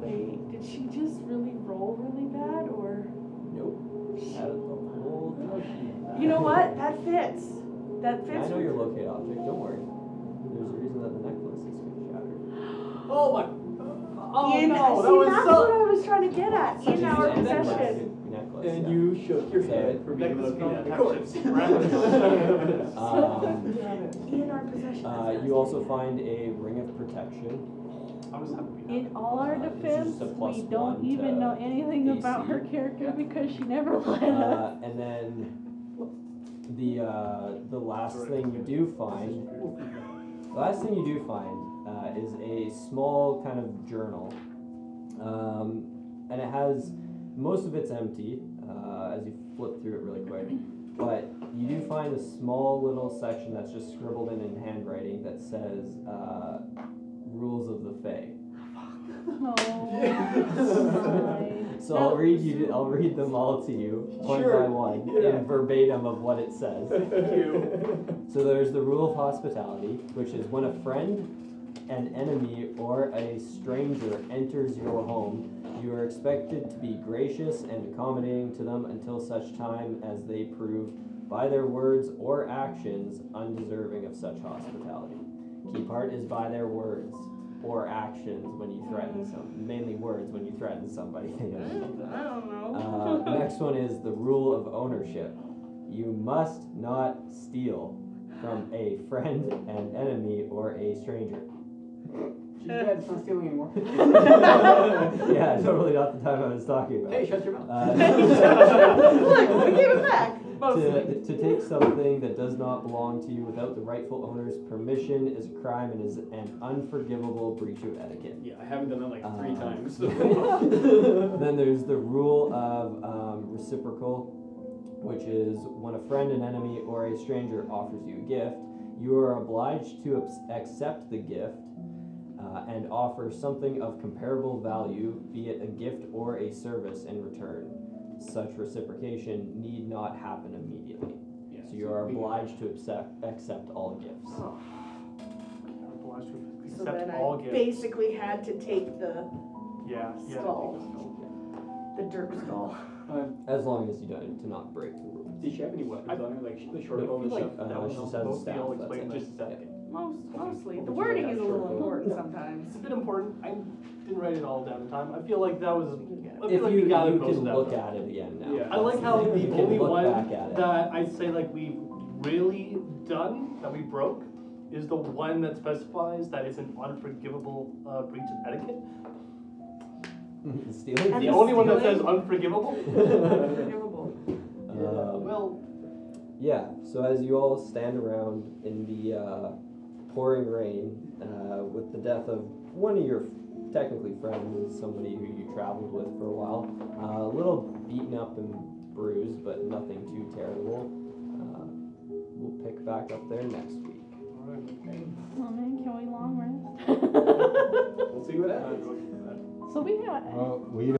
Speaker 10: Wait, did she just really roll really bad or?
Speaker 5: Nope. Out of the whole
Speaker 10: You know what? That fits. That
Speaker 5: I
Speaker 10: fits.
Speaker 5: know your locate object. Don't worry. There's a reason that the necklace is been shattered.
Speaker 3: Oh my. Oh
Speaker 7: In-
Speaker 3: no, that
Speaker 7: see,
Speaker 3: was
Speaker 7: that's
Speaker 3: so.
Speaker 7: what I was trying to get at.
Speaker 5: Such
Speaker 7: In
Speaker 5: a
Speaker 7: our
Speaker 5: good necklace.
Speaker 7: possession.
Speaker 5: Good necklace.
Speaker 4: And
Speaker 5: yeah.
Speaker 4: you shook your
Speaker 5: So-
Speaker 4: head for being located.
Speaker 3: Necklace don't
Speaker 4: Of
Speaker 3: have
Speaker 4: course.
Speaker 3: ships. Right.
Speaker 5: Um,
Speaker 7: In our possession.
Speaker 5: uh, you also find a ring of protection.
Speaker 3: I'm just happy to be back.
Speaker 11: In all our
Speaker 5: Uh, it's
Speaker 11: defense,
Speaker 5: just a plus
Speaker 11: we
Speaker 5: one
Speaker 11: don't
Speaker 5: to
Speaker 11: even know anything about
Speaker 5: AC.
Speaker 11: her character
Speaker 5: Yeah.
Speaker 11: because she never let us.
Speaker 5: Uh, and then the uh, the last thing you do find, the last thing you do find uh, is a small kind of journal, um, and it has most of it's empty uh, as you flip through it really quick. But you do find a small little section that's just scribbled in in handwriting that says uh, "Rules of the Fae."
Speaker 11: Oh, my.
Speaker 5: So I'll read you. I'll read them all to you one by
Speaker 4: Sure.
Speaker 5: one
Speaker 4: Yeah.
Speaker 5: in verbatim of what it says. So there's the rule of hospitality, which is when a friend, an enemy, or a stranger enters your home, you are expected to be gracious and accommodating to them until such time as they prove, by their words or actions, undeserving of such hospitality. Key part is by their words or actions when you threaten
Speaker 4: Mm.
Speaker 5: some, mainly words when you threaten somebody.
Speaker 7: I don't
Speaker 5: Uh,
Speaker 7: know.
Speaker 5: the next one is the rule of ownership. You must not steal from a friend, an enemy, or a stranger.
Speaker 4: She's dead. It's not stealing anymore.
Speaker 5: yeah, totally not the time I was talking about.
Speaker 4: Hey, shut your mouth.
Speaker 5: Uh,
Speaker 7: Look, we gave it back. Mostly.
Speaker 5: to, to take something that does not belong to you without the rightful owner's permission is a crime and is an unforgivable breach of etiquette.
Speaker 4: Yeah, I haven't done that like three
Speaker 5: Um,
Speaker 4: times.
Speaker 5: then there's the rule of um, reciprocal, which is when a friend, an enemy, or a stranger offers you a gift, you are obliged to abs- accept the gift uh, and offer something of comparable value, be it a gift or a service, in return. Such reciprocation need not happen immediately.
Speaker 4: Yeah,
Speaker 5: So you are
Speaker 4: we-
Speaker 5: obliged to accept, accept all gifts.
Speaker 3: Obliged to
Speaker 7: So
Speaker 3: Accept
Speaker 7: then
Speaker 3: all
Speaker 7: I
Speaker 3: gifts.
Speaker 7: basically had to take the
Speaker 3: yeah, yeah.
Speaker 7: skull. The dirt skull.
Speaker 4: Um,
Speaker 5: As long as you don't do not break the rule.
Speaker 4: did she have any weapons on her? Like she- the short
Speaker 5: I
Speaker 4: bow and
Speaker 5: feel
Speaker 4: stuff?
Speaker 5: like, uh,
Speaker 4: that was
Speaker 5: she
Speaker 4: all-
Speaker 5: says
Speaker 4: mostly
Speaker 5: staff,
Speaker 4: all
Speaker 5: that's
Speaker 4: explained
Speaker 5: it.
Speaker 4: just that.
Speaker 7: Most, mostly. The
Speaker 4: What would you like
Speaker 7: wording is a
Speaker 4: that
Speaker 7: little
Speaker 4: short
Speaker 7: important sometimes.
Speaker 3: It's a bit important. I didn't write it all down in time. I feel like that was. I feel
Speaker 5: If
Speaker 3: like
Speaker 5: you,
Speaker 3: we
Speaker 5: you
Speaker 3: gathered most of
Speaker 5: can
Speaker 3: that,
Speaker 5: look
Speaker 3: though.
Speaker 5: at it again now.
Speaker 4: Yeah.
Speaker 3: I like how
Speaker 5: You
Speaker 3: the
Speaker 5: can
Speaker 3: only
Speaker 5: look
Speaker 3: one
Speaker 5: back at it.
Speaker 3: that I'd say like we've really done that we broke is the one that specifies that it's an unforgivable uh, breach of etiquette.
Speaker 5: Stealing.
Speaker 3: The
Speaker 7: the
Speaker 3: only one that
Speaker 7: stealing?
Speaker 3: says unforgivable.
Speaker 7: Forgivable.
Speaker 5: Um,
Speaker 3: Well,
Speaker 5: yeah. So as you all stand around in the uh, pouring rain, uh, with the death of one of your technically friends, somebody who you traveled with for a while, uh, a little beaten up and bruised, but nothing too terrible. Uh, we'll pick back up there next week.
Speaker 11: Oh man, can we long rest?
Speaker 3: uh,
Speaker 4: We'll see what happens.
Speaker 11: so we have.
Speaker 5: Oh,
Speaker 6: Well, we